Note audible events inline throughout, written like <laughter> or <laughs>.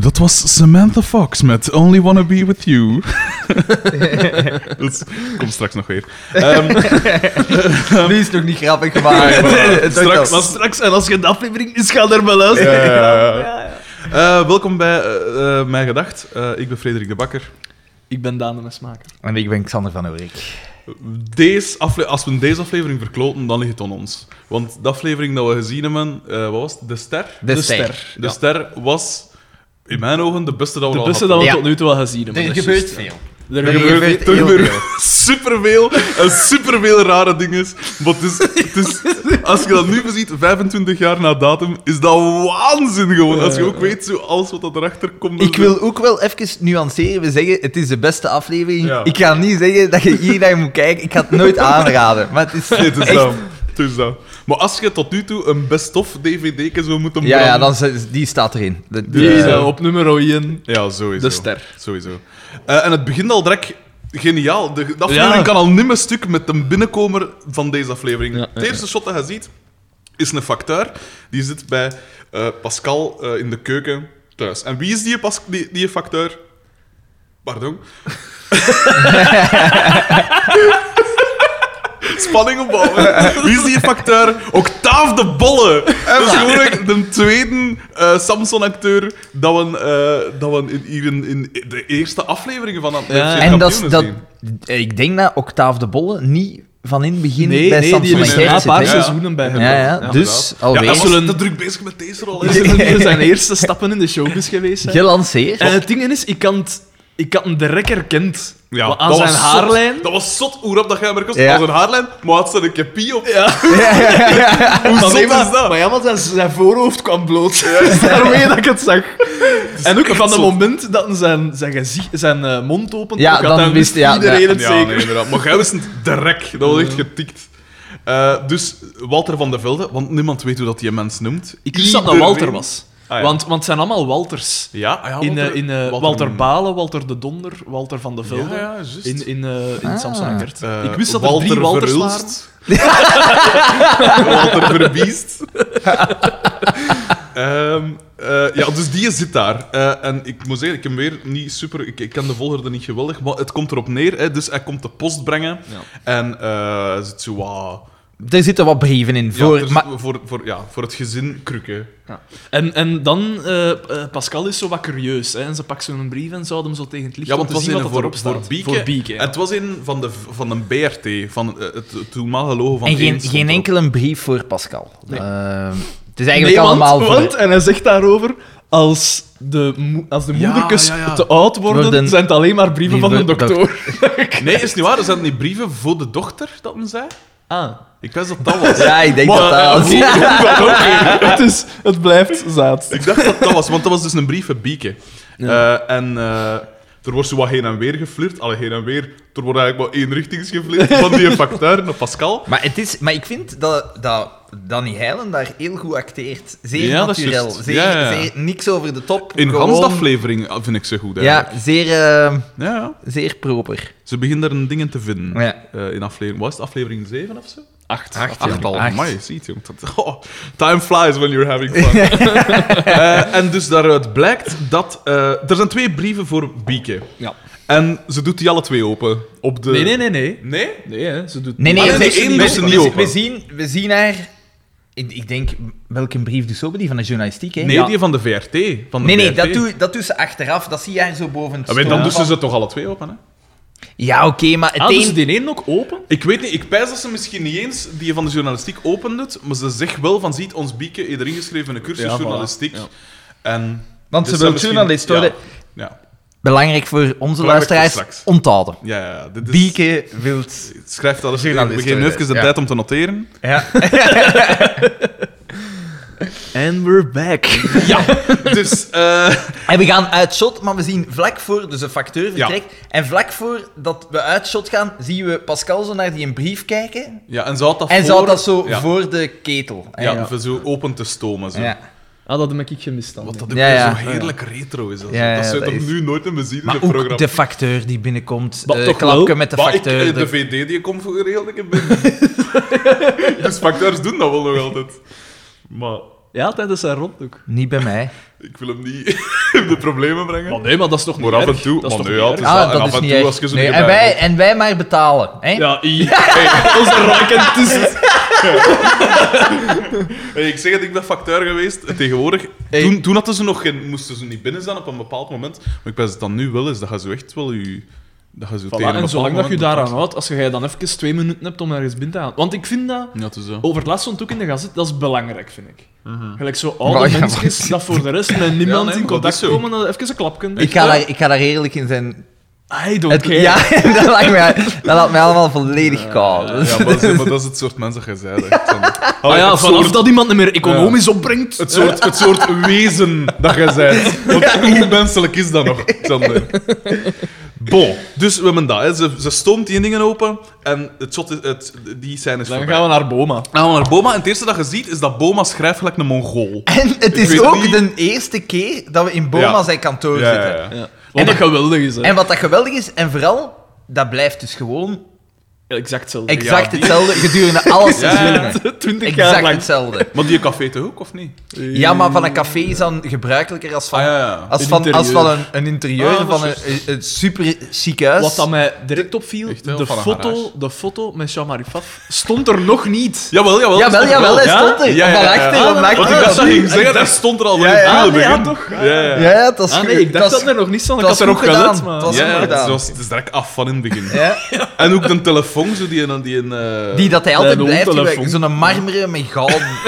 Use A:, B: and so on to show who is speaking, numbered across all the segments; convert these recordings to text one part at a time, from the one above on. A: dat was Samantha Fox met Only Wanna Be With You.
B: <laughs>
A: dat is- komt straks nog
B: <laughs>
A: weer. Ehm,
B: Nu is het nog niet grappig, maar...
A: Nee, maar
B: Het doet
A: straks-
B: wel.
C: Maar straks, en als je de aflevering is, ga daar maar luisteren.
A: Ja, ja, ja. eh, welkom bij eh, eh, Mijn Gedacht. Eh, ik ben Frederik de Bakker.
C: Ik ben Daan de Mesmaker.
B: En ik ben Xander van Oerik.
A: Deze afle- als we deze aflevering verkloten, dan ligt het aan ons. Want de aflevering dat we gezien hebben, eh, wat was het? De Ster?
B: De ster.
A: De Ster was in mijn ogen de beste dat we
C: De
A: al
C: beste dat
A: hadden.
C: we
B: Ja.
C: tot nu toe al gezien hebben.
B: Er
C: Dat is
B: gebeurt
C: juist, ja.
B: veel.
C: Er
B: Er
C: gebeurt-
B: gebeurt-
A: Er
B: heel
A: gebeuren <laughs> superveel en superveel rare dingen. Want het is, het is, als je dat nu beziet, 25 jaar na datum, is dat waanzin gewoon. Als je ook weet zo alles wat dat erachter komt.
B: Eh. Ik wil ook wel even nuanceren. We zeggen, het is de beste aflevering.
A: Ja.
B: Ik ga niet zeggen dat je hier naar moet kijken. Ik ga het nooit aanraden. Maar het is,
A: Het is
B: echt...
A: dat. Het is dat. Maar als je tot nu toe een best-of DVD zou moeten
B: Ja, ja
A: branden-
B: dan, z- die staat erin. De-
C: Die
B: de-
C: is eh, op nummer 1.
A: Ja, sowieso.
C: De ster.
A: Sowieso. Eh, en het begint al direct geniaal. De, de aflevering
C: Ja.
A: kan al nimmer stuk met de binnenkomer van deze aflevering.
C: Ja, ja,
A: het eerste shot dat je ziet is een facteur. Die zit bij eh, Pascal eh, in de keuken thuis. En wie is die, pas die, die facteur? Pardon. <laughs> Spanning opbouwen. Wie is die facteur? Octaaf de Bolle. Dat is gewoon echt de tweede eh, Samson-acteur dat we, eh, dat we in, hier in, in de eerste afleveringen van dat
C: Ja.
B: En dat, is- dat, ik denk dat Octaaf de Bolle niet van in het begin
C: Nee,
B: bij
C: nee,
B: Samson
C: die
B: en
C: is
B: Gert
C: na een
B: zit,
C: paar
B: hè.
A: seizoenen.
C: seizoenen bij hem.
B: Ja, ja, dus alweer.
A: Ja, hij
C: Zullen-
A: was te druk bezig met deze rol. hè.
C: Dat zullen
B: <laughs>
C: zijn eerste stappen in de showbiz geweest zijn.
B: Gelanceerd.
C: En het ding is, ik kan het- ik had hem direct herkend.
A: Ja,
C: Maar aan
A: dat
C: zijn
A: was
C: haarlijn...
A: Zot, dat was zot hoe rap dat jij merkt.
B: Ja.
A: Aan zijn haarlijn, maar had ze een kepie op.
C: Ja.
A: Hoe zot
C: nee,
A: is dat?
C: maar ja, want zijn, zijn voorhoofd kwam bloot. Dus daarmee <laughs> dat ik het zag.
A: <laughs>
C: En ook
A: echt
C: van het
A: zot.
C: moment dat hij zijn, zijn, gezicht, zijn eh, mond opent,
B: Ja,
C: ook had
B: dan
C: hij
B: wist- ja,
C: iedereen
B: ja.
C: het
A: ja,
C: zeker.
A: nee, inderdaad. Maar jij wist het direct. Dat was echt getikt. Eh, dus Walter van der Velde, want niemand weet hoe dat die mens noemt.
C: Ik wist dat dat
A: Iedereen-
C: Walter was.
A: Ah, ja.
C: want, want het zijn allemaal Walters.
A: Ja, ah, ja
C: In, eh, in, eh, Walter,
A: Mom.
C: Balen, Walter de Donder, Walter van de Velde.
A: Ja, ja, juist.
C: in in, eh, in
B: Ah.
C: Samson en Gert.
A: Eh,
C: ik wist dat er drie Walters waren.
A: Verhulst. <laughs> Walter Verbiest.
C: <laughs>
A: Ehm, eh, ja, dus die zit daar. Eh, en ik moet zeggen, ik hem weer niet super... Ik, ik ken de volgorde niet geweldig, maar het komt erop neer. Hè, dus hij komt de post brengen. En eh zit zo... wat-
B: Er zitten wat brieven in.
A: Ja,
B: Voor,
A: er zit-
B: maar-
A: voor, voor, ja, voor het gezin krukken.
C: En, en dan, eh, eh, Pascal is zo wat curieus. Hè, en ze pakt zo'n brief en ze houdt hem zo tegen het licht
A: Ja,
C: om
A: want
C: te
A: het was
C: zien
A: in
C: wat
A: een
C: dat
A: voor,
C: erop staat.
A: voor Bieke.
C: Voor Bieke, ja.
A: En Het was in van, de, van een BRT, van eh, het, het toenmalige logo van
B: en geen,
A: één stond
B: geen
A: erop.
B: enkele brief voor Pascal.
C: Nee.
B: Ehm, het is eigenlijk
C: Nee, want-
B: allemaal voor...
C: want, en hij zegt daarover, als de, mo- als de
A: Ja,
C: moedertjes
A: ja, ja.
C: te oud worden,
B: Worden-
C: zijn het alleen maar brieven
B: Die
C: van
B: de-
C: de dokter.
A: Nee, is niet waar. Er zijn die brieven voor de dochter, dat men zei.
C: <laughs> Ah.
A: Ik wist dat dat was. eh,
B: Ja, ik denk dat dat...
C: <laughs> het, is, het blijft zaad.
A: Ik dacht dat dat was, want dat was dus een brief van Bieke. Eh, en eh, er wordt zo wat heen en weer geflirt. Alle heen en weer. Er wordt eigenlijk maar eenrichtings geflirt van die factuur naar Pascal.
B: Maar, het is, maar ik vind dat, dat Danny Heilen daar heel goed acteert. Zeer
A: Ja, dat is
B: naturel.
A: juist.
B: Zeer,
A: Ja, ja.
B: zeer- niks over de top.
A: In
B: gewoon-
A: Hans de aflevering ah, vind ik ze goed. Eigenlijk.
B: Ja, zeer, eh,
A: Ja. ja.
B: zeer proper.
A: Ze beginnen daar een dingen te vinden.
B: Ja.
A: Eh, in aflevering, was het aflevering 7 of zo?
C: Acht.
A: Acht al.
B: Acht.
A: Amai, ziet je. Dat- oh, time flies when you're having fun. Eh, en dus daaruit blijkt dat... eh, er zijn twee brieven voor Bieke.
C: Ja.
A: En ze doet die alle twee open. Op de...
C: Nee, nee, nee, nee.
A: Nee?
C: Nee, hè, ze doet
B: Nee, nee,
A: Ah,
B: het
A: nee,
B: is-
A: nee, één
B: we-
A: doet ze
B: we-
A: niet
B: we-
A: open.
B: We zien, we zien haar... Ik, ik denk, welke brief doet ze open? Die van de journalistiek, hè?
A: Nee,
C: Ja.
A: die van de VRT. Van de
B: Nee, nee,
A: VRT.
B: dat doe, dat doet ze achteraf. Dat zie je haar zo boven het
A: Ja, Ah, maar dan
B: stoel
A: doen ze
B: van-
A: ze toch alle twee open, hè?
B: Ja, oké, maar het
C: Ah,
B: een-
C: dus die één ook open?
A: Ik weet niet, ik pijs dat ze misschien niet eens die van de journalistiek open doet, maar ze zegt wel van, ziet, ons Bieke heeft erin geschreven een cursus
C: Ja, voilà.
A: journalistiek.
C: Ja.
A: En...
B: Want
A: dus
B: ze wil
A: misschien-
B: journalist worden.
A: Ja. ja.
B: Belangrijk voor onze
A: voor
B: luisteraars,
A: straks. Dus-
B: onthouden.
A: Ja, ja, ja, dit is...
B: Bieke wilt...
A: Schrijf dat eens.
B: Journalist
A: We geven
B: worden,
A: even de
B: ja.
A: tijd om te noteren.
B: Ja.
C: And we're back.
A: Dus, eh,
B: <laughs> En we gaan uit shot, maar we zien vlak voor, dus de facteur vertrekt. En vlak voor dat we uit shot gaan, zien we Pascal zo naar die een brief kijken.
A: ja, en zou dat
B: En
A: voor...
B: zou dat zo
A: ja.
B: voor de ketel.
A: Ja,
B: ja.
A: voor zo open te stomen. Zo.
B: Ja.
C: <laughs> Ah, dat heb ik gemist dan.
A: Wat dat
C: denk
A: ook
B: Ja,
A: weer
B: ja.
A: zo heerlijk retro is. Dat,
B: Ja, ja,
A: dat zou je
B: dat
A: toch
B: is-
A: nu nooit hebben zien in
B: Maar
A: het
B: ook
A: programma.
B: de facteur die binnenkomt,
C: Maar
B: de
C: toch wel.
B: klapken met de
A: Maar ik-
B: facteur.
A: eh,
B: de-
A: de VD
B: <laughs>
A: die komt voor heel lekker binnen. dus facteurs doen dat wel nog altijd. Maar
C: Ja, tijdens zijn ronddoek.
B: Niet bij
A: <laughs>
B: mij.
A: ik wil hem niet in de problemen brengen.
C: Maar nee, maar dat is toch niet
A: maar af en
C: erg?
A: toe,
C: Dat is
A: maar
C: toch
A: nee, ja,
C: niet erg?
A: het is Dus wel- en
B: Ah, dat
A: af
B: is
A: en
B: niet
A: toe
B: erg.
A: als je zo'n
B: Nee,
A: keer
B: en,
A: bij
B: wij,
A: bent.
B: en wij maar betalen. Hè?
C: Ja, i- onze rakken tussen.
A: Hey, Eh, ik zeg het, ik ben facteur geweest. Tegenwoordig,
B: Hey.
A: toen, toen hadden ze nog geen, moesten ze niet binnen zijn op een bepaald moment. Maar ik ben het dan nu wel eens, dat gaan ze echt wel je... Dat gaan ze tegen een
C: en
A: bepaald
C: zolang dat je
A: moment
C: daaraan
A: betaald.
C: houdt, als je dan even twee minuten hebt om ergens binnen te gaan. Want ik vind dat,
A: Ja, het is zo.
C: over het laatst stond het ook in de gazet, dat is belangrijk, vind ik. Gelijk zo oude
B: Maar ja,
C: mensen, dat voor de rest met niemand
A: maar dat
C: in contact
A: is zo.
C: komen, dat even een klapje.
B: Ik, ga daar, ik ga daar eerlijk in zijn.
C: I don't
B: Het-
C: care.
B: ja, <laughs> dat, lijkt mij, dat laat mij allemaal volledig koud.
A: Ja, maar, zie, maar dat is het soort mensen dat jij zei. echt.
C: Ah ja,
A: het
C: vanaf
A: soort-
C: dat iemand niet meer economisch opbrengt.
A: Het soort, het soort wezen dat jij
C: <laughs>
A: bent. Want hoe menselijk is dat nog, Xander? Bon, dus we hebben dat. Hè. Ze, ze stoomt die dingen open en het shot is, het, die scène is
C: Dan
A: voorbij.
C: gaan we naar Boma.
A: Nou, naar Boma. En het eerste dat je ziet, is dat Boma schrijft gelijk een Mongool.
B: En het
A: weet
B: is ook
A: niet.
B: de eerste keer dat we in Boma
A: Ja.
B: zijn kantoor
A: Ja,
B: zitten.
A: ja, ja.
C: Ja. Wat dat geweldig is, hè.
B: En wat dat geweldig is, en vooral, dat blijft dus gewoon
C: Exact hetzelfde.
B: exact
A: die-
B: hetzelfde gedurende alle
C: Dus
B: seizoenen.
A: <laughs> ja.
C: Eh, <laughs> Twintig jaar
B: Exact
C: lang.
B: hetzelfde.
A: Maar die café toch ook, of niet?
B: Ja, maar van een café is dan gebruikelijker als van,
A: Ah, ja, ja.
B: Als
C: Een
B: van, als
C: interieur.
B: van een, een interieur
A: Ah, dat
B: van een,
A: is
B: een super chic huis.
C: Wat dat mij direct opviel,
A: Echt, hè,
C: de,
A: van een
C: foto,
A: garage.
C: de foto met Jean-Marie Pfaff stond er nog niet.
A: Jawel, jawel. dat
B: Jawel,
A: stond er
B: jawel, hij
C: Ja?
B: stond er.
A: Ja, ja,
B: Van
A: ja,
B: achter,
A: ja.
B: van
C: Ah,
A: Want
B: achter.
A: ik
C: Ah,
A: dacht dat
C: nee,
A: ging
C: ik
A: zeggen, daar
C: dacht-
A: stond er al wel
B: Ja,
A: in
B: ja.
A: het
C: Ah,
A: hele
C: nee, ja,
A: begin.
C: toch. Ah,
A: Ja, ja.
B: Ja, ja, dat is
C: Ah,
B: goed.
C: nee, ik dacht
B: Dat
C: dat
B: is-
C: er nog niet stond. Ik
B: dat
C: had
B: is
C: er ook
B: goed gedaan.
C: wel uit, maar...
B: Dat is
A: Ja,
B: goed
A: ja,
B: gedaan.
A: het was- het is direct af van in het begin.
B: Ja.
A: En ook de telefoon, zo die... en Die, eh,
B: Die dat hij altijd
C: de
B: blijft
C: hoofdtelefoon.
B: gebruiken. Zo'n marmeren met gouden.
A: <laughs>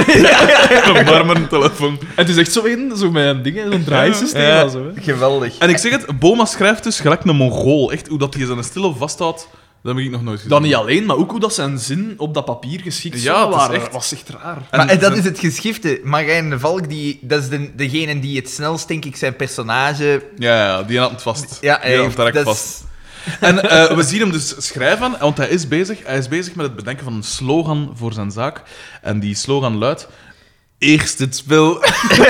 A: een marmeren telefoon.
C: Het is echt zo in, zo met een ding, hè, zo'n draaisysteem.
B: Ja.
C: en Zo, hè.
B: Geweldig.
A: En ik zeg het, Boma schrijft dus gelijk een Mongool. Echt, hoe dat hij zijn stilo vasthoudt, dat heb ik nog nooit gezien.
C: Dan niet alleen, maar ook hoe dat zijn zin op dat papier
A: Ja,
C: geschikt zou
A: het is
C: waren.
A: echt-
C: was echt raar.
A: En-
B: maar en dat
A: en-
B: is het geschifte. Marijn de Valk, die, dat is de, degene die het snelst, denk ik, zijn personage...
A: Ja, ja, die had het vast.
B: Ja,
A: die had het direct
B: dat is-
A: vast. En eh, we zien hem dus schrijven, want hij is, bezig, hij is bezig met het bedenken van een slogan voor zijn zaak. En die slogan luidt... Eerst het spel... <laughs>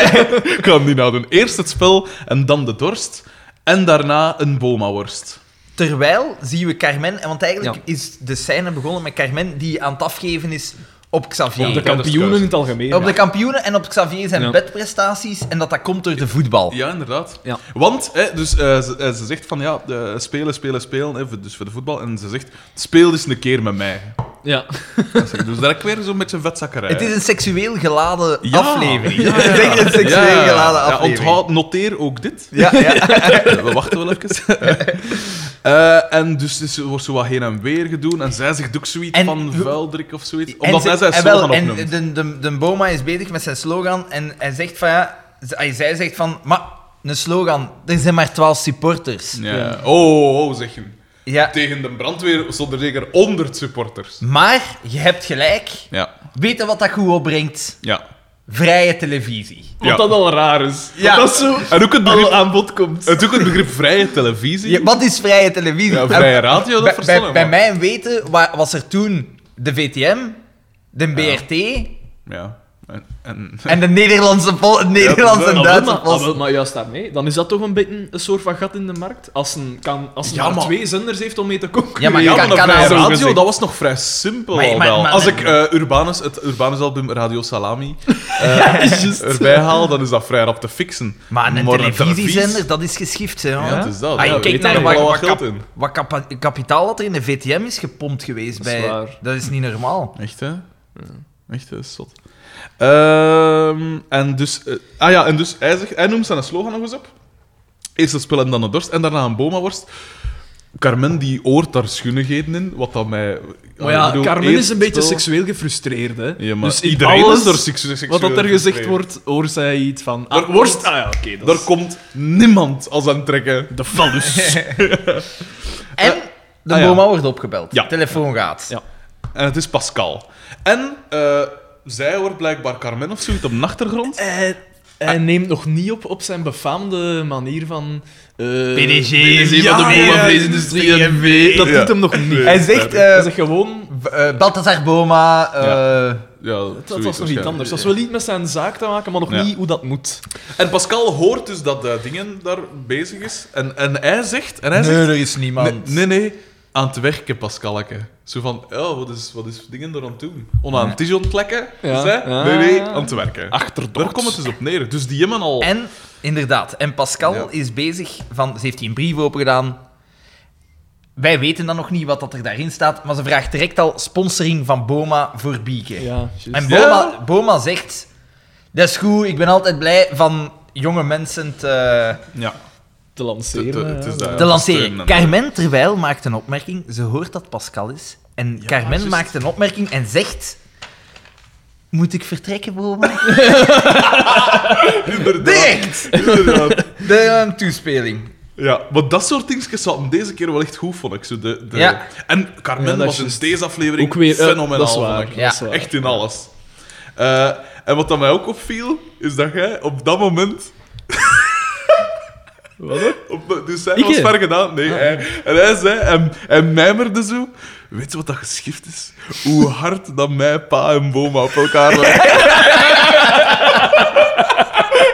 A: Ik kan die nou doen. Eerst het spel en dan de dorst. En daarna een boma-worst.
B: Terwijl zien we Carmen... en Want eigenlijk
C: Ja.
B: is de scène begonnen met Carmen, die aan het afgeven is op Xavier.
C: Op de
A: dat is
C: kampioenen
A: keuze.
C: in het algemeen.
B: Op de
C: ja.
B: kampioenen en op Xavier zijn
C: Ja.
B: bedprestaties. En dat dat komt door de voetbal.
A: Ja, inderdaad.
C: Ja.
A: Want hè, dus, eh, ze, eh, ze zegt van ja, eh, spelen, spelen, spelen. Hè, voor- dus voor de voetbal. En ze zegt: speel eens een keer met mij.
C: Ja.
A: Dat zeg ik. Dus direct weer zo'n beetje vetzakkerij.
B: Het is een seksueel geladen
A: Ja.
B: aflevering.
A: Ja, ja.
B: <laughs> Het is echt een seksueel geladen
A: Ja,
B: aflevering.
A: onthoud, noteer ook dit.
B: Ja, ja.
A: Eh, <laughs> We wachten wel even. <laughs> Eh, en dus is- er wordt zo wat heen en weer gedoen. En zij zegt ook zoiets
B: En
A: van
B: hoe-
A: vuildrik of zoiets.
B: En
A: Omdat
B: ze-
A: hij zijn
B: en wel,
A: slogan
B: En
A: opnoemt.
B: de, de, de Boma is bezig met zijn slogan en hij zegt van ja, z- hij- zij zegt van, maar een slogan, er zijn maar twaalf supporters.
A: Ja. Oh, oh, zeg je.
B: Ja,
A: Tegen de brandweer stonden er zeker 100 supporters.
B: maar je hebt gelijk.
A: Ja,
B: Weet je wat dat goed opbrengt?
A: ja.
B: Vrije televisie.
C: Wat
A: Ja.
C: dat al raar is.
B: Ja.
C: Dat dat zo
A: En ook het
C: al
A: begrip,
C: aan bod komt.
A: het, ook het begrip vrije televisie.
B: Ja, wat is vrije televisie?
A: Ja, vrije
B: En-
A: radio, dat
B: bij,
A: verstaan we
B: bij, bij
A: wel.
B: mijn weten wa- was er toen de VTM, de BRT
A: Ja. En, en,
B: en de Nederlandse, pol- Nederlandse
A: dat is-
B: en
C: Ah, wel, maar,
B: Duitse
C: ah,
B: post.
C: wel, maar juist daarmee, dan is dat toch een beetje een soort van gat in de markt. Als een, kan, als een
A: Ja,
C: maar,
A: maar-
C: twee zenders heeft om mee te concurreren.
B: Ja, maar
A: ja,
B: je
A: maar
B: kan-
A: de
B: kan
A: vrije
B: al zo
A: radio,
C: gezegd.
A: dat was nog vrij simpel
B: Maar-
A: al
B: maar-
A: wel.
B: maar-
A: Als ik eh, Urbanus, het Urbanus-album Radio Salami
C: <laughs>
A: eh,
C: Just.
A: erbij haal, dan is dat vrij rap te fixen.
B: Maar een
A: televisie-
B: televisiezender, dat is geschift, hè, hoor.
A: Ja, het is dat.
B: Ah,
A: ja,
B: je
A: we
B: kijkt
A: weten
B: naar
A: daar
B: wat,
A: wel
B: wat,
A: wat geld
B: kap-
A: in.
B: wat kapa- kapitaal dat er in de VTM is gepompt geweest.
C: is
B: bij,
C: waar.
B: dat is niet normaal.
A: Echt, hè? Echt, hè? Zot. Ehm, en dus... eh, ah ja, en dus hij, zegt, hij noemt zijn slogan nog eens op. Eerst het spel en dan de dorst. En daarna een bomaworst. Carmen, die oort daar schunnigheden in, wat dat mij...
C: Maar ja,
A: Ik bedoel,
C: Carmen
A: eerst
C: is een beetje
A: spel-
C: seksueel gefrustreerd. Hè?
A: Ja, maar
C: dus in
A: iedereen
C: alles
A: is door seksueel
C: Wat dat er gezegd
A: gefrustreerd.
C: wordt, hoor zij iets van.
A: Daar
C: Ah, worst.
A: komt-
C: Ah ja, oké. dat
A: Daar
C: is-
A: komt niemand als aan trekken.
C: De fallus.
B: En de
A: ah, ja.
B: boma wordt opgebeld.
A: Ja.
B: Telefoon gaat.
C: Ja.
A: En het is Pascal. En eh, zij wordt blijkbaar Carmen of zoiets op de achtergrond.
C: hij, hij neemt nog niet op op zijn befaamde manier van. eh
B: PDG,
C: van
B: ja,
C: de
B: ja,
C: bovenvleesindustrie en V. Dat
A: Ja.
C: doet hem nog niet.
A: Nee.
B: Hij zegt, eh
C: Hij zegt gewoon.
B: b- eh, Balthazar Boma. eh,
A: Ja,
C: Dat was nog iets anders. Dat was wel iets met zijn zaak te maken, maar nog
A: Ja.
C: niet hoe dat moet.
A: En Pascal hoort dus dat eh, Dingen daar bezig is. En, en hij zegt... En hij
B: nee,
A: zegt
B: er is niemand.
A: nee, nee, nee, aan het werken, Pascalke. Zo van, oh, wat is, wat is dingen er aan het doen? On aan het is ontplekken,
C: Ja.
A: zei,
C: Ja.
A: nee, nee, aan het werken.
C: Achterdocht.
A: Daar komt het dus op neer. Dus die hebben al...
B: En, inderdaad, en Pascal
A: Ja.
B: is bezig van... Ze heeft die een brief open gedaan. Wij weten dan nog niet wat dat er daarin staat, maar ze vraagt direct al sponsoring van Boma voor Bieke.
C: Ja,
B: En
C: juist.
B: Boma,
A: Dus- Ja.
B: Boma zegt... Dat is goed, ik ben altijd blij van jonge mensen te,
A: Ja.
C: te lanceren.
A: Te- te- het is
C: ja.
A: dat.
B: te lanceren.
A: steunen.
B: Carmen Terwijl maakt een opmerking. Ze hoort dat Pascal is. En Carmen
A: juist.
B: maakt een opmerking en zegt... Moet ik
A: <laughs>
B: vertrekken, Boma?
A: Inderdaad.
B: Direct!
A: Inderdaad.
B: De eh, toespeling.
A: Ja, maar dat soort dingetjes zaten deze keer wel echt goed, vond ik. Zo de, de...
B: Ja.
A: En Carmen
C: Ja, dat
A: was
C: is
A: in
C: juist.
A: deze aflevering
C: Ook weer, eh,
A: fenomenaal,
C: dat is waar,
A: vond ik.
C: dat is waar.
A: Echt in alles. Eh, en wat dat mij ook opviel, is dat jij op dat moment...
C: <laughs> Wat dan?
A: Op, de- dus zij
C: Ik,
A: was
C: hè?
A: ver gedaan. Nee, hij, en hij zei, en, en mijmerde zo... Weet je wat dat geschift is? Hoe hard dat mij pa en boma op elkaar lijken. <laughs>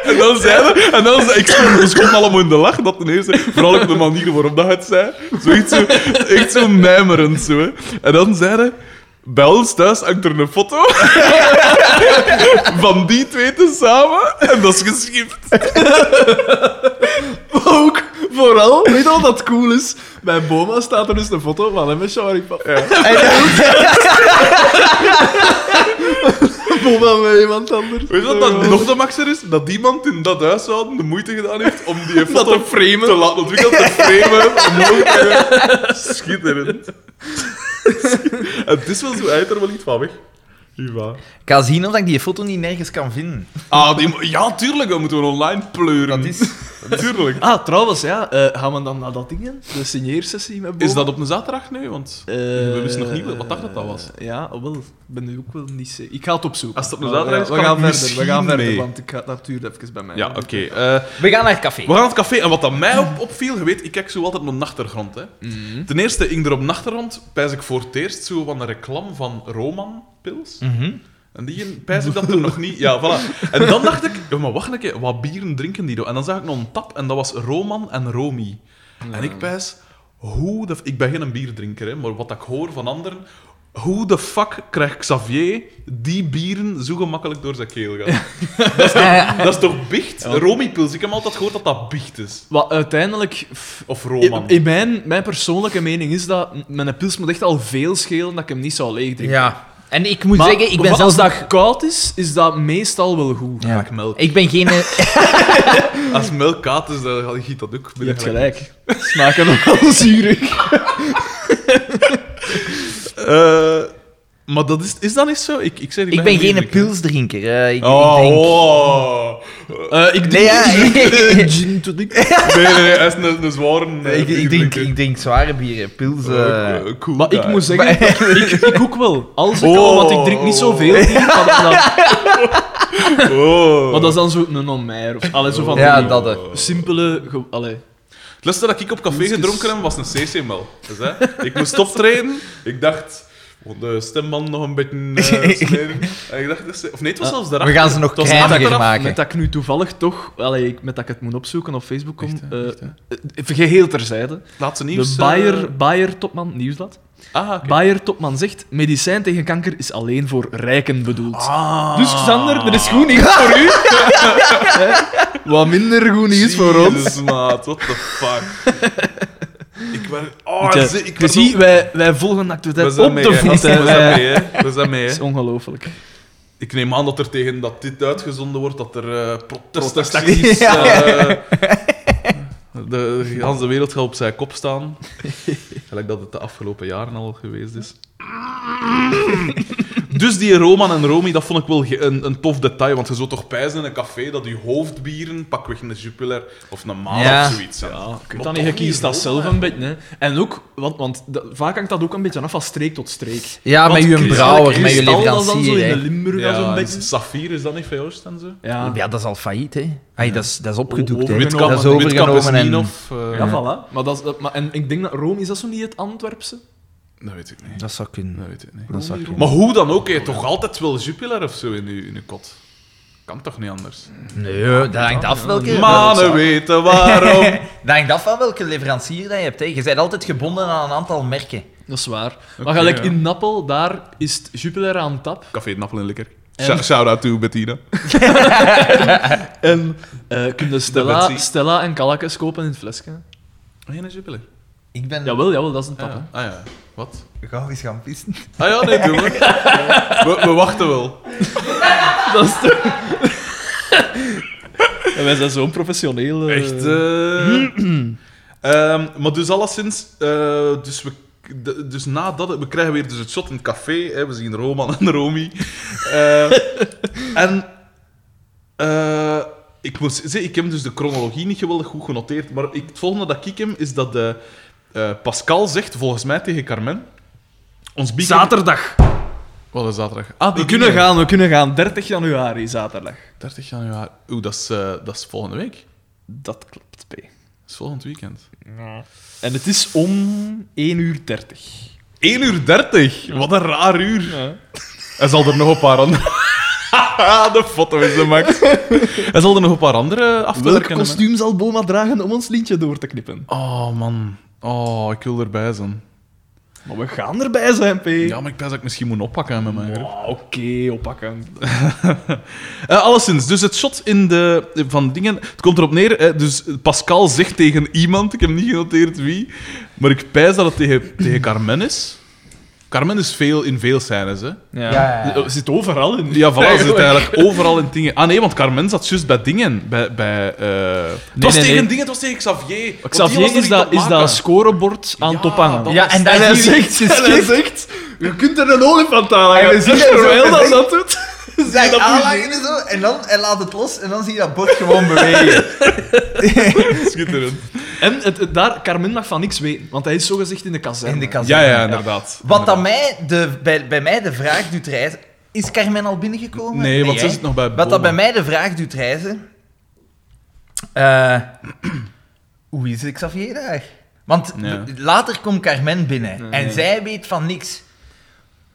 A: En dan zei hij, en dan zei ik stond- we schoten allemaal in de lach, dat ten eerste, vooral op de manier waarop dat het zei. Zoiets zo, echt zo mijmerend zo. Hè. En dan zei hij, bij ons thuis hangt er een foto <laughs> van die twee tezamen en dat is geschift.
C: Ook, vooral, weet je wat dat cool is? Bij Boma staat er dus een foto van hem <laughs> en Sharipa. <laughs> Boma met iemand anders.
A: Weet je wat
B: Eh.
A: dat nog de maxer is? Dat die man in dat huishouden de moeite gedaan heeft om
B: <laughs>
A: die foto
C: te framen.
A: te laten ontwikkelen, te framen, omhoog te hebben. Schitterend. En het is wel zo, hij heeft er wel iets van weg. Uwa.
B: Ik ga zien of ik die foto niet nergens kan vinden.
A: Ah, die, mo- ja, tuurlijk, dat moeten we online pleuren.
B: Dat is...
A: Tuurlijk.
C: Ah, trouwens, ja. eh, gaan we dan naar dat ding? in? De signeersessie met Boma?
A: Is dat op een zaterdag nu? Want
C: Eh,
A: we wisten nog niet wat dag dat dat was.
C: Ja, wel. Ik ben nu ook wel niet zeker. Ik ga het opzoeken.
A: Als het op een
C: Maar we-
A: zaterdag is,
C: we,
A: kan
C: gaan
A: ik
C: verder. We
A: misschien
C: gaan verder,
A: mee.
C: want ik ga, dat duurt even bij mij.
A: ja, oké. eh,
B: We gaan naar het café.
A: We gaan naar het café. En wat dat mij op, opviel, je weet, ik kijk zo altijd naar Nachtergrond. Hè. Ten eerste, ik er op Nachtergrond, pijs ik voor het eerst zo van een reclame van Roman Pils. En die een- pijs ik dat er nog niet... Ja, voilà. En dan dacht ik, ja, maar wacht een keer, wat bieren drinken die dan? En dan zag ik nog een tap en dat was Roman en Romy. En ik pijs, hoe de... f- Ik ben geen bierdrinker, hè, maar wat ik hoor van anderen... Hoe de fuck krijgt Xavier die bieren zo gemakkelijk door zijn keel gaan?
B: Eh,
A: Dat is toch bicht? Romy Pils, ik heb altijd gehoord dat dat bicht is.
C: Wat uiteindelijk... pff,
A: Of
C: In,
B: Oh,
A: Roman.
C: in mijn, mijn persoonlijke mening is dat m- mijn pils moet echt al veel schelen dat ik hem niet zou leegdrinken.
B: Ja. En ik moet
C: Maar
B: zeggen, ik ben
C: als
B: zelfs...
C: dat koud is, is dat meestal wel goed.
B: Ja.
A: Maak melk.
B: Ik ben geen... eh, <laughs>
A: Als melk kaat is, dan giet dat ook.
C: Je hebt gelijk. Smaken nogal <laughs> zuurig.
A: Eh, maar dat is, is dat niet zo? Ik, ik, zeg,
B: ik ben geen
A: bierdrinker.
B: pilsdrinker. eh, ik,
A: Oh,
B: ik drink...
A: oh.
C: Eh, ik
B: Nee, ja, <laughs>
C: <laughs> Eh, gin tonic.
A: Nee, nee, nee, hij is een, een zware... eh,
B: ik, ik, drink,
A: bierdrinker.
B: ik drink zware bieren. Pils... eh.
A: Eh, cool
C: Maar ik
A: guy.
C: moet zeggen, ik, ik ook wel. Als ik
A: Oh.
C: al, want ik drink niet zoveel.
B: <laughs>
C: bier, Maar, dat- dat-
A: Oh.
C: maar dat is dan zo een on mij of allee, zo van
B: Ja,
C: die
B: dat, eh.
C: simpele... ge- Allee.
A: Het laatste dat ik op café gedronken heb, was een CC-mel. Dus, hè, ik moest optreden. Ik dacht... want De stemband nog een beetje eh, smeren. En ik dacht... dus- Of nee, het was zelfs de
B: We gaan ze nog
A: Dat is
B: kleiner
A: achteraf
B: maken.
C: Met dat ik nu toevallig toch... Allee, ik- met dat ik het moet opzoeken op Facebook kom... eh, eh, geheel terzijde.
A: laatste nieuws.
C: de
A: eh,
C: Bayer, Bayer topman, nieuwsblad.
A: Ah, oké.
C: Bayer topman zegt: medicijn tegen kanker is alleen voor rijken bedoeld.
A: Ah.
C: Dus Xander, er is goed nieuws voor u. <laughs> Hè? Wat minder goed nieuws voor ons.
A: Jezus, maat, what the fuck. ik ben... Oh,
C: Weet je,
A: zie- ik
C: je
A: ben
C: ziet,
A: zo-
C: wij, wij volgen de
A: We
C: actualiteit
A: zijn
C: op
A: mee,
C: de
A: hè.
C: voet. hè.
A: We zijn
C: <laughs>
A: mee, hè. We zijn mee,
C: Het
A: hè.
C: is ongelooflijk.
A: Ik neem aan dat er tegen dat dit uitgezonden wordt, dat er eh protestacties... eh,
B: Protestacties, <laughs> ja.
A: de, de hele wereld gaat op zijn kop staan. <laughs> Gelijk dat het de afgelopen jaren al geweest is. <laughs> Dus die Roman en Romy, dat vond ik wel ge- een, een tof detail. Want je zou toch pijzen in een café dat je hoofdbieren, pakweg een Jupiler of een Maal
B: Ja.
A: of zoiets zijn. Ja,
C: Ik dan je kiest dat zelf een beetje. Hè. En ook, want, want dat- vaak hangt dat ook een beetje af van streek tot streek.
B: Ja,
C: Want
B: met uw
C: kristal-
B: brouwer, met uw
C: kristal, dat is dan zo
B: leverancier.
C: in de
B: hè.
C: Limburg
A: Ja,
C: ja, zo'n
A: en
C: beetje.
A: Safir is dat niet van Joost en zo?
C: Ja,
B: Ja, dat is al failliet, hè. Ai, dat, is, dat is opgedoekt, hè.
A: Witkamp-
B: Dat is
A: Witkamp
B: overgenomen en...
A: Ninov, eh,
C: ja, voilà. Maar dat is, dat- maar, en ik denk dat Rome, is dat zo niet het Antwerpse?
A: Dat weet ik niet.
B: Dat zou kunnen.
A: Dat weet ik niet.
B: Dat zou kunnen.
A: Maar hoe dan ook, je hebt toch altijd wel Jupiler of zo in je, in je kot? kan toch niet anders?
B: Nee, dat hangt af welke...
A: Manen weten waarom. <laughs>
B: Dat hangt af van welke leverancier dat je hebt. Hè. Je bent altijd gebonden aan een aantal merken.
C: Dat is waar.
A: Oké,
C: maar gelijk
A: ja.
C: in Nappel, daar is het Jupiler aan tap.
A: Café de Appel in Lekker.
C: En-
A: Shout out to Bettina.
C: En eh kun je
A: Dat
C: Stella,
A: bent ze.
C: Stella en Calacas kopen in het flesje.
A: Oh, ja, Jupiler.
B: Ik ben...
C: Jawel, jawel, dat is een tap.
A: Ah, ja. ah ja, wat?
B: Gauw eens gaan <laughs> pissen.
A: Ah ja, nee, <laughs> doe maar. We, we wachten wel.
C: hè. Dat is toch... en <laughs> wij zijn zo'n professioneel. eh,
A: Echt. eh. <clears throat> Ehm, maar dus alleszins, eh, dus we. de- Dus nadat het- we krijgen weer dus het shot in het café, hè, we zien Roman en Romy. Eh, en eh, ik moet zeggen, ik heb dus de chronologie niet geweldig goed genoteerd, maar ik, het volgende dat ik hem is dat eh, eh, Pascal zegt, volgens mij tegen Carmen, ons bieken...
C: Zaterdag.
A: Wat is zaterdag? Ah,
C: We
A: die
C: kunnen
A: bieken-
C: gaan, we kunnen gaan. 30 januari, zaterdag.
A: 30 januari. Oeh, dat is, eh, dat is volgende week.
C: Dat klopt, P.
A: Dat is volgend weekend.
C: En het is om 1 uur 30.
A: 1 uur 30. Wat een raar uur.
C: Ja.
A: Hij zal er nog een paar andere. <laughs> Ah, de foto is de max. Hij zal er nog een paar andere af te
C: Welk
A: werken hebben.
C: kostuum zal Boma dragen om ons lintje door te knippen?
A: Oh man. Oh, ik wil erbij zijn.
C: Maar we gaan erbij zijn, P.
A: Ja, maar ik denk dat ik misschien moet oppakken met mijn
C: Ah,
A: groep.
C: Oké, oppakken.
A: Eh, alleszins, dus het shot in de, van dingen. Het komt erop neer. eh, dus Pascal zegt tegen iemand, ik heb niet genoteerd wie. Maar ik pijs dat het tegen, tegen Carmen is. Carmen is veel in veel scènes, hè?
C: Ja.
B: Ja, ja, ja.
C: Zit overal in.
A: Ja, voilà, ze zit eigenlijk overal in dingen. Ah nee, want Carmen zat juist bij dingen. Bij, bij, eh, het was
C: nee,
A: tegen
C: nee.
A: dingen, het was tegen Xavier. Want die was
C: Xavier
A: er
C: is
A: niet aan
C: dat,
A: het
C: is dat
A: maken.
C: scorebord aan
A: Ja,
C: het ophangen.
A: dat-
B: Ja, en dat
C: en hij
B: is hier-
C: zegt, en hij zegt, je kunt er een olifant aan
B: En we
C: hangen.
B: zien
C: En
B: hem zo
C: terwijl <laughs> dat
B: echt-
C: dat doet...
B: Zeg, ah,
C: dat
B: aanlagen en zo, en dan en laat het los en dan zie je dat bord gewoon bewegen.
A: Schitterend.
C: <laughs> En het, het- daar, Carmen mag van niks weten, want hij is zogezegd in de kazerne.
B: In de kazerne.
A: Ja, ja, inderdaad.
B: Wat
A: dan
B: dan mij de, bij, bij mij de vraag doet reizen... Is Carmen al binnengekomen?
A: Nee, want ze
B: hè?
A: zit nog bij
B: Wat
A: Boma.
B: dat bij mij de vraag doet reizen... eh, <clears throat> hoe is Xavier daar? Want
A: Ja.
B: b- later komt Carmen binnen en zij weet van niks.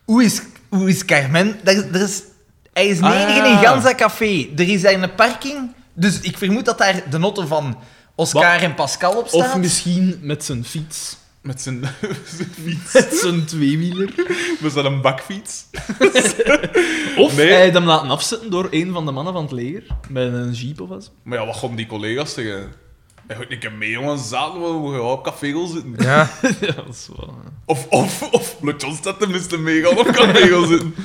B: Hoe is, hoe is Carmen? Er, er is, hij is de
A: Ah,
B: enige
A: ja.
B: in Ganza Café. Er is daar een parking. Dus ik vermoed dat daar de notte van Oscar
C: Wat?
B: en Pascal op staat.
C: Of misschien met zijn
A: <laughs>
C: fiets.
A: Met zijn, zijn fiets.
C: <laughs> Met zijn tweewieler.
A: Met zijn bakfiets.
C: Of
A: Nee.
C: hij had hem laten afzetten door een van de mannen van het leger. Met een jeep of wat. <laughs>
A: Maar ja, wat gaan die collega's zeggen? Hij gaat niet mee, jongen. Zaten we we gaan op café gaan zitten.
B: Ja.
C: Ja, dat is wel...
A: Of, of, of Le John staat tenminste meegaan op
B: <laughs>
A: café gaan zitten.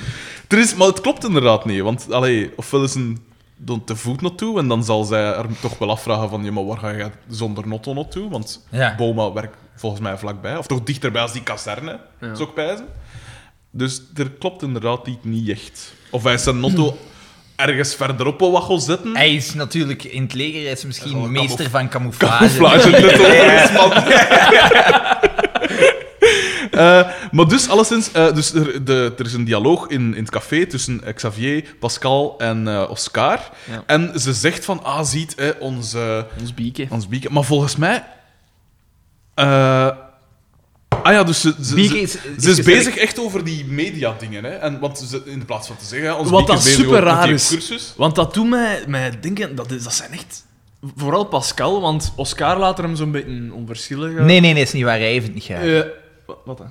A: Er is, maar het klopt inderdaad niet. Want allee, ofwel is een dan te voet naartoe en dan zal zij er toch wel afvragen van ja, maar waar ga je zonder notto naartoe? Want
B: Ja.
A: Boma werkt volgens mij vlakbij. Of toch dichterbij als die kazerne, zou ik pijzen. Dus er klopt inderdaad iets niet echt. Of hij zijn
B: <clears throat>
A: notto ergens verderop op waggel zetten.
B: Hij is natuurlijk in het leger, hij is misschien
A: Oh,
B: meester
A: camouf-
B: van camouflage.
A: Camouflage
B: <laughs>
A: net over is, man. Eh, maar dus, alleszins, eh, dus er, de, er is een dialoog in, in het café tussen eh, Xavier, Pascal en eh, Oscar.
C: Ja.
A: En ze zegt van, ah, ziet, eh, onze,
C: Ons bieken.
A: ons bieken. Maar volgens mij... eh, ah ja, dus ze, ze,
B: Bieke
A: ze-
B: is-
A: ze
B: is
A: is,
B: gezellig.
A: bezig echt over die media-dingen. hè. En, want ze, in plaats van te zeggen, hè, ons
C: Wat
A: Bieke
C: dat
A: bezig
C: super
A: met die
C: raar is.
A: cursus.
C: Want dat doet mij, mij denken, dat, is, dat zijn echt. Vooral Pascal, want Oscar laat er hem zo'n beetje onverschillig.
B: Nee, nee, nee, is niet waar. Hij heeft het niet graag.
C: Eh, wa- wat dan?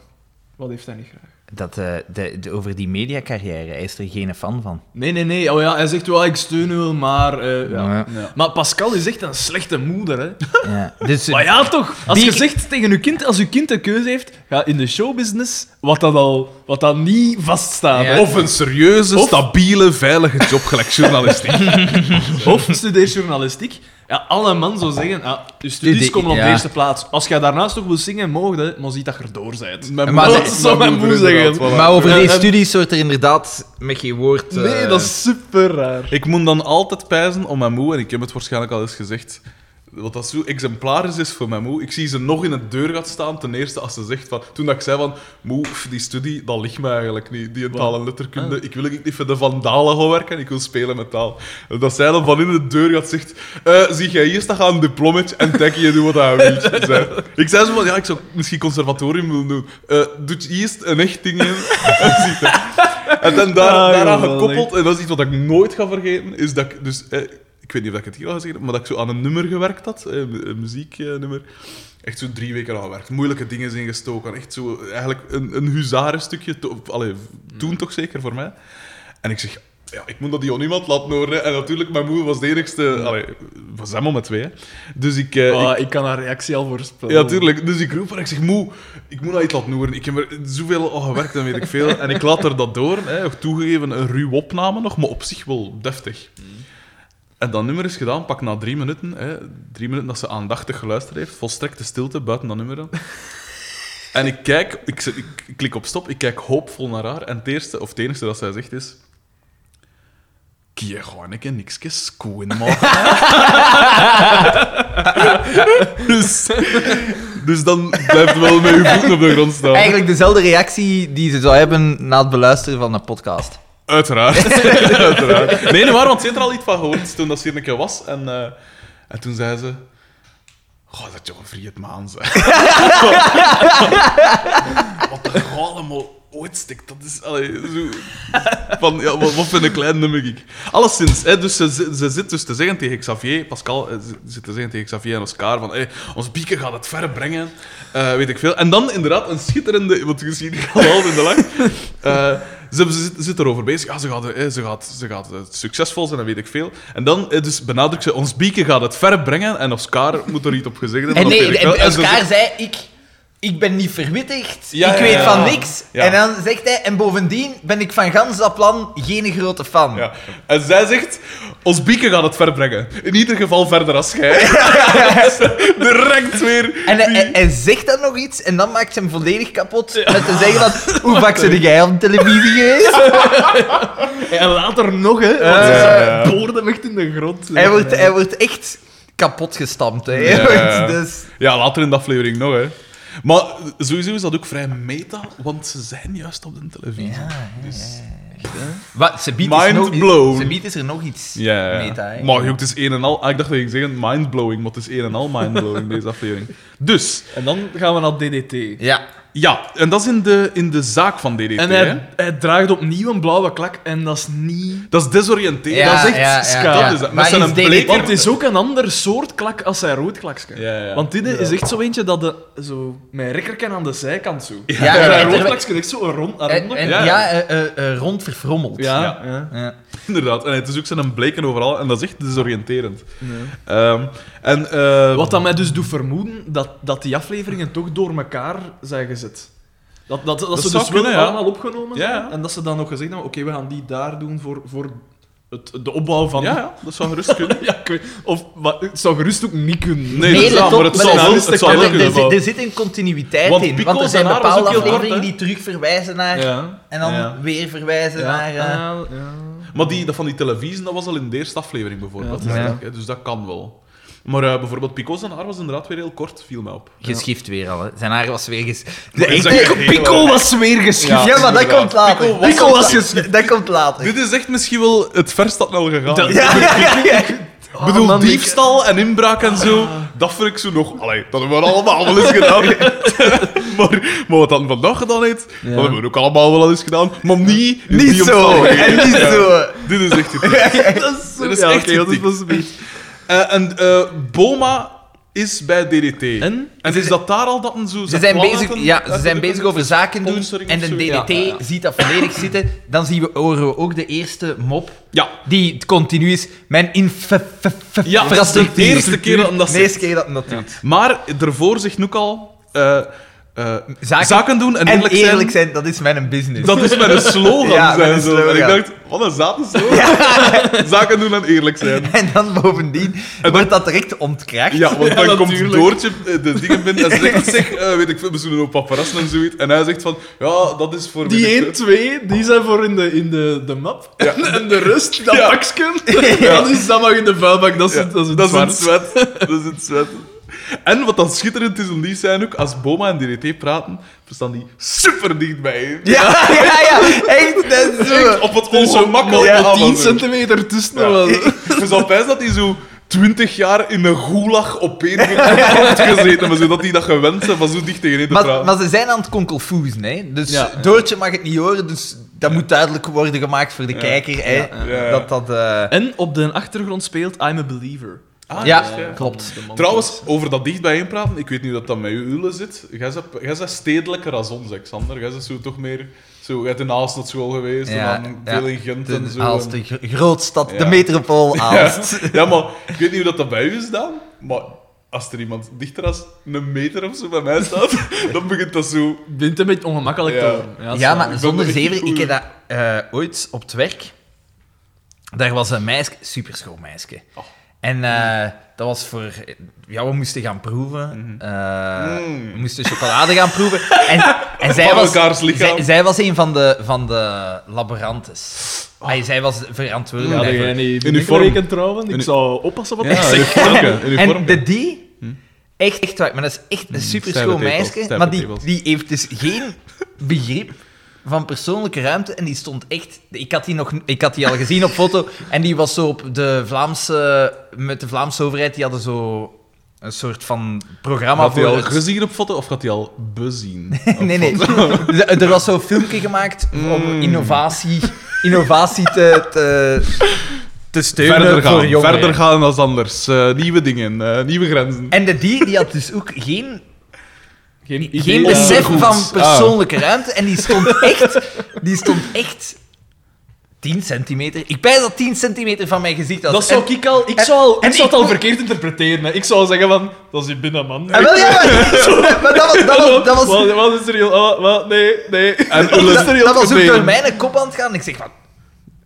C: Wat heeft hij niet graag?
B: Dat, eh, de, de- over die mediacarrière, hij is er geen fan van.
C: Nee, nee, nee. Oh ja, hij zegt wel, ik steun u wel, maar. eh, ja.
B: Ja.
A: Ja.
C: Maar Pascal is echt een slechte moeder, hè?
B: Ja. Dus, eh,
C: Maar ja, toch? Als
B: Die-
C: je zegt tegen je kind, als je kind de keuze heeft, ga in de showbusiness, wat dat al, wat dat niet vaststaat.
B: Ja.
C: hè.
A: Of een serieuze,
C: Of-
A: stabiele, veilige job, gelijk journalistiek.
B: <laughs>
C: Of studeer journalistiek. Ja, alle man zou zeggen, ah, je studies
B: Studie-
C: komen op
B: ja.
C: de eerste plaats. Als jij daarnaast toch wil zingen, mogen, hè, maar ziet dat je erdoor bent.
A: Mijn
B: Maar
A: moeder-
B: dat
C: zou mijn moeder
A: inderdaad, voilà.
C: zeggen.
B: eh, maar over
C: En-
B: die
C: en-
B: studies wordt er inderdaad met geen woord... eh,
C: Nee, dat is super raar.
A: Ik moet dan altijd pijzen om mijn moe, en ik heb het waarschijnlijk al eens gezegd, wat dat zo exemplarisch is voor mijn moe. Ik zie ze nog in de deur gaat staan, ten eerste als ze zegt van... Toen dat ik zei van, moe, pff, die studie, dat ligt mij eigenlijk niet. Die in taal en letterkunde, ik wil eigenlijk niet voor de vandalen gaan werken, ik wil spelen met taal. Dat zij dan van in de deur gaat zegt, eh, zie jij eerst dat gaan een diplomaatje en denk je doet wat hij wil. Zei. Ik zei zo van, ja, ik zou misschien conservatorium willen doen. Eh, doet je eerst een echt ding in. <laughs> En ziet dat. En dan daar,
C: Ah,
A: daaraan
C: joh, wel,
A: gekoppeld, en dat is iets wat ik nooit ga vergeten, is dat ik dus... eh, ik weet niet of ik het hier al gezegd heb, maar dat ik zo aan een nummer gewerkt had, eh, mu- een muzieknummer. Echt zo drie weken aan gewerkt. Moeilijke dingen zijn gestoken. Echt zo, eigenlijk een, een huzarenstukje. to- of, Allee, toen toch zeker voor mij. En ik zeg, ja, ik moet dat die aan iemand laten horen. hè. En natuurlijk, mijn moeder was de enigste... Allee, was helemaal met twee, hè. Dus ik... eh, ik
C: Ah, ik kan haar reactie al voorspellen.
A: ja, tuurlijk. Dus ik roep haar en ik zeg, moe, ik moet dat iets laten horen. Ik heb er zoveel al gewerkt en weet ik veel. En ik laat er dat door. Hè. Ook Toegegeven, een ruwe opname nog, maar op zich wel deftig. En dat nummer is gedaan, pak na drie minuten. Hè. Drie minuten dat ze aandachtig geluisterd heeft. Volstrekte stilte, buiten dat nummer dan. En ik kijk, ik, zet- ik, ik klik op stop, ik kijk hoopvol naar haar. En het eerste, of het enige dat zij zegt is... Kie gewoon ik niks schoonmaken. <laughs> dus, dus dan blijft wel met uw voeten op de grond staan.
B: Eigenlijk dezelfde reactie die ze zou hebben na het beluisteren van een podcast.
A: Uiteraard. Uiteraard. Nee, nee, waar, want ze heeft er al iets van gehoord toen dat ze hier een keer was. En, eh, en toen zei ze... Goh, dat is toch een vriend maan, zeg. wat een god allemaal ooitstik. Dat is... Allee, zo, van, ja, wat, wat vind een klein nummer ik. Alleszins, hè, dus ze, ze- ze zit dus te zeggen tegen Xavier, Pascal eh, ze- zit te zeggen tegen Xavier en Oscar van hey, ons bieken gaat het ver brengen, eh, weet ik veel. En dan inderdaad een schitterende, want je ziet al half in de lach, Eh, ze, ze zit, zit erover bezig, ja, ze, gaat, eh, ze, gaat, ze gaat eh, succesvol zijn en weet ik veel. En dan eh, dus benadrukt ze, ons bieken gaat het ver brengen en Oscar moet er niet op gezegd hebben.
B: En
A: of
B: nee,
A: weet ik veel.
B: en
A: En ze-
B: Oscar zei, ik, ik ben niet verwittigd,
A: Ja,
B: ik
A: ja,
B: weet
A: ja.
B: van niks.
A: Ja.
B: En dan zegt hij, en bovendien ben ik van gans dat plan geen grote fan.
A: Ja. En zij zegt, ons bieken gaat het ver brengen. In ieder geval verder als jij. <laughs>
B: <laughs>
A: Direct weer.
B: En hij, hij- hij zegt dan nog iets en dan maakt ze hem volledig kapot met te zeggen dat
A: <laughs>
B: hoe vaak zit jij op televisie geweest?
C: En later nog, hè. Want
A: Ja, ja, ja.
C: ze boorden hem echt in de grond.
B: Hij wordt, hij wordt echt kapot gestampt. Hè. Hij
A: Ja.
B: wordt <laughs> dus,
A: Ja, later in de aflevering nog, hè. Maar sowieso is dat ook vrij meta, want ze zijn juist op de televisie. Dus-
B: wat, ze biedt
A: Mind
B: is nog,
A: blown.
B: Ze biedt is er nog iets
A: Ja, ja.
B: meta. hè.
A: maar ook, het is een en al... ah, Ik dacht dat ik zeggen mindblowing, maar het is een en al mindblowing, deze aflevering. Dus,
C: En dan gaan we naar DDT.
B: Ja.
A: ja, en dat is in de, in de zaak van DDT,
C: En
A: hè.
C: hij, hij draagt opnieuw een blauwe klak en dat is niet...
A: Dat is desoriënterend.
B: Ja,
A: dat is echt
B: ja, ja,
A: ska.
B: ja.
A: Dus dat, met
B: Maar
A: zijn
B: is DDT
A: bleek...
C: Want het is ook een ander soort klak als zijn rood klakske.
A: Ja, ja.
C: Want dit
A: Ja.
C: is echt zo eentje dat de, zo, mijn rekkerken aan de zijkant zo.
A: Ja,
B: Ja,
C: En
B: en-
C: zijn
B: en-
C: rood klakske is echt zo een rond, een
B: En,
C: ronde.
B: en-
A: Ja.
B: ja, eh, eh, eh, rond verfrommeld.
C: ja,
A: Ja.
C: ja.
B: Ja.
A: <laughs> Inderdaad, en het is ook zijn bleken overal en dat is echt desoriënterend.
C: Nee.
A: Ehm, en, eh,
C: Wat dat mij dus doet vermoeden dat, dat die afleveringen toch door elkaar zijn gezet. Dat, dat, dat,
A: Dat
C: ze
A: zou
C: dus wel
A: kunnen, ja.
C: allemaal opgenomen
A: Ja,
C: zijn
A: ja.
C: en dat ze dan nog gezegd hebben: oké, we gaan die daar doen voor, voor het, de opbouw van.
A: Ja, ja, dat zou gerust kunnen.
C: <laughs>
A: <laughs>
C: Ja, ik weet- of maar, het zou gerust ook niet kunnen.
A: Nee, dat
B: let
A: zou-
B: op,
A: maar het
B: maar
A: zal
B: dat
A: wel-
B: is-
A: het zal
B: er-
A: wel
B: er-
A: kunnen,
B: er zit-
A: maar-
B: Er zit een continuïteit
A: Want
B: in,
A: Pico
B: want er zijn
A: zijn haar was
B: bepaalde
A: ook heel kort,
B: afleveringen
A: hè?
B: die terug verwijzen naar...
C: Ja.
B: En dan
C: Ja.
B: weer verwijzen naar... eh,
C: ja,
A: Maar die, dat van die televisie, dat was al in de eerste aflevering bijvoorbeeld.
C: Ja, dat
B: is
A: Dus
B: waar.
A: dat- hè, Dus dat kan wel. Maar eh, bijvoorbeeld Pico's en haar was inderdaad weer heel kort, viel mij op.
B: Geschift weer al, hè. Zijn haar was weer ges...
A: Maar is
B: Echt,
A: dat
B: hè?
A: echt heel erg?
C: was weer geschikt.
B: Ja, maar dat
A: inderdaad.
B: komt later.
A: Pico was
B: Dat komt
C: was
B: la-
C: geschift.
B: Dat komt later.
A: Dit is echt misschien wel het verst dat nou gegaan.
C: Dat-
A: is.
B: Ja, ja, ja.
A: Ik bedoel,
C: Ah, man,
A: diefstal en inbraak en zo, dat vind ik zo nog... Allee, dat hebben we allemaal wel eens gedaan. maar, maar wat dan vandaag gedaan heeft, dat hebben we ook allemaal wel eens gedaan. Maar niet in
B: Niet
A: die
B: zo.
A: omstandigheden.
B: Oh, En <laughs> niet zo.
A: Dit is echt het.
C: <laughs> dat is, zo-
A: Dat is
C: ja,
A: echt
C: oké, dat is
A: getikt.
C: wel zoiets.
A: Eh, en eh, Boma is bij DDT.
C: En?
A: En is dat daar al dat een zo...
B: Ze zijn, bezig, ja, ze zijn
A: Eh,
B: bezig over zaken doen
A: sponsoring
B: en
A: of
B: de
A: zo.
B: DDT
A: Ja,
C: ja, ja.
B: ziet dat volledig zitten. Dan zien we, horen we ook de eerste mop
A: Ja.
B: die continu is. Mijn
A: Ja, dat is de eerste keer dat dat
B: De
A: zit.
B: eerste keer dat dat doet.
A: Maar daarvoor zegt Noek al... eh, eh, zaken,
B: Zaken-
A: doen en
B: En
A: eerlijk,
B: eerlijk,
A: zijn,
B: zijn, dat is mijn business.
A: Dat is met een slogan.
B: Ja, met
A: zijn
B: een
A: zo. En ik
B: slogan.
A: dacht, wat een zate slogan. <laughs> Zaken doen en eerlijk zijn.
B: <laughs> En dan bovendien wordt dat direct ontkracht.
A: Ja, want dan
C: Ja,
A: komt
C: natuurlijk.
A: Doortje eh, de dingen binnen en ze zegt, <laughs> zeg, eh, weet ik veel, we zullen op paparazzen en zoiets. En hij zegt van, ja, dat is voor... weet ik
C: Die
A: veel.
C: 1, 2, die zijn voor in de, in de, de map. En, <laughs> en de rust, dat
A: Ja.
C: pakje,
A: <laughs>
C: dat, is, dat mag in de vuilbak, dat is,
A: Ja,
C: het- dat is het
A: dat is
C: zwart.
A: het zwet. Dat is het zwet. En wat dan schitterend is om die zijn ook, als Boma en DDT praten, verstaan die super dicht bij.
B: ja, <laughs> ja, ja. Echt, dat is zo.
A: Echt op het
C: Er is zo'n
A: ongemakkelijk
C: makkelijk
A: aan,
C: 10
A: man.
C: centimeter tussen.
A: Ja.
C: wel.
A: Je zou bijna dat die zo twintig jaar in een gulag opeengeklapt gezeten hebben, zodat die dat gewend zijn van zo dicht tegen je te
B: Maar,
A: praten.
B: maar ze zijn aan het konkelfoezen, hè? Dus
C: Ja.
B: Doortje mag het niet horen, dus dat moet duidelijk worden gemaakt voor de kijker, hè?
A: ja.
B: Dat dat... eh,
C: En op de achtergrond speelt I'm a Believer.
A: Ah,
B: ja,
A: juist, ja.
B: klopt.
C: De man-
A: Trouwens, over dat dichtbij praten, ik weet niet dat dat met u Ule zit. Jij bent- Jij bent stedelijker als ons, Alexander. Jij bent zo toch meer... Zo, uit in Aalst naar school geweest, en dan veel in Gent
B: de,
A: en zo.
B: Aalst,
A: en-
B: de gro- grootstad, de
A: Ja.
B: metropool Aalst.
A: Ja, maar ik weet niet hoe dat, dat bij u is dan, maar als er iemand dichter als een meter of zo bij mij staat, <laughs> dan begint dat zo...
C: Wint een beetje ongemakkelijk
A: Ja.
C: te worden.
B: Ja,
C: dat is
B: maar
A: ben
B: zonder
A: echt
B: zeven, ik
A: goed.
B: heb dat eh, ooit op het werk. Daar was een meisje, superschoon meisje.
A: Oh.
B: En eh, dat was voor... Ja, we moesten gaan proeven. Eh,
A: Mhm. Mm.
B: We moesten chocolade gaan proeven.
A: <laughs>
B: En, en zij,
A: Van
B: was,
A: elkaars lichaam.
B: zij, zij was een van de, van de laborantes.
A: Oh.
B: Ah, zij was verantwoordelijk
C: Ja, dat
B: daarvoor.
C: jij niet
A: Uniform.
C: uniform. trouwen. Ik
A: Uni-
C: zou oppassen wat ik
A: Ja,
C: zeg.
A: uniformke, Hm?
B: En
A: uniformke.
B: de die, echt, echt waar, maar dat is echt een super
A: stijve
B: schoon
A: tepels,
B: meisje,
A: stijve
B: maar die,
A: tepels.
B: die heeft dus geen begrip van persoonlijke ruimte en die stond echt... Ik had die, nog, ik had die al gezien op
A: <laughs>
B: foto en die was zo op de Vlaamse... Met de Vlaamse overheid, die hadden zo een soort van programma
A: Had hij
B: voor...
A: al
B: het- <laughs>
A: gezien op foto of had hij al bezien?
B: Nee, nee. <laughs> Er was zo'n filmpje gemaakt
A: Hmm.
B: om innovatie, innovatie te, te, te steunen
A: Verder
B: voor
A: gaan,
B: jongeren.
A: verder gaan als anders. Eh, nieuwe dingen, eh, nieuwe grenzen.
B: En de die, die had dus ook geen
C: Geen,
B: geen
C: idee.
B: besef
A: Ondergoed.
B: van persoonlijke ruimte. En die stond echt... Die stond echt... 10 centimeter. Ik pijs dat 10 centimeter van mijn gezicht was.
C: Dat zou ik al... Ik
B: en-
C: zou, al,
B: en
C: ik zou het
B: ik-
C: al verkeerd interpreteren. hè. Ik zou zeggen van... Dat is je binnenman.
B: En, en Ah, wel, ja,
C: <laughs>
B: maar, maar dat was... Dat was, dat was,
C: Wat, wat is er heel... oh, wat, nee, nee. <laughs>
A: En
B: dat-
A: Ulle-
B: dat was ook door mijn kop aan het gaan. En ik zeg van...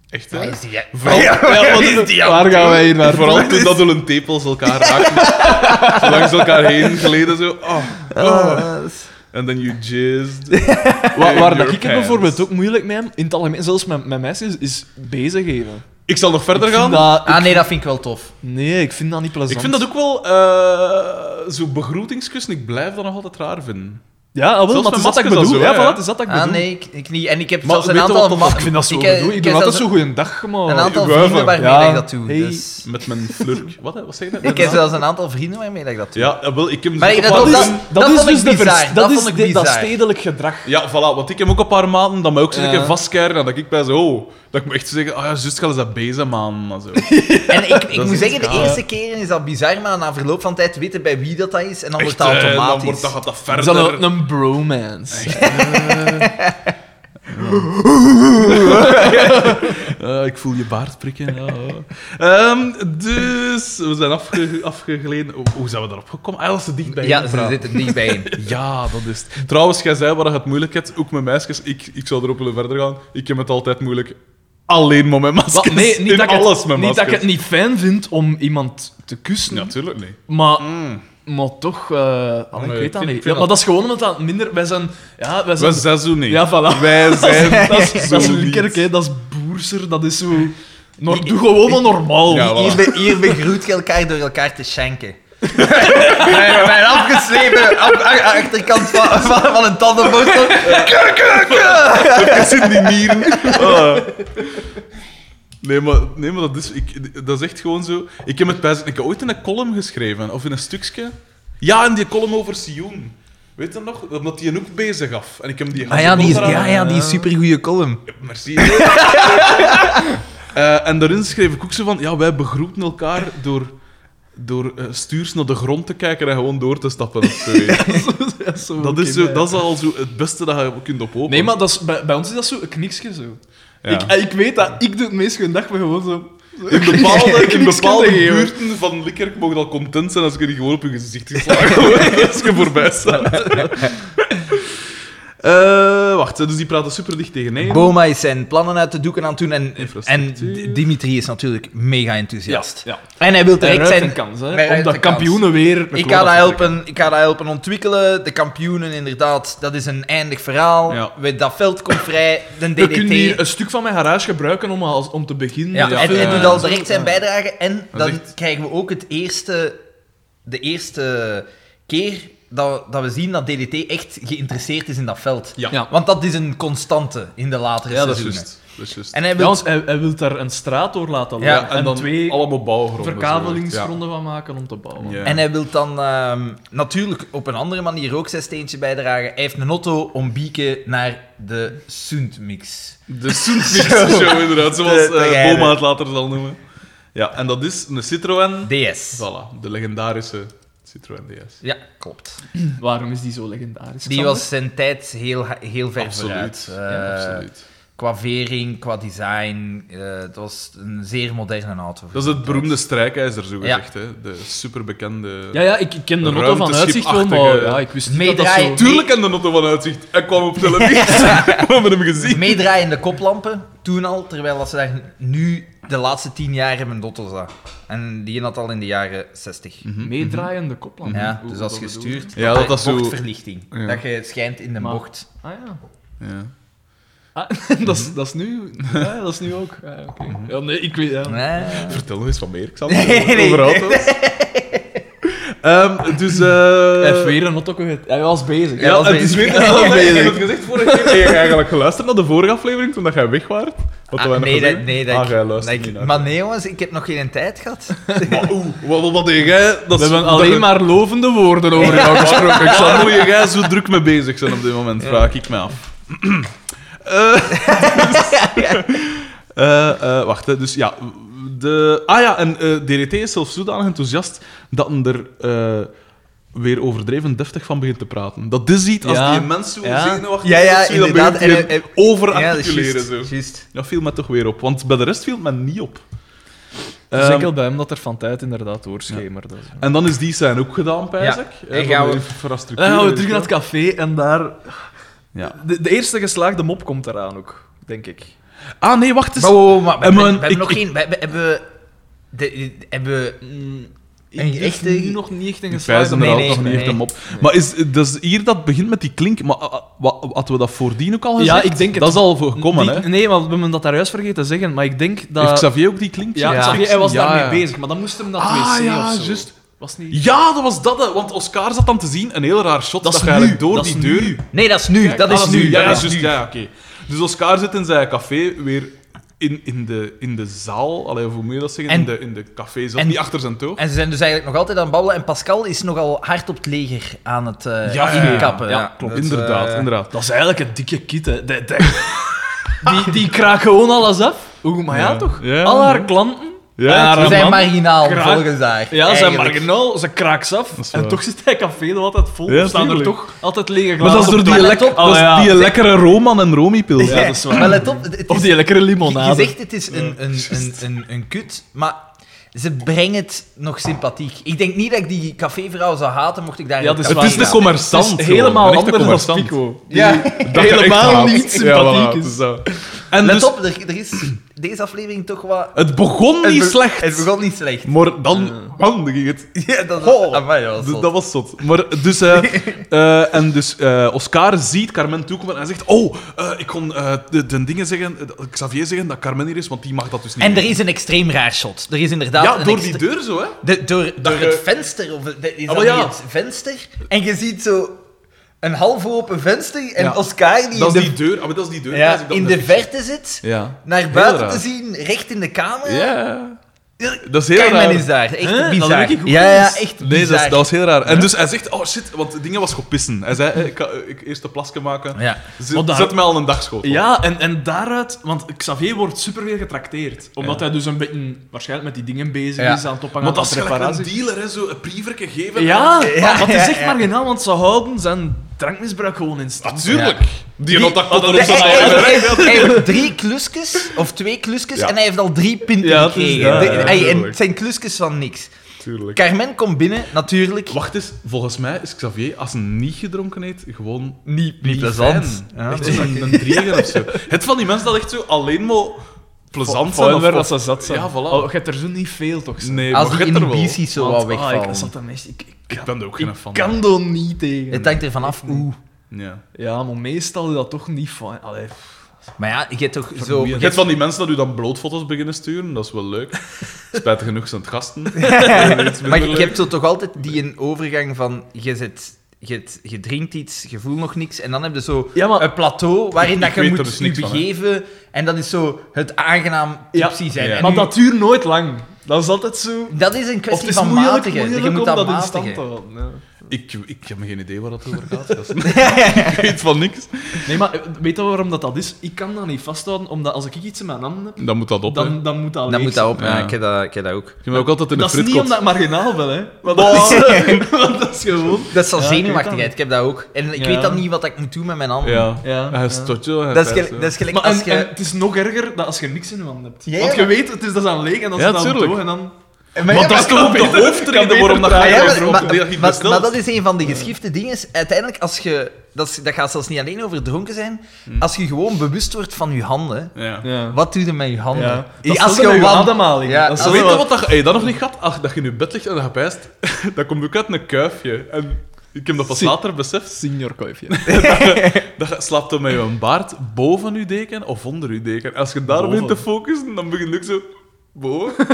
A: Echt, hè?
B: Waar is die...
A: Vooral,
B: <laughs> Ja,
A: ja,
B: waar
A: wat
B: is die aan
C: Waar
B: het
C: gaan wij hier
A: Maar
C: naartoe? <laughs>
A: vooral toen dat hun tepels elkaar raakten. zo langs elkaar heen geleden, zo. Oh,
B: doen?
A: oh.
B: Ah, dat is-
A: En dan you jizzed.
C: Wa-
A: in
C: waar
A: your
C: dat ik het
A: pants.
C: bijvoorbeeld ook moeilijk mee heb, in het algemeen, zelfs met, met meisjes, is bezig geven.
A: Ik zal nog verder gaan.
C: Dat,
B: Ah, nee, dat vind ik wel tof.
C: nee, ik vind dat niet plezant.
A: Ik vind dat ook wel eh zo begroetingskussen. Ik blijf dat nog altijd raar vinden.
C: Ja, ah, wel,
A: Zelfs
C: maar het
A: met
C: is dat ik
A: maskers
C: bedoel.
A: en zo,
C: ja,
A: hè.
C: voilà, het is dat ik bedoel.
B: Ah, nee, ik, ik niet. En ik heb
C: Maar
B: zelfs een
C: weet je
B: aantal...
C: wat tof?
B: ma-
C: Ik vind dat zo
B: ik heb-
C: gedoe.
B: heb
C: Ik doe altijd
B: zelfs
C: zo'n goeie dag, maar...
B: Een aantal
A: Wuiven.
B: vrienden waarmee
C: Ja.
B: ik dat doe.
C: Hey.
B: Dus...
A: Met mijn flirk. Wat, hè? wat zei je net?
B: Ik heb zelfs een aantal vrienden waarmee ik dat doe.
A: Ja, eh, wel, ik heb
B: Maar
A: ook
B: dat-
A: een paar
C: Dat, is,
A: vrienden-
B: dat
C: dat,
B: vond
C: is
B: ik
C: dus de
B: bizar.
C: vers-
B: Dat
C: dat, is
B: vond ik
C: dit- dat
B: bizar.
C: stedelijk gedrag.
A: Ja, voilà. Want ik heb ook een paar maten dat mij ook zo'n
C: Ja.
A: keer vastkeren. En dat ik bij zo... Oh, dat ik me echt zeggen... Ah ja, juist gaan ze dat bezig, man. En zo. Eh,
B: En ik, ik
A: Dat
B: moet
A: is
B: zeggen, de
A: iets, ja.
B: eerste keer is dat bizar, maar na verloop van tijd weten bij wie dat, dat is en dan wordt
A: Echt,
B: dat
A: eh, Dan
B: automatisch.
A: wordt, dan gaat dat
C: Dat is
A: verder.
C: dan een, een bromance.
A: Eh, ik voel je baard prikken. ja. Ehm, dus we zijn afge afgegleden. Hoe- hoe zijn we daarop gekomen? Ah, dat ze dichtbij.
B: ja,
A: je
B: ze
A: praat.
B: zitten er niet bij in.
A: Ja, dat is het. Trouwens, jij zei waar je het moeilijk hebt, ook met meisjes. Ik, ik zou erop willen verder gaan. Ik heb het altijd moeilijk. Alleen maar met maskers.
C: Wat? Nee, niet
A: In
C: dat, ik
A: alles
C: het,
A: met
C: niet dat ik
A: maskers.
C: het niet fijn vind om iemand te kussen,
A: Natuurlijk niet.
C: maar,
A: Mm.
C: maar toch... eh, allee,
A: Nee,
C: ik weet
A: ik
C: dat
A: vind- ik
C: niet.
A: vind
C: Ja, maar
A: dat-
C: dat is gewoon omdat dat minder... Wij zijn... Ja, wij
A: We
C: zijn...
A: zijn zo niet.
C: ja, voilà. <laughs>
A: Wij zijn
C: dat is,
A: zo
C: dat is
A: niet.
C: linkerk, <laughs> hè, dat is boerser, dat is zo... Nor- doe gewoon wat
A: <laughs>
C: normaal. <laughs>
A: Ja,
B: Hier,
A: voilà.
B: be- hier begroet je elkaar door elkaar te
A: <laughs>
B: schenken. mijn, mijn afgeslepen af- a- achterkant van, van, van een tandenborstel.
A: Het zit in die nieren. Ah. Nee maar, nee, maar dat is, ik, dat is echt gewoon zo. Ik heb het bij, ik heb ooit in een column geschreven, of in een stukje. Ja, in die column over Sioen. Weet je nog? Omdat die een ook bezig gaf. En ik heb die
B: Ah ja, die is,
A: eraan-
B: ja, ja, die is supergoeie column.
A: Merci. <laughs> Eh, en daarin schreef ik ook zo van, ja, wij begroeten elkaar door, door eh, stuurs naar de grond te kijken en gewoon door te stappen. of zoiets.
C: dat is, zo,
A: dat,
C: oké,
A: is zo,
C: bij-
A: dat is al zo het beste dat je kunt op hopen.
C: Nee, maar dat is, bij, bij ons is dat zo een kniksje zo.
A: Ja.
C: Ik, eh, ik weet dat ik doe het meest goede dag, maar gewoon zo...
A: In bepaalde, in
C: <laughs> kniksje
A: bepaalde
C: geven.
A: buurten van Likkerk mogen al content zijn als je die gewoon op je gezicht geslagen
C: <laughs>
A: wordt. Als je voorbij staat. Eh, wacht, dus die praten super dicht tegen mij.
B: Boma is zijn plannen uit de doeken aan het doen en, en
A: Infrastructuur.
B: D- Dimitri is natuurlijk mega enthousiast.
C: Ja,
B: En hij wil
C: Hij
B: direct
C: ruikt
B: zijn...
C: een kans,
B: hij
C: hè.
B: ruikt
C: Om
B: een
C: dat
B: kans.
C: kampioenen weer... de
B: Ik ga,
C: kloot af
B: dat
C: te trekken.
B: helpen, ik ga dat helpen ontwikkelen. De kampioenen, inderdaad, dat is een eindig verhaal.
A: Ja.
B: We- Dat veld komt vrij, de
C: Je kunt hier
B: DDT.
C: een stuk van mijn garage gebruiken om, als, om te beginnen.
B: Ja,
A: Ja,
B: en
A: veel,
B: hij
A: eh,
B: doet al direct zijn bijdrage. En
A: Dat is
B: dan
A: echt-
B: krijgen we ook het eerste, de eerste keer dat, dat we zien dat DDT echt geïnteresseerd is in dat veld.
A: Ja.
C: Ja.
B: Want dat is een constante in de latere
A: Ja, dat is
B: seizoenen.
A: juist. Dat is juist.
B: En hij
C: Ja,
B: wil...
C: want hij, hij wil daar een straat door laten lopen.
B: Ja,
A: Ja, en, dan
C: twee
A: allemaal bouwgronden. zo,
C: verkavelingsgronden van maken om te bouwen.
A: Ja. Ja.
B: En hij wil dan ehm, natuurlijk op een andere manier ook zijn steentje bijdragen. Hij heeft een auto om bieken naar de Sundmix.
A: De Soentmix Show, inderdaad, zoals
B: Te- te
A: eh
B: geilen.
A: Boma het later zal noemen. Ja, en dat is een Citroën.
B: DS.
A: Voilà, de legendarische Citroën DS.
B: Ja, klopt.
C: Waarom is die zo legendarisch?
B: Die
C: Xander?
B: was zijn tijd heel, heel ver
A: Absoluut.
B: vooruit. Eh,
A: ja, absoluut.
B: Qua vering, qua design. eh, het was een zeer moderne auto.
A: Dat is het beroemde strijkijzer, zo
B: Ja.
A: gezegd. Hè? De superbekende...
C: Ja, ja, ik, ik ken de Notto van uitzicht wel, maar
A: Ruimteschipachtige-
C: ja, ik wist niet dat
B: Meedraaien.
C: dat zo...
A: Tuurlijk en de Notto van Uitzicht. Hij kwam op
C: <laughs>
A: televisie. <laughs> We hebben hem gezien.
B: Meedraaiende koplampen, toen al, terwijl dat ze daar nu de laatste tien jaar hebben dotto's aan. En die had al in de jaren 60.
C: Hm. Meedraaiende koplamp.
B: Ja,
C: Hoe-
B: dus
C: wat
B: als je
C: bedoel je?
B: stuurt,
A: Mhm. Ja, dat dat zo-
B: bochtverlichting.
A: Ja.
B: Dat je schijnt in de
C: Maar-
B: bocht.
C: Ah ja.
A: Ja.
C: Ah, <laughs> dat, is, dat is nu... <laughs> Ja, dat is nu ook. Ah, ja, oké. ja, nee, ik weet... Ja.
B: Nee.
A: Vertel nog eens wat meer, Xander.
B: Nee, nee, nee.
A: Over auto's.
C: <laughs>
A: Ehm, dus... eh,
C: Hij heeft weer een Notto gehad. Hij was bezig.
B: Ja,
A: Ja,
B: dat
A: het
B: weet
A: is
B: ik. <laughs>
A: weer... dat weet ik. Ik heb het gezegd vorige keer. Heb je eigenlijk geluisterd naar de vorige aflevering, toen dat jij weg was?
B: Ah, nee, dat, nee, dat
A: ah,
B: ik-
A: jij
B: dat
A: luistert
B: ik-
A: niet naar.
B: Maar nee, jongens, ik heb nog geen tijd
A: <laughs>
B: gehad.
A: Maar oeh, wat, wat, wat deed jij? Dat
C: We hebben alleen maar lovende woorden over
A: over
C: jou.
A: jou gesproken. Xander, moet je jij zo druk mee bezig zijn op dit moment, vraag ik me af. Eh, dus- <laughs> eh, eh, wacht, hè. dus ja. De, ah ja, en eh, DDT is zelfs zodanig enthousiast dat hij er eh, weer overdreven deftig van begint te praten. Dat is iets als
C: Ja.
A: die mens zo
C: Ja.
A: zenuwachtig
B: Ja, ja,
A: is, zo, dan
B: inderdaad.
A: begint hij
B: En- en-
A: overarticuleren.
B: juist,
A: zo.
B: juist.
A: Dat viel me toch weer op, want bij de rest viel het me niet op.
C: Het is
A: Ehm,
C: enkel bij hem dat er van tijd inderdaad doorschemerde. Ja.
A: en dan is die zijn ook gedaan, pijs
B: Ja.
A: ik. hè,
B: En
A: van
B: gaan
A: de
B: we-
A: infrastructuur.
C: Dan gaan we
A: weet
C: terug
A: ik
C: naar het café en daar...
A: wel. Ja.
C: De, de eerste geslaagde mop komt eraan ook, denk ik.
A: Ah nee, wacht eens.
B: Maar, wow, maar,
A: En
B: we,
A: man,
B: we hebben
A: ik-
B: nog
A: ik-
B: geen... We hebben... hebben we- de- hebben we- Een
C: Ik
B: echte-
C: durf nu nog niet echt een
A: Ik wijs
C: geslaagde
A: hem
B: Nee,
A: er
B: nee,
A: nog niet
B: nee.
A: echt hem op. Maar is, dat is hier dat begint met die klink. Maar ah, ah, wat, hadden we dat voordien ook al
C: Ja,
A: gezegd?
C: ik denk het.
A: Dat is al voorkomen,
C: Die-
A: hè?
C: Nee, maar we hebben dat daar juist vergeten te zeggen. Maar ik denk dat...
A: Heeft Xavier ook die klink?
C: Ja,
B: Ja.
C: Xavier, hij was
A: Ja,
C: daarmee
A: ja.
C: bezig, maar dan moest hem dat
A: Ah,
C: wc
A: ja,
C: of zo.
A: juist.
C: Was niet...
A: Ja, dat was dat, hè. want Oscar zat dan te zien, een heel raar shot, dat,
C: is
A: je eigenlijk
C: nu,
A: door
C: dat
A: die
C: is
A: deur...
C: nu.
B: Nee, dat is nu. dat is
A: Ah,
B: nu.
A: Ja, ja,
B: dat is
A: juist,
B: nu.
A: ja, ja, oké. Dus Oscar zit in zijn café weer in, in, de, in de zaal, allee, of hoe moet je dat zeggen?
B: En-
A: in, de, in de café, zelf,
B: en-
A: niet achter zijn toog.
B: En ze zijn dus eigenlijk nog altijd aan het babbelen. En Pascal is nogal hard op het leger aan het eh
A: Ja, ja, ja.
B: inkappen.
A: Ja,
B: Ja,
A: klopt.
B: Dat,
A: inderdaad,
B: eh,
A: inderdaad.
C: Dat is eigenlijk een dikke kit, hè. Die, die, die, die kraakt gewoon alles af. Oeh, maar ja,
A: Ja.
C: toch?
A: Ja,
C: Al haar
A: ja.
C: klanten.
A: Ja,
C: en haar
B: Ze zijn
C: man.
B: marginaal,
C: Kraak.
B: volgens daar.
C: Ja, ze zijn
B: eigenlijk.
C: marginaal, ze kraakt ze
A: Dat
C: af.
A: is
C: En
A: waar.
C: toch zit hij café nog altijd vol.
A: Ja,
C: Er staan er
A: tuurlijk.
C: toch altijd lege
A: Maar
C: glazen.
A: dat is door
C: op
A: die,
C: de
A: lek-
C: laptop.
A: dat is
C: Ah, ja.
A: die lekkere Roman en Romi-pil.
C: Ja, dat is waar.
B: Maar let op, het het
C: Of
B: is-
C: die lekkere
B: je
C: limonade.
B: zegt het is een, een, een, een, een kut, maar ze brengen het nog sympathiek. Ik denk niet dat ik die cafévrouw zou haten mocht ik daar
C: Ja,
B: in
C: dat
A: Het is de
B: staan.
A: commerçant.
C: Het is
A: gewoon.
C: helemaal
A: Een echte
C: anders dan
A: commerçant.
C: Pico. <laughs>
B: Ja. <laughs>
A: Dat je
C: Helemaal
A: echt haat.
C: niet sympathiek
A: Ja, voilà,
C: is.
A: het zo. En
B: Let
A: dus,
B: op, er, er is deze aflevering toch wat...
A: het begon
B: Het
A: niet
B: be-
A: slecht.
B: Het begon niet slecht.
A: Maar dan, man, ging het.
B: <laughs> Ja, dat
A: Goh,
B: Amai, dat was
A: d-
B: zot.
A: dat was zot. Maar dus, eh, eh, en dus eh, Oscar ziet Carmen toekomen en hij zegt: Oh, eh, ik kon eh, de, de dingen zeggen, eh, Xavier zeggen dat Carmen hier is, want die mag dat dus niet.
B: En er
A: doen.
B: is een extreem raar shot. Er is inderdaad
A: Ja,
B: een
A: door
B: extre-
A: die deur zo, hè?
B: De- door door
A: je-
B: het venster. Of, de, is
A: Ah,
B: dat
A: wel ja.
B: niet het venster? En je ziet zo een half open venster en
A: Ja.
B: Oscar die, in
A: Dat
B: de,
A: is die deur. Ah, maar dat is die deur.
B: ja,
A: Thijs, ik dacht
B: in
A: net-
B: de verte zit,
A: Ja.
B: naar buiten
A: raar.
B: te zien, recht in de kamer.
A: Ja.
B: Ja,
A: Dat is heel raar.
B: Carmen is daar. Echt
C: Huh? Dat
B: bizar.
C: weet ik ook
B: ja,
C: niet.
B: ja, echt bizar.
A: Nee, dat, is- dat was heel raar. En dus hij zegt, oh shit, want dingen was gepissen. Hij zei, eh, ik ga eh, ik eerst de plasje maken.
B: Ja.
A: Zet,
C: Want daar-
A: zet mij al een dagschool.
C: Ja, en, en daaruit, want Xavier wordt superveel getrakteerd. Omdat
A: Ja.
C: hij dus een beetje waarschijnlijk met die dingen bezig
B: Ja.
C: is aan het ophangen.
A: Want dat
C: aan
A: is
C: het
A: gelijk een
C: reparatie.
A: dealer, hè, zo een prieverke geven.
C: Ja,
B: Ja,
C: want het is
B: ja,
C: echt
B: ja.
C: marginaal, want ze houden zijn drankmisbruik gewoon in stand.
A: Natuurlijk. Die had
B: Ah,
A: dat
C: dat
A: op
C: is-
A: zijn
B: Oh, hij, hij-
A: eigen
B: hij-
A: rij.
B: hij heeft drie klusjes, of twee klusjes,
A: Ja.
B: en hij heeft al drie punten
C: Ja, het is-
B: gekregen.
C: ja,
B: De-
C: ja,
B: hey, en
A: tuurlijk.
B: het zijn klusjes van niks.
A: Tuurlijk.
B: Carmen komt binnen, natuurlijk.
A: Wacht eens, volgens mij is Xavier, als hij niet gedronken heeft, gewoon
B: Niet,
A: niet fijn.
B: Ja,
A: echt zo een, een drieger of zo. Het van die mensen dat echt zo alleen maar plezant zijn.
C: Foil
A: of-
C: werd
A: of-
C: dat ze zat zijn.
A: Ah, Ja, voilà.
C: Oh, je hebt er zo niet veel, toch? zo?
A: Nee,
B: Als
A: maar
B: die
A: je hebt er wel.
B: inhibities zo
C: Want,
B: wat
C: ah, ik-
B: wegvallen.
C: zat er meest- ik, ik,
A: Ik
C: kan,
A: ben er ook geen
C: ik
A: fan van.
C: kan er niet tegen.
B: het hangt ervan af hoe.
A: Ja.
C: Ja, maar meestal is dat toch niet fijn. Allee, pff.
B: Maar ja, ik heb toch zo...
A: Je hebt van die mensen dat u dan blootfoto's beginnen sturen, dat is wel leuk. <laughs>
C: <laughs>
A: Spijtig genoeg zijn het gasten.
B: <laughs> maar je, je hebt zo toch altijd die een overgang van... Je zit je, het- je drinkt iets, je voelt nog niks. En dan heb je zo
C: Ja, maar-
B: een plateau waarin dat
A: Ik
B: je
A: weet
B: moet
A: er dus
B: je
A: niks van, hè.
B: begeven. en dat is zo het aangenaam
C: Ja.
B: tipsy zijn.
A: Ja.
B: En
C: Maar
B: nu-
C: dat duurt nooit lang. Dat is altijd zo.
B: dat is een
C: Of het
B: kwestie
C: is
B: van
C: moeilijk,
B: matigen.
C: moeilijk
B: je moet
C: om
B: dat,
C: dat in
B: matigen.
C: stand te houden. ja.
A: Ik, ik heb geen idee waar dat over gaat.
B: <laughs>
A: gasten. ik weet van niks.
C: Nee, maar eh, weet je waarom dat, dat is? Ik kan dat niet vasthouden, omdat als ik iets in mijn handen heb,
A: Dan moet dat op. hè.
C: dan, dan moet dat
B: Dat
C: leeg
B: moet dat
C: zijn.
B: op, ja.
A: Ja.
B: Ik heb dat, ik heb dat ook.
A: Je moet ook altijd in de
C: Dat is niet
A: fritkot.
C: omdat ik marginaal ben, hè.
B: <laughs>
C: Want dat, is, <laughs> want dat is gewoon...
B: Dat is al
C: Ja, ik weet dat.
B: zenuwachtigheid, ik heb dat ook. En ik
C: Ja.
B: weet dan niet wat ik moet doen met mijn handen.
A: Ja.
C: Ja,
A: Hij
C: ja.
A: stort je.
B: Dat is, gel- dat is gelijk
C: Maar
B: als
C: en, en
B: je...
C: het is nog erger dat als je niks in je hand hebt.
B: Ja,
C: Want je
B: maar-
C: weet, het is dat is aan leeg en dan
A: Ja,
C: zit dat aan
A: tuurlijk.
C: toe en dan...
B: Maar ja,
A: Maar dat is
B: maar-
A: toch op de
C: beter-
A: hoofdreden
C: kan
A: waarom dat
C: beter
A: jij
B: Ja, maar-
A: erop
B: maar,
A: dat je
B: maar-
A: bestelt.
B: maar dat is een van de geschifte dingen. Uiteindelijk, als je, dat, is- dat gaat zelfs niet alleen over dronken zijn. Als je gewoon bewust wordt van je handen.
A: Ja.
C: Hm. Ja.
B: Wat doe je met je handen?
C: Ja.
B: Ja,
C: Dat is wel een
B: wand-
C: ademhaling.
B: Ja,
C: Dat is
B: als-
A: Weet je
C: wel-
A: wat dat, hey, dat nog niet gaat? Ach, dat je in je bed ligt en dat je pijst. <laughs> dat komt ook uit een kuifje. En ik heb dat pas
C: Zie-
A: later beseft.
C: Senior koifje.
A: Dat je, slaapt dan met je baard boven je deken of onder je deken. Als je daar
C: Boven.
A: begint te focussen, dan begin je ook zo...
B: <laughs>
A: Boven.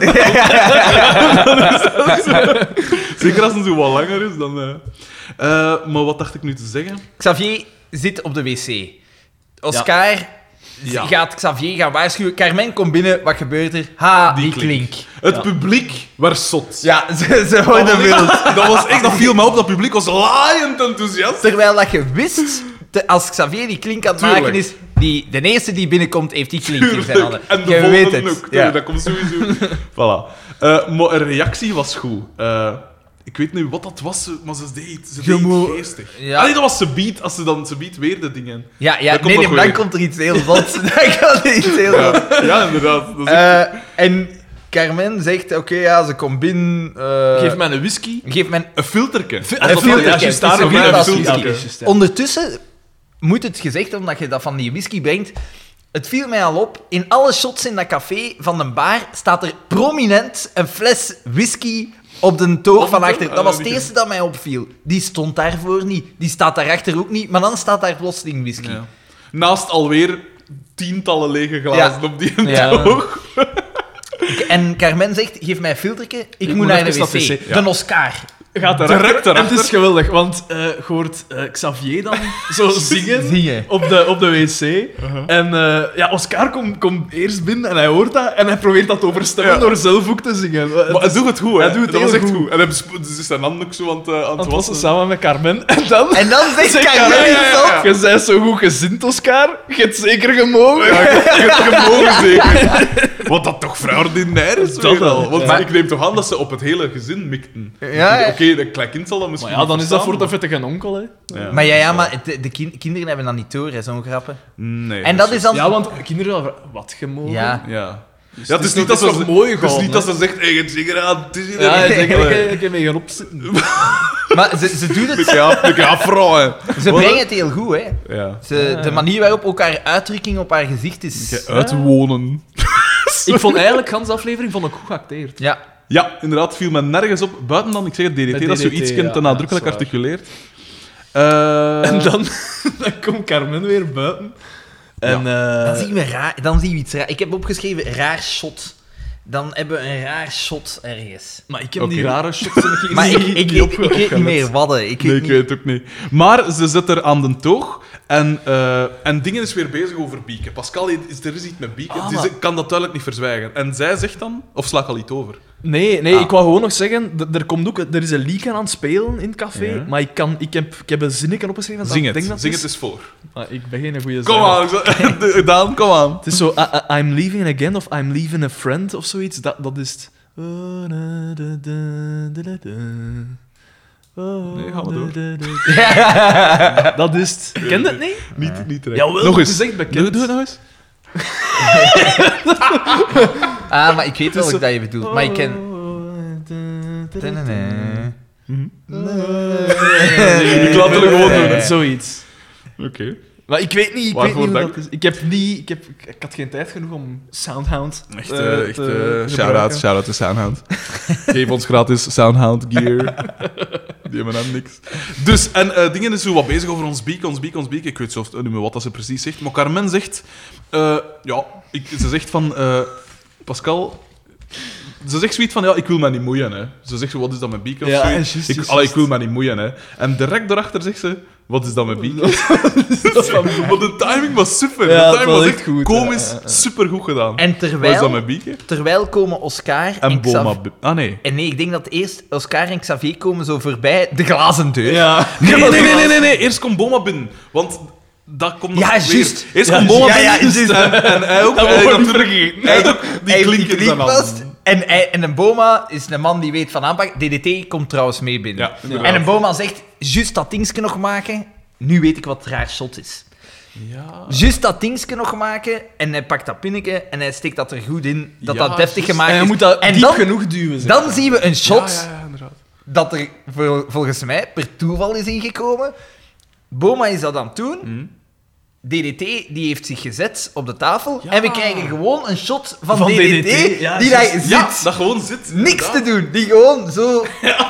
A: <laughs> Zeker als het zo wat langer is, dan... eh. Eh, maar wat dacht ik nu te zeggen?
B: Xavier zit op de wc. Oscar
A: Ja.
B: gaat Xavier gaan waarschuwen. Carmen komt binnen, wat gebeurt er? Ha, die,
A: Die
B: klink. Oh
A: klink. Het publiek werd zot. <laughs>
B: Ja, ze, ze worden
A: Dat was-
B: wild.
A: Dat, was echt, dat viel me op, dat publiek was laaiend enthousiast.
B: Terwijl dat je wist, te- als Xavier die klink aan het
A: Tuurlijk.
B: maken is, die, de eerste die binnenkomt, heeft die klink in zijn handen.
A: Tuurlijk. En de
B: je weet
A: volgende
B: het.
A: ook.
B: Ja.
A: Nee, Dat komt sowieso. <laughs> voilà. Eh, maar een reactie was goed. Eh, ik weet niet wat dat was, maar ze deed, ze deed
B: moet-
A: geestig.
B: Ja.
A: Allee, dat was ze beat, als ze dan ze beat weer de dingen.
B: Ja,
A: Dat
B: ja nee,
A: komt
B: nee,
A: nog
B: dan
A: weer.
B: komt er iets heel
A: <laughs>
B: zots. Dan komt er iets heel zots.
A: Ja, ja, inderdaad. Dat is-
B: Eh, en Carmen zegt, oké, ja, ze komt binnen. eh,
C: <laughs> Geef mij een whisky.
B: geef mij een-
A: Een filterke.
B: een filtertje.
C: juist daar
B: Het is
C: ook
B: een
C: in,
B: glas
C: een
B: whisky.
C: filtertje. Juist, ja.
B: Ondertussen moet het gezegd, omdat je dat van die whisky brengt... Het viel mij al op, in alle shots in dat café van de bar staat er prominent een fles whisky op de toog van achter. Dat was het eerste dat mij opviel. Die stond daarvoor niet, die staat daarachter ook niet, maar dan staat daar plotseling whisky.
A: Ja. Naast alweer tientallen lege glazen op die <laughs>
B: Ja.
A: toog.
B: En Carmen zegt, geef mij een filterke, ik, moet,
C: moet
B: naar de
C: even
B: wc.
C: naar de wc.
B: De Oscar.
C: Gaat
A: Direct
C: erachter. En het
A: erachter.
C: is geweldig, want eh je hoort eh, Xavier <laughs> dan zo zingen.
B: Zingen.
C: Op de, op de wc. En eh, ja, Oscar komt kom eerst binnen en hij hoort dat. En hij probeert dat te overstemmen
A: Ja.
C: door zelf ook te zingen.
A: Maar
C: Het
A: hij
C: is-
A: doet het goed, hè.
C: Hij doet het
A: dat was
C: heel
A: echt
C: goed.
A: goed. En hij bespo- dus is zijn hand ook zo aan het, eh, aan
C: Want
A: het
C: het was
A: wassen.
C: samen met Carmen. En dan... <laughs>
B: En dan zegt
C: zegt
B: Carmen
C: Carmen,
A: ja, ja,
B: iets
A: ja.
B: op.
C: Je bent zo goed gezind, Oscar. Je hebt zeker gemogen.
A: Ja, ik heb het gemogen zeker. Wat dat toch vraaordinair is,
C: Dat
A: weer
C: wel,
A: al. Want
C: ja.
A: ik neem toch aan dat ze op het hele gezin mikten.
B: Ja, ja.
A: Oké, dat klein kind zal dat misschien
C: Maar ja, dan
A: niet
C: is dat voor
A: verstaan,
C: de vettige onkel, hè.
A: maar- Ja.
B: Maar ja, ja maar de, de kin- kinderen hebben dat niet door, hè, zo'n grappen.
A: Nee.
B: En dat is dan...
C: Ja, want kinderen wel vragen, wat gemogen?
B: Ja.
A: Ja.
C: Dus
A: Ja, het is niet dat
C: toch
A: ze...
C: mooi
A: Het is
C: gewoon,
A: niet
C: hè?
A: dat ze zegt, hey, je hebt zeker aan, het is hier...
C: Ja, ik
A: Ja,
C: denk dat ik- ik heb mee gaan <laughs> opzitten.
B: Maar ze, ze doen
A: <laughs> <laughs>
B: het...
A: ja, vrouw, hè.
B: Ze brengen het heel goed, hè.
A: Ja.
B: Ze, de manier waarop ook haar uitdrukking op haar gezicht
A: Je
B: is...
A: uitwonen.
C: Ik vond eigenlijk de hele aflevering vond ik goed geacteerd.
A: Eh.
B: Ja.
A: Ja, inderdaad, viel me nergens op. Buiten dan, ik zeg het, DDT,
C: Het
A: dat zo
C: DDT,
A: iets
C: ja,
A: te eh, nadrukkelijk
C: dat is
A: articuleert. Eh,
C: <laughs> En dan, <laughs> dan komt Carmen weer buiten. En
B: Dan
C: eh
B: zien we, raar, dan zien we iets raar. Ik heb opgeschreven, raar shot. Dan hebben we een raar shot ergens.
C: maar ik heb
A: Oké.
C: die rare shots en ik,
B: Maar ik, ik,
C: niet
B: ik, ik
C: opgehoord.
B: weet niet meer wat, hè. Ik
A: Nee,
B: weet
A: ik
B: niet...
A: weet het ook niet. Maar ze zit er aan de toog en, eh, en Dingen is weer bezig over Bieken. Pascal, is, er is iets met Bieken.
C: Ah,
A: Die
C: maar-
A: ze- kan dat duidelijk niet verzwijgen. En zij zegt dan, of sla ik al iets over?
C: Nee, nee
A: Ah.
C: ik wou gewoon nog zeggen, d- er, komt ook, er is een leak aan aan het spelen in het café,
A: Ja.
C: maar ik, kan, ik, heb, ik heb een zinnetje opgeschreven. dat
A: Zing
C: ik
A: het,
C: denk dat
A: zing
C: is-
A: het eens voor.
C: Maar ik ben geen goede
A: Kom aan, <laughs> zo- Daan, kom aan.
C: Het is zo, I- I- I'm leaving again of I'm leaving a friend of zoiets. Dat, dat is het. Oh, da, da, da, da, da, da. Oh,
A: Nee, ga maar door.
C: da, da, da.
A: <laughs>
C: <laughs> Dat is het. Ken je het niet?
A: Niet, niet direct.
C: Jawel,
A: nog
C: het
A: eens.
C: is echt bekend.
A: Doe, doe het nog eens.
B: Ah, maar ik weet wel wat dat je
C: Oh,
B: bedoelt. Maar ik ken...
C: ken...
A: Ik laat het gewoon doen.
B: Nee.
C: Zoiets.
A: Oké.
C: Maar ik weet niet, ik
A: Waarvoor
C: weet niet hoe
A: dank.
C: dat is. Ik, heb niet ik, heb, ik ik had geen tijd genoeg om Soundhound
A: Echt,
C: eh,
A: eh, echt
C: te
A: eh, shout-out,
C: gebruiken.
A: shout-out to
C: <laughs>
A: Soundhound. Geef ons gratis Soundhound gear. Die hebben aan niks. Dus, en eh, dingen is zo wat bezig over ons beak, ons beak, ons beak. Ik weet zelfs niet meer wat dat ze precies zegt. Maar Carmen zegt... eh, ja, ik, ze zegt van... eh, Pascal, Ze zegt zoiets van, ja, ik wil me niet moeien, hè. Ze zegt zo, wat is dat met bieken of
C: Ja,
A: zoiets?
C: juist, juist,
A: ik,
C: juist.
A: allee, ik wil me niet moeien, hè. En direct daarachter zegt ze, wat is dat met
C: <laughs>
A: bieken? <laughs> Want de timing was super.
C: Ja,
A: de
C: het
A: timing
C: was
A: was
C: echt
A: echt
C: goed,
A: komisch,
C: ja, ja, ja.
A: super goed gedaan.
B: En
A: Wat is dat
B: terwijl,
A: met bieken?
B: terwijl komen Oscar en,
A: En
B: Xav-
A: Boma... B- Ah, nee.
B: En nee, ik denk dat eerst Oscar en Xavier komen zo voorbij de glazen deur.
A: <laughs>
C: Ja.
A: Nee, nee, nee, nee, nee, nee. Eerst komt Boma binnen. Want dat komt nog
B: Ja,
A: weer.
B: juist.
A: Eerst
B: Ja,
A: komt Boma
B: ja, ja,
A: binnen. en <laughs> hij ook. Hij had natuurlijk- eh, hij had ook die
B: Hij heeft
A: klinkers aan.
B: klinkvast. En, hij- en een Boma is een man die weet van aanpak. DDT komt trouwens mee binnen.
A: Ja, inderdaad.
B: en een Boma zegt, juist dat dingetje nog maken. Nu weet ik wat het raar shot is.
A: Ja.
B: Juist dat dingetje nog maken. En hij pakt dat pinnetje en hij steekt dat er goed in. Dat
A: Ja,
B: dat deftig
A: juist.
B: gemaakt
C: Ah, en
B: is.
C: je moet dat
B: en
C: diep
B: dan,
C: genoeg duwen. zeg.
B: dan zien we een shot
A: Ja, ja, ja, inderdaad.
B: dat er vol- volgens mij per toeval is ingekomen. Boma is dat aan het doen.
C: Mm.
B: DDT die heeft zich gezet op de tafel. En we krijgen gewoon een shot van,
C: Van
B: DDT,
C: DDT, ja,
B: die daar
C: juist.
B: zit.
A: Ja, dat gewoon zit.
B: Niks te doen. Die gewoon zo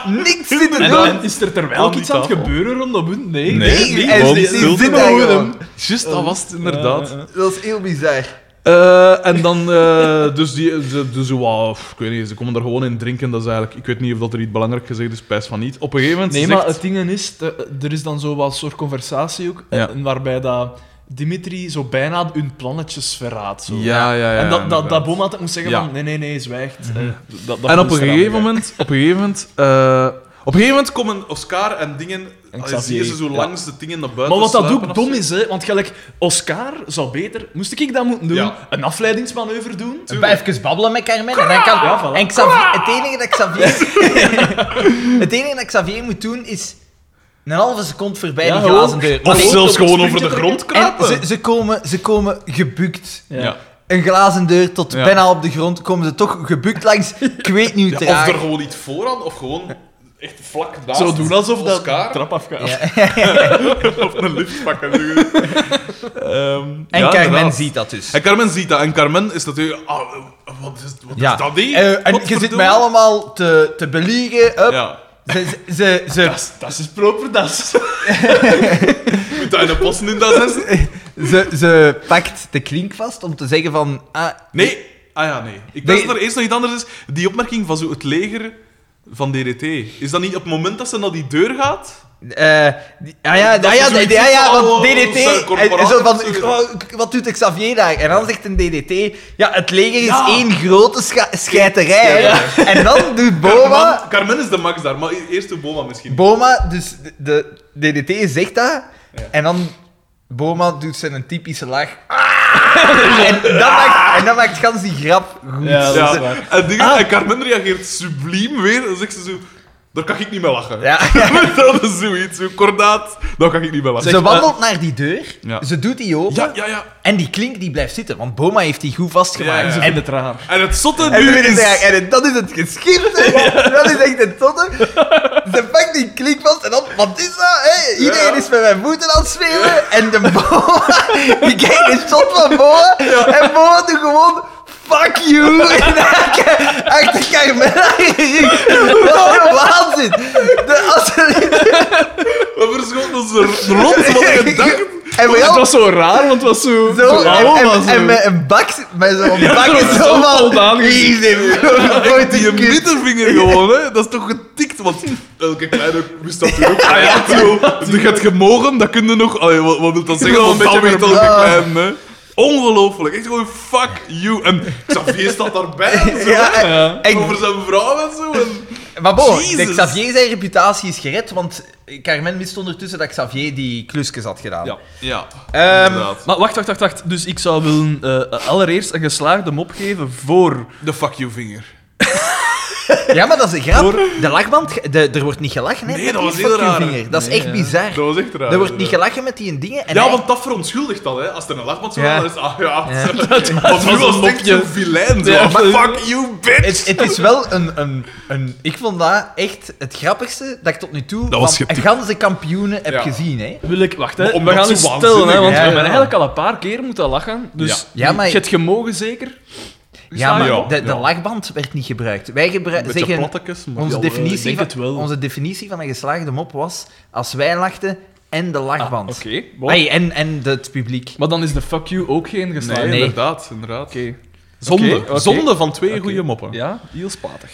B: niks zit te
C: En
B: doen.
C: dan is er terwijl
A: Aan die
C: iets aan het
A: tafel.
C: gebeuren rondom hun. Nee,
A: Nee, eh,
B: Nee,
A: nee,
B: hij
A: gewoon
B: zit-
A: stil
B: zit
A: te
B: daar
A: houden.
B: gewoon.
A: Juist, dat was het inderdaad.
C: Ja, ja.
B: Dat is heel bizar.
A: Eh, en dan, eh, <laughs> dus die, ze, dus, zo, wauw, ik weet niet, ze komen er gewoon in drinken. Dat is eigenlijk, ik weet niet of dat er iets belangrijk gezegd is, pijs van niet. Op een gegeven moment
C: Nee,
A: zegt-
C: maar het ding is, te- er is dan zo wat soort conversatie ook, eh,
A: Ja.
C: en waarbij dat Dimitri zo bijna hun plannetjes verraadt. Zo.
A: Ja, ja, ja.
C: en dat, dat,
A: inderdaad.
C: dat Boma altijd moest zeggen
A: Ja. Mhm.
C: van, nee, nee, nee, zwijgt. eh, dat, dat
A: en op een
C: moest eraan
A: gegeven
C: gaan.
A: moment, op een gegeven moment, eh, op een gegeven moment komen Oscar en dingen,
C: En
A: en
C: Xavier,
A: zie je ze zo
C: ja.
A: langs de dingen naar buiten
C: Maar wat dat
A: sluipen
C: ook
A: of
C: dom
A: zo.
C: is, hè, want gelijk, Oscar zou beter, moest ik dat moeten doen,
A: Ja.
C: een afleidingsmanoeuvre doen.
B: Even babbelen met Carmen. En, dan kan,
C: Ja, voilà.
B: en Xavier, het, enige dat
C: <laughs>
B: Xavier, het enige dat Xavier moet doen is een halve seconde voorbij
C: Ja,
B: die glazen
C: gewoon.
B: deur.
A: Of
B: Allee,
A: zelfs
C: op
A: gewoon
C: het
A: over de
C: sprintje
A: grond
B: en
A: kruipen.
B: ze, ze, komen, ze komen gebukt.
C: Ja.
A: Ja.
B: Een glazen deur tot
A: Ja.
B: bijna op de grond. Komen ze toch gebukt langs. Ik weet niet hoe
A: Ja, of
B: traag.
A: er gewoon niet vooraan, of gewoon echt vlak naast <laughs>
C: Zo doen alsof dat
A: Oscar.
C: trap afgaat.
B: Ja.
A: of een lift pakken. Ehm,
B: En
A: ja,
B: kijk, men
A: inderdaad.
B: ziet dat dus.
A: En Carmen ziet dat. En Carmen is natuurlijk... Ah, eh, wat is, wat
B: Ja.
A: is dat die?
B: Eh, en je zit mij allemaal te, te beliegen. Up.
A: Ja.
B: Ze, ze, ze, ze,
C: Dat is- Dat is proper, dat is...
A: <laughs> Moet dat in de posten in dat zes?
B: <laughs> ze, ze pakt de klink vast om te zeggen van... Ah,
A: Nee. Ah ja, nee. Ik
B: Nee.
A: denk dat er eerst nog iets anders is. Die opmerking van zo het leger van DDT. Is dat niet op het moment dat ze naar die deur gaat?
B: Eh, die- ah ja,
A: Dat
B: ah ja,
A: is zoiets
B: die- ah ja,
A: van oh,
B: want
A: alle
B: DDT.
A: onze corporaties
B: en eh, zo van,
A: of zo.
B: oh, k- wat doet Xavier daar? En dan zegt een DDT: Ja, het leger is
A: Ja.
B: één grote scha- scheiterij. hè. En dan doet Boma.
A: Carmen, Carmen is de max daar, maar e- eerst de Boma misschien.
B: Boma, dus de, de DDT zegt dat. En dan Boma doet zijn een typische lach.
A: <laughs>
B: En dat maakt, en dat maakt gans die grap goed.
C: Ja, dat is
A: ja.
C: waar.
A: en, dingen,
B: Ah.
A: en Carmen reageert subliem weer. Dan zegt ze zo... Daar kan ik niet mee lachen.
B: Ja.
A: <laughs> dat is zoiets, zo kordaat. Daar kan ik niet mee lachen.
B: Ze wandelt naar die deur,
A: eh, Ja.
B: ze doet die open.
A: Ja, ja, ja.
B: En die klink die blijft zitten, want Boma heeft die goed vastgemaakt.
A: Ja, ja, ja.
C: En het raar.
A: En het zotte
B: En,
A: nu
B: toen is
A: is...
B: hij- en dat is het geschifte. Dat is echt het totte. Ze pakt die klik vast en dan, wat is dat? hè? Iedereen
A: Ja.
B: is met mijn voeten aan het spelen. En de boa, <laughs> die kijkt een shot van boa. En boa doet gewoon, fuck you. En achter- achter Carmen aan je rug. Dat is een waanzin. De, als er-
A: We verschoten ons er rond
B: <laughs>
A: van de gedachten.
B: en bij
C: <laughs> Het
B: jou,
C: was zo raar, want het was zo...
B: zo, en,
C: blauw,
B: en-
C: maar zo.
B: en met een bak, met zo'n bak
C: zo
B: is zo
C: voldaan
B: van,
C: gezien.
B: easy, bro.
A: Die een middelvinger gewoon, hè? Dat is toch getikt? Want elke kleine wist dat toch ook. Ah ja, zo. Je hebt gemogen, dat kun je nog. Allee, wat, wat wil dat zeggen?
C: Wel
A: Want
C: een
A: dat
C: beetje
A: weet elke
B: verbaasd.
A: kleine, hè? Ongelooflijk. Echt gewoon fuck you. En Xavier staat <laughs> daarbij. en Zo,
B: Ja,
A: hè.
B: en- en-
A: Over zijn vrouw en zo. En...
B: Maar bon,
A: Jezus.
B: de Xavier zijn reputatie is gered, want Carmen wist ondertussen dat Xavier die klusjes had gedaan.
C: Ja.
A: Ja,
B: Ehm,
A: inderdaad.
C: Maar wacht, wacht, wacht, wacht. Dus ik zou willen eh, allereerst een geslaagde mop geven voor...
A: De fuck you vinger.
B: ja, maar dat is een grap. De lachband, ge- de, er wordt niet gelachen hè,
A: Nee,
B: met
A: dat
B: die
A: was heel
B: fucking
A: raar.
B: vinger. Dat is
C: Nee,
B: echt
C: ja.
B: bizar.
A: Dat was echt raar.
B: Er wordt niet
A: inderdaad.
B: gelachen met die dingen. En
A: Ja,
B: hij-
A: want dat verontschuldigt dat, hè. Als er een lachband zo
B: Ja.
A: dan is het, ah ja. <laughs>
B: Ja.
A: Want nu
C: een
A: was het echt
C: mopje.
A: zo'n vilijn, zo.
C: Ja, maar-
A: fuck you, bitch.
B: het, het is wel een, een, een... Ik vond dat echt het grappigste dat ik tot nu toe
A: Dat was
B: van een
A: gepiept.
B: ganse kampioenen heb
A: Ja.
B: gezien. Hè.
C: Wil ik... Wacht, hè.
A: Maar
C: We
A: omdat
C: gaan
A: het
C: het
A: zo
C: stellen,
A: waanzinnig
C: hè. Want
B: is.
C: we
B: Ja,
C: hebben
B: ja.
C: eigenlijk al een paar keer moeten lachen. Dus
A: Ja.
B: Ja, maar-
C: je hebt gemogen, zeker?
B: Ja, maar
A: Ja,
B: de, de
A: ja.
B: lachband werd niet gebruikt. Wij gebru-
A: Beetje
B: zeggen...
A: plattekes, maar...
B: Onze
A: Ja,
C: ik
B: definitie,
C: denk
B: van,
C: het wel.
B: onze definitie van een geslaagde mop was als wij lachten en de
C: Ah,
B: lachband.
C: Oké, bon.
B: Ai, en, en het publiek.
C: Maar dan is de fuck you ook geen geslaagde.
A: Nee,
B: Nee.
A: inderdaad, inderdaad.
C: Oké.
A: Zonde.
C: Oké, oké.
A: Zonde van twee
C: Oké.
A: goede moppen. <laughs> Ja.
C: Ja, heel spatig.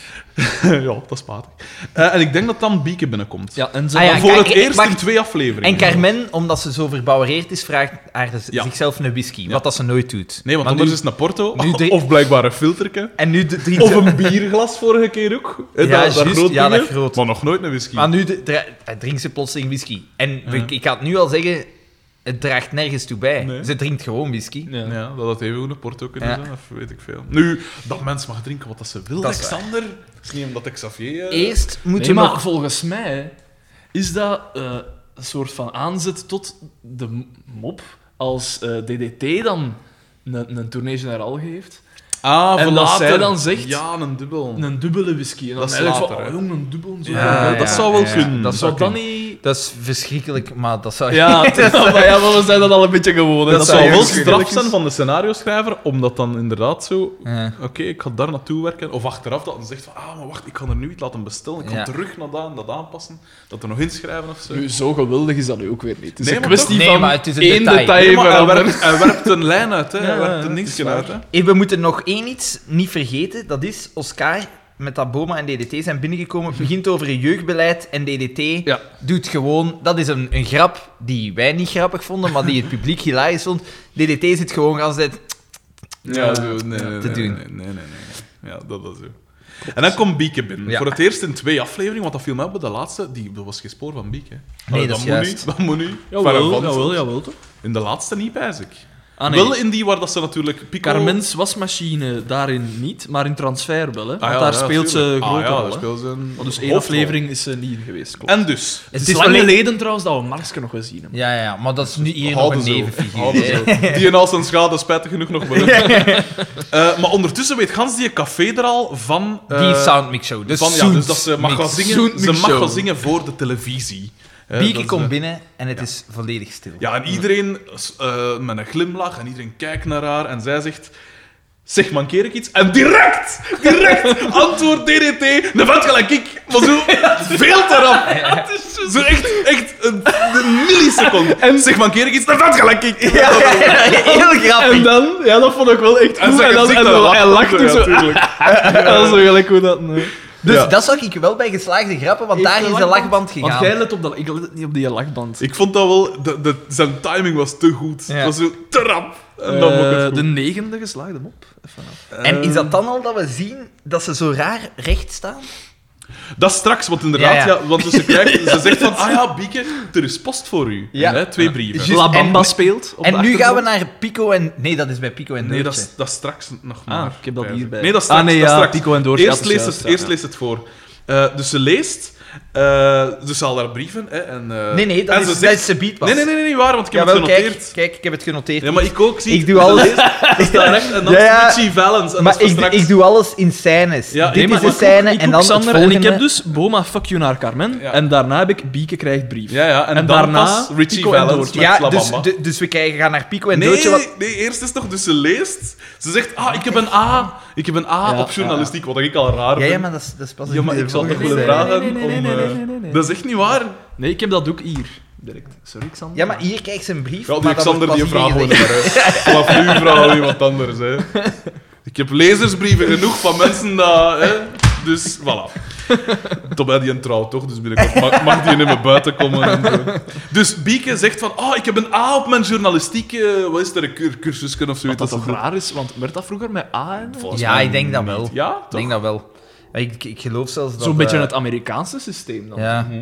A: dat is spatig. Eh, en ik denk dat dan Bieke binnenkomt.
C: Ja, en zo
B: Ah ja,
A: Maar voor
B: kijk,
A: het
B: eh,
A: eerst
B: wacht.
A: in twee afleveringen.
B: En Carmen, omdat ze zo verbouwereerd is, vraagt haar dus
A: Ja.
B: zichzelf een whisky.
A: Ja.
B: Wat dat ze nooit doet.
A: Nee, want
B: Maar
A: anders
B: nu-
A: is het een porto.
B: nu drie-
A: Of blijkbaar een
B: <laughs>
A: filterke.
B: En nu de drie...
A: Of een bierglas vorige keer ook. Hè,
B: Ja,
A: dat, dat
B: juist.
A: groot
B: Ja,
A: ding,
B: dat
A: hè.
B: groot.
A: Maar nog nooit een whisky.
B: <laughs> Maar nu de- dra- eh, drinkt ze plotseling whisky. En we- ik ga het nu al zeggen, het draagt nergens toe bij.
A: Nee.
B: Ze drinkt gewoon whisky.
C: Ja.
A: Ja, dat had even goed een porto kunnen
B: Ja.
A: zijn, of weet ik veel. Nu, dat mens mag drinken wat dat ze wil,
B: Dat is
A: Alexander. Het is niet omdat ik Xavier... eh,
B: Eerst moet
C: Nee,
B: je
C: maar
B: nog...
C: volgens mij is dat eh, een soort van aanzet tot de m- mop als eh, DDT dan een, een tournee generaal geeft.
A: Ah,
C: En
A: voilà,
C: later
A: zij-
C: dan zegt-
A: Ja, een dubbel.
C: Een dubbele whisky. En dan
A: Dat is
C: eigenlijk
A: later,
C: van,
A: hè?
C: oh, jong, een dubbel. Zo
A: Ja, Eh, dat zou wel kunnen.
B: Dat zou
C: zou dan
B: kunnen.
C: niet...
B: Dat is verschrikkelijk, maar dat zou...
C: Ja,
A: <laughs>
C: <laughs> maar ja, maar we zijn dat al een beetje gewoon. hè.
A: Dat, zou
B: zou
A: wel
B: heel schrik-
A: straf zijn van de scenario-schrijver, omdat dan inderdaad zo...
B: <laughs> Ja.
A: Oké, ik ga daar naartoe werken. Of achteraf dat dan zegt van... Ah, maar wacht, ik kan er nu iets laten bestellen. Ik ga
B: Ja.
A: terug naar dat en dat aanpassen. Dat er nog inschrijven of zo.
C: Nu, zo geweldig is dat nu ook weer niet. Het is
A: Nee,
C: een
A: maar
C: kwestie
B: toch- Nee,
C: van
B: maar het is een
C: één
B: detail.
C: detail.
A: Nee, maar hij,
C: veranderen. <laughs>
A: werpt, hij werpt een lijn uit, hè. hij
C: Ja,
A: werpt
C: ja,
A: een
C: dat
A: dingetje
C: is
A: uit,
C: waar.
A: hè.
B: Hey, we moeten nog één iets niet vergeten. Dat is Oscar, met dat Boma en DDT zijn binnengekomen, begint over een jeugdbeleid en DDT
C: Ja.
B: doet gewoon... Dat is een, een grap die wij niet grappig vonden, maar die het publiek hilarisch vond. DDT zit gewoon de hele tijd,
A: Ja, zo, nee, nee, nee,
B: te
A: nee,
B: doen.
A: Nee, nee, nee, nee. Ja, dat was zo. En dan komt Bieke binnen.
B: Ja.
A: Voor het eerst in twee afleveringen, want dat viel mij op bij de laatste. Die, dat was geen spoor van Bieke.
B: Nee,
A: Allee,
B: dat is
A: moet
B: juist.
A: niet, dat moet niet. Verre
C: Jawel,
A: van.
C: jawel, jawel, toch?
A: In de laatste niet, pijs ik.
C: Ah, nee.
A: Wel in die waar dat ze natuurlijk... Pico...
C: Carmens wasmachine daarin niet, maar in transfer wel. Hè?
A: Ah,
C: Want
A: ja,
C: daar
A: ja,
C: speelt ze
A: tuurlijk.
C: grote
A: Ah, ja,
C: rol.
A: daar
C: hè.
A: speelt ze een
C: Want dus één
A: hoofdrol.
C: aflevering is ze niet geweest. Klopt.
A: En dus...
C: het is,
B: Het is
C: lang
B: alleen-
C: geleden trouwens dat we Marsken nog gezien hebben.
B: Ja, ja, maar dat is nu hier nog
A: Houden
B: een
A: zo.
B: nevenfiguur.
A: Houden
B: hè.
A: zo. Die en al zijn schade spijtig genoeg nog wel. Eh, maar ondertussen weet gans die café er al van... eh,
B: <laughs> Die Soundmix Show. Dus,
A: van, ja, dus dat ze mag gaan zingen, ze
C: Soundmix
A: mag gaan
C: show.
A: zingen voor de televisie. Hè, dat
B: Bieke
A: is,
B: komt
A: eh,
B: binnen en het is volledig stil.
A: Ja, en iedereen eh, met een glimlach en iedereen kijkt naar haar en zij zegt... Zeg, mankeer ik iets? En direct,
C: <laughs>
A: direct, antwoord DDT, de vent gelijk ik, maar zo veel te
C: <laughs>
A: rap. Zo echt, echt een, een milliseconde. En zeg, mankeer ik iets? De vent gelijk ik.
B: <laughs> Heel grappig.
C: En dan, ja, dat vond ik wel echt
A: En
C: goed.
A: ze
C: En, dan,
A: gezicht
C: en
A: dan
C: dan-
A: lacht
C: hij lacht
A: ze,
C: ook zo.
A: ja,
C: <laughs>
A: tuurlijk.
C: Dat is zo gelijk hoe dat... Nee.
B: Dus
A: Ja.
B: dat zag ik wel bij geslaagde grappen, want
C: Heeft
B: daar
C: de
B: is de
C: lachband-
B: lachband gegaan.
C: Want jij let op dat... Ik let niet op die lachband.
A: Ik vond dat wel, de, de, zijn timing was te goed.
B: Ja.
A: Het was zo te rap. En dan vond ik het
C: Eh,
A: goed.
C: de negende geslaagde mop. Even af.
B: En
A: Ehm.
B: is dat dan al dat we zien dat ze zo raar recht staan?
A: Dat straks, want inderdaad, ja,
B: Ja, ja.
A: want
B: <laughs>
A: ze, krijgt, ze zegt van, ah ja, Bieke, er is post voor u.
B: Ja.
A: Hè, twee brieven.
B: Juist,
C: La Bamba
B: en-
C: speelt. op de
B: en nu gaan we
C: achtergrond.
B: naar Pico en... Nee, dat is bij Pico en
A: Nee,
B: Noortje.
A: dat is, dat is straks nog maar.
C: Ah, ik heb dat hierbij.
A: Nee, dat is straks.
C: Ah, nee,
A: dat is
C: ja,
A: straks.
C: Pico en Doortje,
A: Eerst,
C: dat is
A: leest het,
C: juist, ja,
A: eerst
C: ja.
A: leest het voor. Eh, dus ze leest, eh, dus ze haalt haar brieven. Hè, en, eh,
B: Nee, nee,
A: en
B: dat
A: ze
B: is,
A: zegt-
B: dat is de beat pas.
A: Nee, nee, nee, nee, niet waar, want ik heb
B: Jawel,
A: het genoteerd.
B: kijk, kijk, ik heb het genoteerd.
A: Ja, maar ik ook. Zie,
B: Ik doe alles.
A: Ze leest, ze
B: <laughs>
A: staat recht en dan
B: Ja, ja.
A: Richie Valens. En dat
B: maar
A: is
B: ik,
A: voor straks.
B: ik doe alles in scènes.
A: Ja, nee,
B: Dit
A: maar
B: is de
A: ik ook-
B: scène
C: ik
B: en
C: ook,
B: dan
C: Xander,
B: het
C: en
B: volgende.
C: ik heb dus Boma, fuck you naar Carmen.
A: Ja.
C: En daarna heb ik Bieke krijgt brief.
A: Ja, ja, en,
C: En
A: dan
C: daarna
A: pas Richie
C: Pico en
A: Valens
C: Doortje.
A: met La
B: Ja, dus,
A: Bamba.
B: de- dus we krijgen, gaan naar Pico en
A: Nee,
B: Doortje. wat-
A: nee, eerst is toch, dus ze leest. Ze zegt, ah, ik heb een A. Ik heb een A
C: Ja,
A: op journalistiek, wat ik al raar
B: Ja, ja,
A: vind.
B: maar dat is, dat is pas
A: Ja, maar
B: de
A: ik zal toch
B: volgende
A: willen
B: scène.
A: vragen
C: Nee, nee, nee,
A: om...
C: nee, nee,
A: eh,
C: nee, nee, nee.
A: Dat is echt niet waar.
C: Nee, ik heb dat ook hier. Direct. Sorry, Xander.
B: Ja, maar hier krijgt ze een brief.
A: Ja, die
B: maar dat
A: Alexander
B: wordt
A: die een
B: pas
A: vraag
B: hier
A: hoorde
B: gezegd.
A: maar hè. Vanaf nu vragen we <laughs> iemand anders. Hè. Ik heb lezersbrieven genoeg van mensen dat... Hè. Dus, voilà. Tobij die een trouw toch, dus binnenkort mag, mag die niet meer buiten komen. En zo. Dus Bieke zegt van, ah, ik heb een A op mijn journalistieke... eh, Wat is er, een cur- cursusken of zoiets?
C: Wat dat toch raar is, want werd dat vroeger met A en...
A: Volgens
B: Ja,
A: mij
B: ik denk dat wel. Ik
A: Ja, toch?
B: denk dat wel. Ik, ik geloof zelfs dat...
C: Zo'n beetje
B: eh,
C: het Amerikaanse systeem dan.
B: Ja.
C: Dat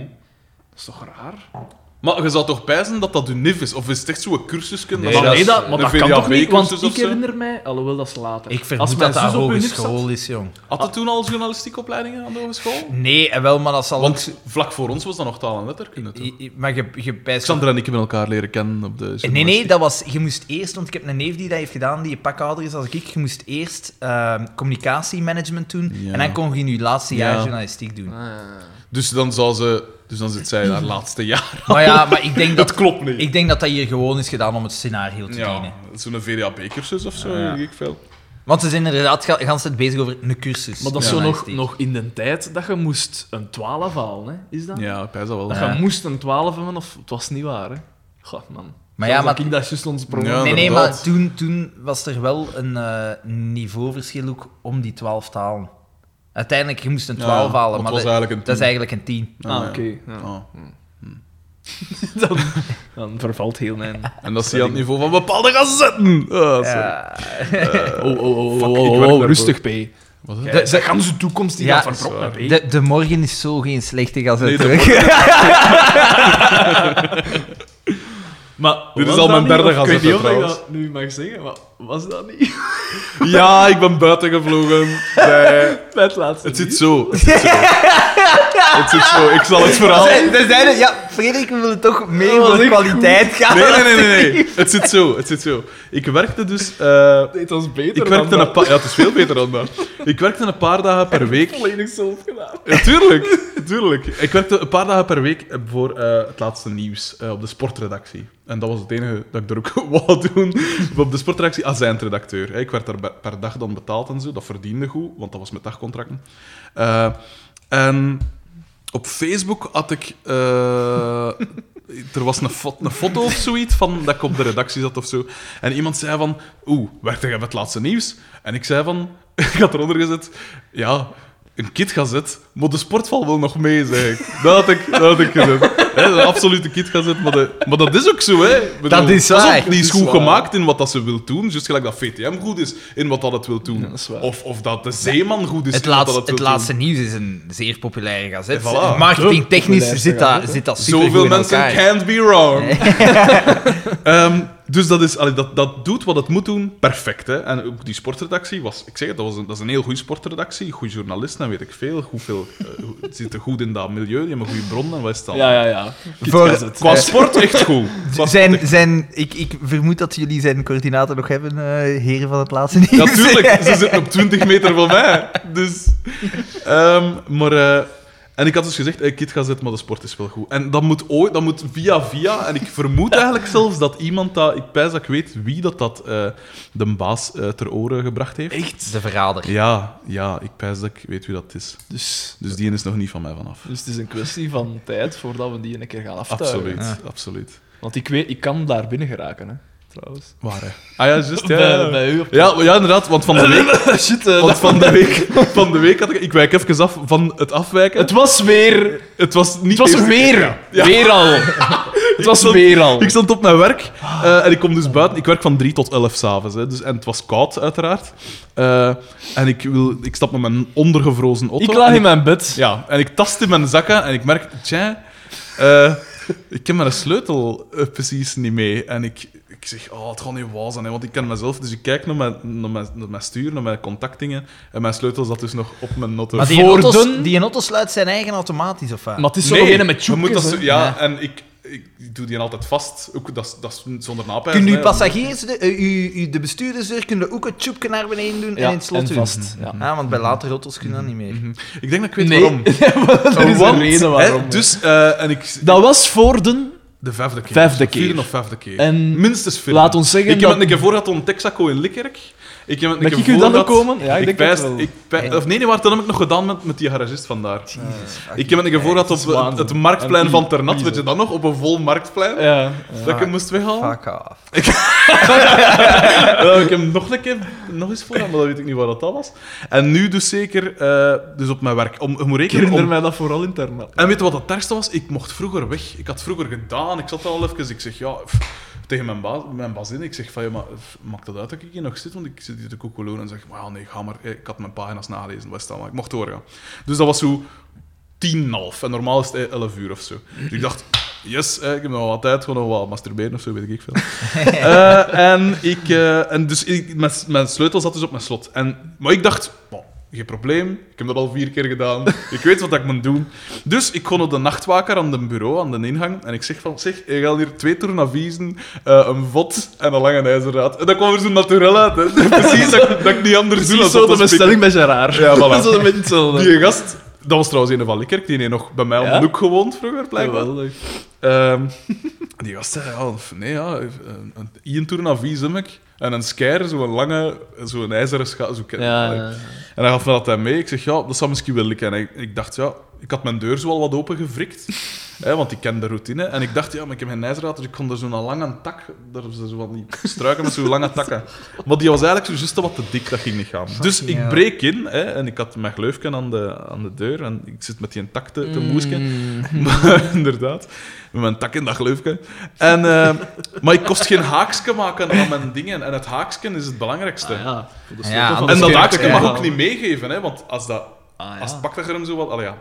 C: is toch raar?
A: Maar je zou toch pijzen dat dat univ is? Of is het echt zo'n cursusken?
B: Nee,
C: Maar
B: dat
C: nee,
B: is-
C: dat, maar
A: een
C: dat kan toch niet?
A: VDAB-cursus
C: Want
A: of
C: ik
A: zo?
C: herinner mij... Alhoewel, dat is later.
B: Ik
C: Als
B: vermoed
C: mijn
B: dat dat
C: zus op hun nip
B: hogeschool is, jong.
A: Had het toen al journalistiekopleidingen aan de hogeschool?
B: Nee, en wel, maar dat zal...
A: Want vlak voor ons was dat nog taal en letterkunde, toch?
B: I- i- Maar je, je bij school-
A: Xander en ik hebben elkaar leren kennen op de
B: Eh, Nee, nee, dat was, je moest eerst, want ik heb een neef die dat heeft gedaan, die een pakhouder is als ik. Je moest eerst ehm, communicatiemanagement doen
A: Ja.
B: en dan kon je nu laatste jaar
A: Ja.
B: journalistiek doen.
A: Dus dan, zou ze, dus dan zit zij
B: <laughs>
A: in haar laatste jaar.
B: Maar ja, maar ik
C: <laughs>
B: denk dat,
A: Dat klopt niet.
B: ik denk dat dat hier gewoon is gedaan om het scenario te
A: ja,
B: dienen.
A: zo'n VDAB-cursus of zo,
B: Ja.
A: weet ik veel.
B: Want ze zijn inderdaad ga- gans het bezig over een cursus.
C: Maar dat is
A: Ja.
C: zo nog,
B: journalistiek.
C: nog in de tijd dat je moest een 12 halen, hè? Is dat?
A: Ja, ik pijs dat wel.
C: Dat
B: Ja.
C: je moest een 12 hebben, of het was niet waar, hè? Goh, man.
B: Maar ja, maar
C: ik dat juist ons probleem.
A: Ja,
B: nee, nee,
A: inderdaad.
B: maar toen, toen was er wel een eh, niveauverschil ook om die 12 talen. Uiteindelijk, je moest een
A: Ja,
B: 12 halen,
A: dat
B: maar
A: was
B: de-
A: eigenlijk een
B: dat is
A: 10.
B: eigenlijk een 10.
A: Ah, ja.
C: Ah, oké. ja. <laughs>
A: Ah.
C: dan, dan vervalt heel mijn...
A: En dat zie je aan het niveau van bepaalde gazetten. Ah, sorry.
B: Ja.
C: Oh, oh, oh,
A: Fuck, ik werk daarvoor.
C: rustig, P.
A: Wat is dat?
C: Zij gaan zijn toekomst die
B: Ja,
C: gaat verproppen, P.
B: De, de morgen is zo geen slechte gazet.
A: Nee, de
B: terug. <laughs>
C: Maar
A: Dit is
C: was
A: al
C: dat
A: mijn
C: niet?
A: derde
C: Of Ik weet
A: gazette,
C: niet of ik
A: trouwens.
C: dat nu mag zeggen, maar was dat niet?
A: <laughs> Ja, ik ben buiten gevlogen. bij-
C: Bij het laatste
A: Het zit zo. Het zit zo.
B: <laughs>
A: Het zit zo. Ik zal het verhaal.
B: Zij- zij zeiden, ja, Frederik, we willen toch meer
C: Dat was
B: over
C: echt
B: kwaliteit gaan.
A: Nee, nee, nee, nee, nee. Het zit zo. Het zit zo. Ik werkte dus. eh,
C: Dit was beter
A: ik werkte
C: dan
A: een
C: dat.
A: paar. Ja, het is veel beter dan dat. Ik werkte een paar dagen per week.
C: volledig zelf gedaan.
A: Ja, tuurlijk, <laughs> tuurlijk. Ik werkte een paar dagen per week voor eh, het laatste nieuws eh, op de sportredactie. En dat was het enige dat ik er ook <laughs> wou doen. Op de sportredactie azijnredacteur. hè. Ik werd daar be- per dag dan betaald en zo. Dat verdiende goed, want dat was met dagcontracten. Eh, en op Facebook had ik... eh, <laughs> er was een, fo- een foto of zoiets van dat ik op de redactie zat of zo. En iemand zei van... Oeh, werkte jij met het laatste nieuws? En ik zei van... <laughs> Ik had eronder gezet... Ja, een kitgazet, maar de sportval wil nog mee, zei ik. Dat had ik, dat had ik gezet. Hè, een absolute kitgazet, maar, de- maar dat is ook zo, hè. Ik bedoel,
B: Dat is
A: pas op,
B: waar.
A: Die is
C: Dat is
A: goed
C: waar.
A: gemaakt in wat dat ze wil doen. Juist gelijk dat VTM goed is in wat dat het wil doen.
C: Ja, dat is waar.
A: Of, of dat de zeeman goed is
B: Het,
A: in wat dat
B: laatste,
A: het wil
B: het
A: doen.
B: laatste nieuws is een zeer populaire gazet.
A: En voilà.
B: Marketingtechnisch
C: De
B: zit dat,
C: populairste
B: zit dat super
A: Zoveel mensen can't be wrong. Ehm, dus dat, is, allee, dat, dat doet wat het moet doen, perfect. Hè? En ook die sportredactie was, ik zeg het, dat, was een, dat is een heel goede sportredactie. Goede journalisten, weet ik veel. Hoeveel, eh, hoe- zitten goed in dat milieu, die hebben een goede bron en wat is het dan?
C: Ja, ja, ja.
B: Voor-
C: Kitgazet.
A: Qua sport echt goed. Qua
B: Zijn, zijn, ik, ik vermoed dat jullie zijn coördinaten nog hebben, eh, heren van het laatste nieuws.
A: Natuurlijk,
B: <laughs>
C: <laughs>
A: ze zitten op 20 meter van mij. Dus, ehm, maar, eh, en ik had dus gezegd, hey, Kit gaat zitten, maar de sport is wel goed. En dat moet ooit, dat moet via via. En ik vermoed eigenlijk zelfs dat iemand dat, ik pijs dat ik weet wie dat, dat eh, de baas eh, ter oren gebracht heeft.
C: Echt?
B: De verrader.
A: Ja, ja, ik pijs dat ik weet wie dat is.
C: Dus,
A: Dus die is nog niet van mij vanaf.
C: dus het is een kwestie van tijd voordat we die een keer gaan aftuigen.
A: Absoluut, absoluut.
C: Want ik weet, ik kan daar binnen geraken, hè.
A: <laughs>
C: Trouwens.
A: Waar, hè? Ah ja, juist, ja.
C: Bij,
A: ja.
C: bij u op...
A: Ja, maar ja, inderdaad, want van de week,
C: Shit, eh,
A: want van de week, van de week had ik... Ik wijk even af van het afwijken.
C: Het was weer...
A: Het was niet
C: Het was
A: eerst-
C: weer. Weer
A: <laughs>
C: al. Het was
A: stond-
C: weer al.
A: Ik stond op mijn werk eh, en ik kom dus buiten. Ik werk van 3 tot 11 s'avonds. hè, Dus, en het was koud, uiteraard. Eh, en ik, wil, ik stap met mijn ondergevrozen auto.
C: Ik lag
A: en
C: in mijn bed.
A: Ja, en ik tast in mijn zakken en ik merk, tja, eh, ik heb mijn sleutel eh, precies niet mee. En ik, ik zeg, oh, het gaat niet waar zijn, hè, want ik ken mezelf. Dus ik kijk naar mijn, naar, mijn, naar mijn stuur, naar mijn contactdingen. En mijn sleutel zat dus nog op mijn auto.
B: Maar die
C: Voor
B: auto's,
C: de-
B: die een auto sluit zijn eigen automatisch, of wat?
C: Maar het is zo nog een met
A: je moet dat zo-
C: tjoepjes, hè.
A: ja,
B: Ja.
A: en ik, ik doe die altijd vast. Ook, dat, is- dat is zonder napijzen.
B: Kunnen
A: hè,
B: uw
A: want-
B: passagiers, de, eh, uw- uw- de bestuurders, kunnen ook het tjoepje naar beneden doen en
C: Ja,
B: in het slot
C: en
B: doen?
C: vast, ja.
B: Ah, want bij latere auto's kunnen dat niet meer.
A: Ik denk dat ik Mm. weet
C: Nee. <laughs>
A: waarom.
C: Er is
A: Want,
C: een reden waarom.
A: hè, dus, eh, en ik,
C: Dat was voor de...
A: de vijfde keer.
C: Vijfde keer.
A: Vierde of vijfde keer.
C: En
A: Minstens vier.
C: laat ons zeggen
A: Ik heb
C: dat-
A: het een keer voor gehad om Texaco in Likkerk. Ik heb het een
C: Mag
A: keer
C: ik u
A: voor
C: dan
A: gehad-
C: ook komen? Ja, ik
A: ik
C: denk het
A: pijs-
C: wel.
A: ik pij- Of nee, nee, waar, dat heb ik nog gedaan met, met die garagist vandaar. ik heb het een keer voor gehad op
C: is waanzin.
A: het, het marktplein
C: En
A: van
C: wie-
A: Ternat,
C: wie
A: weet je
C: zo?
A: dat nog? Op een vol marktplein.
C: Ja.
A: Dat ik hem moest weghalen.
B: Fuck off.
A: Eh, ik heb hem nog een keer nog eens voor gehad, maar dat weet ik niet waar dat was. En nu dus zeker eh, dus op mijn werk. Om, om
C: Ik herinner
A: rekenen,
C: mij dat vooral internaat.
A: En weet je wat het ergste was? Ik mocht vroeger weg. Ik had vroeger gedaan. Ik zat er al even. Ik zeg ja. pff, tegen mijn, baas, mijn bazin, ik zeg van ja, maar pff, maakt dat uit dat ik hier nog zit? Want ik zit hier te koekeloeren en zeg, maar ja, nee, ga maar. Eh, Ik had mijn pagina's nagelezen, best maar ik mocht doorgaan. Dus dat was zo tien en half. En normaal is het eh, 11 uur of zo. Dus ik dacht, yes, eh, ik heb nog wat tijd, gewoon nog wat masturberen of zo, weet ik veel.
C: <laughs>
A: Eh, en ik, eh, en dus ik, mijn, mijn sleutel zat dus op mijn slot. En, maar ik dacht, "Bon, geen probleem, ik heb dat al vier keer gedaan. Ik weet wat ik moet doen. Dus ik kon op de nachtwaker aan het bureau, aan de ingang, en ik zeg van, zeg, je gaat hier twee tournaviezen, eh een vod en een lange ijzerraad. En dat kwam er zo naturel uit. Hè. <laughs> Precies, dat, ik- dat ik niet anders doe
C: Precies
A: dan
C: zo
A: dat
C: de
A: te spreken.
C: bestelling bij Gerard. <laughs>
A: Ja, voilà.
C: Zo met hetzelfde.
A: Die gast, dat was trouwens een van Likkerk, die heeft nog bij mij
C: Ja?
A: om de hoek gewoond vroeger, blijkbaar.
C: Geweldig.
A: Ehm, <laughs> die gast zei, ja, of nee, ja, eh, een, een Ian Tournavis heb ik. En een Skyr, zo'n lange, zo'n ijzeren schaal. Zo ken-
C: Ja, ja.
A: En hij gaf me dat dan mee. Ik zeg, ja, dat zou misschien wel lukken. En ik, ik dacht, ja, Ik had mijn deur zo al wat open gewrikt, hè, want ik ken de routine. En ik dacht, ja, maar ik heb geen ijzerdraad, dus ik kon er zo'n lange tak... Daar zijn zo van die struiken met zo'n lange takken. Maar die was eigenlijk zo juist wat te dik, dat ging niet gaan. Dus
B: Fucking
A: ik
B: hell.
A: breek in, hè, en ik had mijn gleufje aan de, aan de deur, en ik zit met die tak te, te
C: Mm.
A: moesken. <laughs> Maar, inderdaad. Met mijn tak in dat gleufje. En, eh, maar ik kost geen haakje maken aan mijn dingen. En het haakje is het belangrijkste.
C: Ah, ja. Voor de sleutel
B: Ja,
C: van de
A: En dat
B: Anders
A: haakje
B: kun je
A: mag
B: het
A: ook niet meegeven, hè, want als dat...
C: Ah,
A: Als het
C: ja.
A: pakt dat je hem zo wat... Allee, ja.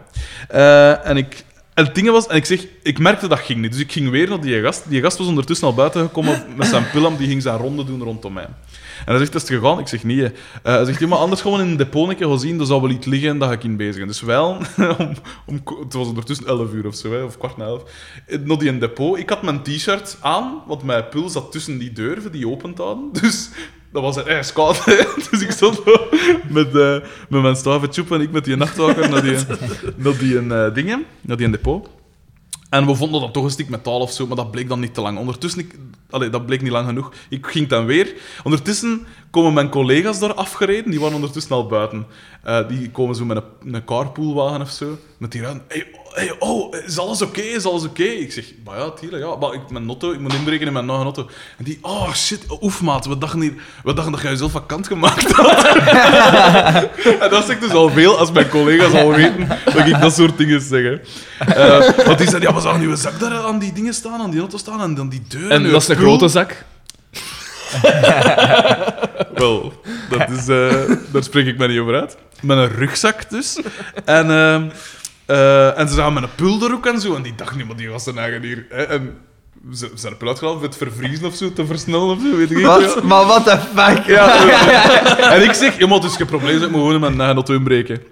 A: Eh, en ik... En het ding was, en ik zeg, ik merkte dat ging niet. Dus ik ging weer naar die gast. Die gast was ondertussen al buiten gekomen met zijn pillam. Die ging zijn ronde doen rondom mij. En hij zegt, is het gegaan? Ik zeg, nee. hè." Eh, hij zegt, ja, maar anders gewoon in een depot een keer gaan zien. Er zal wel iets liggen, dat ga ik in bezig ben. Dus wel, <laughs> om, om, het was ondertussen 11 uur of zo, hè, of kwart na 11. eh, Naar die depot. Ik had mijn t-shirt aan, want mijn pul zat tussen die deuren die open te houden. <laughs> Dus dat was echt koud. hè. <laughs> Dus ik stond zo met, eh, met mijn stave tjoep en ik met die nachtwaker naar die, naar die eh, dingen, naar die depot. En we vonden dat toch een stuk metaal of zo, maar dat bleek dan niet te lang. Ondertussen, ik, allee, dat bleek niet lang genoeg. Ik ging dan weer. Ondertussen komen mijn collega's daar afgereden, die waren ondertussen al buiten. Eh, die komen zo met een, een carpoolwagen of zo, met die ruimte. Hey, hey, oh, is alles oké? Is alles oké? Ik zeg, maar ja, tuurlijk, ja. Maar ik, mijn auto, ik moet inbreken in mijn eigen auto. En die, oh shit, oef maat, we dachten, hier, we dachten dat jij zelf vakant gemaakt had. en dat zeg ik dus al veel als mijn collega's al weten dat ik dat soort dingen zeg. hè. Eh, want die zeiden, ja, we zagen uw zak daar aan die dingen staan, aan die auto staan en dan die deur.
C: En
A: uw
C: dat is een
A: spul."
C: grote zak.
A: Wel, dat is, eh, daar spreek ik mij niet over uit. Met een rugzak dus. En, eh, eh, en ze zagen met een pul er ook en zo. En die dacht niet, maar die was zijn eigen hier. Hè? En ze ze zijn een pul uitgehaald om het vervriezen of zo, te versnellen of zo, weet ik niet. Ja.
B: Wat? Maar what the fuck?
A: Ja,
C: <laughs>
A: eh, en ik zeg, je moet dus geen probleem zijn, ik moet gewoon in mijn eigen auto inbreken.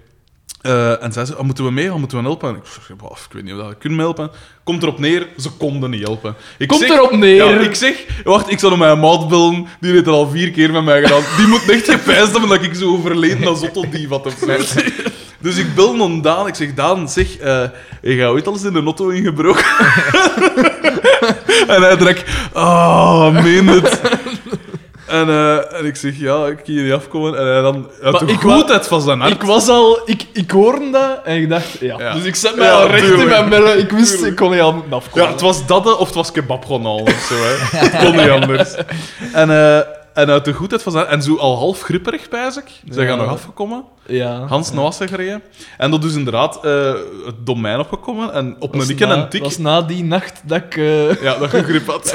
A: Eh, en zij zei, "Ah, moeten we mee, Ah, moeten we helpen? En ik zeg, "Ja, bof, ik weet niet of dat we kunnen helpen. Komt erop neer, ze konden niet helpen. Ik
C: Komt
A: zeg-
C: erop neer.
A: Ja, ik zeg, wacht, ik zal hem mijn maat bellen, die heeft er al vier keer met mij gedaan. Die moet echt gepijsd hebben dat ik zo overleden als Ottodief had of
C: <laughs>
A: zo. Dus ik bel een Daan, ik zeg, Daan, zeg, eh je gaat ooit al eens in een auto ingebroken? <laughs> en hij trekt, ah, meen het. En, eh, en ik zeg, ja, ik kan hier niet afkomen. En hij dan... Ja,
C: Maar
A: toch
C: ik
A: goed
C: wa-
A: het van zijn hart.
C: Ik was al... Ik, ik hoorde dat en ik dacht... Ja.
A: Ja.
C: Dus ik zet mij
A: Ja,
C: al recht in
A: tuurlijk.
C: mijn bellen. Ik wist,
A: Tuurlijk.
C: ik kon niet al moeten afkomen.
A: Ja, het was dat eh, of het was kebab gewoon al of zo. Hè. Het kon niet anders. En, eh, en uit de goedheid van zijn... En zo al half gripperig, pijs ik. Zij gaan
C: Ja.
A: nog afgekomen.
C: Ja.
A: Hans naar Wassen gereden. En dat is inderdaad eh, het domein opgekomen. En op
C: Was
A: een ik en
C: na-
A: een tik...
C: was na die nacht dat ik... eh, <laughs>
A: Ja, dat je grip had.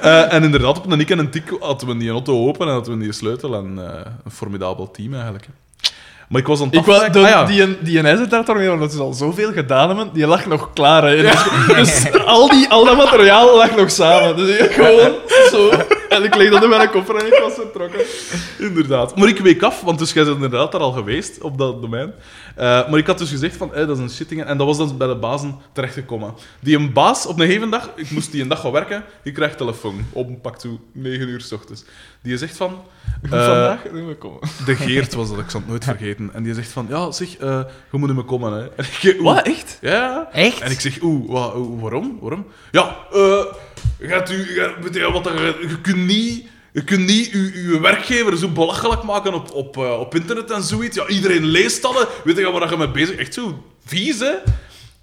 A: Eh, en inderdaad, op een ik en een tik hadden we die auto open en hadden we die sleutel. En eh, een formidabel team eigenlijk. hè. Maar ik was aan het
C: Ik wou,
A: afwijken.
C: de,
A: Ah, ja.
C: die, die ijzertartarmeel, omdat ze al zoveel gedaan hebben, die lag nog klaar. Hè. Dus, dus al, die, al dat materiaal lag nog samen. Dus ik gewoon zo. En ik leg dat in mijn koffer en ik was vertrokken.
A: Inderdaad. Maar ik week af, want dus jij bent inderdaad daar al geweest, op dat domein. Eh, maar ik had dus gezegd van, eh, dat is een shitting. En dat was dan bij de bazen terechtgekomen. Die een baas, op een gegeven dag, ik moest die een dag gaan werken, ik krijg telefoon. Op een pak toe, 9 uur s ochtends. Die zegt van...
C: Ik moet
A: eh,
C: Dus vandaag niet meer komen.
A: De Geert was dat, ik zal het nooit vergeten. En die zegt van, ja, zeg, eh je moet niet meer komen, hè. En ik, oeh.
C: Wat, echt?
A: Ja.
B: Echt?
A: En ik zeg, oeh, wa- oeh, waarom? waarom? Ja, eh, gaat u, gaat, weet je, wat, dat- je, kunt niet, je kunt niet uw, uw werkgever zo belachelijk maken op, op, eh, op internet en zoiets. Ja, iedereen leest dat, hè. weet je waar je mee bezig Echt zo vies, hè?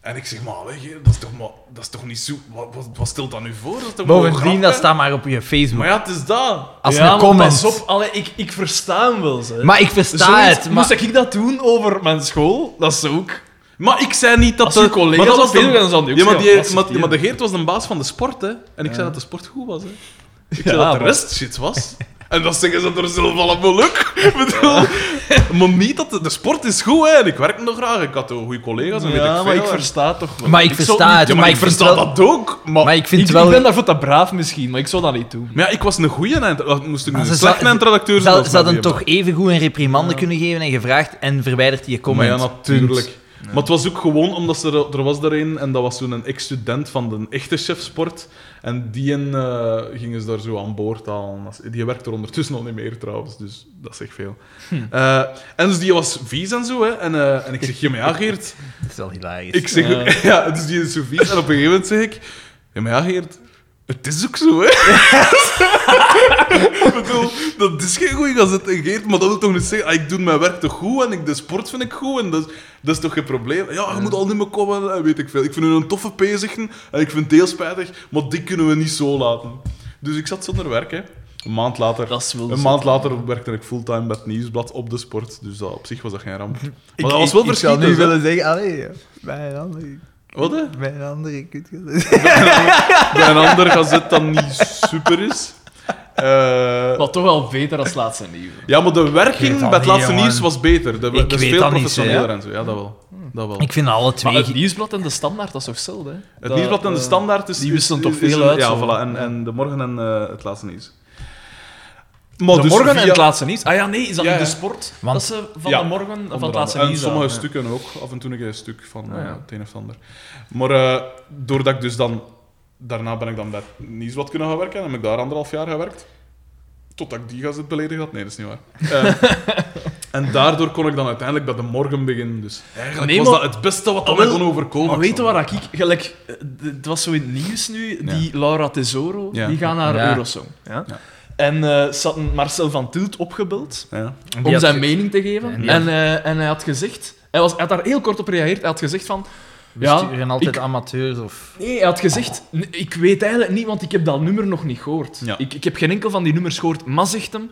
A: En ik zeg, maar, allee, Geert, dat, is toch maar dat is toch niet zo... Wat, wat, wat stelt dat nu voor? Dat is toch maar een
B: Bovendien,
A: grap,
B: dat
A: hè?
B: staat maar op je Facebook.
A: Maar ja, het is dat.
B: Als
C: ja,
B: een
C: maar
B: comment.
C: Pas op, allee, ik, ik versta hem wel. Ze.
B: Maar ik versta
C: Zoiets-
B: het.
C: Moest
B: Maar...
C: ik dat doen over mijn school? Dat is ook...
A: Maar ik zei niet dat
C: Als je collega's
A: maar dat
C: op
A: was
C: Facebook en zo aan die
A: ja, maar,
C: hoek
A: die,
C: zeggen, wat
A: maar,
C: zegt die?
A: maar de Geert was de baas van de sport, hè? En ik zei dat de sport goed was, hè? Ik zei
C: Ja,
A: dat de
C: maar-
A: rest shit was. En dan zeggen ze er zelf allemaal leuk. Ik bedoel, Maar niet dat de, de sport is goed, hè? En ik werk nog graag. Ik had ook goede collega's en weet ik
C: Ja,
A: veel.
C: maar ik
A: hè.
C: versta het toch wel.
B: Maar ik
C: zou
B: versta
C: niet-
B: het.
A: Ja, maar, ik
B: vind
A: versta
B: wel-
A: dat ook. Maar,
B: Maar ik vind
C: Ik, ik
B: wel...
C: ben daarvoor te braaf misschien, maar ik zou dat niet doen.
A: Maar ja, ik was een goede eind... dat Moest ik nu
B: Maar
A: een
B: ze
A: slechte
B: zou-
A: eindredacteur
B: Ze
A: zelfs
B: ze hadden
A: met die
B: toch evengoed een reprimande kunnen geven en gevraagd en verwijderd die
A: Maar
B: comment.
A: ja, natuurlijk.
B: Punt.
A: Maar het was ook gewoon omdat er, er was er een en dat was zo'n ex-student van de echte chefsport. En die een, eh, gingen ze daar zo aan boord halen. Als- Die werkt er ondertussen al niet meer trouwens, dus dat zegt veel. Eh, en dus die was vies en zo. Hè, en, eh, en ik zeg: Ja, maar ja, Geert.
B: Dat is wel hilarisch.
A: Ik zeg, <laughs> ja.
C: Ja.
A: dus die is zo vies. En op een gegeven moment zeg ik: Ja, maar ja, Geert. Het is ook zo, hè? <laughs> ik bedoel, dat is geen goede gazet en geert, maar dat wil toch niet zeggen, ah, ik doe mijn werk toch goed en ik, de sport vind ik goed en dat, is- dat is toch geen probleem? Ja, je moet al niet meer komen en weet ik veel. Ik vind hun een toffe pezigen en ik vind het heel spijtig, maar die kunnen we niet zo laten. Dus ik zat zonder werk, hè. Een maand later,
C: Dat is wel
A: een
C: zot.
A: maand later werkte ik fulltime bij het Nieuwsblad op de sport, dus dat, op zich was dat geen
B: <laughs>
A: ramp. Maar
B: Ik-
A: dat was
B: ik-
A: wel
B: Ik zou
A: verschillend.
B: nu willen zeggen, allee, bij een andere,
A: Wat, hè?
B: bij een andere kutgezet.
A: Bij een ander gazet dat niet super is. Eh,
C: Wat toch wel beter als laatste nieuw.
A: Ja, maar de
B: Ik weet
A: werking bij
B: dat
A: het
B: niet,
A: laatste
B: jongen.
A: nieuws was beter. Dat,
B: Ik
A: dat is
B: weet
A: veel
B: dat niet,
A: professioneler
B: hè.
A: en zo. Ja, dat wel. Dat wel.
B: <laughs> Ik vind alle
C: Maar
B: twee...
C: het nieuwsblad en de standaard, dat is toch hetzelfde? Hè?
A: het
C: Dat,
A: nieuwsblad en de
C: eh,
A: standaard is...
C: die wisselen
A: is-
C: toch
A: is
C: veel
A: een-
C: uit,
A: Ja,
C: zo.
A: voilà. En, en de morgen en eh, het laatste nieuws. Maar
C: eh, de
A: dus
C: morgen en
A: via-
C: het laatste nieuws. Ah ja, nee, is dat
A: Ja,
C: niet de
A: ja.
C: sport?
B: Want-
C: dat ze van
A: Ja,
C: de morgen of van het
A: Onder
C: laatste
A: andere.
C: nieuws
A: En sommige
C: halen, ja.
A: stukken ook. Af en toe een keer een stuk van
C: Ah,
A: eh,
C: ja.
A: het een of het ander. Maar eh, doordat ik dus dan... Daarna ben ik dan bij het nieuws wat kunnen gaan werken. En heb ik daar anderhalf jaar gewerkt. Totdat ik die gast beledigd had. Nee, dat is niet waar. Eh,
C: <laughs>
A: en daardoor kon ik dan uiteindelijk bij de morgen beginnen. Dus eigenlijk
C: Nee,
A: was
C: maar-
A: dat het beste wat dat
C: Ah,
A: mij
C: wel,
A: kon overkomen.
C: Maar weet je
A: Ik
C: waar ik... Gelijk, eh, d- het was zo in het nieuws nu, die Laura Tesoro,
A: Ja.
C: die gaat naar
B: Ja.
C: Eurosong. Ja?
A: Ja.
C: En eh, ze hadden Marcel van Tilt opgebeld
A: Ja.
B: Die
C: om
B: had
C: zijn
B: ge-
C: mening te geven.
B: En
C: En,
B: die had-
C: eh, en hij had gezegd... Hij, was, hij had daar heel kort op gereageerd. Hij had gezegd van...
B: We
C: ja,
B: sturen altijd
C: ik-
B: amateurs of...
C: Nee, hij had gezegd, "Nee, ik weet eigenlijk niet, want ik heb dat nummer nog niet gehoord.
A: Ja.
C: Ik, ik heb geen enkel van die nummers gehoord. Maar zegt hem,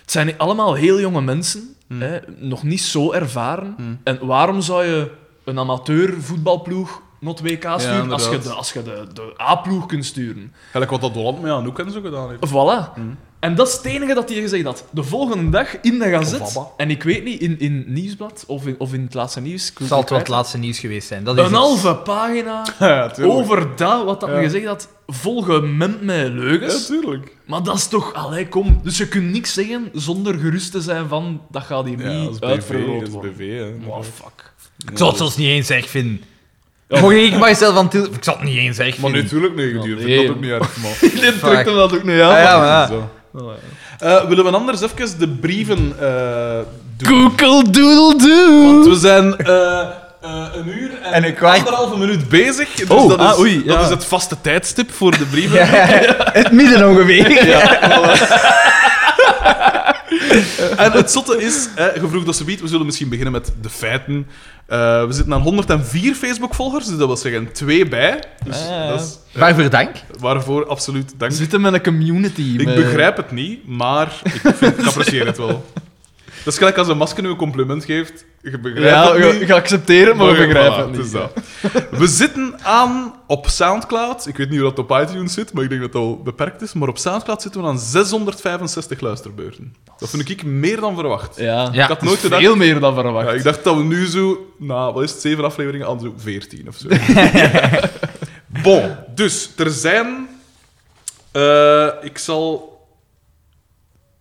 C: het zijn allemaal heel jonge mensen, hè, nog niet zo ervaren.
A: Hmm.
C: En waarom zou je een amateur voetbalploeg not WK sturen als je
A: inderdaad.
C: de, als je de, de A-ploeg kunt sturen?
A: Gelijk wat dat Holland met Anouk en zo gedaan
C: <laughs>
A: heeft.
C: Voilà.
A: Hmm.
C: En dat is het enige dat hij gezegd had. De volgende dag in de
A: Of
C: gazet,
A: ABBA.
C: en ik weet niet, in, in Nieuwsblad of in, of in het laatste nieuws. ik weet
B: Het zal
C: niet
B: het wel het
C: kwijt.
B: laatste nieuws geweest zijn. Dat is
C: Een
B: het.
C: halve pagina
A: Ja, tuurlijk.
C: over dat, wat dat
A: Ja.
C: gezegd had, volgememd met
A: Ja,
C: leugens.
A: tuurlijk.
C: Maar dat is toch... Allee, kom. Dus je kunt niks zeggen zonder gerust te zijn van... Dat gaat hier
A: Ja, dat is
C: niet
A: BV.
C: uitvergroot
A: Dat is
C: worden.
A: BV, hè.
C: Maar fuck.
B: Ik zou het zelfs niet eens erg vinden. Mocht ik mijzelf van Tiel... Ik zou het niet eens erg
A: Maar
B: vinden.
A: natuurlijk, nee, <laughs>
C: Ja,
A: die
C: nee.
A: vindt dat ook niet uit.
C: <laughs>
A: Maar...
C: Dit
B: Fuck.
C: drukt hem dat ook niet
B: Ah,
C: aan.
B: ja, maar ja.
A: <laughs> Zo. Eh, willen we anders even de brieven eh doen?
C: Google doodle
B: <laughs>
C: doo.
A: Want we zijn eh, eh, een uur en,
B: En een kwart.
A: anderhalve minuut bezig. Dus
C: Oh,
A: dat, is,
C: ah, oei,
A: dat
C: ja.
A: is het vaste tijdstip voor de
B: <laughs>
A: brieven.
B: Het midden
C: <laughs>
B: ongeveer.
A: En het zotte is, hè, je vroeg dat ze biedt, we zullen misschien beginnen met de feiten. Eh, we zitten aan 104 Facebook-volgers, dus dat wil zeggen twee bij. Dus
C: Ah, ja.
A: dat is,
B: Waarvoor dank.
A: waarvoor absoluut dank.
C: We zitten met een community.
A: Ik begrijp het niet, maar ik, vind, ik apprecieer het wel. Dat is gelijk als een masker nu een compliment geeft. Je begrijpt
C: Ja,
A: het niet.
C: ga <laughs> accepteren, maar we begrijpen
A: voilà,
C: het niet.
A: is dat. We zitten aan op Soundcloud. Ik weet niet hoe dat op iTunes zit, maar ik denk dat dat al beperkt is. Maar op Soundcloud zitten we aan 665 luisterbeurten. Dat vind ik meer dan verwacht.
C: Ja.
B: Ja.
A: ik had nooit gedacht.
C: Veel meer dan verwacht.
A: Ja, ik dacht dat we nu zo, na wat is het, zeven afleveringen, aan zo 14
C: <laughs>
A: of zo. <laughs> bon, dus er zijn. eh, ik zal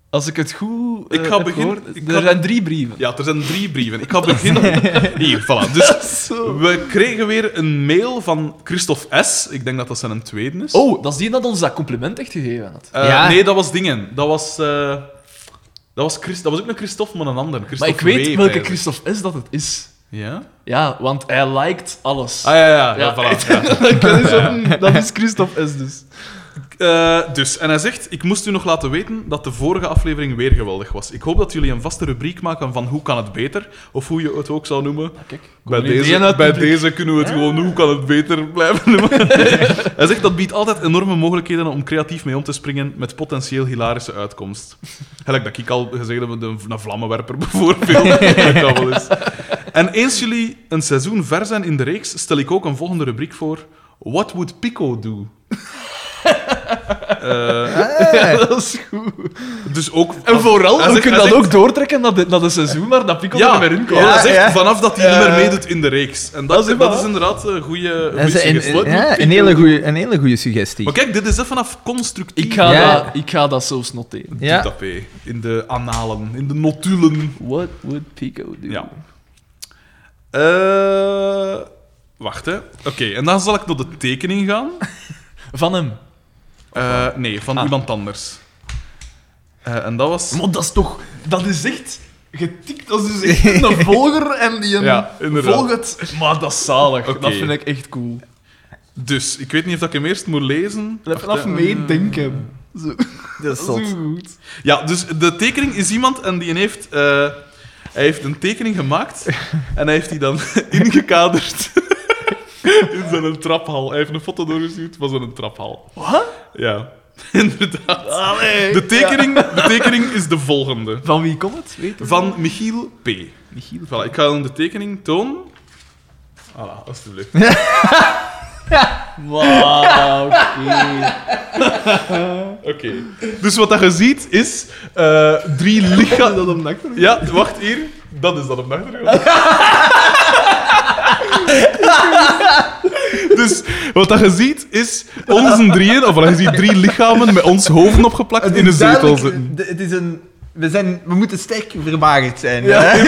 C: Als ik het goed
A: Ik
C: eh,
A: ga
C: heb
A: beginnen-
C: gehoord,
A: ik
C: er
A: ga-
C: zijn drie brieven.
A: Ja, er zijn drie brieven.
C: <laughs>
A: Ik ga beginnen. Hier, voilà. Dus
C: Zo.
A: we kregen weer een mail van Christophe S. Ik denk dat dat zijn tweede is.
C: Oh, dat is die dat ons dat compliment echt gegeven had.
A: Eh,
B: Ja.
A: Nee, dat was dingen. Dat was... eh, dat, was Christ dat was ook een Christophe, maar een ander.
C: Maar ik
A: Christophe
C: weet
A: W,
C: welke
A: eigenlijk.
C: Christophe S dat het is.
A: Ja?
C: Ja, want hij liked alles.
A: Ah, ja, ja. ja,
C: Ja,
A: voilà.
C: <laughs>
A: ja.
C: dat, is een- dat is Christophe S. dus.
A: Eh, dus, en hij zegt, ik moest u nog laten weten dat de vorige aflevering weer geweldig was. Ik hoop dat jullie een vaste rubriek maken van hoe kan het beter, of hoe je het ook zou noemen.
C: Kijk,
A: Bij
C: Kom, ideeën
A: deze,
C: uit
A: bij
C: het publiek.
A: deze kunnen we het gewoon doen. Hoe kan het beter blijven?
C: <laughs>
A: noemen? Hij zegt dat biedt altijd enorme mogelijkheden om creatief mee om te springen met potentieel hilarische uitkomst. Gelijk dat ik al gezegd heb, de- een vlammenwerper <laughs>
C: <laughs>
A: bijvoorbeeld. dat kan wel eens. En eens jullie een seizoen ver zijn in de reeks, stel ik ook een volgende rubriek voor. What would Pico do? Eh, <laughs>
C: dat is goed.
A: dus ook...
C: En vooral,
A: Hij
C: we
A: zegt-
C: kunnen
A: hij
C: dat
A: zegt-
C: ook doortrekken naar de, naar de seizoen waar dat Pico er weer in kwam.
A: ja, hij
B: Ja,
A: zegt
B: ja.
A: vanaf dat hij
C: Eh,
A: niet meer meedoet in de reeks. En dat, eh,
C: dat
A: dat,
C: is
A: is,
C: waar.
A: inderdaad een goede
B: Dat is een,
A: suggestie.
B: ja, een, hele goeie, een hele goede suggestie.
A: Maar kijk, dit is even vanaf constructief.
C: Ik ga,
B: Ja.
C: dat, ik ga dat zelfs noteren.
A: ja.
B: Ja.
A: In de analen, in de notulen.
C: What would Pico do?
A: Ja. Eh, wacht, hè. Oké, en dan zal ik naar de tekening gaan.
C: Van hem.
A: Eh, nee, van
C: Ah.
A: iemand anders. Eh, en dat was...
C: Maar dat is toch... Dat is echt getikt. Dat is dus echt <laughs> een volger en die een
A: Ja, inderdaad.
C: volgt. Maar dat is zalig.
A: Oké.
C: Dat vind ik echt cool.
A: Dus, ik weet niet of dat ik hem eerst moet lezen.
C: En
A: Wacht,
C: Vanaf
A: hè.
C: meedenken. <laughs> Zo.
B: Dat
C: Zo goed.
A: Ja, dus de tekening is iemand en die heeft... eh, hij heeft een tekening gemaakt en hij heeft die dan <laughs> ingekaderd <laughs> in zo'n traphal. Hij heeft een foto doorgestuurd van zo'n traphal.
C: Wat?
A: Ja, <laughs> inderdaad.
C: Allee.
A: De tekening, de tekening is de volgende.
C: Van wie komt het? Weet je?
A: Van Michiel P.
C: Michiel.
A: Voilà, ik ga hem de tekening tonen. Voilà, alsjeblieft.
C: <laughs> Wauw, oké.
A: Oké. Dus wat dat je ziet is eh,
C: <laughs>
A: drie lichaam...
C: Dat om nachter.
A: Ja, wacht hier. Dat is dat op de achtergrond.
C: <laughs>
A: dus wat dat je ziet is onze drieën, of wel, je ziet drie lichamen met ons hoofden opgeplakt in een zetel zitten.
B: Het is een... We, zijn, we moeten sterk vermagerd zijn.
C: Ja.
B: hè?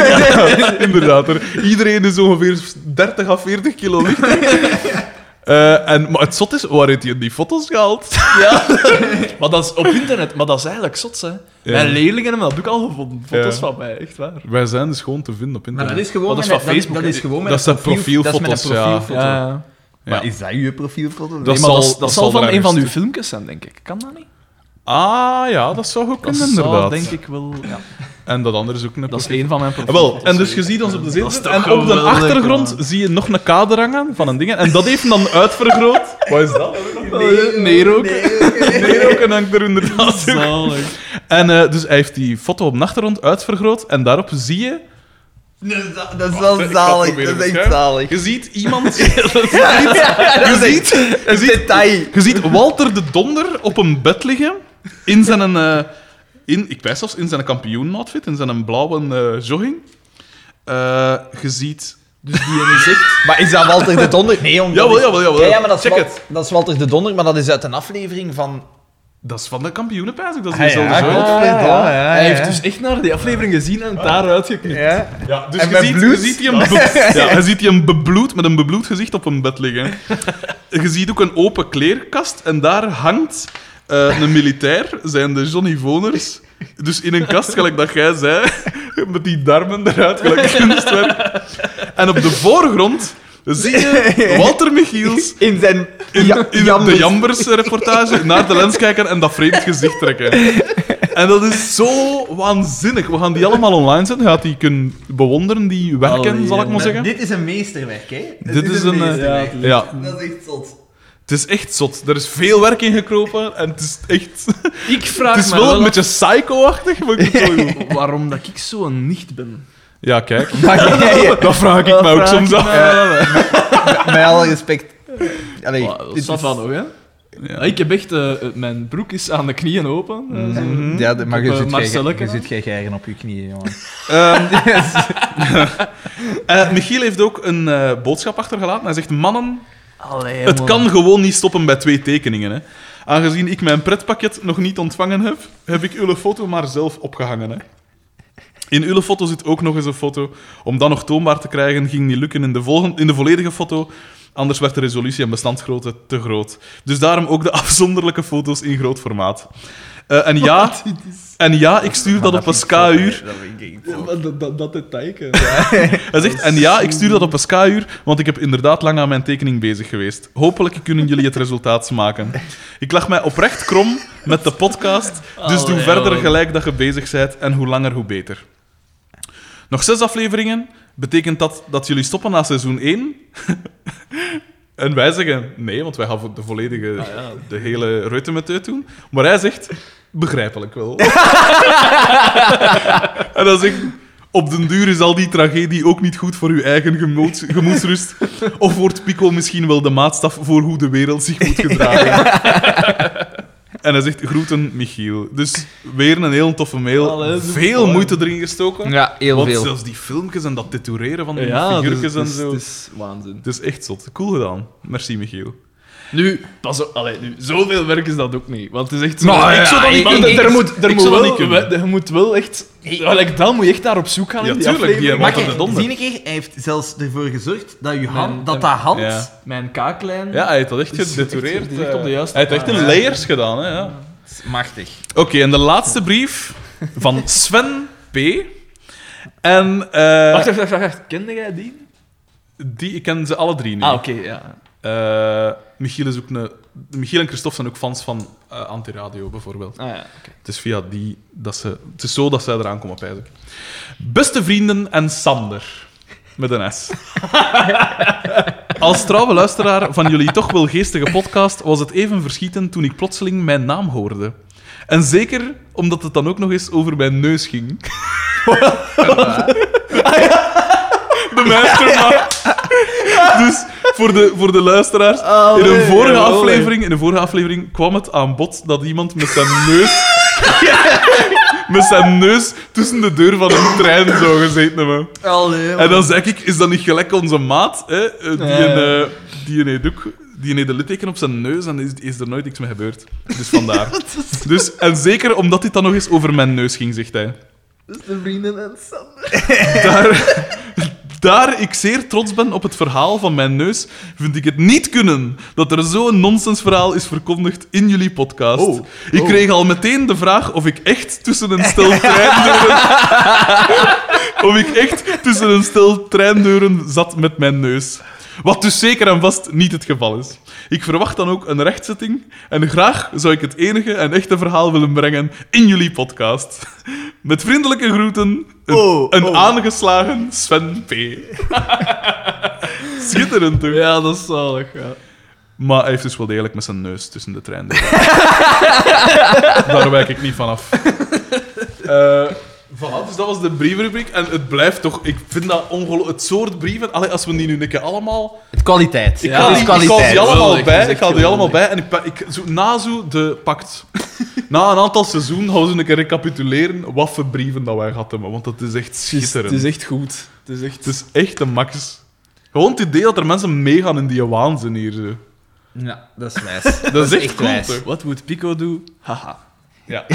A: Ja, <laughs> inderdaad. er- Iedereen is ongeveer 30 à 40 kilo lichter. <laughs> Eh, en, maar het zot is, waar heeft je die foto's gehaald?
C: <laughs> Maar dat is op internet, maar dat is eigenlijk zot, hè. Mijn leerlingen hebben dat ook al gevonden. Foto's
A: Ja.
C: van mij, echt waar.
A: <laughs> Wij zijn dus gewoon te vinden op
B: Maar
A: internet.
B: dat is gewoon...
C: Dat is
B: met-
C: van Facebook,
B: Dat, is gewoon met
A: Dat
B: een
A: zijn profielfoto's,
B: dat is met een
A: ja.
B: profielfoto.
A: Ja.
B: Maar is dat uw profielfoto?
A: Dat
C: Nee, maar
A: zal-
C: dat, is- dat
A: dat zal
C: zal van
A: er
C: een van
A: ergens
C: uw
A: tussen.
C: filmpjes zijn, denk ik. Kan dat niet?
A: Ah ja, dat zou goed
C: Dat
A: kunnen,
C: zal,
A: inderdaad.
C: denk ik wel... Ja.
A: En dat andere is ook een
C: Dat is één van mijn
A: Ah,
C: profielen.
A: Wel, en dus je ziet ons op de
C: Dat is
A: zetel.
C: toch
A: En op de
C: geweldig,
A: achtergrond
C: man.
A: zie je nog een kader hangen van een ding. En dat heeft
C: <laughs>
A: dan uitvergroot. Wat is dat?
C: Nee, Nero.
A: <laughs> Nee, ook een hangt er inderdaad. in.
C: Zalig.
A: En eh, dus hij heeft die foto op de achtergrond uitvergroot. En daarop zie je.
B: Dat is wel
A: Wacht, hè, Oh, ik ga het
B: zalig.
A: proberen
B: Dat is echt
A: beschermen.
B: zalig.
A: Je ziet iemand. <laughs> je,
B: Ja, dat is
A: ziet,
B: echt een detail.
A: je ziet Walter de Donder op een bed liggen. In zijn. eh, in, ik wijs zelfs in zijn kampioen-outfit. In zijn blauwe eh, jogging. Eh, je ziet.
B: Dus die hebben zegt... Maar is dat Walter de Donder? Nee, jong. dat
A: Jawel,
B: is-
A: jawel, jawel.
B: Ja, ja, maar dat is,
A: Check
B: Wal-
A: het.
B: dat is Walter de Donder, maar dat is uit een aflevering van...
A: Dat is van de kampioenenpijs. Dat is
B: Ah, ja,
A: diezelfde
B: ja,
A: jogging.
B: Godverdomme, ja,
C: Hij
B: ja.
C: heeft dus echt naar die aflevering gezien en het daaruit geknipt.
B: Ja.
A: Ja, dus
B: En
A: je
B: met
A: ziet,
B: bloed?
A: je ziet die een be- ja, <laughs> je ziet die een bebloed, met een bebloed gezicht op een bed liggen. Je ziet ook een open kleerkast en daar hangt eh, een militair, zijn de Johnny Voners. Dus in een kast, gelijk dat jij zei, <laughs> met die darmen eruit, gelijk kunstwerk. En op de voorgrond zie
B: <laughs>
A: je Walter Michiels
B: In zijn...
A: <laughs> in,
B: ja,
A: in de
B: jambers.
A: Jambers-reportage naar de lens kijken en dat vreemd gezicht trekken. En dat is zo waanzinnig. We gaan die allemaal online zetten. Je gaat die kunnen bewonderen, die werken,
C: Allee,
A: zal ik maar
C: maar
A: zeggen.
B: Dit is een meesterwerk, hè?
A: Dit is een, eh,
B: meesterwerk.
A: Ja,
B: Dat is echt
A: <laughs>
B: zot.
A: het is echt zot. Er is veel werk in gekropen en het is echt...
C: Ik vraag
A: Het is
C: me
A: wel een
C: af
A: beetje psycho-achtig, maar ik vind het wel goed.
C: waarom dat ik zo'n nicht ben.
A: Ja, kijk.
B: Maar <laughs> jij- jij-
A: Dat vraag ik
C: Dat
A: me ook
C: vraag
A: soms
C: ik
A: af.
C: me wel af.
B: met alle respect... Allee,
C: Oh, dat
B: dit
C: staat
B: is-
C: van hoor, hè?
A: Ja.
C: Ja, ik heb echt... eh, eh, mijn broek is aan de knieën open. eh, zo.
B: Ja, de- maar
C: Ik
B: je
C: heb, eh,
B: zit gij-
C: Marcelleke
B: je
C: dan.
B: zit gij geigen op je knieën, <laughs> jongen.
A: Ehm, eh, Michiel heeft ook een eh, boodschap achtergelaten. Hij zegt, mannen,
C: Allee,
A: Het
C: man.
A: kan gewoon niet stoppen bij twee tekeningen. Hè. Aangezien ik mijn pretpakket nog niet ontvangen heb, heb ik uw foto maar zelf opgehangen. Hè. In uw foto zit ook nog eens een foto. Om dat nog toonbaar te krijgen, ging niet lukken in de, volgende, in de volledige foto. Anders werd de resolutie en bestandsgrootte te groot. Dus daarom ook de <laughs> afzonderlijke foto's in groot formaat. Eh, en, ja, en ja, ik stuur dat op een SK-uur.
C: Ja, maar Dat, dat, dat detail. hè.
A: Hij zegt, en ja, ik stuur dat op een ska-uur, want ik heb inderdaad lang aan mijn tekening bezig geweest. Hopelijk kunnen jullie het resultaat smaken. Ik lag mij oprecht krom met de podcast, dus doe
C: Allee,
A: verder
C: man.
A: gelijk dat je bezig bent en hoe langer hoe beter. Nog zes afleveringen, betekent dat dat jullie stoppen na seizoen 1? <laughs> en wij zeggen nee, want wij gaan voor de volledige,
C: Ah, ja.
A: de hele reutemeteut doen. Maar hij zegt, begrijpelijk wel. En dan zeg ik, op den duur is al die tragedie ook niet goed voor uw eigen gemoeds, gemoedsrust. Of wordt Pico misschien wel de maatstaf voor hoe de wereld zich moet gedragen? En hij zegt, groeten Michiel. Dus weer een heel toffe mail.
C: Allee, super.
A: veel moeite erin gestoken.
B: Ja, heel
A: Want
B: veel.
A: zelfs die filmpjes en dat tetoeëren van die
C: Ja,
A: figuurtjes
C: dus,
A: en
C: dus,
A: zo.
C: Het
A: Het is,
C: is waanzin.
A: echt zot. Cool gedaan. Merci, Michiel.
C: Nu, pas op, allee, nu, zoveel werk is dat ook niet. Want het is echt zo.
B: Nou, ja, ik-
C: want
B: ik-
C: er- er
B: ik-
C: moet, er
A: ik
C: moet
A: zou dat
C: wel,
A: niet kunnen.
C: we- Je moet wel echt. Allee, dan moet je echt daar op zoek gaan.
A: Ja,
C: in die
A: tuurlijk, die
C: aflevering.
A: Walter
B: Maar
A: de
B: kijk,
A: Donder.
B: zie een keer, hij heeft zelfs ervoor gezorgd dat, je hand,
C: Mijn-
B: dat dat hand...
A: Ja.
C: Mijn kaaklijn.
A: Ja, hij heeft dat echt
C: Is echt
A: gedetoureerd.
C: direct op de
A: eh.
C: juiste
A: Hij heeft echt
C: plaats.
A: in layers gedaan. Hè, ja.
B: Machtig.
A: Oké, en de laatste brief van Sven P. En eh,
C: Wacht, wacht, wacht, wacht. Kende jij die?
A: die, ik ken ze alle drie nu.
C: Ah, oké, ja.
A: Eh, Michiel, is ook een, Michiel en Christophe zijn ook fans van eh Antiradio, bijvoorbeeld.
C: Ah ja,
A: Het is via die dat ze... Het is zo dat zij eraan komen, pijs ik. Beste vrienden en Sander. Met een S. Als trouwe luisteraar van jullie toch wel geestige podcast was het even verschieten toen ik plotseling mijn naam hoorde. En zeker omdat het dan ook nog eens over mijn neus ging. De mastermind. Dus voor de, voor de luisteraars, in, een vorige
C: allee.
A: aflevering, in een vorige aflevering kwam het aan bod dat iemand met zijn neus... met zijn neus tussen de deur van een trein zou gezeten hebben. En dan zeg ik, is dat niet gelijk onze maat? Hè? Eh, Die
C: Ja, ja.
A: een, eh, die een heeft ook- die een heeft een litteken op zijn neus en is, is er nooit niks mee gebeurd. Dus
C: <laughs>
A: vandaar. dus, en zeker omdat dit dan nog eens over mijn neus ging, zegt hij.
C: De vrienden en Sander.
A: Daar, daar ik zeer trots ben op het verhaal van mijn neus, vind ik het niet kunnen dat er zo'n nonsensverhaal is verkondigd in jullie podcast.
C: Oh,
A: Ik
C: oh.
A: kreeg al meteen de vraag of ik echt tussen een stel
C: <laughs>
A: treindeuren... of ik echt tussen een stel treindeuren zat met mijn neus. Wat dus zeker en vast niet het geval is. Ik verwacht dan ook een rechtzetting en graag zou ik het enige en echte verhaal willen brengen in jullie podcast. Met vriendelijke groeten, een,
C: Oh,
A: een
C: oh.
A: aangeslagen Sven P. <laughs> Schitterend toch?
C: Ja, dat is zalig, ja.
A: Maar hij heeft dus wel degelijk met zijn neus tussen de trein.
C: <laughs>
A: Daar wijk ik niet van af. Eh, voilà, dus dat was de brievenrubriek. En het blijft toch... Ik vind dat ongelooflijk... Het soort brieven... Allee, als we die nu een keer allemaal...
B: Het kwaliteit.
A: Ik
C: Ja,
A: haal die,
B: het
A: ik
B: is
A: haal die
B: kwaliteit.
A: allemaal
C: Geweldig, dat
A: bij.
C: is
A: Ik haal die
C: echt
A: allemaal bij. En ik, pa- ik, zo, na zo de pact. Na een aantal seizoenen gaan we zo een keer recapituleren wat voor brieven dat wij gehad hebben. Want dat is echt
C: Het is,
A: schitterend.
C: het is echt goed. Het is echt...
A: Het is echt een max. Gewoon het idee dat er mensen meegaan in die waanzin hier. zo.
B: Ja, dat <laughs> is wijs.
A: Dat, is
C: Dus
A: echt cool,
B: wijs.
A: toch?
C: What would Pico do? Haha. <laughs>
A: Ja.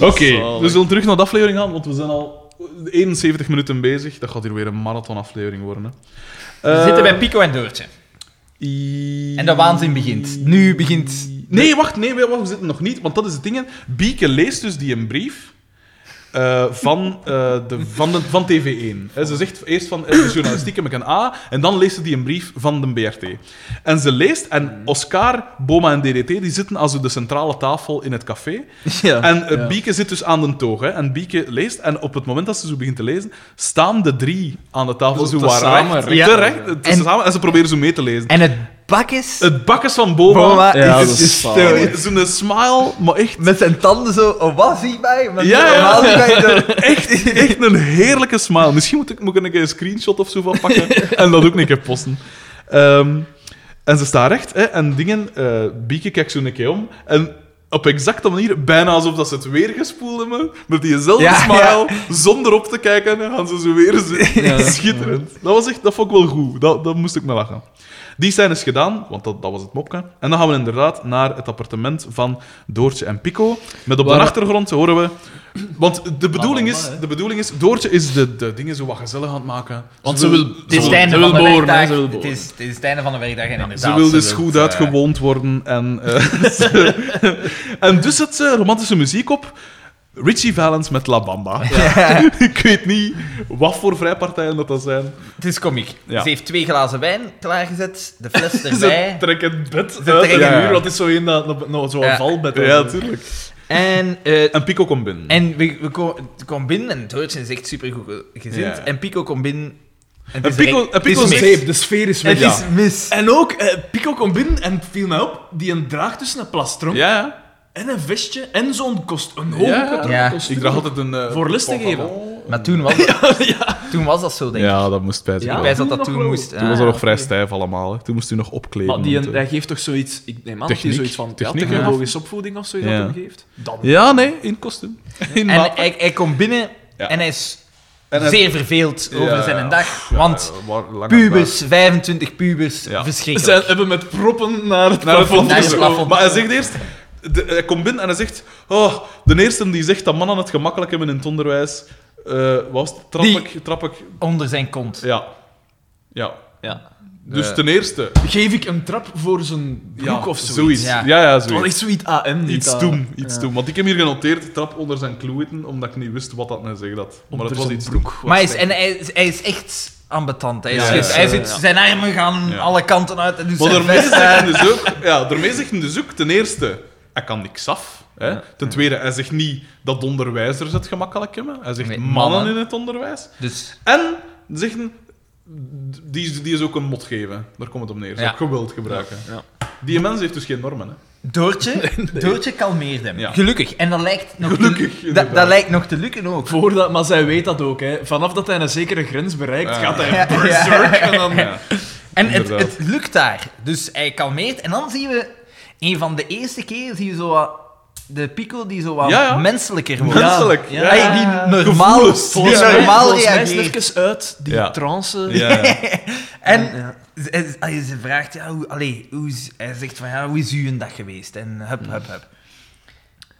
A: Oké, we zullen terug naar de aflevering gaan, want we zijn al 71 minuten bezig. Dat gaat hier weer een marathonaflevering worden. Hè.
B: We
A: Eh,
B: zitten bij Pico en Doortje.
A: i-
B: En de waanzin begint. Nu begint...
A: Nee, wacht, nee, wacht, we zitten nog niet, want dat is het ding. hè. Bieke leest dus die een brief eh, van, eh, de, van, de, van TV1. Hè, ze zegt eerst van eh, de journalistiek heb ik een A, en dan leest ze die een brief van de BRT. En ze leest, en Oscar, Boma en DDT die zitten als de centrale tafel in het café.
B: Ja.
A: En eh, Bieke zit dus aan de toog. Hè, en Bieke leest, en op het moment dat ze zo begint te lezen, staan de drie aan de tafel
C: Dus
A: zo
C: dat
A: waar
C: samen
A: recht,
B: recht.
A: te
B: Ja.
A: recht, eh,
B: En-
A: samen, en ze proberen zo mee te lezen.
B: En het bak is...
A: Het bakkes van Boma...
B: Boma
C: Ja,
B: is
C: dat is
B: gestoord.
C: zalig.
A: En Zo'n smile, maar echt...
B: Met zijn tanden zo... Oh, wat zie je mij? Met
A: Ja, ja.
B: normaal zie je mij zo-
A: <laughs> Echt, echt een heerlijke smile. Misschien moet ik, moet ik er een keer een screenshot of zo van
B: <laughs>
A: pakken en dat ook een keer posten. Ehm, en ze staat recht hè, en dingen... eh Bieke kijkt zo een keer om en op exacte manier, bijna alsof dat ze het weer gespoeld hebben, met diezelfde
B: Ja,
A: smile, zonder op te kijken, gaan ze zo weer
B: <laughs>
A: zitten.
C: Ja.
A: Schitterend. Dat was echt, dat vond ik wel goed. Dat, dat moest ik me lachen. Die scène is gedaan, want dat, dat was het mopje. En dan gaan we inderdaad naar het appartement van Doortje en Pico. Met op de
C: Waar-
A: achtergrond horen we... Want de bedoeling
C: mama,
A: is,
C: hè.
A: de bedoeling is Doortje is de, de dingen zo wat gezellig aan het maken.
C: Want ze wil...
B: Het is
C: ze
B: het
C: wil-
B: einde
C: ze
B: van
C: wil
B: de
C: boren, hè,
B: werkdag.
C: ze wil
B: Het
C: boren.
B: is het is het einde van de werkdag en inderdaad...
A: Ze wil dus
B: wil,
A: goed
B: eh,
A: uitgewoond worden. En, eh, <laughs> ze- en dus zet ze romantische muziek op. Richie Valens met La Bamba. <laughs> Ik weet niet wat voor vrijpartijen dat, dat zijn.
B: Het is komiek.
A: Ja.
B: Ze heeft twee glazen wijn klaargezet, de
A: <laughs>
B: fles
C: Ze
B: erbij.
C: trekken het bed uit
B: trekken-
C: een
A: Ja.
C: muur, dat is zo in dat, dat, dat- zo'n
B: Ja.
C: valbed.
A: Ja, natuurlijk.
B: en eh,
A: En Pico komt binnen.
B: En we, we ko- komen binnen en Deutschen is echt supergoed gezind.
A: Ja.
B: En Pico komt binnen. En het
A: En
B: is
A: Pico-
B: direct-
A: en Pico
B: het is
A: zegt-
B: mis.
C: de sfeer is
B: Het
C: ja.
B: is mis.
C: En ook, eh, Pico komt binnen en het viel mij op, die een draagt tussen een plastron
A: Ja, ja.
C: en een vestje en zo'n kost, een
A: Ja.
C: hooggetrokken
B: Ja.
C: kostuum.
A: Ik draag
C: <laughs>
A: altijd een... eh,
C: Voor lust te
A: pantalon.
B: Maar toen was, dat, toen was dat zo, denk <laughs> ik.
A: Ja, dat moest spijtig
C: Ja.
A: wel.
B: Ik wijs dat dat
C: Toen
B: toen
C: nog
B: moest.
A: Toen was
B: Ah.
A: dat nog vrij stijf allemaal. hè. Toen moest u nog opkleden.
C: Maar die,
A: want,
C: een-
A: eh,
C: hij geeft toch zoiets, ik neem aan dat hij
A: Techniek.
C: zoiets van ja,
A: Techniek,
C: technologische opvoeding of zo
A: Ja.
C: dat hem geeft. Dan.
A: Ja, nee, in kostuum. In
B: En
A: maatpak.
B: hij, hij komt binnen
A: Ja.
B: en hij is
A: En hij-
B: zeer verveeld over
A: Ja,
B: zijn dag.
A: ja,
B: want
A: waar- lang
B: pubers, 25 pubers,
A: Ja.
B: verschrikkelijk.
C: Zij hebben met proppen naar het
A: naar het plafond.
B: Naar het
A: geschoven.
B: plafond.
A: Maar hij zegt eerst... de- hij komt binnen en hij zegt... Oh, de eerste die zegt dat mannen het gemakkelijk hebben in het onderwijs... eh, wat was het? Trap
B: Die-
A: ik, trap ik...
B: Onder zijn kont.
A: Ja. Ja.
C: Ja.
A: Dus ten eerste,
C: Geef ik een trap voor zijn broek
A: ja,
C: of
A: zoiets.
C: zoiets?
A: Ja,
B: Ja.
A: ja,
C: Dat
A: zoiets.
C: is zoiets AM. niet
A: Iets
C: dat-
A: doen, iets
C: Ja.
A: doen. Want ik heb hier genoteerd, trap onder zijn kloeten, omdat ik niet wist wat dat nou zeggen had. Maar het
C: Onder
A: was
C: zijn
A: iets
C: broek.
A: doen.
B: Maar hij is, en hij, is- hij is echt ambetant. Hij, is,
A: Ja,
B: hij, is-
A: ja, ja,
B: hij zit,
C: ja.
B: zijn armen gaan
A: Ja.
B: alle kanten uit. En dus
A: Maar
B: zijn
A: daarmee
B: vest-
A: zegt hij dus ook... Ja, daarmee zegt hij dus ook ten eerste... Hij kan niks af. Hè? Ten tweede, hij zegt niet dat onderwijzers het gemakkelijk hebben. Hij zegt
B: Nee,
A: mannen.
B: mannen.
A: in het onderwijs.
B: Dus
A: En zegt hij... Die is, die is ook een mot geven. Daar komt het op neer. Ze
B: Ja.
A: ook geweld gebruiken.
C: Ja.
A: Die mens heeft dus geen normen. Hè? <laughs>
B: Doortje, Doortje kalmeerde hem.
A: Ja.
B: Gelukkig. En dat lijkt nog,
A: Gelukkig,
B: te, dat-
A: inderdaad.
B: dat lijkt nog te lukken ook.
C: Voordat, maar zij weet dat ook. Hè. Vanaf dat hij een zekere grens bereikt,
A: Ja.
C: gaat hij
B: <laughs> Ja, ja.
C: berserk. En dan...
A: Ja.
B: <laughs> En het,
A: Inderdaad.
B: het lukt daar. Dus hij kalmeert. En dan zien we, een van de eerste keer zien we zo wat, de Pico die zo wat
A: Ja, ja.
B: menselijker wordt.
A: Menselijk.
C: Ja.
B: Hij die normaal,
A: Gevoelens.
B: die
A: Volgens
C: Volgens mij-
B: normaal
C: volgens mij is
B: reageert.
C: het even uit die
A: Ja.
C: trance.
A: Ja.
B: En ze- ze- ze vraagt, ja, hoe, allee, hoe is, hij zegt van, ja, hoe is uw dag geweest? En hup, hup, hup.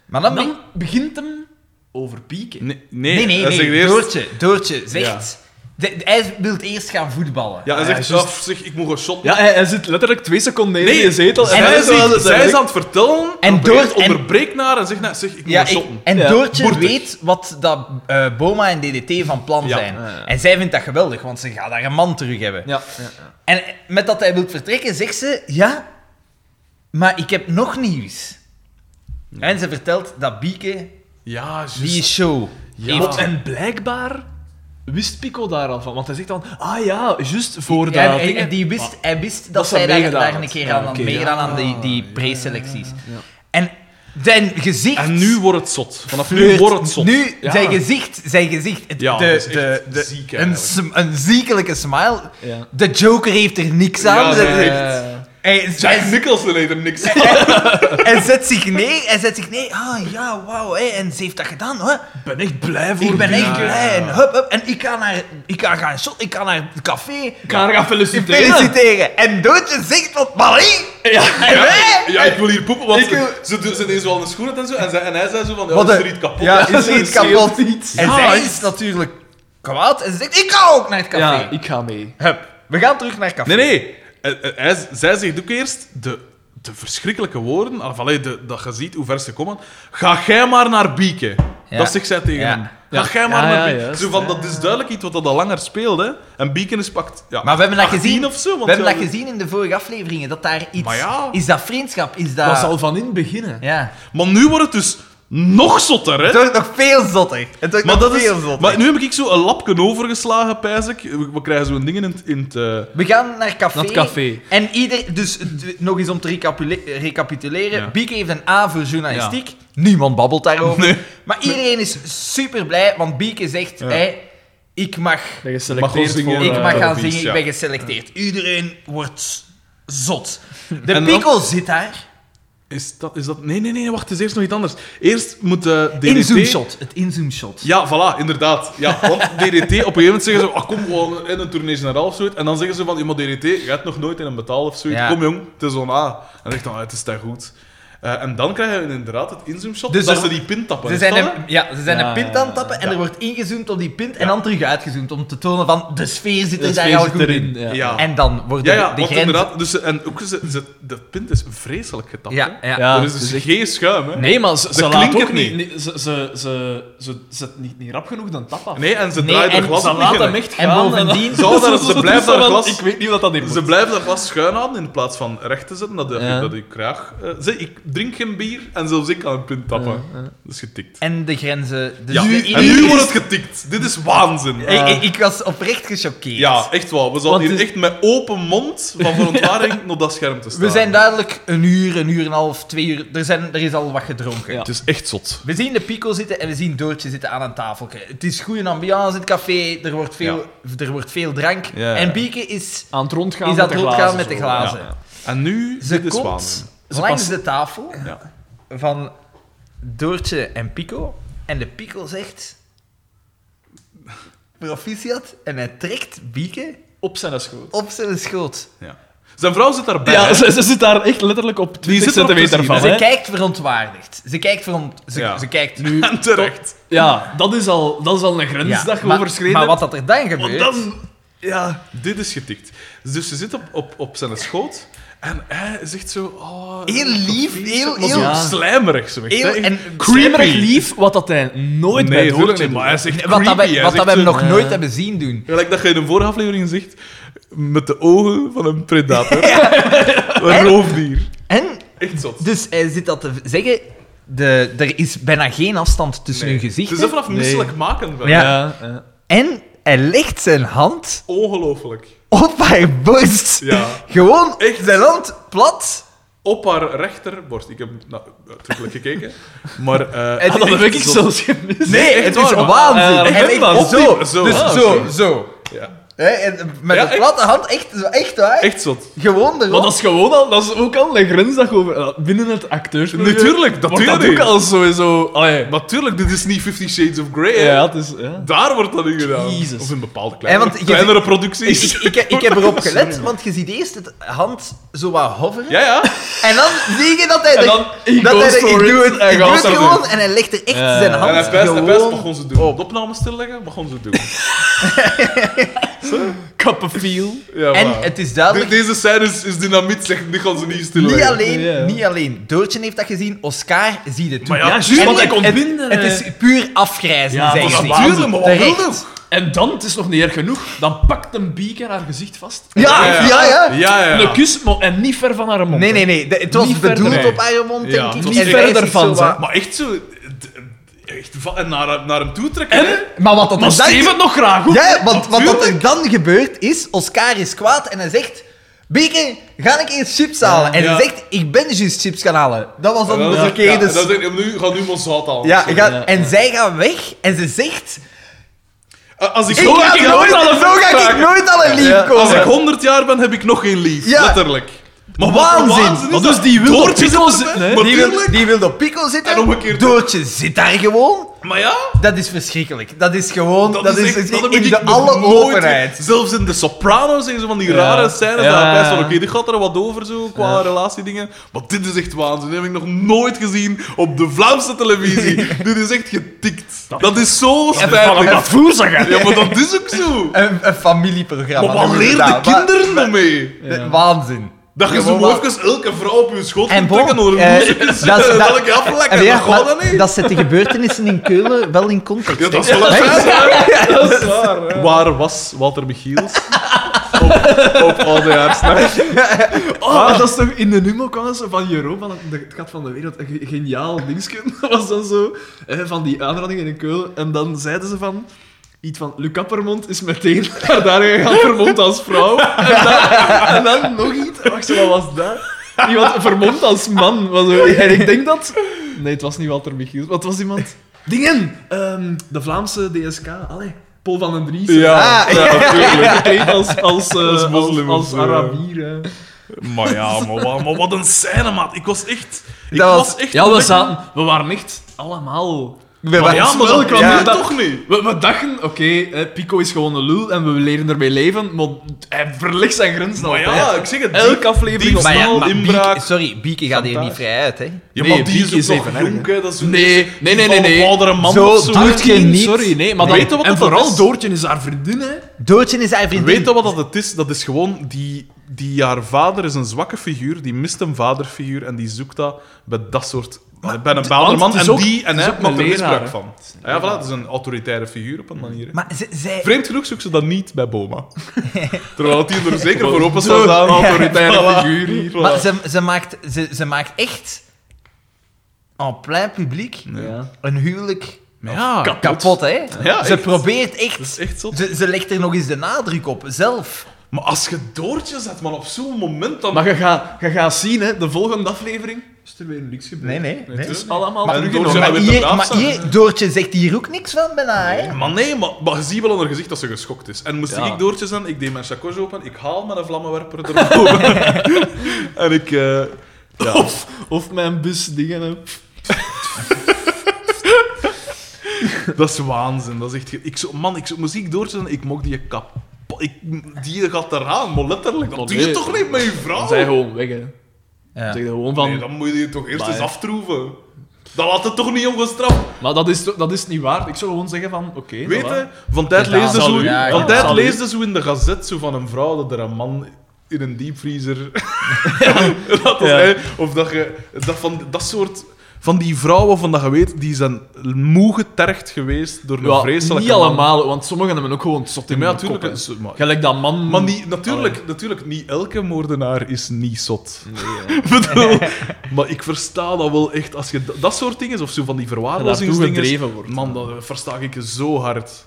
B: Maar dan...
C: En Mm. dan begint hem over pieken.
A: Nee, nee,
B: nee, nee,
A: hij
B: nee,
A: zegt eerst...
B: Doortje, Doortje zegt... de- de- hij wil eerst gaan voetballen.
A: Ja, hij
C: Ah, ja,
A: zegt,
C: juist.
A: "Ah, zeg, ik moet een shot
C: Ja, hij, hij zit letterlijk twee seconden in
A: Nee,
C: je zetel.
A: En
B: En
A: zij,
B: hij
A: is,
C: zo-
A: aan- zij
C: direct-
A: is aan het vertellen,
B: En
A: en
B: door-
A: door,
B: en-
A: onderbreekt naar en zegt, nee, zeg, ik moet
B: Ja,
A: ja,
B: ik-
A: shotten.
B: en
C: Ja.
B: Doortje
A: Boertig.
B: weet wat dat, eh, Boma en DDT van plan
A: Ja.
B: zijn.
C: Ja, ja.
B: En zij vindt dat geweldig, want ze gaat daar een man terug hebben.
C: Ja, ja, ja.
B: En met dat hij wil vertrekken, zegt ze: Ja, maar ik heb nog nieuws. En ze vertelt dat Bieke
A: Ja, juist.
B: die show heeft.
C: En blijkbaar wist Pico daar al van. Want hij zegt dan, ah ja, juist voor
B: Ja,
C: dat
B: en-
C: ding.
B: en die wist, hij wist dat,
C: dat ze
B: zij daar,
C: meegedaan
B: daar
C: had.
B: een keer
C: Ja,
B: aan had
C: oké,
B: meegedaan
C: Ah, ja.
B: aan die, die preselecties. En zijn gezicht.
A: En nu wordt het zot. Vanaf nu
B: kleurt-
A: wordt het zot.
B: Nu,
C: Ja.
B: zijn gezicht, zijn gezicht. het-
A: Ja,
B: de,
A: dat is echt
B: de, de,
A: ziek
B: een,
A: eigenlijk.
B: sm- een ziekelijke smile.
C: Ja.
B: De Joker heeft er niks aan.
A: Ja,
B: Ze-
A: nee.
C: Eh,
B: hij,
A: Jack
B: hij-
A: Nicholson heeft er niks aan.
B: Hij zet zich neer, hij zet zich neer. Ah ja, wauw, hè. en ze heeft dat gedaan. Hè.
C: ik ben echt blij voor
B: Ik ben
C: die-
B: echt
A: ja,
B: blij.
A: ja.
B: En, hup, hup, en ik ga naar, ik ga gaan shot, ik ga naar het café.
C: Ik ga haar gaan feliciteren.
B: Feliciteren. En Doodje zegt wat Marie.
C: Ja.
B: En wij.
A: Ja, ik wil hier poepen, want
C: Ik wil-
A: ze, ze, doen- ze deed zo al een schoenen en zo. En, zij- en hij zei zo van, ja,
B: Wat
A: is
B: een-
A: er iets kapot.
B: Ja, is
C: ze
B: er iets
C: scheelt
B: kapot?
C: iets.
B: En
C: Ja,
B: zij
C: echt.
B: is natuurlijk kwaad. En ze zegt, ik ga ook naar het café.
C: Ja, ik ga mee.
B: Hup, we gaan terug naar het café.
A: Nee, nee. Eh, eh, hij- zij zegt ook eerst de, de verschrikkelijke woorden, of allee, de, dat je ziet hoe ver ze komen. Ga jij maar naar Bieke.
B: Ja.
A: Dat zegt zij tegen
B: Ja.
A: hem. Ga
C: Ja.
A: jij maar
C: Ja,
A: naar
C: ja,
A: Bieke.
C: juist.
A: zo van, dat is duidelijk iets wat dat al langer speelt. Hè. En Bieke is pakt ja,
B: Maar we hebben dat
A: 18
B: gezien,
A: of zo. want
B: we hebben
A: ja,
B: dat
A: dus-
B: gezien in de vorige afleveringen, dat daar iets...
A: Maar ja.
B: Is dat vriendschap? Is dat...
C: Dat zal van in beginnen.
B: Ja.
A: Maar nu wordt het dus nog zotter, hè?
B: Het wordt nog veel zotter. Het <laughs> wordt
A: Maar,
B: nog
A: dat is,
B: veel zotter.
A: maar nu heb ik zo een lapje overgeslagen, pijs ik. We we krijgen zo'n ding in het... In het eh,
B: We gaan naar café.
C: Naar het café.
B: En ieder, dus d- nog eens om te recapitule- recapituleren.
A: Ja.
B: Bieke heeft een A voor journalistiek. Niemand babbelt daarover. Maar iedereen is super blij, want Bieke zegt: hé, ik mag,
C: Dat je
A: Mag gewoon
C: selecteert voor...
A: zingen.
B: ik
A: eh,
C: eh,
B: mag gaan
A: Eurovisie,
B: zingen,
A: ja.
B: ik ben geselecteerd. Iedereen wordt zot. De
A: En
B: Pico zit daar.
A: is, dat, is dat... Nee, nee, nee, wacht. Het is eerst nog iets anders. Eerst moet eh DDT...
B: Inzoomshot. Het inzoomshot.
A: Ja, voilà, inderdaad. Ja, want DDT, op een gegeven moment zeggen ze, ah, kom, we gaan in een tournee generaal of zoiets. En dan zeggen ze van, ja, maar DDT, je hebt nog nooit in een betaal of zoiets.
B: Ja.
A: Kom jong, het is zo'n A. En dan zegt dan, ah, het is daar goed. Eh, en dan krijg je inderdaad het inzoomshot,
B: Dus
A: dat
B: er-
A: ze die pin tappen.
B: Ze
A: Is
B: zijn,
A: dat
B: een,
A: hem?
B: ja, ze zijn
C: Ja,
B: een pint
C: ja,
B: aan het tappen en
A: ja.
B: er wordt ingezoomd op die pint en dan terug uitgezoomd om te tonen van de sfeer zit er
C: de
B: daar
C: sfeer
B: al
C: zit
B: goed
C: erin,
B: in.
C: ja.
A: Ja.
B: En dan wordt
A: Ja,
B: de-
A: ja,
B: de
A: want
B: grens...
A: inderdaad. Dus, en ook, ze, ze, dat pint is vreselijk getapt.
B: Ja,
A: hè.
B: ja.
C: Ja.
A: er is dus,
C: dus echt-
A: geen schuim, hè.
C: Nee, maar ze, ze
A: Dat
C: laat
A: klinkt
C: ook
A: het
C: niet.
A: niet.
C: niet- Ze, ze, ze, ze zet niet, niet rap genoeg dan tap af.
A: Nee, en ze
B: Nee,
A: draaien
B: en
A: de glas
C: ze
A: ook niet
C: laat
A: in,
C: hem
A: hè.
C: echt
B: En
C: gaan.
B: bovendien-
A: Zou
C: <laughs>
A: daar- ze blijft daar
C: van,
A: glas-
C: Ik weet niet wat dat in
A: Ze
C: moet.
A: blijven dat glas schuin houden in plaats van recht te zetten, dat je,
C: Ja.
A: dat je kraag... eh, zeg, ik drink geen bier en zelfs ik kan een pint tappen. Dat is getikt.
B: En de grenzen... Dus
A: Ja,
B: de-
A: en nu
B: iedereen-
A: wordt het getikt. Dit is waanzin.
B: Ik, ik, ik was oprecht gechoqueerd.
A: Ja, echt waar. We zaten
C: Want
A: hier
C: het is-
A: echt met open mond van verontwaardiging op dat scherm te staan.
B: We zijn duidelijk een uur, een uur en een half, twee uur... Er, zijn, er is al wat gedronken.
C: Ja.
A: Het is echt zot.
B: We zien de Pico zitten en we zien Doortje zitten aan een tafeltje. Het is goede ambiance in het café, er wordt veel, er wordt veel drank.
A: Ja.
B: En Bieke is,
C: Aan het rondgaan
B: is
C: met
B: aan
C: de
B: het rondgaan
C: glazen.
B: met de
C: zo.
B: glazen.
A: Ja. En nu,
B: Ze
A: dit is waanzin.
B: komt langs
C: past-
B: de tafel
A: Ja.
B: van Doortje en Pico. En de Pico zegt... Proficiat. En hij trekt Bieke
C: Op zijn schoot.
B: op zijn schoot.
A: Ja. Zijn vrouw zit daarbij.
C: Ja,
A: hè.
C: ze, ze zit daar echt letterlijk op 20
A: zit erop te
C: centimeter
A: zien,
C: van.
A: hè.
B: Ze
C: hè.
B: kijkt verontwaardigd. Ze kijkt, veront... ze,
A: Ja.
B: ze kijkt nu...
A: <laughs> En terecht.
C: Ja, dat is al, dat is al een grens
B: Ja,
C: dat je
B: maar,
C: overschreden
B: maar wat
C: hebt.
B: dat er dan gebeurt...
C: Want dan
A: ja, dit is getikt. Dus ze zit op, op, op zijn schoot en hij zegt zo... Oh,
B: Heel lief, heel,
A: maar zo
B: heel...
A: slijmerig, zo echt,
B: Heel-
A: hè.
B: en
C: Creeperig lief, wat dat hij nooit bij
A: Nee,
C: de oorlog
A: tuurlijk niet, maar hij zegt
B: Wat, dat
A: creepy,
B: wij,
A: hij
B: wat
A: zegt
B: dat we hem
A: zo-
B: nog nooit hebben zien doen.
A: Gelijk dat je in een vorige aflevering zegt, met de ogen van een predator.
B: <laughs>
A: Een roofdier.
B: En
A: Echt zot.
B: dus hij zit dat te zeggen. De, er is bijna geen afstand tussen hun gezichten.
A: Het is Dus vanaf misselijkmakend wel.
B: Ja.
C: Ja, ja.
B: En hij legt zijn hand
A: Ongelooflijk.
B: op haar borst.
A: Ja.
B: Gewoon
A: Echt.
B: zijn hand plat.
A: Op haar rechterborst. Ik heb nou, natuurlijk gekeken. Maar... eh,
B: <laughs> Het
A: ah,
C: Dat
A: is
C: heb ik
A: echt zot.
C: zelfs gemist.
B: Nee,
A: echt
B: het is
A: waar, maar-
B: waanzin.
C: Eh,
B: Hij
C: hem
B: legt
C: dan.
B: zo,
A: Opnieuw, zo.
B: Dus
A: Ah,
B: zo,
C: oké.
B: zo.
A: <laughs> Ja.
B: Hè, en met
A: Ja,
B: een
A: echt.
B: platte hand, echt, zo, echt waar.
A: Echt zot.
B: Gewoon erop.
C: Maar dat is gewoon al, dat is ook al een grens dat je over eh, binnen het acteurs.
A: Natuurlijk, dat
C: wordt dat
A: tuurlijk.
C: ook al sowieso. Allee,
A: Maar tuurlijk, dit is niet Fifty Shades of Grey. hè.
C: ja, het is. Ja.
A: Daar wordt dat in gedaan.
C: Jezus.
A: Of in bepaalde
B: Ja,
A: kleinere,
B: want je
A: kleinere
B: ziet- ik,
A: producties.
B: <laughs> ik, ik- ik
A: <laughs>
B: heb erop gelet, want je ziet eerst het hand zo wat hoveren.
A: Ja, ja.
B: En dan zie je dat hij...
C: En
B: de-
C: dan, he
B: dat hij
C: goes
B: de-
C: for
B: ik
C: it,
B: doe het,
C: hij
B: ik doe
C: goes
B: het
C: for it.
B: gewoon en hij legt er echt
C: Ja,
B: zijn
C: ja,
B: hand
A: En hij pijst, hij pijst,
B: gewoon Oh.
A: begon ze doen.
B: op.
A: De opname stilleggen, begon ze doen.
C: Cup of feel.
A: Ja,
B: En
A: maar-
B: het is
A: De-
B: duidelijk,
A: deze scène is, is dynamiet, zegt die gaan ze niet stilleggen.
B: niet alleen,
C: Ja, ja.
B: niet alleen. Doortje heeft dat gezien, Oscar ziet het
A: Maar
B: ook.
A: ja,
C: Ja, juist,
B: En
C: want hij
B: het-
C: kon
B: het-
C: winnen,
B: Het
C: hè.
B: is puur afgrijzen,
C: Ja,
B: zijn
C: dat is
B: gezicht.
C: waanzin.
A: Tuurlijk, maar wat
B: Terecht.
A: wil
C: En dan, het is nog niet erg genoeg, dan pakt een beaker haar gezicht vast.
B: Ja, ja, ja.
A: ja, ja.
C: Een kus, maar en niet ver van haar mond.
B: Nee,
C: hè.
B: nee, nee. de- het was
C: Niet
B: bedoeld
C: verder.
B: op haar mond,
A: Ja,
B: denk
A: het was
B: ik. En
C: niet
B: hij
C: verder
B: zegt
C: van,
B: zo wat-
C: zeg.
A: Maar echt zo... d- d- Echt va- en naar, hem- naar hem toe trekken, hè?
B: Maar wat dat
C: Maar
B: er dan...
C: Steven nog graag op.
B: Ja, want wat dat er
A: Natuurlijk.
B: dan gebeurt is, Oscar is kwaad en hij zegt... Beke, ga ik eens chips halen? En
A: Ja.
B: hij zegt, ik ben juist chips gaan halen. Dat was dan
A: En
B: de
A: dan- ja,
B: verkeerde...
A: en dan zeg ik, nu, ga nu maar zout halen.
B: dus. Ja, ik ga-
C: Ja,
B: en zij gaan weg en ze zegt...
A: Eh, Als ik,
B: Ik
A: zo
B: ga
A: ga ik
B: nooit,
A: nooit
C: aan een
B: zo ga
C: vraag.
B: ik nooit aan een lief
C: Ja,
B: komen.
A: Als ik 100 jaar ben, heb ik nog geen lief.
B: Ja.
A: Letterlijk. Maar
B: Waanzin.
A: waanzin!
C: Maar dus die wil op
A: Doortje
C: Pico
A: zit erbij,
C: zitten, hè?
A: maar
B: die, wil,
A: tuurlijk.
B: die wil op Pico zitten.
A: En omgekeerd.
B: Doortje zit daar gewoon.
A: Maar ja,
B: Dat is verschrikkelijk. Dat is gewoon... Dat, is,
A: echt- dat heb
B: in
A: ik
B: de
A: nog
B: alle
A: nooit-
B: openheid.
A: Zelfs in De Sopranos zeggen ze van die
C: Ja.
A: rare scènes.
C: Ja.
A: Dat hij best van, oké, dit gaat er wat over zo, qua relatiedingen. Maar dit is echt waanzin. Dat heb ik nog nooit gezien op de Vlaamse
B: <laughs>
A: televisie. dit is echt getikt. Dat, is zo
C: Voilà,
A: spijtig.
C: dat voel zeggen.
A: Ja, maar dat is ook zo.
B: Een, een familieprogramma.
A: Maar wat
B: dat
A: leer
B: hebben
A: de
B: we gedaan. Maar-
A: kinderen dan mee?
B: de-
C: Ja.
B: Waanzin.
A: Dat je
B: Gewoon
A: zo
B: waar.
A: even elke vrouw op je schoot
B: En
A: kunt
B: bon,
A: tikken door
C: <laughs>
B: eh,
A: een muzikus.
B: dat is-
A: Dat
B: dat-
A: elke aflekken.
B: Ja,
A: Dat gaat
B: maar
A: dat niet.
B: dat zet de gebeurtenissen in Keulen wel in context.
A: Ja, dat is
B: hè.
A: wel een
B: Hè?
A: feit, hè.
C: Dat is waar. hè.
A: Waar was Walter Michiels op, op oudejaarsnacht?
C: <laughs> Oh,
A: Ah.
C: maar dat is toch in de nummer kwam ze van Jero, van het- het gaat van de wereld, een ge- geniaal dingetje. <laughs> Dat was dan zo, hè, van die aanradingen in Keulen. En dan zeiden ze van, iets van, Luc Appermond is meteen <laughs> naar daar gegaan, vermomd als vrouw. En dan, en dan nog iets, wacht, zo, wat was dat? Iemand vermomd als man. Was <laughs> zo, en ik denk dat... Nee, het was niet Walter Michiels, maar het was iemand... Dingen! Ehm, de Vlaamse DSK, allee. Paul van den Dries. <laughs>
A: Ja,
B: Ah,
A: ja, natuurlijk.
C: Gekleed <laughs> als, als, eh,
A: Als
C: als,
A: moslim
C: als,
A: of zo, ja.
C: Arabier. hè.
A: Maar ja, maar, wa- maar wat een scène, maat. Ik was echt... Ik
B: Dat
A: was,
B: was-
A: echt...
C: Ja, we
A: ontdekt-
C: zaten... We waren echt allemaal...
B: Ik ben
A: Maar
B: wel-
A: ja, maar
C: Wel
A: dat
C: kwam
A: kwam
C: hier dat-
A: toch niet.
C: We, we dachten, oké, hè, Pico is gewoon een lul en we leren ermee leven, maar hij verlegt zijn grenzen
A: Maar
C: altijd.
A: ja, ik zeg het.
C: Elke aflevering
B: Maar ja,
A: snel
B: maar
A: inbraak.
B: Bieke- sorry, Bieke gaat hier
A: Chantage.
B: niet vrij uit, hè.
A: Ja,
C: Nee,
A: maar die
C: Bieke
A: is
C: is
A: ook
C: even
A: nog
C: erger.
A: jong, hè. Dat is
C: Nee, nee, nee, nee, nee.
A: Een oudere man
B: Zo
A: of zo.
B: doet je niet.
C: Sorry, Ah, nee,
A: Nee.
C: maar dan-
A: Weet je wat
C: en
A: dat
C: vooral
A: is?
C: Doortje is haar vriendin, hè.
B: Doortje is haar vriendin.
A: Weet je wat dat het is? Dat is gewoon die, die haar vader is een zwakke figuur, die mist een vaderfiguur en die zoekt dat bij dat soort bij een
C: want
A: baderman
C: het is
A: en
C: ook-
A: die en
C: het is
A: hij
C: ook
A: maakt
C: een
A: er
C: leraar, hè.
A: misbruik van. Ja, voilà, het is een autoritaire figuur op een manier. hè.
B: Maar ze- zij...
A: Vreemd genoeg zoekt ze dat niet bij
B: <laughs>
A: Boma. Terwijl die er zeker voor open
C: Zo'n
A: zou staan.
C: autoritaire
A: Voilà.
C: figuur hier.
A: Voilà.
B: Maar ze, ze, maakt, ze, ze maakt echt... En plein publiek
C: Ja.
B: een huwelijk
A: Maar ja,
B: kapot, hè.
A: Ja,
B: ze
A: echt.
B: probeert echt...
A: Dat is echt zo.
B: Ze, ze legt er nog eens de nadruk op, zelf.
A: Maar als je doortje zet, man, op zo'n moment dan...
C: <laughs> Maar je gaat, je gaat zien, hè, de volgende aflevering is er weer niks gebeurd.
B: Nee, nee, nee.
C: Het is allemaal
A: Maar
C: terug in
A: Doortje
C: orde.
A: gaat
B: Maar
A: weer
B: hier,
A: te braaf
B: maar
A: zijn.
B: hier, Doortje zegt hier ook niks van, bijna, hè.
A: Maar nee, maar, maar je ziet wel aan haar gezicht dat ze geschokt is. En moest
C: Ja.
A: ik doortje zijn, ik deed mijn chakos open, ik haal mijn vlammenwerper erboven. <laughs> en ik... eh, ja.
C: <laughs> Of, of mijn bus dingen. hè.
A: Dat is waanzin. Dat is echt... ge- Ik zo, man, ik zo, muziek door te doen, ik mocht die kapot... Ik, die gaat eraan, maar letterlijk.
C: Maar
A: Dat doe je
C: nee.
A: toch niet met je
C: Dan
A: vrouw?
C: zijn gewoon weg, hè.
B: Ja.
C: Zeg je gewoon van...
A: Nee, dan moet je je toch eerst
C: Maar-
A: eens aftroeven. Dat laat het toch niet ongestraft.
C: Maar dat is, to- dat is niet waar. Ik zou gewoon zeggen van, oké,
A: Weet je,
C: voilà.
A: van tijd
B: Gedaan.
A: leesde zo,
B: Zal u. Ja,
A: van
B: ja.
A: tijd
C: Zal u.
A: leesde zo in de gazet zo van een vrouw dat er een man in een diepvriezer. dat was
B: Ja.
A: hij. Of dat je dat van dat soort van die vrouwen van dat je weet, die zijn moe getergd geweest door een
C: Ja,
A: vreselijke
C: niet
A: man.
C: allemaal, want sommigen hebben ook gewoon zot in
A: Maar ja,
C: hun kop,
A: natuurlijk.
C: hè.
A: eh, maar-
C: Gelijk dat man...
A: Maar niet, natuurlijk, natuurlijk, niet elke moordenaar is niet zot. Ik <laughs> bedoel, maar ik versta dat wel echt. Als je da- dat soort dingen, of zo van die verwaarlozingsdingen...
C: gedreven wordt.
A: Man, dat eh, versta ik zo hard.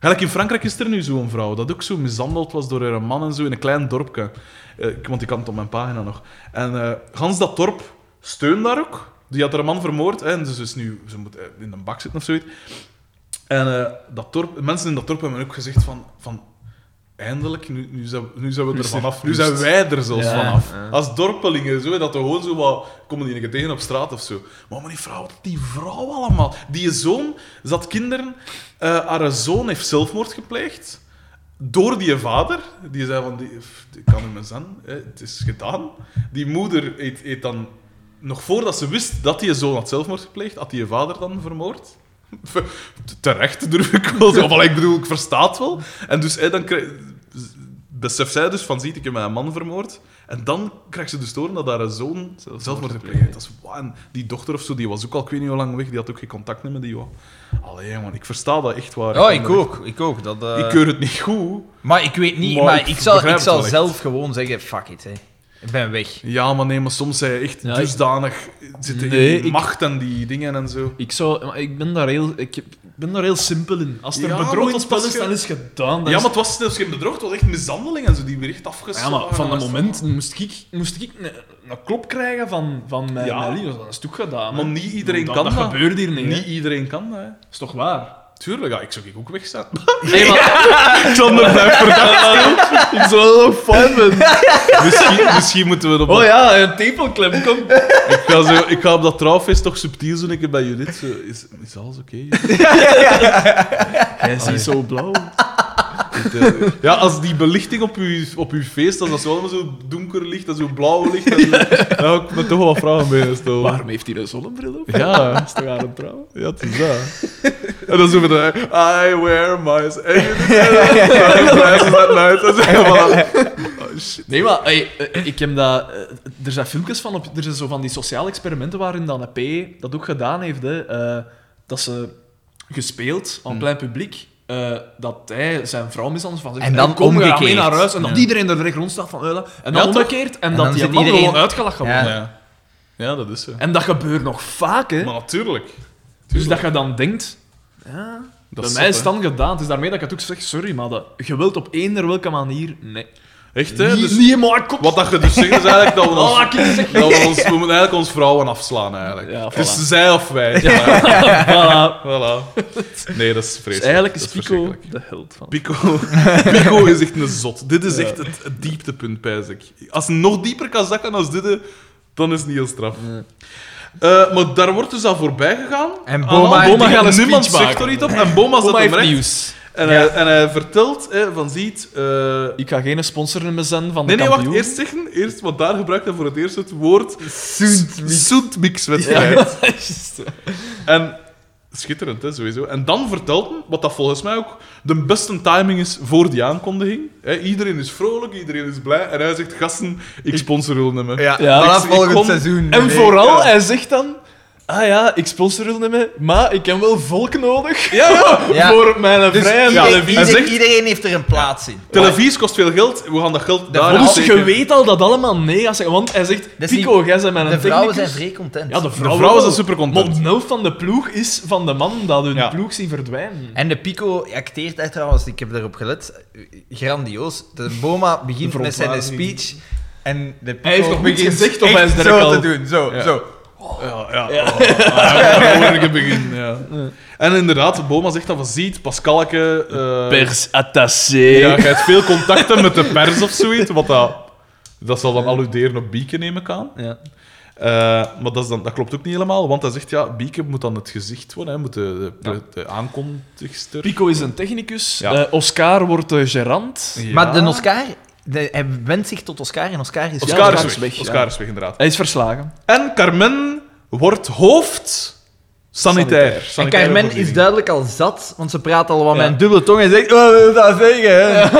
A: Gelijk in Frankrijk is er nu zo'n vrouw, dat ook zo mishandeld was door haar man en zo in een klein dorpje. Eh, ik- want ik kan het op mijn pagina nog. En eh gans dat dorp steunt daar ook. Die had haar man vermoord hè, en dus is nu ze moet eh, in een bak zitten of zoiets. En eh, dat dorp, mensen in dat dorp hebben ook gezegd van... van Eindelijk, nu, nu, zijn, we- nu zijn we
C: Nu
A: er
C: is er
A: vanaf. Nu
C: rust.
A: zijn wij er zelfs
C: Ja,
A: vanaf.
C: ja.
A: Als dorpelingen, zo, dat we gewoon zo wat... Komen die een keer tegen op straat of zo. Maar, maar die vrouw, die vrouw allemaal. Die zoon zat kinderen... eh haar zoon heeft zelfmoord gepleegd. Door die vader. Die zei van, die, f- die kan hem eens aan. Hè, het is gedaan. Die moeder eet, eet dan... Nog voordat ze wist dat die zoon had zelfmoord gepleegd, had die je vader dan vermoord. <laughs> Terecht, durf ik wel te zeggen. Maar ik bedoel, ik versta het wel. En dus hè, dan krijg... beseft zij dus van, ziet, ik heb mijn man vermoord. En dan krijgt ze dus door dat haar zoon zelfmoord gepleegd heeft. Dat is wa- en Die dochter of zo, die was ook al, ik weet niet hoe lang weg, die had ook geen contact meer met die jongen. Allee, man, ik versta dat echt waar.
B: Ja, ik ook. Ik ook. Dat, eh,
A: Ik keur het niet goed.
B: Maar ik weet niet,
A: Maar
B: maar,
A: ik
B: ik, zal,
A: begrijp
B: ik
A: het
B: zal
A: wel echt.
B: zelf gewoon zeggen, fuck it, hè. ik ben weg.
A: Ja, maar nee, maar soms zijn je echt
C: Ja, ik-
A: dusdanig zitten
C: Nee,
A: in
C: ik-
A: macht en die dingen en zo.
C: Ik, zou, maar ik, ben daar heel, ik, ik ben daar heel simpel in. Als er
A: Ja,
C: bedrog
A: maar
C: tot spel
A: als
C: is,
A: je-
C: dan is het gedaan. Dan
A: Ja,
C: is-
A: maar het was zelfs geen bedrog, het was echt mishandeling en zo, die werd echt
C: Ja,
A: afgeslagen.
C: maar van dat
A: en zo.
C: moment moest ik, moest ik een, een klop krijgen van, van mijn,
A: Ja.
C: mijn lief. Dat is toch gedaan. hè.
A: Maar niet iedereen
C: dat,
A: kan
C: dat.
A: dat.
C: gebeurt hier
A: Niet
C: niet. Niet.
A: iedereen kan dat, hè.
C: is toch waar?
A: Tuurlijk, ja, ik zou ook weg zijn.
C: <laughs> Nee, maar,
A: Xander blijft verdacht.
C: <laughs> ik zou wel nog fijn vinden.
A: <laughs> misschien, misschien moeten we het op...
C: Oh ja, een tepelklem, kom.
A: ik, ga zo, ik ga op dat trouwfeest toch subtiel zo een keer bij Judith. Zo, is, is alles oké?
C: <laughs>
A: Judith?
C: Hij is niet zo blauw.
A: eh, ja, als die belichting op uw, op uw feest, als dat zo allemaal zo donker licht en zo blauw licht, dan
C: <laughs>
A: dan hou ik me toch wel wat vragen bij stellen.
C: Waarom heeft hij een zonnebril op?
A: Ja,
C: Dat is toch aan het trouwen?
A: ja, het is dat. En dan zo met de... I wear my... En
C: <laughs>
A: glasses at night. En zo, voilà. Oh, shit.
C: Nee, maar ey, eh, ik heb dat, eh, er zijn filmpjes van, op, er zijn zo van die sociale experimenten waarin dan een P dat ook gedaan heeft. Hè, eh, dat ze gespeeld aan plein publiek, eh, dat hij zijn vrouw mishandelt. Van, zegt,
B: En dan
C: "Hey, kom, we gaan mee
B: omgekeerd.
C: naar huis. En dat
A: Ja.
C: iedereen er direct rond staat van huilen. En dan
A: Ja, toch?
C: omgekeerd. En,
B: En
C: dat
B: dan
C: die
B: zit
C: man
B: iedereen-
C: gewoon uitgelachen wordt.
B: Ja.
A: Ja. ja, dat is zo.
C: En dat gebeurt nog vaak. Hè.
A: Maar natuurlijk.
C: dus dat je dan denkt... Ja,
A: Dat
C: bij
A: is
C: mij
A: zot,
C: is het
A: hè.
C: dan gedaan. Het is daarmee dat ik het ook zeg. Sorry, maar dat, je wilt op eender welke manier... Nee.
A: Echt, hè?
C: niet,
A: Dus
C: niet in mijn kop.
A: wat dat je dus zegt, is eigenlijk dat we ons...
C: <laughs> Oh, ik zeg...
A: <laughs> Dat we, ons, we moeten eigenlijk ons vrouwen afslaan, eigenlijk.
C: Ja,
A: Het is
C: voilà.
A: zij of wij. Ja.
C: Voilà.
A: voilà. Nee, dat is vreselijk.
C: Dus eigenlijk is
A: Dat
C: Pico
A: verschrikkelijk.
C: de held van.
A: Pico, <laughs> Pico is echt een zot. Dit is echt het, het dieptepunt, pijs ik. Als het nog dieper kan zakken als dit, dan is het niet heel straf. Eh, maar daar wordt dus aan voorbij gegaan.
B: En
A: Aan
B: Boma-
A: al-
B: Boma
C: gaat een
A: niemand
C: speech
A: zegt
C: maken.
A: er iets op. En Boma zat
C: Boma
A: hem
C: heeft
A: recht.
C: nieuws.
A: En,
B: Ja.
A: hij, en hij vertelt hè, van ziet... eh,
C: Ik ga geen sponsor in me zenden van
A: Nee,
C: de
A: nee, wacht.
C: kampioen.
A: Eerst zeggen, eerst, want daar gebruikt hij voor het eerst het woord
B: Soentmix.
C: <laughs>
A: zoetmixwedstrijd.
C: Juist.
A: En schitterend, hè, sowieso. En dan vertelt hij, wat dat volgens mij ook de beste timing is voor die aankondiging. Hè, iedereen is vrolijk, iedereen is blij. En hij zegt, gasten, ik sponsor jullie nummer.
B: Ja,
C: Ja,
B: vanaf
A: ik- ik
B: volgend
A: kon-
B: seizoen.
C: En
B: Nee,
C: vooral,
B: ja.
C: hij zegt dan... Ah ja, ik sponsor wil niet meer, maar ik heb wel volk nodig <laughs>
A: Ja, ja.
B: Ja.
C: voor mijn
B: Dus
C: vrije
A: ja,
B: ieder-
A: hij
B: ieder-
A: zegt-
B: Iedereen heeft er een plaats in.
A: Televisie kost veel geld, we gaan dat geld daar
B: vrouw-
C: Dus
A: aansteken.
C: je weet al dat allemaal nee gaat zeggen, want hij zegt...
B: Dat is
C: Pico, jij bent mijn
B: Dus De vrouwen zijn
C: technicus."
B: vrij content.
C: Ja, de
A: De
C: vrouwen,
A: vrouwen zijn
C: wel.
A: super
C: Maar
A: content.
C: de helft van de ploeg is van de man dat hun
A: Ja.
C: ploeg zien verdwijnen.
B: En de Pico acteert echt trouwens, ik heb erop gelet, grandioos. De Boma begint
C: De
B: met zijn
C: verontwaardiging.
B: speech en de Pico
C: Hij heeft nog
B: begint
C: niks gezegd, of hij is
B: echt
C: direct
B: zo te
C: al-
B: doen, zo,
A: Ja.
B: zo.
A: Ja, ja. Oh, ja, ja, ja, begin, ja. En inderdaad, Boma zegt dat we ziet, Pascalke... eh,
C: Pers attaché.
A: Ja, je hebt veel contacten met de pers of zoiets. Wat dat, dat zal dan alluderen op Bieke, neem ik aan.
C: Ja.
A: Eh, maar dat, is dan, dat klopt ook niet helemaal, want hij zegt ja, Bieke moet dan het gezicht worden, hij moet de, de, de aankondigster.
C: Pico is een technicus.
A: Ja.
C: eh, Oscar wordt de gerant.
A: Ja.
B: Maar de Oscar, de, hij wendt zich tot Oscar en Oscar is
A: Oscar,
C: Ja,
A: is
C: Oscar
A: weg.
C: is weg, ja.
A: Oscar is weg, inderdaad.
C: Hij is verslagen.
A: En Carmen wordt hoofd sanitair.
B: En
A: Sanitaire
B: Carmen is
A: voorziening.
B: duidelijk al zat, want ze praat al wat
C: Ja.
B: met een dubbele tong en zegt: Oh, wil je dat zeggen? hè?"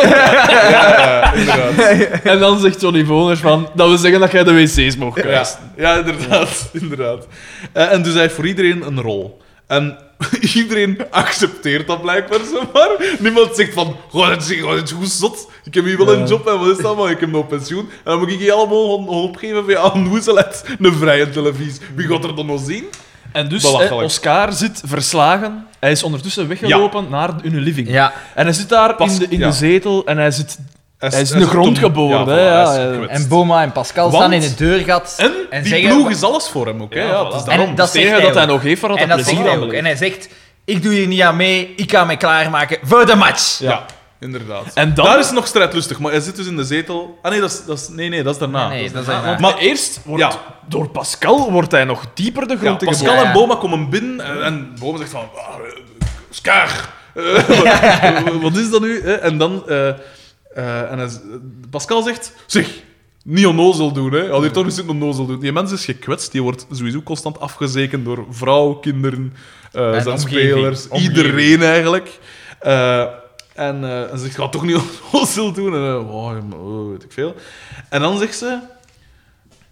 A: Ja, inderdaad.
C: En dan zegt Johnny Voners van, dat we zeggen dat jij de wc's mocht
A: Ja,
C: kuisen.
A: ja inderdaad. inderdaad. Eh, en dus hij heeft voor iedereen een rol. En <laughs> iedereen accepteert dat blijkbaar zomaar. Niemand zegt van, goh, dat is, goh, dat is goed zot. Ik heb hier wel een job en wat is dat, maar ik heb nog pensioen. En dan moet ik hier allemaal gewoon hulp geven via een woezelet, een vrije televisie. Wie gaat er dan nog zien?
C: En dus,
A: Belachelijk.
C: hè, Oscar zit verslagen. Hij is ondertussen weggelopen naar hun living.
B: Ja,
C: En hij zit daar
A: Pas-
C: in, de, in
A: ja.
C: de zetel en hij zit... Hij is in de
A: een
C: grond
A: dom-
C: geboren, hè,
A: voilà,
C: ja,
A: hij is
C: ja.
A: gekwetst.
B: en Boma en Pascal
A: Want-
B: staan in het deurgat.
A: En, die
B: zeggen-
A: ploeg is alles voor hem ook, hè.
C: Ja,
A: Ja,
C: voilà.
A: het is
B: En
A: daarom.
B: dat
C: Het enige
B: zegt
C: dat hij
B: ook.
C: nog heeft, waar dat
B: en
C: hij
B: dat zegt
C: plezier
B: hij
C: aan
B: ook.
C: beleeft.
B: En hij zegt: Ik doe hier niet aan mee, ik ga mij klaarmaken voor de match.
A: Ja. inderdaad.
C: En dan-
A: Daar is het nog strijdlustig, maar hij zit dus in de zetel... Ah nee, dat is, dat is, nee, nee, dat is daarna.
B: Nee, dat is
A: daarna.
B: daarna.
A: Maar
C: Maar eerst wordt
A: Ja.
C: door Pascal wordt hij nog dieper de
A: Ja,
C: grond in
A: Pascal
B: gebruiken.
A: en Boma komen binnen en, en Boma zegt van... "Ah, eh, Skaar! Eh, <laughs> wat-
C: <laughs>
A: wat is dat nu? hè? En dan... eh, eh, en hij z- Pascal zegt... Zeg, niet onnozel doen, hè. Al hier toch eens zitten onnozel doen. Die mens is gekwetst. Die wordt sowieso constant afgezekend door vrouw, kinderen, eh,
B: En
A: zijn
B: omgeving.
A: spelers.
B: Omgeving.
A: Iedereen eigenlijk. Eh, en, eh, en ze zegt, ga toch <laughs> niet onnozel doen. En eh, "Wow, ja, maar, oh, weet ik veel. En dan zegt ze...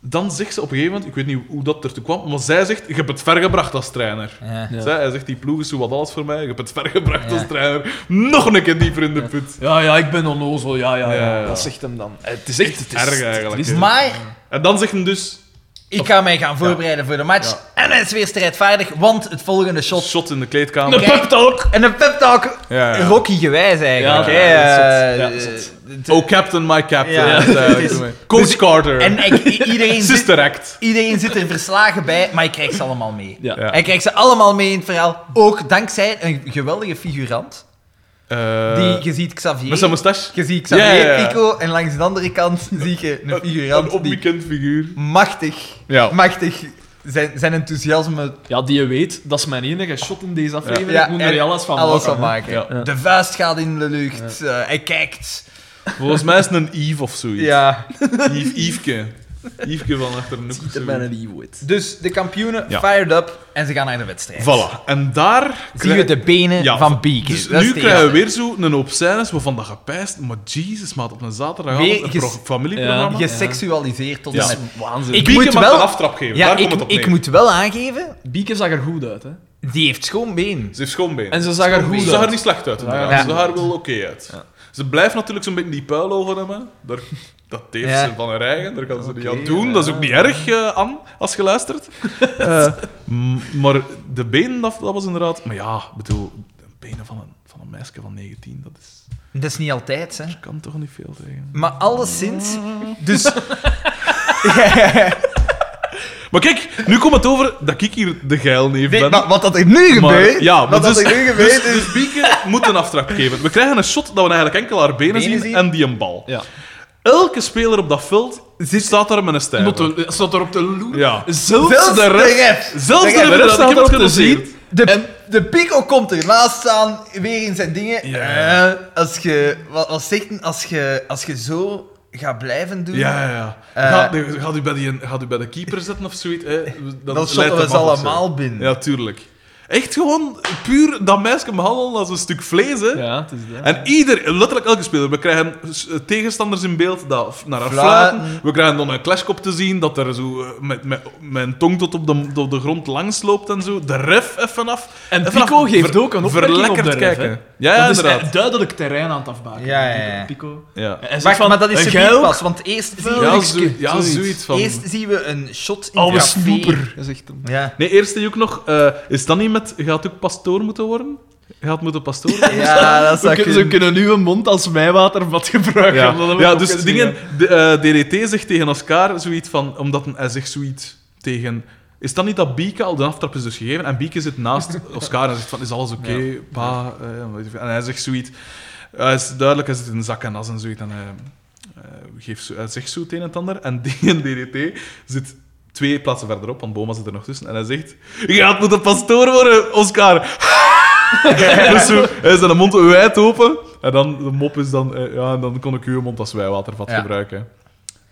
A: Dan zegt ze op een gegeven moment, ik weet niet hoe dat ertoe kwam, maar zij zegt, ik heb het ver gebracht als trainer.
B: Ja.
C: Ja.
A: Zij, hij zegt, die ploeg is zo wat alles voor mij, ik heb het ver gebracht
B: Ja.
A: als trainer. Nog een keer dieper in de put.
C: Ja, ja, ik ben onnozel. Ja, ja, ja,
A: Ja.
C: Dat zegt hem dan. Het is echt het is,
A: erg
C: het
A: eigenlijk,
C: is-
A: hè.
B: Maar
A: En dan zegt hij dus,
B: ik ga mij gaan voorbereiden voor de match. En hij is weer strijdvaardig, want het volgende shot.
A: shot in de
C: De
A: kleedkamer.
B: Nee.
C: pep talk.
B: En een pep talk,
A: Ja, ja.
B: Rocky gewijs eigenlijk.
C: Ja,
B: hè.
C: ja, dat is
B: Eh,
C: zot.
B: het-
A: Oh, captain, my captain.
B: Ja.
A: Dat is eigenlijk
B: Het is-
A: zo mee. Coach
B: dus-
A: Carter. <laughs>
B: En ik- i- iedereen, zit,
A: Sister act.
B: iedereen zit er verslagen bij, maar ik krijg ze allemaal mee.
C: Ja.
A: Ja.
B: Hij krijgt ze allemaal mee in het verhaal. Ook dankzij een geweldige figurant.
A: Eh,
B: Die, je ziet
A: met zijn
B: Xavier.
A: moustache.
B: Je ziet Xavier
A: Ja, ja, ja.
B: Pico en langs de andere kant <laughs> zie je een
A: Een
B: figurant die
A: onbekend figuur.
B: machtig,
A: Ja.
B: machtig zijn, zijn enthousiasme
C: Ja, die weet, dat is mijn enige shot in deze aflevering.
B: Ja,
C: ik moet er
B: en
C: alles van
B: alles
C: maken.
B: van maken.
A: Ja.
B: De vuist gaat in de lucht, eh, hij kijkt.
A: Volgens mij is het een Eve of zoiets.
B: Ja.
A: Yves, Yveske. Yveske van achter een hoek. of
C: Pieter
A: zoiets.
C: ben een iwoord.
B: Dus de kampioenen
A: Ja.
B: fired up en ze gaan naar de wedstrijd.
A: Voilà. En daar...
B: Zie je de benen
A: Ja,
B: van Beaker.
A: Dus
B: Dat is
A: nu
B: de
A: krijgen we
B: eerste.
A: weer zo'n hoop scènes waarvan dat gepijst. Maar jezus, maat, op een
B: Weer
A: zaterdagavond een
B: ges-
A: pro- familieprogramma.
C: Ja.
B: geseksualiseerd tot
A: Ja.
B: en met.
C: Waanzin.
B: Ik-
C: Ik...
A: Bieke
B: moet
A: mag
B: wel-
A: een aftrap geven,
B: Ja,
A: daar komt
B: ik,
A: het op neer.
B: ik moet wel aangeven,
C: Bieke zag er goed uit, hè.
B: die heeft schoon been.
A: Ze heeft schoonbeen.
C: En ze zag er
B: Ze
C: goed
A: ze
C: uit.
A: zag er niet slecht uit, inderdaad.
C: Ja.
A: Ze zag er wel oké uit. Ze blijft natuurlijk zo'n beetje die puilogen hebben. Daar, dat heeft
B: Ja.
A: ze van haar eigen, daar kan ze niet
B: Oké,
A: aan doen. Dat is ook niet erg, eh Anne, als je
B: <laughs>
A: luistert. Eh, m- maar de benen, dat, dat was inderdaad... Maar ja, ik bedoel, de benen van een, van een meisje van 19, dat is,
B: Dat is niet altijd, hè.
A: kan toch niet veel tegen.
B: Maar alleszins...
A: <laughs>
B: Dus...
A: Maar kijk, nu komt het over dat ik hier de geil neef ben.
B: maar wat dat er nu
A: Maar-
B: gebeurt...
A: ja, maar
B: wat dat
A: dus,
B: er nu
A: <laughs> dus,
B: gebeurt is...
A: dus Bieke moet een aftrap geven. We krijgen een shot dat we eigenlijk enkel haar benen,
B: Benen
A: zien,
B: zien.
A: en die een bal.
C: Ja.
A: Elke speler op dat veld staat daar met een stijl.
C: Not te- Zat er op de loer.
A: Ja.
C: Zelfs,
B: Zelfs de ref.
A: Zelfs de
B: De rest
A: ref, inderdaad, ik heb
C: staat
A: het
C: erop te
A: kunnen zien.
C: zien.
B: De, de Pico komt ernaast staan, weer in zijn dingen.
A: Ja.
B: Eh, als je... Wat, wat zegt men? Als je, als je zo gaat blijven doen...
A: Ja, ja, ja.
B: Eh.
A: Gaat- nee, gaat, u bij die, gaat u bij de keeper zetten of zoiets? Hè? Dat
B: Dan
A: leidt
B: shotten
A: hem
B: we ze
A: af of zo.
B: allemaal binnen.
A: Ja, tuurlijk. Echt gewoon puur dat meisje behandelen als een stuk vlees, hè.
C: Ja, het is dat.
A: En ieder, letterlijk elke speler, we krijgen s- eh, tegenstanders in beeld dat f- naar haar
B: Fluiten.
A: fluiten. We krijgen dan een clashkop te zien, dat er zo eh, met, met, met een tong tot op de, tot de grond langs loopt en zo. De ref even af.
C: En
A: Even
C: Pico
A: af.
C: geeft
A: Ver-
C: ook een opmerking op de
A: verlekkerd
C: ref,
A: kijken.
C: hè.
A: Ja, ja,
C: dat is
A: inderdaad.
C: eh, duidelijk terrein aan het afbaken.
B: Ja, ja, ja.
C: Pico.
A: Ja.
C: Hij zegt
B: Wacht,
C: van,
B: maar dat is
C: een
B: de
C: geil.
B: pas, want eerst zie je...
A: Ja,
C: Zoiets.
A: zo, ja, zoiets van...
B: Eerst zien we een shot in
C: Oude
B: het café.
C: snoeper. Dat is echt een-
A: <laughs>
B: Ja.
A: Nee, eerst zie je ook nog... eh, is dat niet met... Gaat ook pastoor moeten worden? Gaat moeten pastoor worden?
B: Ja, dat
C: Ze,
B: zou
C: kun- ze
B: kunnen.
C: kunnen nu een mond als mijwatervat gebruiken.
A: Ja,
C: omdat we
A: ja
C: het
A: dus
C: ook
A: dingen,
C: gezien
A: de, eh, DDT zegt tegen Oscar zoiets van, omdat hij zegt zoiets tegen. Is dat niet dat Bieke al de aftrap is dus gegeven? En Bieke zit naast
C: <laughs>
A: Oscar en zegt van, is alles oké, pa? eh, en weet ik veel. en hij zegt zoiets. Hij is duidelijk, hij zit in zak en as en zoiets. En hij, eh, geeft zo, hij zegt zo het een en het ander. En <laughs> die in DDT zit twee plaatsen verderop, want Boma zit er nog tussen. En hij zegt, je gaat moeten pastoor worden, Oscar. <laughs> Dus zo, hij zijn mond wijd open. En dan, de mop is dan, eh, ja, en dan kon ik uw mond als wijwatervat
B: Ja.
A: gebruiken.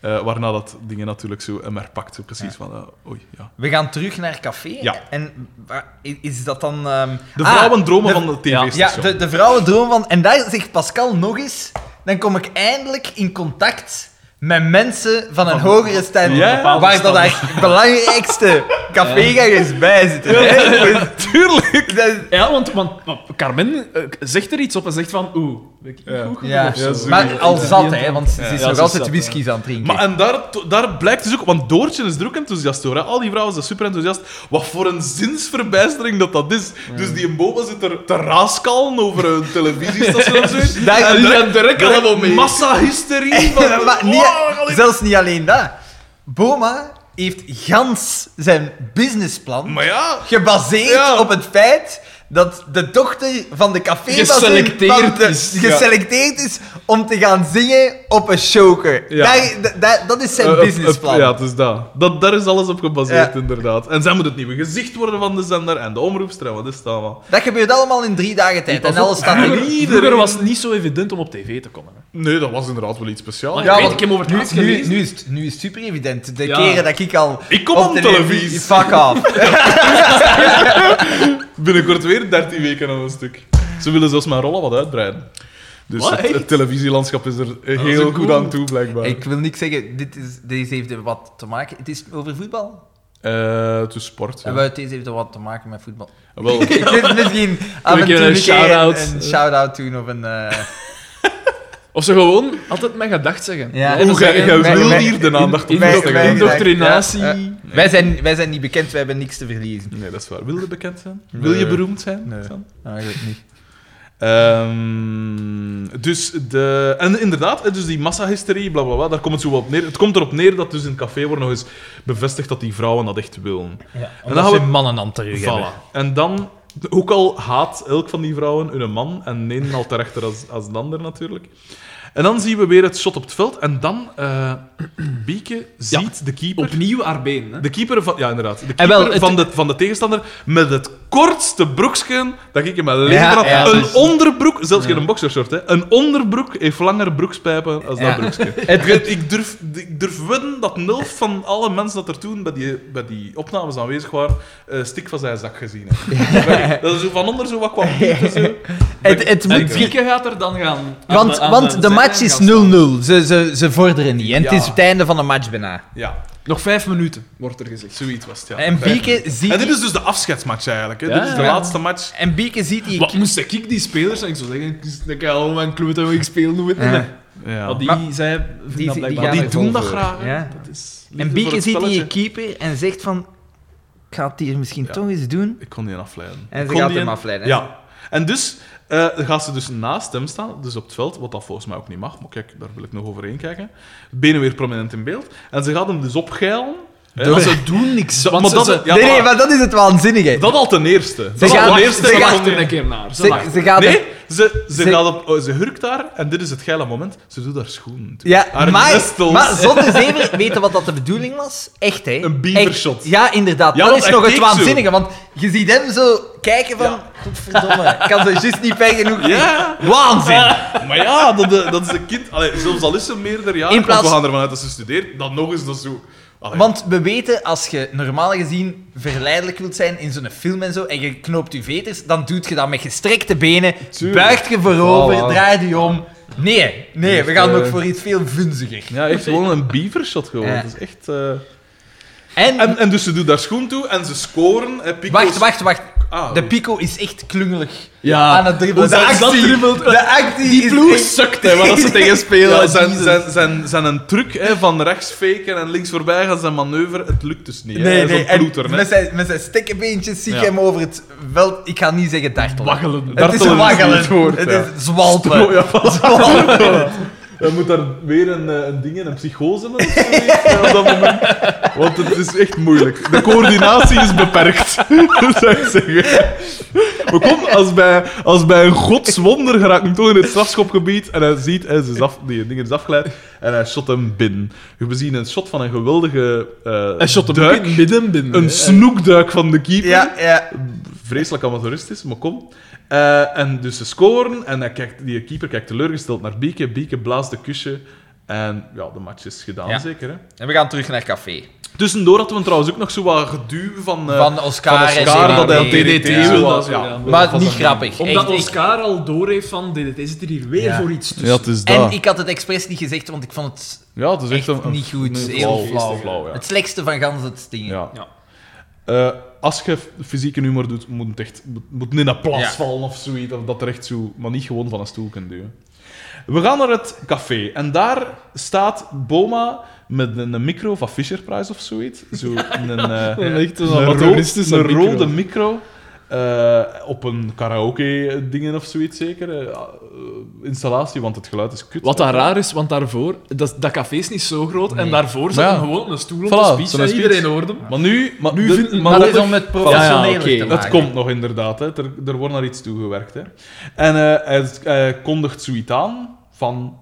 A: Eh, waarna dat dingen natuurlijk zo hem herpakt. Zo precies van, eh, oei, ja.
B: We gaan terug naar café.
A: Ja.
B: En waar- i- is dat dan... ehm,
A: De
B: ah,
A: vrouwen dromen
B: de-
A: van de
B: Ja,
A: tv-station.
B: de, de vrouwen dromen van... En daar zegt Pascal nog eens... Dan kom ik eindelijk in contact met mensen van een hogere stand.
A: Ja.
B: Waar dat eigenlijk belangrijkste café gaan eens bij zitten. hè. Dus
A: Tuurlijk!
B: dat is-
C: Ja, want, want, want Carmen eh, zegt er iets op en zegt van... Oeh, ben ik niet
A: Ja.
C: goed genoeg
B: Ja,
C: of zo?
A: Ja, zo.
B: maar al zat, hè, want ze
C: Ja.
B: is nog
C: Ja, ze is
B: altijd
C: zat,
B: whiskies aan het drinken. <laughs>
A: Maar en daar, to- daar blijkt dus ook, want Doortje is er ook enthousiast door. Hè? Al die vrouwen zijn super enthousiast. Wat voor een zinsverbijstering dat dat is. Dus die Boba zit er te raaskallen over een televisiestation of
B: <laughs>
A: zo.
B: Daar-
A: En
B: die
A: daar-
B: gaan direct
A: daar-
B: allemaal mee. <laughs>
A: Massa-hysterie. van-
B: Ja, maar niet-
A: Wow, allee.
B: zelfs niet alleen dat. Boma heeft gans zijn businessplan
A: Maar ja,
B: gebaseerd
A: Ja.
B: op het feit dat de dochter van de café
C: Geselecteerd is. Ja.
B: geselecteerd is om te gaan zingen op een shoker.
A: Ja.
B: Daar- da- da- dat is zijn
A: Eh, op- op-
B: businessplan.
A: ja, het is dat. dat. Daar is alles op gebaseerd,
B: Ja.
A: inderdaad. En zij moet het nieuwe gezicht worden van de zender en de omroepster en wat is dat allemaal.
B: Dat gebeurt allemaal in drie dagen tijd. En alles staat in.
C: Vroeger, vroeger was het niet zo evident om op tv te komen. hè.
A: Nee, dat was inderdaad wel iets speciaals.
C: Ja, ik weet, ik heb over het
B: nu,
C: laatst
B: nu,
C: gelezen.
B: nu, is het, nu is het super evident. De
C: Ja.
B: keren dat ik al.
A: Ik kom op televisie.
B: <laughs> Fuck off.
A: Binnenkort weer 13 weken aan een stuk. Ze willen zelfs mijn rollen wat uitbreiden. Dus
C: Wat,
A: het, het
C: echt?
A: televisielandschap is er eh,
C: Dat is
A: heel
C: een
A: goed
C: cool.
A: aan toe, blijkbaar.
B: Ik wil niks zeggen, dit is, deze heeft er wat te maken. Het is over voetbal.
A: Eh, het is sport. ja.
B: En buiten deze heeft er wat te maken met voetbal.
C: <laughs>
A: Wel,
B: Ik vind misschien af en
C: keer
B: toe
C: een
B: een
C: shout-out.
B: shout-out. Een shout-out doen of een... eh,
C: Of ze gewoon altijd mijn gedacht zeggen.
B: Ja.
C: Even
A: Hoe ga
C: zeggen,
A: jij
B: wij-
A: wil
B: wij-
A: hier de aandacht op
C: in- in-
A: vestigen?
C: wij- indoctrinatie.
B: Ja, ja. wij, zijn, wij zijn niet bekend, wij hebben niks te verliezen.
A: Nee, dat is waar. Wil je bekend zijn? Wil je
B: Nee.
A: beroemd zijn?
B: Nee.
A: Sam?
B: Eigenlijk Ah, niet.
A: Ehm, dus de... En inderdaad, hè, dus die massahysterie, bla bla bla, daar komt het zo wel op neer. Het komt erop neer dat dus in het café wordt nog eens bevestigd dat die vrouwen dat echt willen.
B: en
A: dan gaan we-
B: mannen aan terug
A: Voilà. En dan, ook al haat elk van die vrouwen hun man en neemt al terechter als, als de ander natuurlijk. En dan zien we weer het shot op het veld en dan eh <clears throat> Bieke ziet de keeper.
C: Opnieuw haar been. Hè?
A: De keeper van, ja, inderdaad. De keeper
C: En wel, het-
A: van, de, van de tegenstander met het kortste broeksken dat ik in mijn leven
B: Ja,
A: had.
B: ja,
A: een
B: dus-
A: onderbroek, zelfs geen een boxershort, hè. Een onderbroek heeft langer broekspijpen als
B: Ja.
A: dat broeksken.
B: <laughs> Het-
A: ik, ik durf, ik durf wedden dat een helft van alle mensen dat er toen bij die, bij die opnames aanwezig waren, eh stik van zijn zak gezien hebben. Dat is zo van onder zo wat kwam piepen, zo.
B: <laughs> Het, het
C: En
B: moet...
C: Grieken gaat er dan gaan. aan
B: Want,
C: de- aan
B: want de
C: zijlijn
B: match is 0-0.
C: gaan staan.
B: Ze, ze, ze vorderen niet. En het
A: Ja.
B: is het einde van de match bijna.
A: Ja,
C: Nog vijf minuten, wordt er gezegd.
A: zoiets was het, ja.
B: En Bieke ziet,
A: En dit is dus de afscheidsmatch eigenlijk, hè.
C: Ja,
A: dit is de
C: ja.
A: laatste match.
B: en Bieke ziet die...
C: Wat moest ik die spelers en ik zou zeggen, ik kan al mijn kloot en ik speel nooit meer.
A: Ja.
C: Want die
B: Maar-
C: zij
B: die-
C: die,
B: die
A: Maar
C: blijkbaar.
B: gaan
A: die
B: er
A: doen
B: vol
A: dat
B: voor.
A: graag. hè.
B: Ja.
A: Dat is liefde
B: En
A: voor
B: Bieke
A: het
B: ziet die
A: spelletje.
B: keeper en zegt van... Ik ga het hier misschien
A: Ja.
B: toch eens doen.
A: Ik kon die afleiden.
B: En
A: Ik
B: ze
A: kon
B: gaat
A: die
B: hem
A: een-
B: afleiden.
A: Ja. En dus eh, gaat ze dus naast hem staan, dus op het veld, wat dat volgens mij ook niet mag, maar kijk, daar wil ik nog overheen kijken. Benen weer prominent in beeld. En ze gaat hem dus opgeilen. hè.
B: Door-
A: Maar ze-
C: Ze doen niks.
A: ze-
C: Want
A: maar
C: ze,
A: dat,
C: ze,
A: ja,
B: nee, nee,
A: maar-
B: maar dat is het waanzinnige.
A: dat al ten eerste. dat
B: gaan-
A: al ten
B: ze
A: eerste.
C: ze
A: wat-
B: gaan-
C: lacht er een keer naar. Ze
B: Ze,
C: lacht.
B: ze gaat
A: Nee,
B: hem-
A: ze, ze,
B: Ze-
A: gaat op, oh, ze hurkt daar en dit is het geile moment. Ze doet haar schoenen. toe.
B: Ja,
A: haar
B: maar,
A: nestels. <laughs>
B: maar zonder zeven weten wat dat de bedoeling was. Echt, hè?
A: Een beaver
B: Echt.
A: shot.
B: Ja, inderdaad.
A: Ja,
B: dat
A: want
B: is
A: hij
B: nog het
A: keek zo.
B: waanzinnige, want je ziet hem zo kijken van...
A: Ja.
B: Verdomme, ik kan ze juist niet ver
A: <laughs>
B: genoeg...
A: Ja.
B: Waanzin!
A: Maar ja, dat, eh, dat is een kind. Allee, zelfs al is ze meerdere jaren,
B: In plaats-
A: want we gaan ervan uit dat ze studeert, dan nog eens dat zo. Allee,
B: Want we weten, als je normaal gezien verleidelijk wilt zijn in zo'n film en zo, en je knoopt je veters, dan doet je dat met gestrekte benen,
A: Tuurlijk.
B: buigt je voorover,
A: Voilà.
B: draait je om. Nee, nee, we
A: Echt,
B: gaan
A: eh,
B: ook voor iets veel vunziger.
A: Ja, echt gewoon een beavershot gewoon.
B: Ja.
A: Dat is echt... eh,
B: En,
A: En, en dus ze doet daar schoen toe en ze scoren. En Pico
B: wacht, wacht, wacht.
A: Ah,
B: De Pico is echt klungelig
C: Ja.
B: aan het dribbelen.
A: Hoe
B: De
A: zijn ze dat
B: actie,
A: dribbelt?
B: de actie
C: die
B: is
C: ploeg
B: echt-
C: sukt, hè, wat ze tegen spelen.
A: Ja, zijn, zijn, zijn, zijn een truc hè, van rechts faken en links voorbij gaan, zijn manoeuvre, het lukt dus niet.
B: Nee, nee,
A: Zo'n
B: en
A: ploeter, hè.
B: met zijn, met zijn stekkenbeentjes zie ik
A: Ja.
B: hem over het veld... Ik ga niet zeggen dartelen.
C: Waggelen.
B: Het is
A: Dartelen is niet
B: waggelen.
A: het woord,
B: Het
A: ja.
B: is zwalpen.
A: Oh, ja, voilà. <laughs>
B: Zwalpen.
A: Dan moet daar weer een, eh, een ding in, een psychose in of zoiets, eh, op dat moment. Want het is echt moeilijk. De coördinatie is beperkt, <laughs> zou ik zeggen. Maar kom, als bij, als bij een godswonder geraakt hem toch in het strafschopgebied en hij ziet, hè, ze is af, die ding is afgeleid, en hij shot hem binnen. We zien een shot van een geweldige eh
C: Hij shot hem
A: duik.
C: ook in midden binnen.
A: Een
C: hè.
A: snoekduik van de keeper
B: Ja, ja.
A: vreselijk amateuristisch, maar kom. Eh, en dus ze scoren en hij kijkt, die keeper kijkt teleurgesteld naar Bieke. Bieke blaast de kusje En ja, de match is gedaan,
B: Ja.
A: zeker. Hè?
B: En we gaan terug naar café.
A: Tussendoor hadden we trouwens ook nog zo wat geduw van, eh,
B: van Oscar,
A: van Oscar
B: en
A: dat hij
B: CW.
A: op DDT
B: Ja.
A: wil.
C: Ja.
A: dat- Ja.
C: Ja.
B: Maar
A: dat
B: niet
A: was een-
B: grappig.
C: Omdat
B: Echt, ik-
C: Oscar al doorheeft van DDT zit er hier weer
B: Ja.
C: voor iets tussen.
A: Ja, het is
B: En
A: dat.
B: ik had het expres niet gezegd, want ik vond het
A: Ja, het is echt,
B: echt
A: een, een-
B: niet goed.
A: een
B: Heel
C: flauw.
A: ja.
B: het slechtste van gans het ding.
A: Ja.
C: Ja.
A: Eh, als je fysieke humor doet, moet het echt moet, moet niet naar plas
B: Ja.
A: vallen of zoiets. Of dat er echt zo, maar niet gewoon van een stoel kunt duwen. We gaan naar het café en daar staat Boma met een, een micro van Fisher Price of zoiets. Zo een, eh,
C: <laughs> Een echte
A: een, rood-
C: amateuristische
A: een
C: micro.
A: rode micro. eh, op een karaoke-dingen of zoiets zeker. eh, eh, installatie, want het geluid is kut.
C: Wat daar raar is, want daarvoor, dat, dat café is niet zo groot en daarvoor zat
A: Maar ja.
C: hem gewoon op een stoel op
A: Voilà,
C: een speech
A: zo'n
C: en
A: speech.
C: iedereen hoorde hem.
A: Maar nu... Maar
C: Nu
A: de-
C: vindt-
A: maar
B: Maar dat
A: dat-
B: is om het professioneler
C: Ja, ja, oké.
B: te maken.
A: Het komt nog inderdaad, hè. Er, er wordt naar iets toegewerkt. Hè. En eh, hij, hij kondigt zoiets aan van.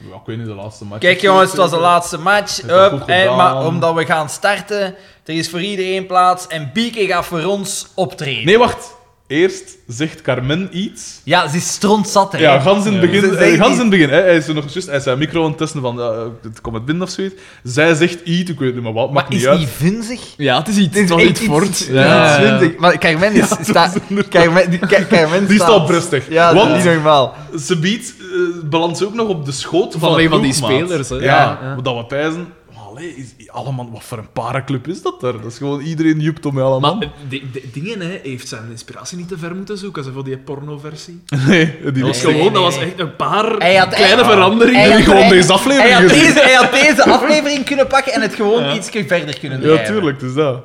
A: Ja, ik weet niet, de laatste match.
B: Kijk jongens, het was de laatste match.
A: Heeft dat
B: Up,
A: goed
B: hè,
A: gedaan.
B: maar omdat we gaan starten, er is voor iedereen plaats en Bieke gaat voor ons optreden.
A: Nee, wacht. Eerst zegt Carmen iets.
B: Ja, ze is strontzat. hè.
A: Ja, gans in het
B: Ze
A: begin.
B: zegt
A: eh, gans
B: iets.
A: in het begin hè. Hij is er nog juist, hij is zijn micro aan het testen van. eh, het komt het binnen of zoiets. Zij zegt iets, ik weet niet meer wat,
B: maar
A: maakt
B: is
A: niet uit.
B: niet vunzig?
C: Ja, het is iets, het was
B: Echt
C: iets
B: iets-
C: fort.
B: iets
C: Ja.
B: vunzig. Maar Carmen is... staat- Carmen, die, Car- Carmen
A: Die staat rustig.
B: Ja,
A: Want-
B: dat is normaal.
A: Ze biedt eh, balans ook nog op de schoot van,
C: Van
A: een
C: een van die
A: ploegmaat.
C: spelers, hè.
A: Ja,
C: Ja, ja.
A: maar dat we pijzen. maar Allee, is, allemaal, wat voor een parenclub is dat daar? Dat is gewoon iedereen jupt om mij allemaal.
C: Maar eh, de, de- dingen hè, heeft zijn inspiratie niet te ver moeten zoeken, zo voor die pornoversie.
A: <laughs> nee, die
C: Dat
A: was
C: was
B: Nee,
C: gewoon, dat
B: nee,
C: was
B: nee.
C: echt een paar
B: Hij had-
C: kleine
B: hij-
C: veranderingen.
B: Hij had-
A: gewoon
B: hij-
A: deze aflevering
B: Hij had
A: gezien.
B: deze, hij had <laughs> deze aflevering kunnen pakken en het gewoon ietsje verder kunnen
A: Ja,
B: drijven.
A: tuurlijk, dus dat.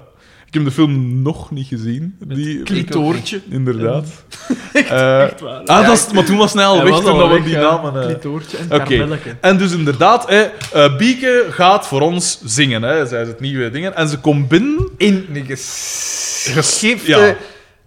A: Ik heb de film nog niet gezien. Die,
C: Klitoortje.
A: Inderdaad. Eh,
C: Echt waar.
A: ah, dat is, maar toen was hij al weg, toen dat we die namen... eh,
C: Klitoortje en
A: Oké,
C: karmelletje.
A: en dus inderdaad, hè, eh, Bieke gaat voor ons zingen. Hè. Zij is het nieuwe ding. En ze komt binnen.
B: In de geschifte...
A: Ja.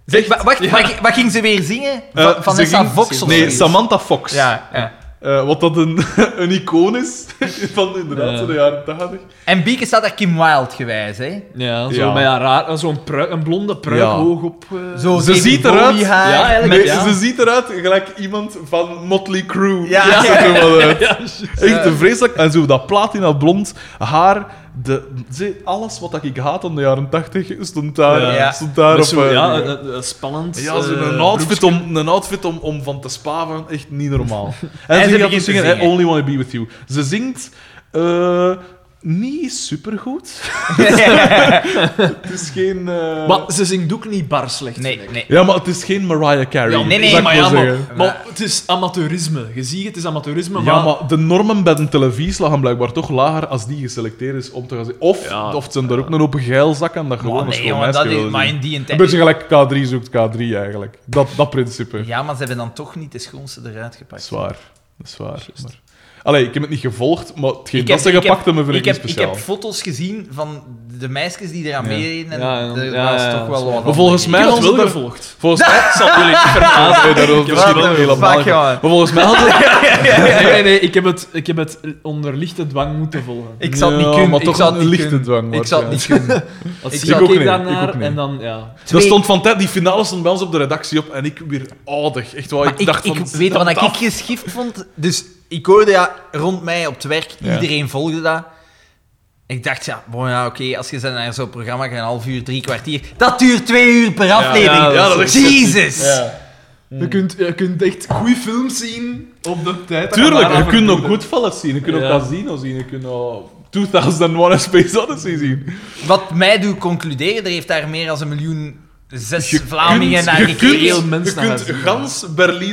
B: Zeg, wa- wacht, wat, ging- wat ging ze weer zingen? Van
A: Eh, ze
B: Vanessa
A: ging-
B: Vox of
A: Nee,
B: zoiets?
A: Samantha Fox.
B: Ja, ja.
A: Eh, wat dat een, <laughs> een icoon is <laughs> van inderdaad zo de jaren 80.
B: En Bieke staat daar Kim Wilde gewijs, hè?
C: Ja, zo,
A: Ja.
C: maar ja, raar. Zo'n pruik, een blonde pruik
A: Ja.
C: hoog op. eh,
B: Zo
A: Ze ziet eruit.
B: Haar,
C: Ja,
A: Nee,
C: eigenlijk ja.
A: Ze ziet eruit gelijk iemand van Motley Crue.
B: Ja.
A: Zo ziet er wel uit.
C: Ja,
A: Echt een vreselijk. En zo dat platina blond haar. De, ze- alles wat dat ik haat in de jaren 80 stond daar,
B: Ja.
A: stond daar op.
C: zo,
A: eh,
C: ja, een- een- een spannend.
A: ja, zo'n
C: eh,
A: outfit, om, een outfit om, om van te spaven, echt niet normaal. En,
B: En
A: ze gaat
B: ze begint
A: dus
B: te
A: zingen, I
B: zingen.
A: Only Wanna Be With You. Ze zingt eh, niet supergoed. <laughs> het is geen... eh,
C: Maar ze zingt ook niet bar slecht. vind
B: Nee,
C: ik.
B: nee.
A: Ja, maar het is geen Mariah Carey.
B: Ja, nee, nee,
A: zou ik
C: maar,
A: wel
C: ja, maar,
A: zeggen.
C: maar het is amateurisme. Je ziet, het is amateurisme.
A: Ja,
C: maar,
A: maar de normen bij de televisie lagen blijkbaar toch lager als die geselecteerd is om te gaan zingen. Of,
C: Ja.
A: of het zijn er ook een open geilzak en dat gewoon
B: Maar
A: een
B: nee,
A: schoon
B: jongen, dat
A: meisje
B: is,
A: wil
B: maar
A: zien.
B: in die
A: Een
B: tijd...
A: beetje gelijk K3 zoekt K3 eigenlijk. Dat, dat principe.
B: Ja, maar ze hebben dan toch niet de schoonste eruit gepakt.
A: Zwaar. Zwaar. Maar... Allee, ik heb het niet gevolgd, maar hetgeen
B: heb-
A: dat ze gepakt hebben, vind ik,
B: ik heb,
A: niet
B: ik
A: speciaal.
B: heb foto's gezien van de meisjes die eraan
A: Ja.
B: meededen. En
C: Ja, ja,
B: er
C: ja,
B: was
C: ja,
B: toch wel
C: ja.
B: wat
A: Maar volgens
C: ik
A: mij
C: heb het
A: hadden
C: wel
A: ze er-
C: gevolgd.
A: Volgens
B: <laughs>
A: mij... zal jullie niet verbaasd zijn, dat
B: Wat
A: verschil
B: een
A: helemaal
B: fuck,
A: niet.
B: jongen.
A: Maar volgens mij hadden ze...
C: <laughs> Nee, nee, nee, ik heb het, ik heb het onder lichte dwang moeten volgen.
B: <laughs> Ik zou het
A: Ja,
B: niet kunnen.
A: maar
B: ik
A: toch
B: zou het
A: een
B: niet
A: lichte
B: kunnen.
A: dwang,
B: Ik zou het niet kunnen.
C: Want
B: ik
C: ik
A: ook
C: keek
A: niet, ik
C: daarnaar
A: ook niet.
C: en dan, ja.
A: Dat
B: Twee-
A: stond van tijd, die finale stond bij ons op de redactie op en ik weer oudig. Echt waar,
B: Maar
A: ik,
B: ik,
A: dacht
B: ik
A: van...
B: weet wat ik geschift vond. Dus ik hoorde ja, rond mij op het werk,
A: Ja.
B: iedereen volgde dat. Ik dacht, ja, bon, ja oké, als je ze naar zo'n programma gaat, een half uur, drie kwartier. Dat duurt twee uur per aflevering.
C: ja,
A: ja, dat is echt
B: Jezus!
C: Je, kunt, je kunt echt goede films zien op de tijd.
A: Tuurlijk, je kunt ook
C: nog
A: Goodfellas zien, je kunt ook
C: Ja.
A: Casino zien, je kunt ook 2001 A <laughs> Space Odyssey zien.
B: Wat mij doet concluderen, er heeft daar meer dan een miljoen zes Vlamingen
A: Kunt-
B: naar
A: je kunt,
B: gekeken.
C: heel mens
A: je
C: naar
A: kunt
C: gaan zien,
A: gans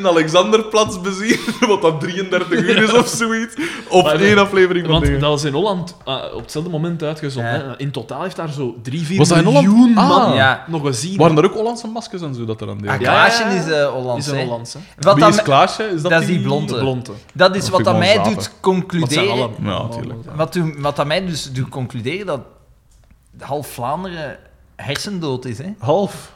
A: Berlin-Alexanderplatz bezien, <laughs> wat dat 33 uur is of zoiets, op
C: Maar-
A: één aflevering van
C: Want
A: dingen.
C: dat was in Holland eh, op hetzelfde moment uitgezonden.
B: Ja.
C: hè. In totaal heeft daar zo drie, vier
A: Was dat in Holland?
C: miljoen
A: Ah.
C: man
B: Ja.
C: nog gezien.
A: Waren er ook Hollandse maskers en zo dat er aan deden?
B: Ah,
A: Wie
C: ja.
B: Klaasje is eh
C: is
B: Hollands,
C: een
B: hè.
C: Hollandse.
B: Wat
A: is
B: dat,
A: Klaasje? Is dat,
B: dat is die blonde.
C: De blonde.
B: dat is
A: Of
B: wat dat mij
A: Timon
B: doet
C: Want het zijn
B: concluderen.
C: allemaal-
A: Ja, natuurlijk.
B: Wat, doet- wat dat mij dus doet concluderen dat half Vlaanderen hersendood is, hè?
A: Half.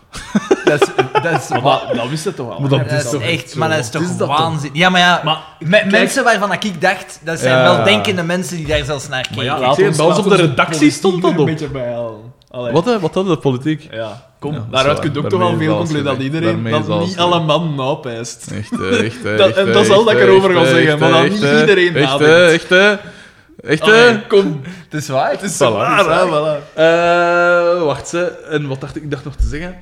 B: Dat is, dat is,
C: <laughs> Maar dat, dat wist het toch al.
A: Maar dat
B: dat is
A: toch echt
B: echt,
A: zo?
B: maar dat is toch
A: Is dat
B: waanzin. Ja, maar ja,
C: Maar
B: me- mensen waarvan ik dacht, dat zijn
A: Ja.
B: wel denkende mensen die daar zelfs naar
C: Maar ja,
B: kijken.
C: laat
A: zeg,
C: ons,
A: bij ons
C: laat
A: op de
C: ons
A: redactie
C: politiek
A: stond
C: er
A: dat
C: een
A: op.
C: beetje bij halen. Allee.
A: Wat, hè? wat hadden de politiek?
C: Ja, kom.
A: Ja, dat is
C: Daaruit
A: waar.
C: kun je ook toch
A: Daarmee
C: wel
A: is
C: veel
A: alles
C: concluderen dat
A: gezegd.
C: iedereen
A: Daarmee is
C: dat
A: alles
C: niet
A: gezegd.
C: alle man napijst.
A: Echt, eh, echt, eh,
C: Dat-
A: echt,
C: en
A: eh,
C: dat is al
A: echt,
C: dat ik
A: eh,
C: erover
A: echt,
C: ga
A: eh,
C: zeggen,
A: echt,
C: maar dat
A: eh,
C: niet
A: echt, eh,
C: iedereen
A: Echt,
C: nadenkt.
A: eh, echt, eh, echt, eh.
C: Allee, kom.
B: Het is waar.
C: Het is
A: Voilà,
C: waar,
A: dat
C: hè,
A: is
C: voilà.
A: Eh, wacht, hè. en wat dacht ik, ik dacht nog te zeggen?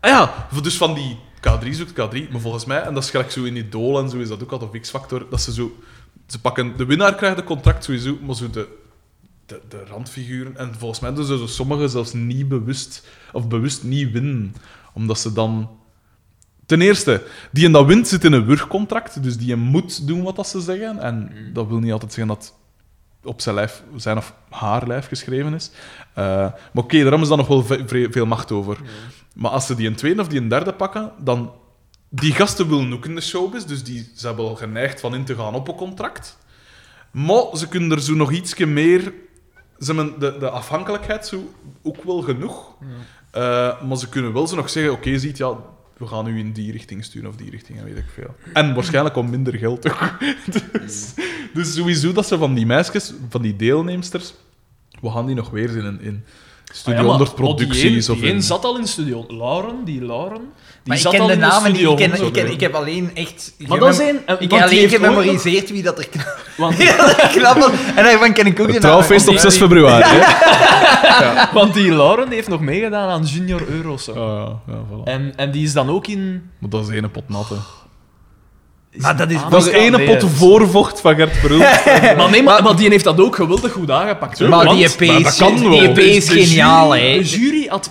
A: Ah ja, v- dus van die K3 zoekt K3, maar volgens mij, en dat is graag zo in Idol en zo is dat ook altijd of X-Factor, dat ze zo... Ze pakken, de winnaar krijgt een contract sowieso, maar zo de, de, de randfiguren... En volgens mij doen ze zo sommigen zelfs niet bewust, of bewust niet winnen. Omdat ze dan... Ten eerste, die en dat wint zit in een wurgcontract, dus die moet doen wat dat ze zeggen. En dat wil niet altijd zeggen dat op zijn lijf, zijn of haar lijf geschreven is. Eh, maar oké, daar hebben ze dan nog wel ve- vre- veel macht over. Maar als ze die een tweede of die een derde pakken, dan... Die gasten willen ook in de showbiz, dus die zijn wel geneigd van in te gaan op een contract. Maar ze kunnen er zo nog ietsje meer... Ze hebben de, de afhankelijkheid zo ook wel genoeg. Eh, maar ze kunnen wel ze nog zeggen, oké, ziet, ja, we gaan u in die richting sturen of die richting, en weet ik veel. En waarschijnlijk om minder geld ook. <laughs> dus, dus sowieso dat ze van die meisjes, van die deelnemsters, we gaan die nog weer zien in, in Studio
C: Ah ja, maar
A: 100 producties.
C: Die
A: of
C: één- die één
A: in-
C: zat al in studio. Lauren, die Lauren. Die
B: Maar ik
C: zat
B: ken
C: al
B: de
C: in
B: namen niet.
C: studio
B: Ik, ken-
C: honderd.
B: ik, ken- ik heb alleen echt...
C: Maar
B: gemem-
C: dat zijn... eh,
B: Ik
C: want die
B: heb alleen
C: heeft ooit nog-
B: gememoriseerd wie dat er kna-
C: Want,
B: wie <laughs> dat er knabbelt. En daarvan ken ik ook de
A: Het
B: namen.
A: trouwfeest op
B: Want die-
A: 6 februari. hè?
C: want die Lauren heeft nog meegedaan aan Junior Eurose.
A: Ah, ja, ja, voilà.
C: En, en die is dan ook in...
B: <laughs>
A: Maar dat is ene pot natte.
B: Ah, Maar dat is...
C: Ah,
A: Dat is
C: Amerika,
A: ene
C: nee,
A: pot
C: het-
A: voorvocht van Gert
B: <laughs>
A: Verhulst.
C: Maar, nee, maar, maar die heeft dat ook geweldig goed aangepakt. hoor.
B: Maar die
C: Want
B: EP
A: maar dat
B: is,
A: kan wel.
B: die EP is
C: de jury-
B: geniaal, hè.
C: De jury had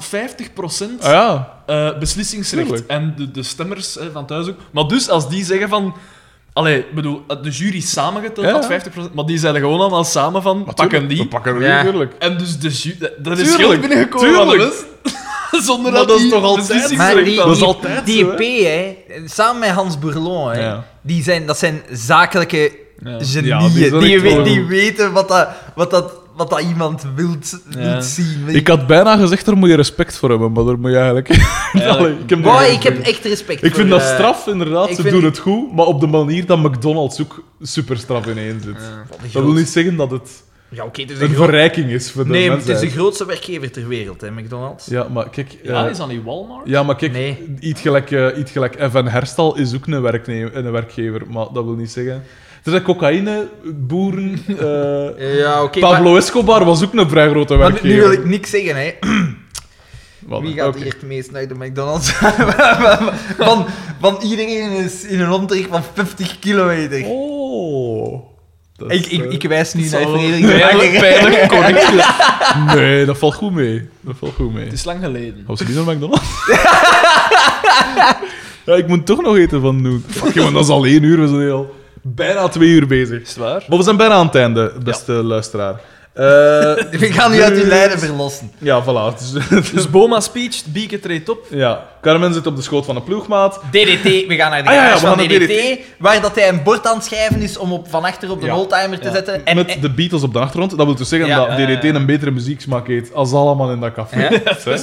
C: 50%
A: ah ja.
C: eh, beslissingsrecht.
A: Tuurlijk.
C: En de, de stemmers eh, van thuis ook. Maar dus als die zeggen van. Allee, ik bedoel, eh, de jury samengeteld
A: Ja, ja.
C: had 50%, maar die zeiden gewoon allemaal samen van pakken die.
A: We pakken die,
B: Ja.
A: natuurlijk.
C: En dus de ju- dat- dat is
A: Tuurlijk,
C: geld binnengekomen van de
A: tuurlijk.
C: mensen, <laughs> Zonder
A: Maar
C: dat
A: dat is
C: die
A: toch altijd
C: beslissingsrecht
B: Maar die,
A: Dat is
C: hadden.
B: die-
A: altijd
B: die
A: zo,
B: EP, hè, samen met Hans Bourlon, hè,
A: Ja.
B: die zijn, dat zijn zakelijke genieën.
A: Ja, die
B: die,
A: zijn echt
B: we-
A: wel
B: die
A: goed.
B: weten wat dat, wat dat, wat dat iemand wilt,
C: Ja.
B: wilt zien.
A: Ik had bijna gezegd, daar moet je respect voor hebben, maar daar moet je eigenlijk... <laughs> Allee, ik, heb
B: Boy,
A: daar-
B: ik heb echt respect
A: ik
B: voor,
A: vind dat
B: eh,
A: straf, inderdaad.
B: ik
A: Ze
B: vind-
A: doen het goed, maar op de manier dat McDonald's ook super straf ineen zit.
B: wat een
A: Dat wil
B: groot-
A: niet zeggen dat het
B: Ja, oké, het is
A: een
B: een groot...
A: verrijking is voor de
B: Nee, maar het
A: mensheid.
B: is de grootste werkgever ter wereld, hè, McDonald's.
A: Ja, maar kijk... eh,
C: Ja, Ah, is dat niet Walmart?
A: Ja, maar kijk,
B: Nee.
A: iets, gelijk, eh, iets gelijk Evan Herstal is ook een, werknemer, een werkgever, maar dat wil niet zeggen. Er zijn
B: <laughs>
A: cocaïneboeren. eh
B: Ja, oké, maar-
A: Pablo Escobar was ook een vrij grote
B: maar, nu-
A: werkgever.
B: nu wil ik niks zeggen, hè.
A: Wat,
B: Wie gaat
A: oké.
B: hier het meest naar de McDonald's? <laughs> van, van iedereen is in een omtrek van 50 kilometer.
A: Oh. Dat
B: ik,
A: is,
B: ik,
A: eh,
B: ik wijs nu
C: Zo.
B: naar
C: <laughs>
B: Frederik de
C: Pijnlijk,
B: Bakker.
C: pijnlijk
B: <laughs>
C: correctie.
A: Nee, dat valt goed mee. Dat valt goed mee.
C: Het is lang geleden.
A: Gaan we niet naar
B: <laughs>
A: McDonald's? ja, ik moet toch nog eten van doen. Fuck, jongen, dat is al één uur. We zijn al bijna twee uur bezig.
C: Is het waar?
A: Maar we zijn bijna aan het einde, beste luisteraar. Eh,
B: <laughs> We gaan u uit uw lijden verlossen.
A: Ja, voilà. Dus-
C: Dus Boma speech, Bieke treedt op.
A: <laughs> ja, Carmen zit op de schoot van een ploegmaat.
B: DDT, we gaan naar de
A: Ah, ja, ja,
B: garage
A: we gaan
B: van
A: naar
B: DDT, waar dat hij een bord aan het schrijven is om op, van achter op de
A: Ja.
B: oldtimer te
C: Ja.
B: zetten. En,
A: met de Beatles op de achtergrond. Dat wil dus zeggen
B: Ja,
A: dat
B: eh,
C: ja,
A: DDT
C: ja.
A: een betere muzieksmaak heeft als allemaal in <laughs> dat café.
B: Ja.
A: Hè?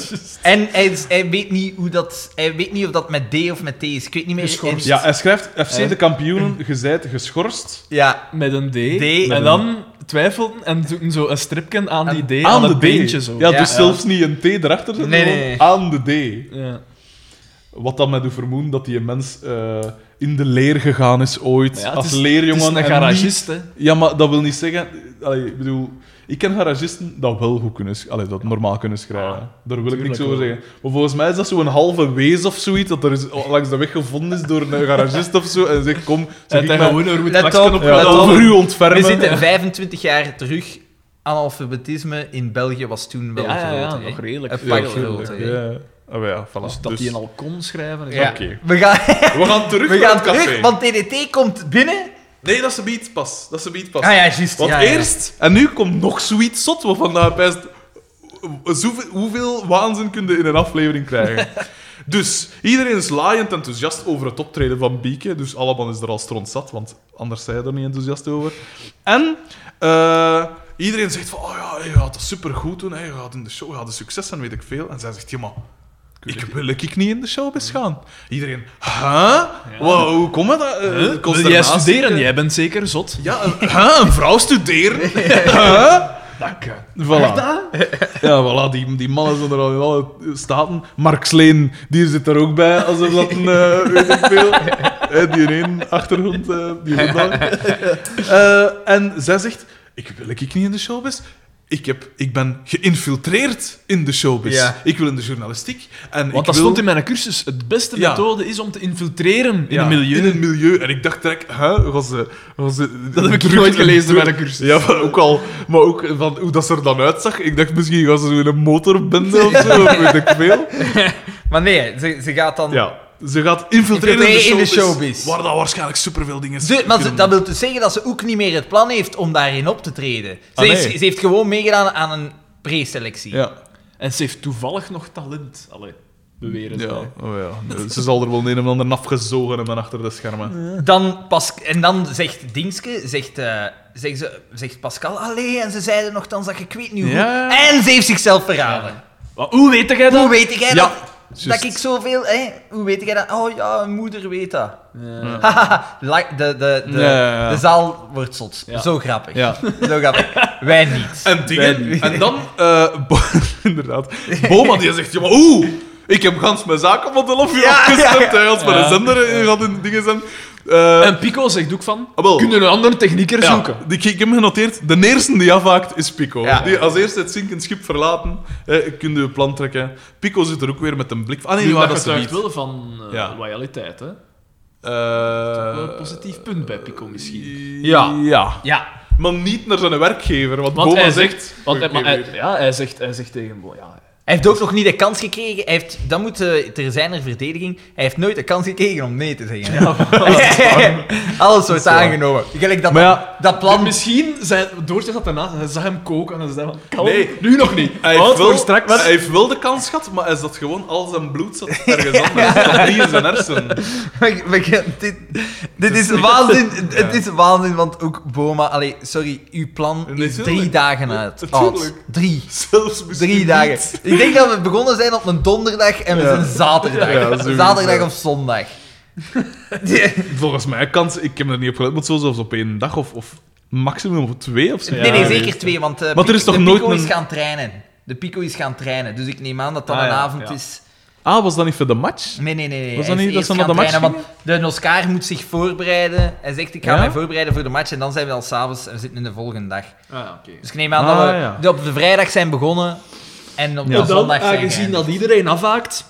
B: en hij, is- hij weet niet hoe dat, hij weet niet of dat met D of met T is. Ik weet niet meer.
C: Geschorst.
A: Ja, hij schrijft FC
C: Ja.
A: de kampioenen, gezijt geschorst.
B: Ja.
C: Met een D.
B: D.
A: Met
C: En dan twijfelden en toen zo een stripje aan die D, aan, het
A: D.
C: beentje zo.
A: Ja,
B: Ja,
A: dus
B: ja.
A: zelfs niet een T erachter zetten,
B: Nee, nee,
A: gewoon
B: nee.
A: aan de D.
C: Ja.
A: Wat dan met u vermoeden dat die mens eh, in de leer gegaan is ooit,
C: Maar ja, het
A: als
C: is-
A: leerjongen.
C: het
A: en
C: is een garagist, hè.
A: niet- Ja, maar dat wil niet zeggen... Allee, ik bedoel, ik ken garagisten dat wel goed kunnen... sch- Allee, dat normaal kunnen schrijven. Daar wil ik
C: tuurlijk
A: niks over
C: wel.
A: zeggen. Maar volgens mij is dat zo'n halve wees of zoiets, dat er is, langs de weg gevonden is door een garagist of zo, en zegt, kom, zeg
C: En
A: ik
C: dan
A: mij...
C: gewoon er moet
B: Let
C: teksten
B: op,
C: op
A: Ja,
B: let
C: gedaan.
A: over u
B: We
A: ontfermen.
B: zitten 25 jaar terug. Analfabetisme in België was toen wel
C: Ja, ja, ja,
B: groot. hè.
C: nog redelijk
B: Een
C: veel,
B: pak
A: ja,
C: heel
B: groot.
A: ja,
B: hè.
A: ja. Ah, maar ja, voilà.
C: Dus dat
A: Dus-
C: die een al kon schrijven.
B: Ja.
A: Oké.
B: We gaan,
A: We gaan terug
B: we
A: naar
B: gaan
A: het café.
B: terug, want DDT komt binnen.
A: Nee, dat is een beat pas. Dat is een beat pas.
B: Ah ja, juist.
A: Want
B: ja, ja.
A: eerst, en nu komt nog zoiets zot waarvan dat best. Zoveel, hoeveel waanzin kun je in een aflevering
B: <laughs>
A: krijgen? dus iedereen is laaiend enthousiast over het optreden van Bieke. Dus allemaal is er al stront zat, want anders zijn je er niet enthousiast over. En eh, iedereen zegt van: Oh ja, je gaat dat supergoed doen. hè, Je gaat in de show, je gaat een succes en weet ik veel. En zij zegt: Ja, maar. Ik wil ik niet in de showbiz gaan. Iedereen, huh? Wow, hoe komt dat? Eh,
C: Wil jij
A: consternatie. eh,
C: studeren? Jij bent zeker zot.
A: Ja, een, hè, een vrouw studeren? Hè?
C: Dat kan.
A: Voilà. Ja, voilà, die, die mannen zijn er al in alle staten. Mark Sleen, die zit er ook bij, alsof dat een... eh, weet ik veel. Eh, die een achtergrond, eh, die voetballer. Eh, en zij zegt, ik wil ik niet in de showbiz. Ik, heb, ik ben geïnfiltreerd in de showbiz.
B: Ja.
A: Ik wil in de journalistiek. En ik
C: Want dat
A: wil...
C: stond in mijn cursus. Het beste
A: Ja.
C: methode is om te infiltreren in
A: Ja,
C: een milieu.
A: In een milieu. En ik dacht direct, hè, was, eh, was, eh,
C: Dat heb ik
A: druk-
C: nooit gelezen
A: druk-
C: bij de cursus.
A: Ja, maar ook al. Maar ook van hoe dat ze er dan uitzag. Ik dacht misschien gaan ze zo in een motorbende of zo, of weet ik veel.
B: Maar nee, ze, ze gaat dan...
A: Ja. Ze gaat infiltreren in de,
B: Infiltreren in de
A: showbiz,
B: showbiz.
A: Waar dan waarschijnlijk superveel dingen
B: Ze- maar ze-
A: kunnen
B: dat wil dus zeggen dat ze ook niet meer het plan heeft om daarin op te treden. Ze,
A: Ah, nee.
B: heeft, ze heeft gewoon meegedaan aan een preselectie.
A: Ja.
C: En ze heeft toevallig nog talent. Allee, beweren ze.
A: Ja,
C: hè.
A: oh ja. Nee, Ze zal er wel een en ander afgezogen hebben achter de schermen.
B: Dan pas, en dan zegt Dingske, zegt, eh, zegt, ze, zegt Pascal, allee, en ze zeiden nogthans dat je ik weet niet hoe.
A: Ja.
B: En ze heeft zichzelf verraden.
C: Wat, hoe weet jij dat?
B: Hoe weet jij
A: Ja,
B: dat,
A: juist.
B: dat ik zoveel... Hè? Hoe weet jij dat? Oh ja, mijn moeder weet dat.
C: Ja.
B: Haha, like, de, de, de,
A: Ja, ja, ja.
B: de zaal wordt zot.
C: Ja.
B: Zo grappig.
A: Ja.
B: Zo grappig. Wij niet.
A: <laughs> En dingen.
B: Ben.
A: En dan, eh, Bo- <laughs> inderdaad, Boma die zegt: ja, maar oeh, ik heb gans mijn zaken van de lofje
B: Ja,
A: afgestemd.
B: ja, ja.
A: Hij had mijn
C: Ja.
A: zender eh, gaat in de dingen zijn. Eh,
C: En Pico zegt ook van,
A: Ah, wel.
C: kunnen een andere technieker
A: ja,
C: zoeken?
A: die- ik heb hem genoteerd. De eerste die afhaakt is Pico.
B: Ja.
A: Die als eerste het zinkend schip verlaten, eh, kun je je plan trekken. Pico zit er ook weer met een blik van. Ah nee,
C: Nu
A: waar
C: dat
A: dat ze
C: getuigt
A: niet.
C: wel van eh,
A: Ja.
C: loyaliteit, hè? Wel een
A: Eh,
C: positief punt bij Pico misschien.
A: Ja. ja.
B: Ja.
A: Maar niet naar zijn werkgever, want,
C: Want
A: Boma
C: hij
A: zegt...
C: zegt, want hij,
A: Oké,
C: maar hij-
A: weer.
C: ja, hij, zegt, hij zegt tegen Bo, ja,
B: Hij heeft ook nog niet de kans gekregen. Hij heeft, dat moet eh, ter zijner verdediging. Hij heeft nooit de kans gekregen om nee te zeggen. <laughs> Alles wordt
A: waar.
B: aangenomen. Gelijk dat,
A: Maar ja,
B: dat
C: Want
B: plan.
C: misschien zijn Doortje zat daarna, hij zag hem koken en hij zei van, kalm,
A: Nee.
C: nu nog niet.
A: Hij
C: Houd
B: Oh,
A: heeft,
C: voor
A: wel,
C: straks.
A: hij heeft wel de kans gehad, maar hij zat gewoon al zijn bloed zat <laughs> ergens anders. Dat niet in zijn hersenen.
B: <laughs> We- we- dit, dit is
A: <laughs>
B: waanzin. Het is waanzin, want ook Boma. Allee, sorry, uw plan is
A: Natuurlijk.
B: drie dagen uit.
A: Natuurlijk.
B: Oud. Drie.
A: Zelfs misschien
B: Drie
A: niet.
B: dagen. Ik denk dat we begonnen zijn op een donderdag en we
A: Ja.
B: zijn zaterdag.
A: Ja, sowieso.
B: zaterdag of zondag.
A: <laughs>
B: Die-
A: Volgens mij kan ze- ik heb er niet op gelet, maar het zou zelfs op één dag of, of maximum op twee of zo.
B: nee, nee,
A: Ja,
B: zeker twee, want eh,
A: Maar er is
B: Pico-
A: toch
B: de
A: nooit
B: Pico is
A: een-
B: gaan trainen. De Pico is gaan trainen, dus ik neem aan dat dat
C: Ah,
B: een
C: ja,
B: avond
C: ja.
B: is.
A: Ah, was dat niet voor de match?
B: Nee, nee, nee. nee.
A: Was
B: hij
A: dat
B: is
A: niet dat ze
B: eerst
A: naar
B: gaan
A: de match
B: trainen, Want de Oscar moet zich voorbereiden. Hij zegt, ik ga
A: Ja?
B: mij voorbereiden voor de match en dan zijn we al s'avonds en we zitten in de volgende dag.
C: Ah, ja, oké.
B: Dus ik neem aan
A: Ah,
B: dat we
A: ja.
B: die op de vrijdag zijn begonnen en op
A: Ja.
B: de
A: Dan,
C: Dan,
B: zondag zijn
C: aangezien
B: geëindigd.
C: dat iedereen afhaakt,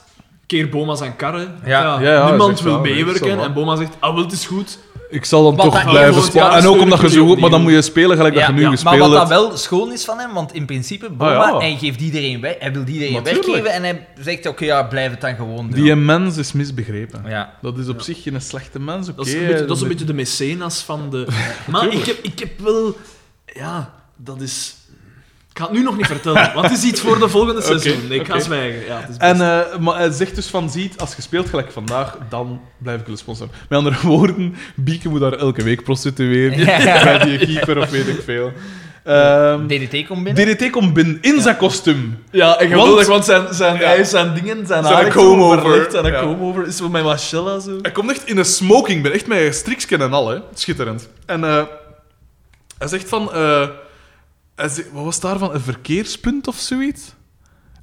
C: keer Boma zijn karren.
B: Ja.
A: Ja, ja,
C: niemand
A: zegt
C: wil
A: wel, nee, zal
C: meewerken
A: wel.
C: en Boma zegt, ah, wel, het is goed.
A: Ik zal dan
B: Wat
A: toch
B: dat-
A: blijven
C: Ja,
A: spelen.
C: ja,
A: En ook omdat je zo goed...
C: opnieuw.
A: Maar dan moet je spelen gelijk dat
B: Ja,
A: je nu
B: ja,
A: gespeeld
B: Maar wat dat
A: hebt.
B: wel schoon is van hem, want in principe, Boma,
A: Ah, ja.
B: hij geeft iedereen weg. Hij wil iedereen
A: Natuurlijk.
B: weggeven en hij zegt, oké, ja, blijf het dan gewoon doen.
A: Die mens is misbegrepen.
B: Ja.
A: Dat is op zich geen slechte mens, oké.
C: Dat is, een, beetje, dat is een beetje de mecenas van <laughs> de... Maar ik heb, ik heb wel... Ja, dat is... Ik ga het nu nog niet <laughs> vertellen, want het is iets voor de volgende
A: Oké,
C: seizoen. Nee, ik ga
A: oké.
C: zwijgen. Ja, het is
A: En,
C: best.
A: eh, maar hij zegt dus van, ziet, als je speelt gelijk vandaag, dan blijf ik je sponsoren. Met andere woorden, Bieke moet daar elke week prostitueren.
B: Ja.
A: <laughs> Bij die keeper of weet ik veel. Ehm,
B: DDT komt binnen.
A: DDT komt binnen in zijn kostuum. eh,
C: Ja, en
A: Want-
C: geweldig, want zijn, zijn,
A: Ja.
C: hij, zijn dingen, zijn,
A: Zijn
C: haar is
A: comb
C: zo
A: over.
C: verlicht, zijn
A: Ja.
C: comb over is zo met Marcella zo.
A: Hij komt echt in een smoking binnen, echt met een striksken en al, hè. Schitterend. En eh, hij zegt van... eh, hij zegt- wat was daarvan? Een verkeerspunt of zoiets?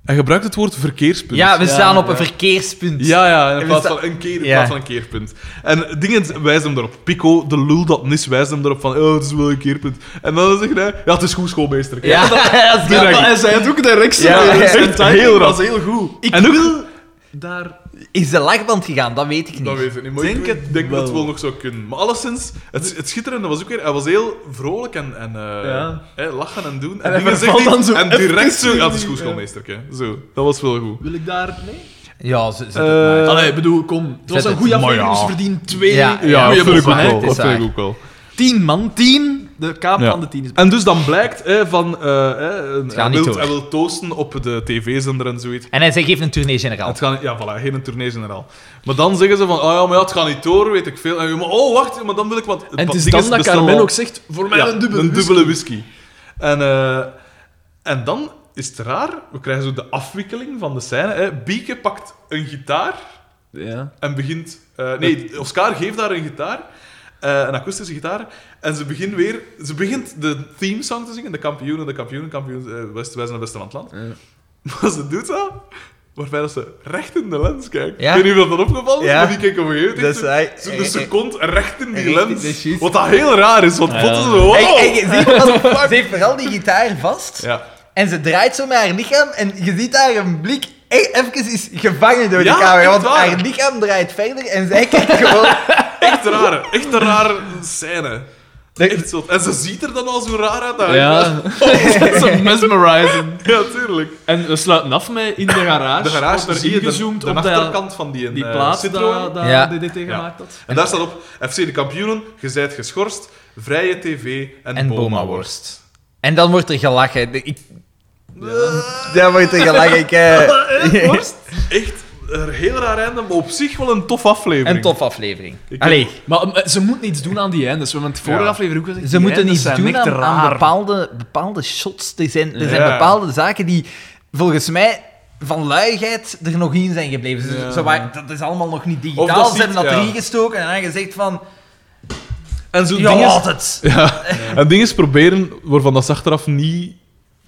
A: Hij gebruikt het woord verkeerspunt.
B: Ja, we
C: Ja,
B: staan op
C: ja.
B: een verkeerspunt.
A: Ja, ja, in
B: En
A: plaats
B: we
A: van een, keer, in
B: Ja.
A: plaats van een keerpunt. En dingen wijzen hem erop. Pico, de lul dat nis, wijst hem erop van, oh, het is wel een keerpunt. En dan zegt hij, ja, het is goed, schoolmeester.
B: Ja,
A: <laughs>
B: dat is
A: Direct.
B: grappig.
C: Maar hij zei het ook direct zo.
B: Ja,
C: Zijn
B: ja.
C: timing
A: Heel rap.
C: was heel goed. Ik
A: En ook-
C: wil daar...
B: Is de lachband gegaan? Dat weet ik niet.
A: Dat weet ik niet, maar
C: Denk
A: ik
C: het
A: denk dat
C: wel.
A: het wel nog zou kunnen. Maar alleszins, het, het schitterende was ook weer... Hij was heel vrolijk en, en eh,
C: Ja.
A: hè, lachen en doen.
C: En
A: En,
C: hij
A: dingen
C: vervalt
A: zegt hij-
C: dan zo
A: En
C: even
A: direct zo...
C: in
A: Ja, het
C: die-
A: is goed,
C: ja.
A: schoolmeester. Zo, dat was wel goed.
C: Wil ik daar... Nee?
B: Ja, ze, ze-
A: Eh,
C: Allee, ik bedoel, kom. Het
B: Zet
C: was een
B: het.
C: goede
A: Maar
C: aflevering,
A: ja.
C: dus verdien twee.
B: Ja,
A: ja,
B: ja,
A: dat
B: je
A: vind ik
B: moet
A: ook
B: maar,
A: wel.
B: het is
A: Dat vind ik
B: waar.
A: ook wel.
C: Tien, man. Tien. De kaap
A: Ja.
C: van de tien is
A: En dus dan blijkt hè, van... eh, hè, een- hij,
B: gaat niet
A: wil,
B: door.
A: hij wil toasten op de tv-zender en zoiets.
B: En hij zegt, geeft een tournee generaal.
A: Het gaat niet- ja, voilà, geen tournee generaal. Maar dan zeggen ze van, oh ja, maar ja, het gaat niet door, weet ik veel. En, je- maar, oh, wacht, maar dan wil ik wat...
C: En het is
A: ding
C: dan dat
A: bestellen
C: Carmen
A: al-
C: ook zegt, voor mij
A: Ja,
C: een dubbele
A: dus. whisky. En, eh, en dan is het raar, we krijgen zo de afwikkeling van de scène. Hè. Bieke pakt een gitaar
C: Ja.
A: en begint... eh, nee, Oscar geeft haar een gitaar. eh, een akoestische gitaar. En ze begint weer... Ze begint de theme song te zingen. De kampioenen, de kampioenen, kampioenen. eh, West, wij zijn de beste van het land. <laughs> Maar ze doet dat... Waarbij dat ze recht in de lens kijkt.
B: Ja.
A: Ik weet niet of dat opgevallen is,
B: Ja.
A: maar die kijkt op een gegeven
B: Dat
A: moment
B: is
A: zo-
B: hij-
A: zo
B: eh,
A: de
B: eh,
A: seconde recht in die
B: recht in de
A: lens.
B: shoot.
A: Wat dat heel raar is, want
C: Ja.
A: botten zo... wow.
B: Hey, hey, je ziet,
A: <laughs>
B: ze heeft vooral die gitaar vast.
A: Ja.
B: En ze draait zo met haar lichaam en je ziet haar een blik e- even is gevangen door
A: Ja,
B: de camera.
A: echt
B: Want
A: waar.
B: haar lichaam draait verder en zij <laughs> kijkt
A: <laughs>
B: gewoon...
A: Echt raar, echt een rare scène. Echt zot. En ze ziet er dan al zo raar uit. hè.
C: <laughs> Ja, dat <laughs> is een mesmerizing.
A: <laughs> ja tuurlijk.
C: En we sluiten af met in de garage.
A: De garage,
C: wordt
A: daar
C: er
A: zie je de,
C: ingezoomd
A: de
C: op dat,
A: achterkant van die,
C: die
A: eh,
C: plaats
A: Citroën.
C: dat, dat
B: Ja.
C: DDT gemaakt had.
A: En daar staat op, FC de kampioenen, je zijt geschorst, vrije tv en,
B: En
A: Boma-worst.
B: bomaworst. En dan wordt er gelachen. De- Ik... Dan wordt er gelachen. Ik,
A: <laughs>
B: eh,
A: Echt een heel raar einde, maar op zich wel een tof aflevering.
B: Een tof aflevering.
A: Ik
B: Allee,
C: Maar eh, ze moet niets doen aan die eindes. We hebben het vorige
A: Ja.
C: aflevering ook gezegd.
B: ze
C: die
B: moeten
C: eindes
B: iets
C: zijn
B: doen
C: echt
B: aan, aan
C: raar.
B: bepaalde, bepaalde shots. Er zijn, er zijn
A: Ja.
B: bepaalde zaken die volgens mij van luiheid er nog in zijn gebleven. Ze-
C: Ja.
B: Zo, waar- dat is allemaal nog niet
A: Of
B: digitaal.
A: dat
B: Ze
A: ziet-
B: hebben dat
A: ja.
B: erin gestoken en dan gezegd van...
A: En zo'n
B: Ja,
A: ding is...
B: laat het!
A: Ja. En ding is proberen waarvan dat ze achteraf niet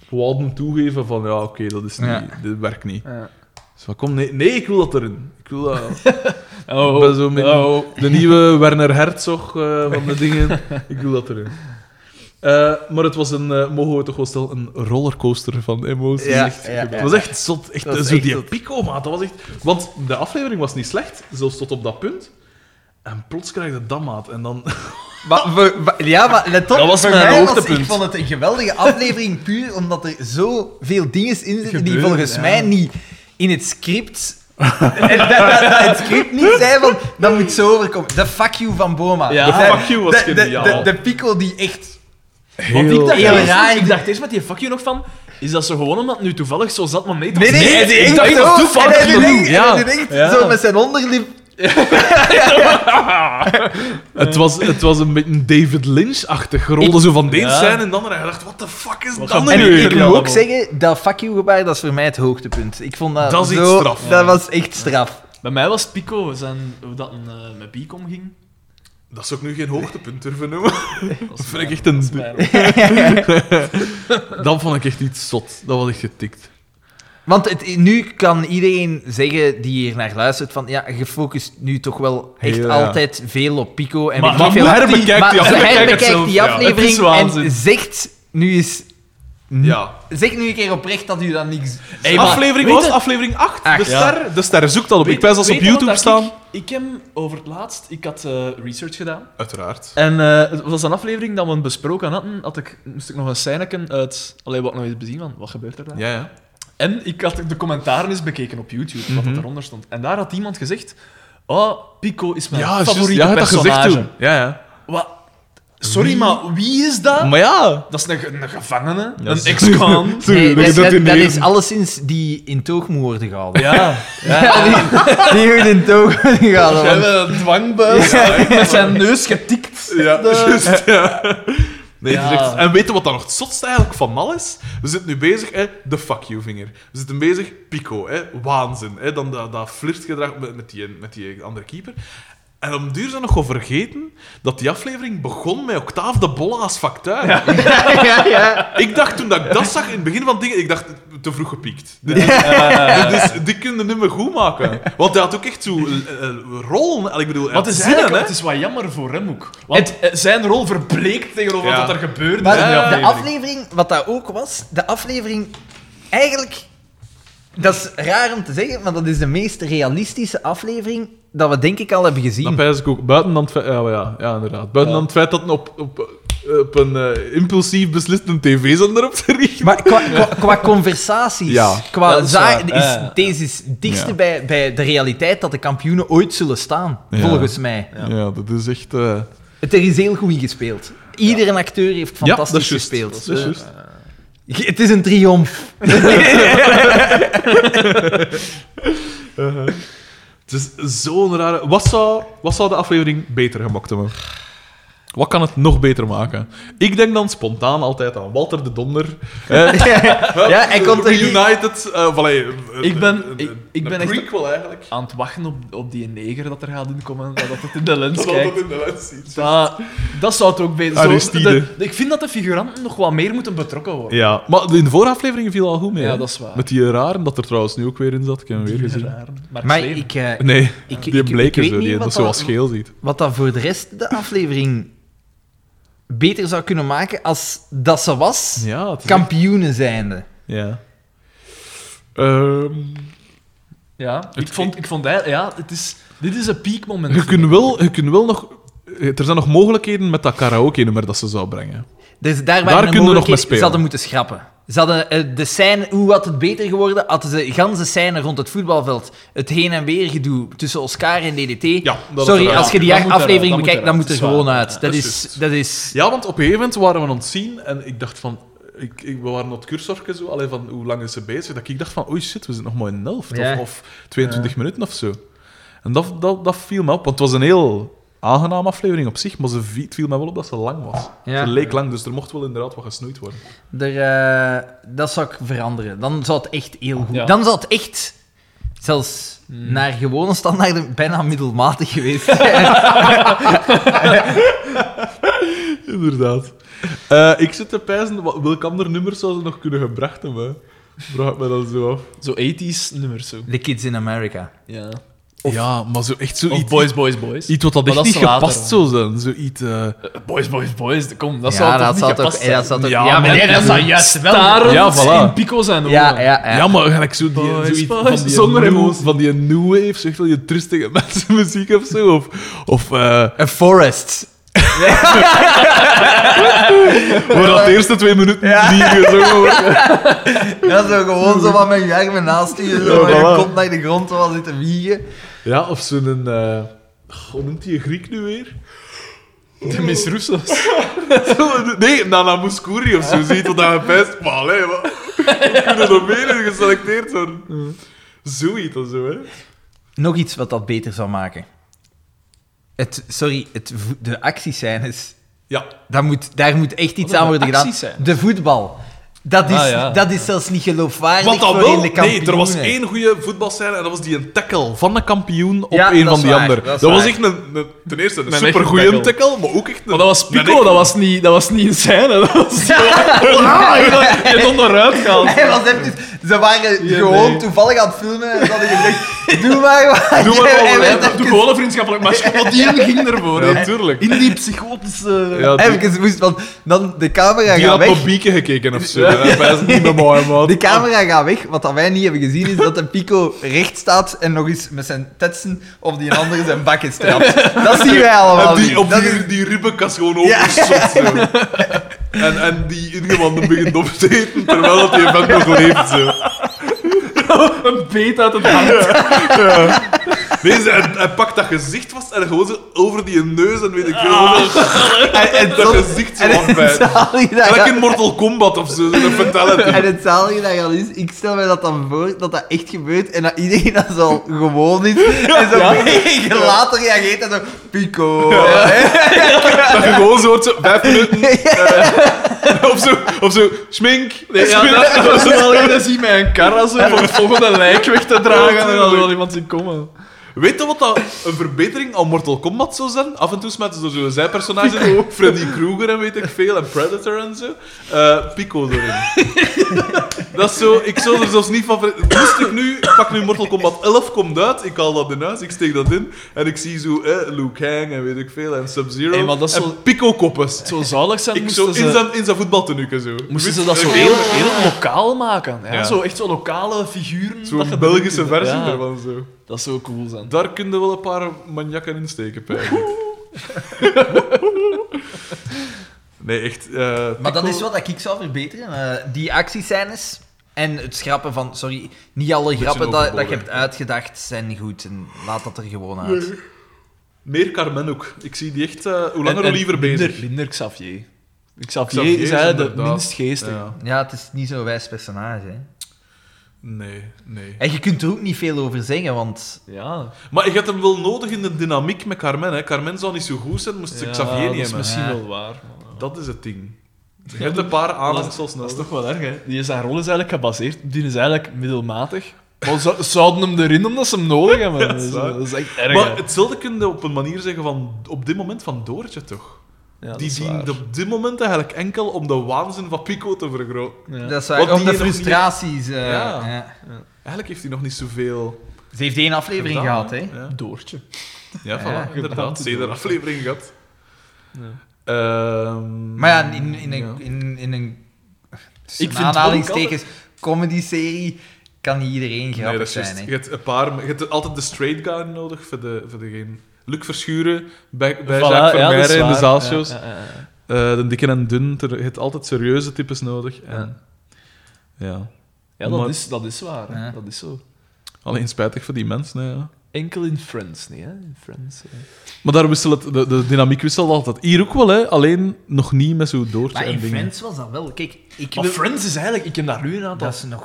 A: wouden toegeven van ja, oké, dat is niet,
B: Ja.
A: dit werkt niet.
C: Ja.
A: Dus van, kom, nee, nee, ik wil dat erin. Ik wil dat...
C: Oh,
A: Ik ben zo met
C: oh, oh.
A: de nieuwe Werner Herzog eh, van de dingen. Ik doe dat erin. Eh, maar het was een, eh, mogen we toch wel stellen, een rollercoaster van emoties.
B: Ja,
A: echt,
B: ja, ja.
A: het was echt zot. Echt,
B: Dat was
A: zo
B: echt
A: die
B: zot.
A: pico, maat. Dat was echt... Want de aflevering was niet slecht, zelfs tot op dat punt. En plots krijg je dat, maat. En dan... <laughs>
B: Maar voor- wa- ja, maar let op.
A: Dat was
B: voor
A: mijn
B: mij
A: hoogtepunt.
B: ik vond het een geweldige aflevering, puur omdat er zoveel dingen in zitten die
C: Gebeuren,
B: volgens
C: ja.
B: mij niet in het script... <laughs> en dat, dat- dat het script niet zijn van, dat moet zo overkomen. De fuck you van Boma.
C: Ja.
A: de
C: Ah,
A: fuck you was
B: De, de,
A: geniaal.
B: de, de pico die echt...
C: Want ik dacht,
B: Heel
C: eerst-
B: raar.
C: ik dacht eerst met die fuck you nog van... Is dat zo gewoon omdat het nu toevallig zo zat, maar nee... dat
B: Nee,
C: was-
B: nee, hij
C: ik
B: denkt
C: dacht
B: zo,
C: dat
B: en
C: toevallig
B: hij
C: zo-
B: denkt- en
C: ja.
B: hij denkt
C: Ja.
B: zo met zijn onderlip.
A: Het, was, het was een beetje een David Lynch-achtig rollen. Zo van deze
C: Ja.
A: zijn en dan. En hij dacht, wat de fuck is dat
C: gaat
A: nu
C: dit
B: En
A: weer?
B: ik
C: Ja,
B: moet ook
C: dat wel.
B: zeggen, dat fuck you gebaar, dat is voor mij het hoogtepunt. Ik vond dat
A: Dat is
B: zo-
A: iets straf.
B: Dat was echt straf.
C: Bij mij was Pico, zijn, hoe dat een, eh, met Bicom ging.
A: Dat is ook nu geen hoogtepunt durven noemen.
C: <laughs> Dat
A: vind ik echt een- <laughs> Dat vond ik echt iets zot. Dat was echt getikt.
B: Want het, nu kan iedereen zeggen die hier naar luistert van ja, je focust nu toch wel echt
A: Heel, ja.
B: altijd veel op Pico en
C: Maar-
B: weet ik
C: maar
B: veel.
C: moet die-
A: herbekijk
B: maar
A: die aflevering.
B: herbekijk
A: Zelf,
B: die
A: ja.
C: Het is
B: aflevering
C: waanzin.
B: en zegt nu eens
A: Ja.
B: zeg nu een keer oprecht dat u dat niks.
C: Hey, maar-
A: aflevering
C: weet
A: was
C: je-
A: aflevering 8.
B: Acht,
A: de
C: ja.
A: ster. De ster. Zoek dat op. ik
C: Weet-
A: wijs als ze op
C: weet je wat
A: YouTube
C: dat
A: staan.
C: Ik, ik heb over het laatst, ik had eh, research gedaan.
A: Uiteraard.
C: En eh, het was een aflevering dat we een besproken hadden. Had ik, moest ik nog een scène uit. Alleen wat ik nog eens bezien van wat gebeurt er daar?
A: Ja, ja.
C: En ik had de commentaren eens bekeken op YouTube, wat
A: Mhm.
C: dat eronder stond. En daar had iemand gezegd: Oh, Pico is mijn
A: Ja,
C: favoriete
A: ja, dat gezegd
C: personage.
A: toen. Ja, ja.
C: Wat? Sorry, maar wie is dat?
A: Maar ja.
C: Dat is een, een gevangene,
A: Ja,
C: een
A: zo-
C: ex-con.
A: <laughs> Sorry,
B: Nee,
A: dat je
B: dat,
A: dat
B: dat,
A: in
B: dat
A: de-
B: is alleszins die in toog moet worden gehouden.
C: ja,
B: <laughs> Ja, die, die moet in toog worden gehouden.
C: we
B: want-
C: hebben een dwangbuis
B: <laughs>
C: met zijn neus getikt.
A: Ja, juist, Dus, ja. Nee, het is
C: Ja.
A: echt- En weten wat dan nog het zotste eigenlijk van mal is? We zitten nu bezig, hè, de fuck you vinger. We zitten bezig, pico, hè, waanzin. Hè, dan dat, dat flirtgedrag met, met, die, met die andere keeper. En om duur zijn we nog wel vergeten dat die aflevering begon met Octave de Bolle als factuur.
B: ja, ja.
A: Ik dacht toen dat ik dat zag in het begin van dingen, ik dacht te vroeg gepiekt. Dit, dit is, die kunnen nummer goed maken. Want hij had ook echt zo eh, eh, rollen. Ik bedoel, hij
C: Wat
A: had
C: is
A: zinnen,
C: eigenlijk,
A: hè?
C: het is wat jammer voor hem ook. Want eh, zijn rol verbleekt tegenover
A: Ja.
C: wat er gebeurde.
B: Maar
C: in die
B: de aflevering, wat dat ook was, de aflevering eigenlijk. Dat is raar om te zeggen, maar dat is de meest realistische aflevering dat we denk ik al hebben gezien.
A: Dat pijs ik ook. Buiten dan het feit, ja, maar ja, ja, inderdaad. Buiten dan het feit dat een op, op, op een eh, impulsief beslissende tv-zender op te richten.
B: Maar qua, qua, qua conversaties,
A: Ja.
B: qua
C: Dat is
B: za-
C: waar,
B: is,
C: ja, ja.
B: deze is het dichtste
A: Ja.
B: bij, bij de realiteit dat de kampioenen ooit zullen staan,
A: Ja.
B: volgens mij.
A: Ja. dat is echt... eh,
B: Het er is heel goed in gespeeld. Iedere acteur heeft
A: ja,
B: fantastisch
A: dat is juist.
B: gespeeld.
A: Dat is juist.
B: Eh, Het is een triomf. <laughs>
A: Uh-huh. Het is zo'n rare... Wat zou, wat zou de aflevering beter gemaakt hebben? Wat kan het nog beter maken? Ik denk dan spontaan altijd aan Walter de Donder.
C: <laughs>
A: Eh,
B: Ja, hij kon toch niet...
A: United. eh, of, allee, eh,
C: Ik ben-
A: eh,
C: ik- ik
A: een
C: ben echt-
A: prequel eigenlijk.
C: Aan het wachten op, op die neger dat er gaat inkomen, dat het in de lens
A: Dat is altijd
C: kijkt.
A: in de lens ziet.
C: Dat, dat zou het ook beter zo-
A: Aristide.
C: de- de- Ik vind dat de figuranten nog wat meer moeten betrokken worden.
A: Ja, maar in de vorige afleveringen viel al goed mee.
C: Ja,
A: hè?
C: dat is waar.
A: Met die raren, dat er trouwens nu ook weer in zat. Ik heb hem weer
C: Die
A: gezien.
C: raar. Maar,
B: Maar
C: Kleven.
B: ik, eh,
A: Nee,
B: ik,
A: die
B: ik- ik
A: bleek er
B: weet
A: zo,
B: niet
A: die dat
B: wat
A: zo wat
B: dat,
A: scheel ziet.
B: wat dat voor de rest de aflevering beter zou kunnen maken als dat ze was
A: Ja, het is echt-
B: kampioenen zijnde.
A: ja. Ehm,
C: Ja, ik
A: Het-
C: vond, ik vond hij- ja, het is, dit is een piekmoment.
A: je, kunt wel, je kunt wel nog... Er zijn nog mogelijkheden met dat karaoke-nummer dat ze zou brengen.
B: Dus daar
A: Daar
B: waren
A: kunnen
B: er
A: we nog
B: mogelijkheden-
A: mee spelen.
B: Ze hadden moeten schrappen. Ze hadden eh, de scène, hoe had het beter geworden? Hadden ze ganse scène rond het voetbalveld, het heen en weer gedoe tussen Oscar en DDT.
A: dat had
B: Sorry,
A: eruit.
B: als je die
C: Dat moet eruit,
B: aflevering
C: dat
B: bekijkt,
C: moet
B: dan moet er
C: eruit.
B: gewoon
C: Dat is
B: uit.
A: waar.
B: dat,
A: Dat is
B: is,
A: juist.
B: dat is.
A: Ja, want op een gegeven moment waren we ontzien en ik dacht van... Ik, ik, we waren op het cursorken zo, alleen van hoe lang is ze bezig? Dat ik dacht van, oei shit, we zitten nog maar in de helft.
B: Ja.
A: Of, of 22 minuten of zo. En dat, dat, dat viel me op, want het was een heel aangename aflevering op zich, maar ze, vi- het viel me wel op dat ze lang was.
B: Ja.
A: Ze leek lang, dus er mocht wel inderdaad wat gesnoeid
B: <laughs>
A: worden.
B: Er, eh, dat zou ik veranderen. Dan zou het echt heel goed.
C: Ja.
B: Dan zou het echt zelfs naar gewone standaarden bijna middelmatig geweest zijn.
A: Inderdaad. Eh, ik zit te pijzen, wat- welk ander nummer zou ze nog kunnen gebracht hebben? Vraag ik me dan zo af.
C: Zo 80s nummers zo.
B: The Kids in America.
C: Ja.
A: ja, maar zo echt zo
C: Of
A: iets,
C: Boys, Boys, Boys.
A: iets wat dat
C: Maar
A: echt
C: dat
A: niet
C: is later,
A: gepast zou zijn. Zo iets... eh,
C: Boys, Boys, Boys. Kom, dat
B: Ja,
C: zou
B: dat
C: toch
B: zou
C: niet
B: toch-
C: gepast
B: ja, dat zou toch-
C: Ja,
B: ja,
C: maar
B: maar
C: nee,
B: dat
C: dat
B: zou
C: zou juist wel...
A: Ja, voilà.
C: in pico zijn ogen.
B: Ja, ja, ja.
A: Ja, maar gelijk zo die,
C: Boys,
A: zoiets
C: boys,
A: van die
C: zonder
A: new-
C: emotie.
A: Van die new wave, zegt wel je trustige <laughs> mensen muziek of zo. Of, of eh,
B: A Forest.
A: waar dat de eerste twee minuten vliegen. Zo.
B: Ja, zo gewoon zo van met je armen naast je, zo
A: Ja,
B: met je
A: voilà.
B: kop naar de grond, zo wat zitten wiegen.
A: <laughs> Ja, of zo'n... eh hoe noemt die Griek nu weer?
C: De Miss Roussos.
A: nee, Nana Mouskouri of zo. Ziet dat hij best. Maar allee, <laughs> wat? We kunnen nog meer in geselecteerd worden. Zoiets of zo, hè?
B: Nog iets wat dat beter zou maken. Het, sorry, het, vo- de actiescènes.
A: Ja.
B: Daar moet, daar moet echt iets
C: Wat
B: aan
C: is
B: worden
C: de
B: gedaan.
C: actiescènes?
B: De voetbal. Dat is,
C: Ah, ja.
B: dat is zelfs niet geloofwaardig
A: Want dan
B: voor
A: wel,
B: in de
A: nee, er was
B: kampioenen. <laughs>
A: één goede voetbalscène en dat was die een tackle van de kampioen op
B: Ja,
A: een
B: dat
A: van
B: is
A: die
B: waar,
A: ander.
B: dat is
A: Dat, was
B: waar.
A: echt een, een- ten eerste een,
C: Een echte
A: supergoeie tackle.
C: tackle.
A: maar ook echt een...
C: Maar dat was
A: een
C: pico,
A: echte-
C: dat was niet, dat was niet een scène. Dat was <laughs> zo... <laughs> Je hebt onderuit gehaald.
B: Hij was even, ze waren gewoon toevallig aan het filmen en ze hadden
A: <laughs>
B: gezegd: Doe maar wat.
A: Doe
B: <laughs>
A: maar
B: Hij
A: wat we
B: werd
A: hebben.
B: even-
C: Doe gewoon een vriendschappelijk match. Want die ging ervoor.
A: Ja,
C: hè.
A: natuurlijk.
C: In die psychotische...
A: Ja, die-
B: Even moest, want dan de camera
A: die
B: gaat
A: had
B: weg.
A: op bieken gekeken of zo. Ja. Dat is niet meer
B: <laughs>
A: mooi, man.
B: De camera gaat weg. Wat dat wij niet hebben gezien is dat de Pico recht staat en nog eens met zijn tetsen of die een ander zijn
A: <laughs>
B: bakken strapt. Dat zien wij allemaal.
A: En die,
B: niet.
A: op
B: Dat
A: die, <laughs>
B: is-
A: die ribbenkast gewoon overzot. zo. En, en die ingewanden begint op te eten, terwijl dat die event nog leeft. Zo.
C: Een beet uit het hart.
A: Nee, ze- hij, hij pakt dat gezicht vast en gewoon zo over die neus en weet ik veel.
B: Ah.
A: wat.
B: en, en
A: dat
B: soms-
A: gezicht zo
B: <laughs> en het
A: afbijt.
B: zalige dat
A: Gelijk
B: gaat-
A: in Mortal Kombat of zo, zo'n fatality.
B: <laughs> En het zalige dat gaat is, ik stel mij dat dan voor, dat dat echt gebeurt en dat iedereen dat zo gewoon is. En <laughs> zo ja. later reageert en zo, Pico.
A: Dat je gewoon zo hoort, zo,
C: <laughs>
A: vijf minuten. eh, <laughs> of zo, of zo, schmink. Nee,
C: Ja,
A: schmink.
C: dat- <laughs> dat is wel iemand die met een kar als om het volgende lijk weg te dragen. En dan wil iemand zien komen.
A: Weet je wat dat een verbetering aan Mortal Kombat zou zijn? Af en toe smeten ze zo'n zijpersonage in, Freddy Krueger en weet ik veel, en Predator en zo. Eh, Pico
C: <laughs>
A: erin. dat is zo, ik zou er zelfs niet van... ver- Moest ik nu, ik pak nu Mortal Kombat 11, komt uit, ik haal dat in huis, ik steek dat in, en ik zie zo eh, Liu Kang en weet ik veel, en Sub-Zero,
C: Hey, maar dat is
A: en
C: zo-
A: Pico-koppes.
C: Zo zalig zijn
A: Ik zo
C: moesten
A: in
C: ze...
A: zijn, in zijn voetbaltenuke zo.
C: Moesten
A: Wit-
C: ze dat zo
A: geel-
C: heel, heel lokaal maken. Ja?
A: Ja.
C: Zo echt zo lokale figuren. dat je
A: Zo'n
C: erin
A: Belgische
C: kunt-
A: versie
C: ja,
A: ervan zo.
C: Dat zou cool zijn.
A: Daar kunnen wel een paar maniakken in steken, Pijn.
C: <laughs>
A: Nee, echt. eh,
B: Maar dat
A: Pico-
B: is wat ik zou verbeteren. eh, die actiescènes en het schrappen van... Sorry, niet alle grappen dat, dat je
A: overbodig.
B: hebt uitgedacht zijn goed. En laat dat er gewoon uit.
A: Meer Carmen ook. Ik zie die echt eh, hoe
C: En-
A: langer
C: en
A: hoe liever
C: minder-
A: bezig.
C: Minder Xavier. Xavier,
A: Xavier
C: is
A: is
C: hij de
A: inderdaad-
C: minst geestige.
A: Ja.
B: Ja, het is niet zo'n wijs personage. Hè.
A: Nee, nee.
B: En je kunt er ook niet veel over zeggen, want...
C: Ja,
A: Maar je hebt hem wel nodig in de dynamiek met Carmen. Hè. Carmen zou niet zo goed zijn, moest
C: ja,
A: ik Xavier niet
C: dat is
A: hebben.
C: misschien
B: Ja.
C: wel waar. maar-
A: Dat is het
C: <laughs>
A: ding. Je hebt een paar aanhangsels
C: Dat is
A: nodig.
C: toch wel erg, hè? Die zijn rol is eigenlijk gebaseerd, die is eigenlijk middelmatig. Maar ze zouden hem erin omdat ze hem nodig hebben.
A: dat
C: dat,
A: is
C: is,
A: waar.
C: dat is echt erg.
A: Maar
C: hè.
A: hetzelfde kun je op een manier zeggen van op dit moment van Doortje toch?
C: Ja, dat
A: die
C: is waar.
A: dient op dit moment eigenlijk enkel om de waanzin van Pico te vergroten.
C: Ja.
B: Dat is
A: Wat
B: waar,
A: die
B: om de
A: nog niet-
B: frustraties... eh,
A: Ja.
B: ja.
A: Eigenlijk heeft hij nog niet zoveel
B: Ze heeft één aflevering
A: gedaan,
B: gehad, hè.
A: Ja,
C: Doortje.
A: ja,
B: Ja,
A: voilà, inderdaad.
C: gedaan.
A: Zeker aflevering gehad.
C: Ja.
A: Ehm,
B: Maar ja, in, in,
A: ja.
B: een, in, in een... tussen
C: vind het
B: aanhalingstekens, comedy-serie kan niet iedereen grappig
A: Nee, dat is
B: zijn,
A: juist.
B: hè.
A: Je hebt een paar, je hebt altijd de straight guy nodig voor, de, voor degene. Luc Verschuren bij, bij
C: Voilà,
A: Jacques
C: ja, dat
A: Vermeijeren
C: is
A: in de
C: waar.
A: zaalshows.
C: Ja, ja, ja.
A: Eh, de dikke en dun, ter- je hebt altijd serieuze types nodig. En, ja.
C: Ja, dat,
A: Maar-
C: is, dat is waar. hè.
B: Ja.
C: Dat is zo.
A: Alleen spijtig voor die mensen. hè, ja.
C: Enkel in Friends, niet hè? In Friends. eh.
A: Maar daar wisselt het, de, de dynamiek wisselt altijd. Hier ook wel, hè? alleen nog niet met zo'n doortje
B: Maar
A: en
B: in
A: dingen.
B: Friends was dat wel. Kijk, ik
C: Maar
B: wil-
C: Friends is eigenlijk, ik heb daar nu een aantal.
B: dat is nog...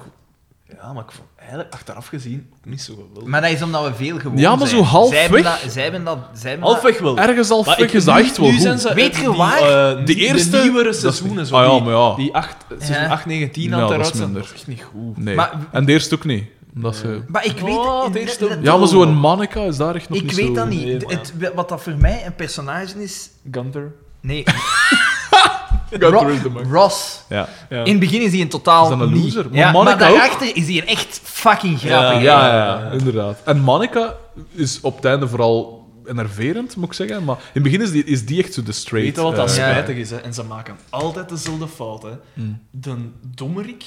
C: Ja, maar ik vond eigenlijk achteraf gezien ook niet zo geweldig.
B: Maar dat is omdat we veel gewoon
A: Ja, maar
B: zijn.
A: zo halfweg.
B: Zij hebben dat... Zij hebben dat, zij hebben dat-
C: Halfweg wel.
A: Ergens al
C: Maar
A: fuck
C: ik-
A: is dat
C: nu-
A: echt wel
C: nu
A: goed.
C: zijn ze-
B: Weet je
C: die,
B: waar?
C: eh,
A: De
C: die-
A: eerste-
C: De nieuwere
A: dat is niet-
C: seizoenen, zo.
A: Ah ja,
C: die-
A: maar ja.
C: Die 8, seizoen
B: Ja.
C: 8, 19
A: Ja,
C: had
A: dat is
C: eruit zijn.
A: minder.
C: Dat is echt niet goed.
A: Nee.
B: Maar-
A: En de eerste ook niet. Omdat ze...
B: Maar ik weet...
C: Oh, het eerste-
B: let- let-
A: Ja, maar zo'n Manica is daar echt nog
B: ik
A: niet
B: weet
A: zo...
B: dat niet.
C: nee, maar
B: Het- wat dat voor mij een personage is...
C: Gunther.
A: <laughs>
B: Nee,
A: Gunther is de man.
B: Ross.
A: Ja.
C: Ja.
B: In het begin is hij een totaal
A: Is dat een
B: niet.
A: loser? Maar
B: Ja, maar
A: Monica ook?
B: daarachter is hij een echt fucking grappig. hè.
A: Ja, ja, ja, inderdaad. En Monica is op het einde vooral enerverend, moet ik zeggen. Maar in het begin is die, is die echt zo de straight.
C: Weet je wat dat
A: eh,
B: ja.
C: spijtig is? Hè? En ze maken altijd dezelfde fout. Hè?
A: Mm.
C: De dommerik,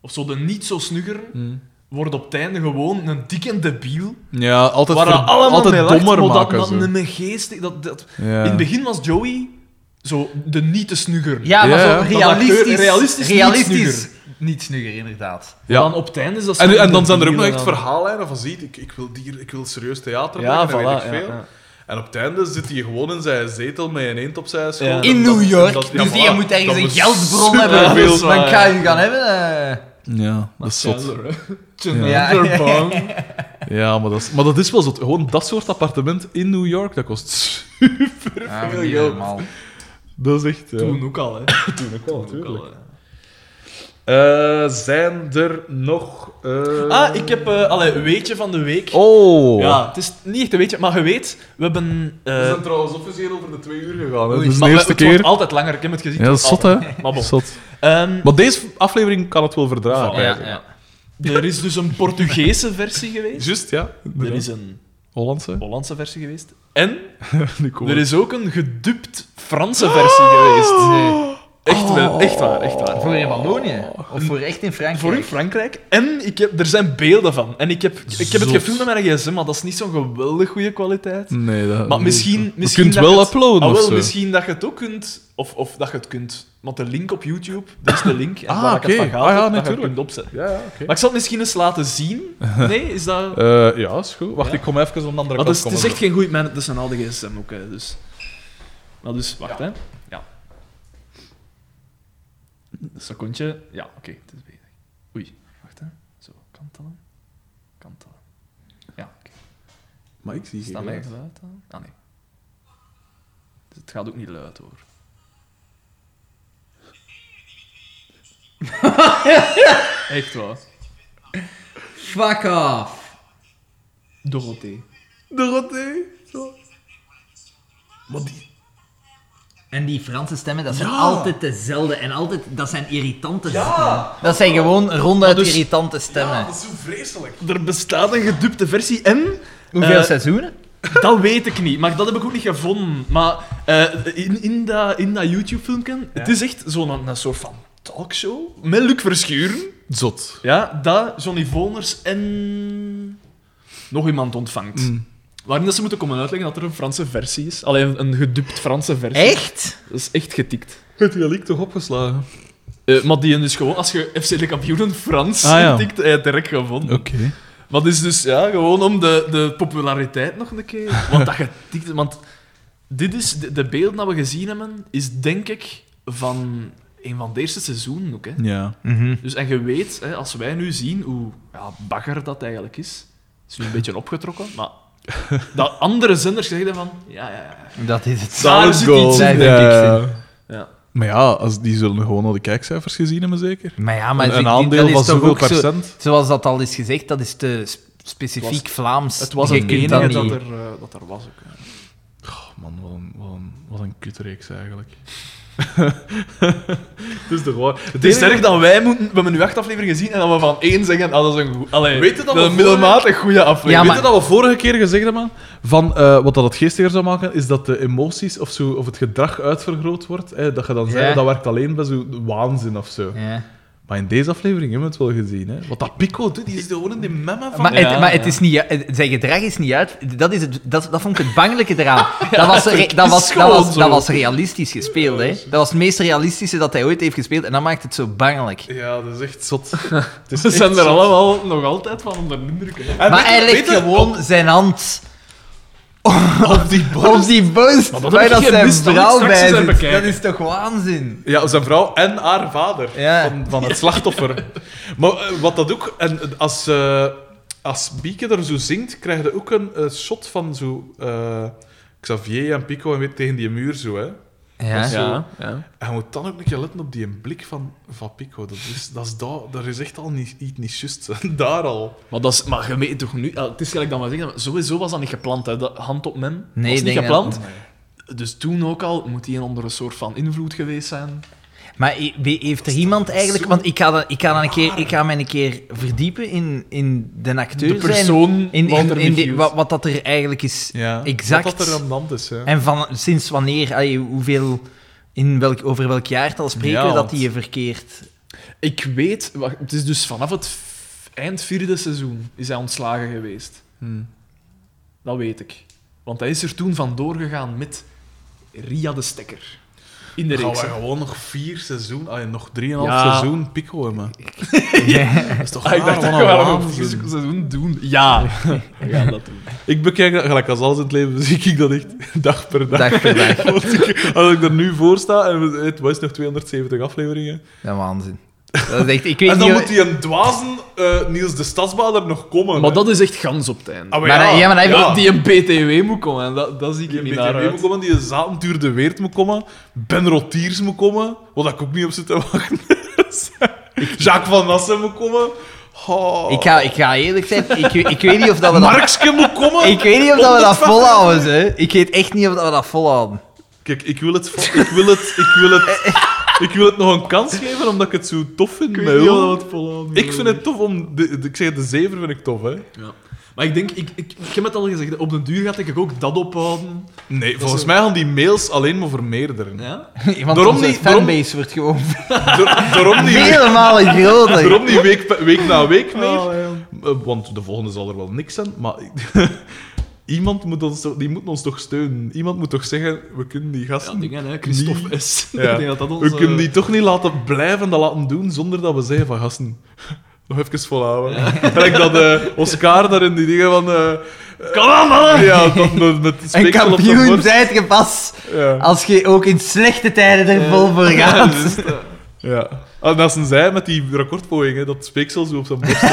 C: of zo de niet zo snugger,
A: Mm.
C: wordt op het einde gewoon een dikke debiel.
A: Ja, altijd,
C: Waar
A: ver-
C: dat allemaal mee
A: altijd
C: lacht,
A: dommer
C: maar
A: maken.
C: Dat,
A: zo.
C: dat een geestig... Dat, dat...
A: Ja.
C: In het begin was Joey zo de niet te snugger.
B: Ja, maar
A: Ja, ja.
B: zo
C: Dat acteur-
B: realistisch...
C: realistisch niet
B: realistisch niet snugger, inderdaad.
A: Ja.
C: Dan op het einde is dat
A: En,
C: zo
A: en dan zijn er ook nog
C: debiel
A: echt
C: aan-
A: verhaallijnen van, ziet, ik, ik, wil dier, ik wil serieus theater
C: Ja,
A: maken, en weet
C: voilà.
A: ik
C: Ja,
A: veel.
C: ja.
A: En op het einde zit hij gewoon in zijn zetel met een eend op zijn schoot.
C: Ja.
A: En
B: In
A: dat-
B: New
A: en
B: York.
A: dat- ja,
B: dus die
A: voilà.
B: moet ergens
A: Dat
B: een
A: is
B: geldbron
A: super-
B: hebben.
C: veel
B: Dus dan
C: zwaar,
B: kan
C: ja.
B: je gaan hebben... eh.
A: Ja, dat is zot. <laughs>
C: Chandler, hè.
B: Ja.
C: Chandler Bong.
A: Ja, maar dat is, maar dat is wel zot. Gewoon dat soort appartement in New York, dat kost super
B: Ja, maar
A: veel
B: niet
A: geld.
B: Ah, helemaal.
A: Dat is echt... eh. ja.
C: Toen ook al, hè.
A: Toen ook wel,
C: Toen ook al, hè.
A: Eh, zijn er nog... eh,
C: Ah, ik heb... eh allee, weetje van de week.
A: Oh!
C: Ja, het is niet echt een weetje, maar je weet, we hebben... eh,
A: We zijn trouwens officieel over de twee uur gegaan. Hè?
C: Oei,
A: Dus de
C: maar we-
A: eerste
C: het wordt
A: keer...
C: altijd langer, ik heb het gezien.
A: Ja, dat is zot, hè?
C: <laughs> Maar bon.
A: Zot.
C: Ehm,
A: Maar deze aflevering kan het wel verdragen.
C: Ja,
A: eigenlijk.
B: ja.
C: er is dus een Portugese versie geweest.
A: Juist, <laughs> ja.
C: Er is een
A: Hollandse.
C: Hollandse versie geweest. En
A: <laughs> Nu komen
C: Oh.
A: Ah.
C: er
A: we.
C: is ook een gedubt Franse versie geweest. Echt, wel, echt waar, echt waar.
B: Voor in Wallonië? Oh. Of voor echt in Frankrijk?
C: Voor in Frankrijk. En ik heb, er zijn beelden van. En ik heb, ik heb
A: Zot.
C: het gefilmd met mijn gsm, maar dat is niet zo'n geweldig goede kwaliteit.
A: Nee, dat...
C: Maar misschien...
A: Je
C: misschien
A: kunt
C: dat
A: wel
C: je het-
A: uploaden
C: Ah,
A: of
C: wel,
A: zo.
C: misschien dat je het ook kunt... Of, of dat je het kunt... Want de link op YouTube, dat is de link. En
A: Ah,
C: waar ik het
A: oké.
C: van
A: Ah, ja,
C: gehaald heb, dat je het
A: natuurlijk.
C: kunt opzetten.
A: Ja, ja, oké.
C: Maar ik zal het misschien eens laten
A: <laughs>
C: zien. Nee, is dat...
A: Eh, ja, is goed. Wacht,
C: Ja.
A: ik kom even aan de andere
C: Maar
A: kant
C: dat is, het
A: komen.
C: is echt geen goed... Mijn, dat is een oude gsm ook, hè, dus... Maar dus, wacht, hè. Ja. Secondje. Ja, oké, het is bezig. Oei, wacht, hè. Zo, kantelen. Kantelen. Ja, oké.
A: Maar ik zie
C: Staat mijn geluid aan? Ah, nee. Dus het gaat ook niet luid, hoor. <laughs> Echt waar.
B: Fuck off.
C: Dorothee.
A: Dorothee. Zo. Maar die...
B: En die Franse stemmen, dat zijn altijd dezelfde. En altijd, dat zijn irritante stemmen. Dat zijn gewoon ronduit
C: dus-
B: irritante stemmen.
A: Dat is zo vreselijk.
C: Er bestaat een gedupte versie en...
B: Hoeveel
C: eh,
B: seizoenen?
C: Dat weet ik niet, maar dat heb ik ook niet gevonden. Maar eh, in, in dat, in dat YouTube-filmpje, het is echt zo'n een, soort van talkshow met Luc Verschuren.
A: Zot.
C: Ja, dat, Johnny Voners en nog iemand ontvangt. Mm. Waarin dat ze moeten komen uitleggen dat er een Franse versie is. Alleen een, een gedubt Franse versie.
B: Echt?
C: Dat is echt getikt.
A: Heeft die link toch opgeslagen?
C: Eh, maar die is gewoon, als je FC de kampioenen Frans
A: Ah, ja.
C: tikt, heb je het direct gevonden.
A: Oké.
C: Wat is dus ja, gewoon om de, de populariteit nog een <laughs> keer. Want dat getikt. Want dit is de, de beelden dat we gezien hebben, is denk ik van een van de eerste seizoenen ook. Hè.
A: Ja.
C: Dus, en je weet, hè, als wij nu zien hoe ja, bagger dat eigenlijk is, is nu een beetje opgetrokken, <laughs> maar dat andere zenders zeggen van, ja, ja, ja.
B: Dat is het.
C: Daar zit iets
B: in, denk ik,
C: ja.
A: Maar ja, als, die zullen gewoon al de kijkcijfers gezien hebben, zeker.
B: Maar ja, maar
A: Een-
B: zo-
A: een
B: dat
A: aandeel
B: is
A: van
B: toch
A: zoveel
B: ook zo-
A: procent?
B: zoals dat al is gezegd, dat is te sp- specifiek
C: Het
B: Vlaams.
C: Het was
B: Je
C: het
B: kunt
C: enige
B: dat
C: dat,
B: niet.
C: er, eh, dat er was ook. hè.
A: Oh man, wat een, wat een, wat een kutreeks eigenlijk. <laughs> het is toch waar.
C: Het is erg dat wij moeten... We hebben nu acht afleveringen gezien en dat we van één zeggen, ah, dat is een goed... Allee,
A: Weet je dat
C: dat is
A: we
C: een
A: vorige-
C: middelmatig goede aflevering.
B: Ja,
A: Weet
B: maar-
A: je dat we vorige keer gezegd hebben? Van, eh, wat dat het geestiger zou maken, is dat de emoties of, zo, of het gedrag uitvergroot wordt. Hè, dat je dan zei,
B: Ja.
A: dat werkt alleen bij zo'n waanzin of zo.
B: Ja.
A: Maar in deze aflevering hebben we het wel gezien. Hè. Wat dat Pico doet, die is gewoon in die memme van...
B: Maar,
C: Ja,
B: het, maar het
C: ja.
B: is niet, ju- het- zijn gedrag is niet uit. Dat, is het, dat, dat vond ik het bangelijke
C: <laughs>
B: eraan. Dat was, re- dat, was, dat,
A: gewoon
B: was,
A: zo.
B: dat was realistisch gespeeld. Hè. Dat was het meest realistische dat hij ooit heeft gespeeld. En dat maakt het zo bangelijk.
A: Ja, dat is echt <laughs> zot. Het is
C: <laughs> Ze
A: echt
C: zijn er
A: zot.
C: allemaal nog altijd van onder de indruk. hè.
A: En
B: maar
A: weet je-
B: hij
A: weet
B: legt
A: je- Oh.
B: gewoon zijn hand
A: Op die borst.
B: op die boos.
C: Maar dat
B: bij
C: heb
B: dat
C: je
B: zijn
C: gemist, dat moet
B: vrouw
C: ik straks
B: bij
C: eens
B: zit.
C: even kijken.
B: Dat is toch waanzin?
A: <laughs> Ja, zijn vrouw en haar vader.
B: Ja.
A: Van, van het slachtoffer. maar eh, wat dat ook... En eh, als, eh, als Bieke er zo zingt, krijg je ook een eh, shot van zo... eh, Xavier en Pico en weet tegen die muur zo, hè.
B: Ja.
C: Ja, ja.
A: En je moet dan ook een keer letten op die blik van, van Pico. Dat is, dat is daar, daar is echt al niet, niet, niet just. <laughs> Daar al.
C: Maar, dat is, maar je weet toch nu... ah, Het is gelijk dat we zeggen, maar sowieso was dat niet gepland, hè. Dat hand op men
B: Nee,
C: was
B: ik
C: niet
B: denk
C: gepland. Dus toen ook al moet die onder een soort van invloed geweest zijn.
B: Maar i- wie- heeft er iemand eigenlijk... Want ik ga, dan, ik, ga dan een keer, ik ga mij een keer verdiepen in, in de acteur
C: De
B: zijn.
C: persoon
B: In, in,
C: Walter
B: in die-
C: Michiels.
B: wat, wat dat er eigenlijk is.
A: Ja.
B: Exact.
A: Wat dat er aan de hand is, hè.
B: En van, sinds wanneer, allee, hoeveel, in welk, over welk jaartal spreken
A: Ja,
B: we dat
A: want-
B: die je
A: <laughs>
B: verkeerd...
C: Ik weet... wacht, Het is dus vanaf het f- eind vierde seizoen is hij ontslagen geweest.
A: Hmm.
C: Dat weet ik. Want hij is er toen vandoor gegaan met Ria de Stekker. In de
A: Gaan
C: reeks.
A: we
C: hè.
A: gewoon nog vier seizoen, ah, nog drieënhalf
C: Ja.
A: seizoen Pico hebben? Dat is toch
C: Ah, ik dacht
A: raar, wat
C: dat
A: een
C: we wel nog
A: waanzin.
C: vier seizoen doen. <laughs> Ja, we gaan dat doen.
A: Ik bekijk dat, gelijk als alles in het leven, <laughs> zie ik dat echt dag per dag.
B: Dag per dag.
A: Als ik, als ik er nu voor sta en we- het was nog 270 afleveringen.
B: Dat waanzin. Dat is echt, ik weet
A: En dan
B: niet...
A: moet die een dwazen eh, Niels de Stadsbader nog komen.
C: Maar
A: hè.
C: dat is echt gans op het einde.
A: Ah,
B: Maar hij- ja, maar hij-
C: Ja, die een BTW moet komen, hè. dat, dat zie ik
A: Die
C: hier
A: een
C: niet
A: beetje
C: naar
A: mee moet
C: uit.
A: komen, die een Zatentuur de Weert moet komen, Ben Rotiers moet komen, wat ik ook niet op zit te wachten. <laughs> Jacques van Nassen moet komen. Oh.
B: Ik ga, ik ga eerlijk zijn, ik, weet- ik weet niet of dat we dat...
A: Markske moet komen.
B: Ik weet niet of dat we dat volhouden, hè. Ik weet echt niet of dat we dat volhouden.
A: Kijk, ik wil het, vo- ik wil het, ik wil het, ik wil het nog een kans geven, omdat ik het zo tof vind.
C: Ik
A: met
C: weet niet
A: Ulm.
C: of dat het volhouden
A: Ik
C: is.
A: vind het tof om. De, de- ik zeg, de zeven vind ik tof, hè?
C: Ja. Maar ik denk, ik, ik, ik heb het al gezegd, op den duur ga ik ook dat ophouden.
A: Nee, volgens
C: is-
A: mij gaan die mails alleen maar vermeerderen.
C: Ja?
B: Want
A: Daarom
B: onze
A: niet- daarom-
B: fanbase wordt gewoon
A: Daar- daarom
B: <laughs>
A: die,
B: vele malen groter.
A: daarom die week, pe- week na week meer.
C: Oh, ja.
A: Eh, Want de volgende zal er wel niks zijn, maar. <laughs> Iemand moet ons, toch- die moet ons toch steunen. Iemand moet toch zeggen, we kunnen die
C: Ja,
A: gasten...
C: dingen, hè. Christophe S. <laughs>
A: Ja.
C: Ik denk dat dat
A: We
C: onze...
A: kunnen die toch niet laten blijven dat laten doen zonder dat we zeggen van gasten, <laughs> nog even volhouden.
C: <laughs>
A: Gelijk dat eh, Oscar daar in die dingen van... eh Kom aan, man! Ja, dat met, met het
B: Een
A: speeksel op de
B: kampioen
A: borst.
B: zijt je pas
A: Ja.
B: als je ook in slechte tijden er vol voor
C: <laughs> Ja,
B: gaat.
C: dus, eh,
A: ja. Ah, En dat zijn zij met die recordpogingen, dat het speeksel zo op zijn borst. zit.
C: <laughs>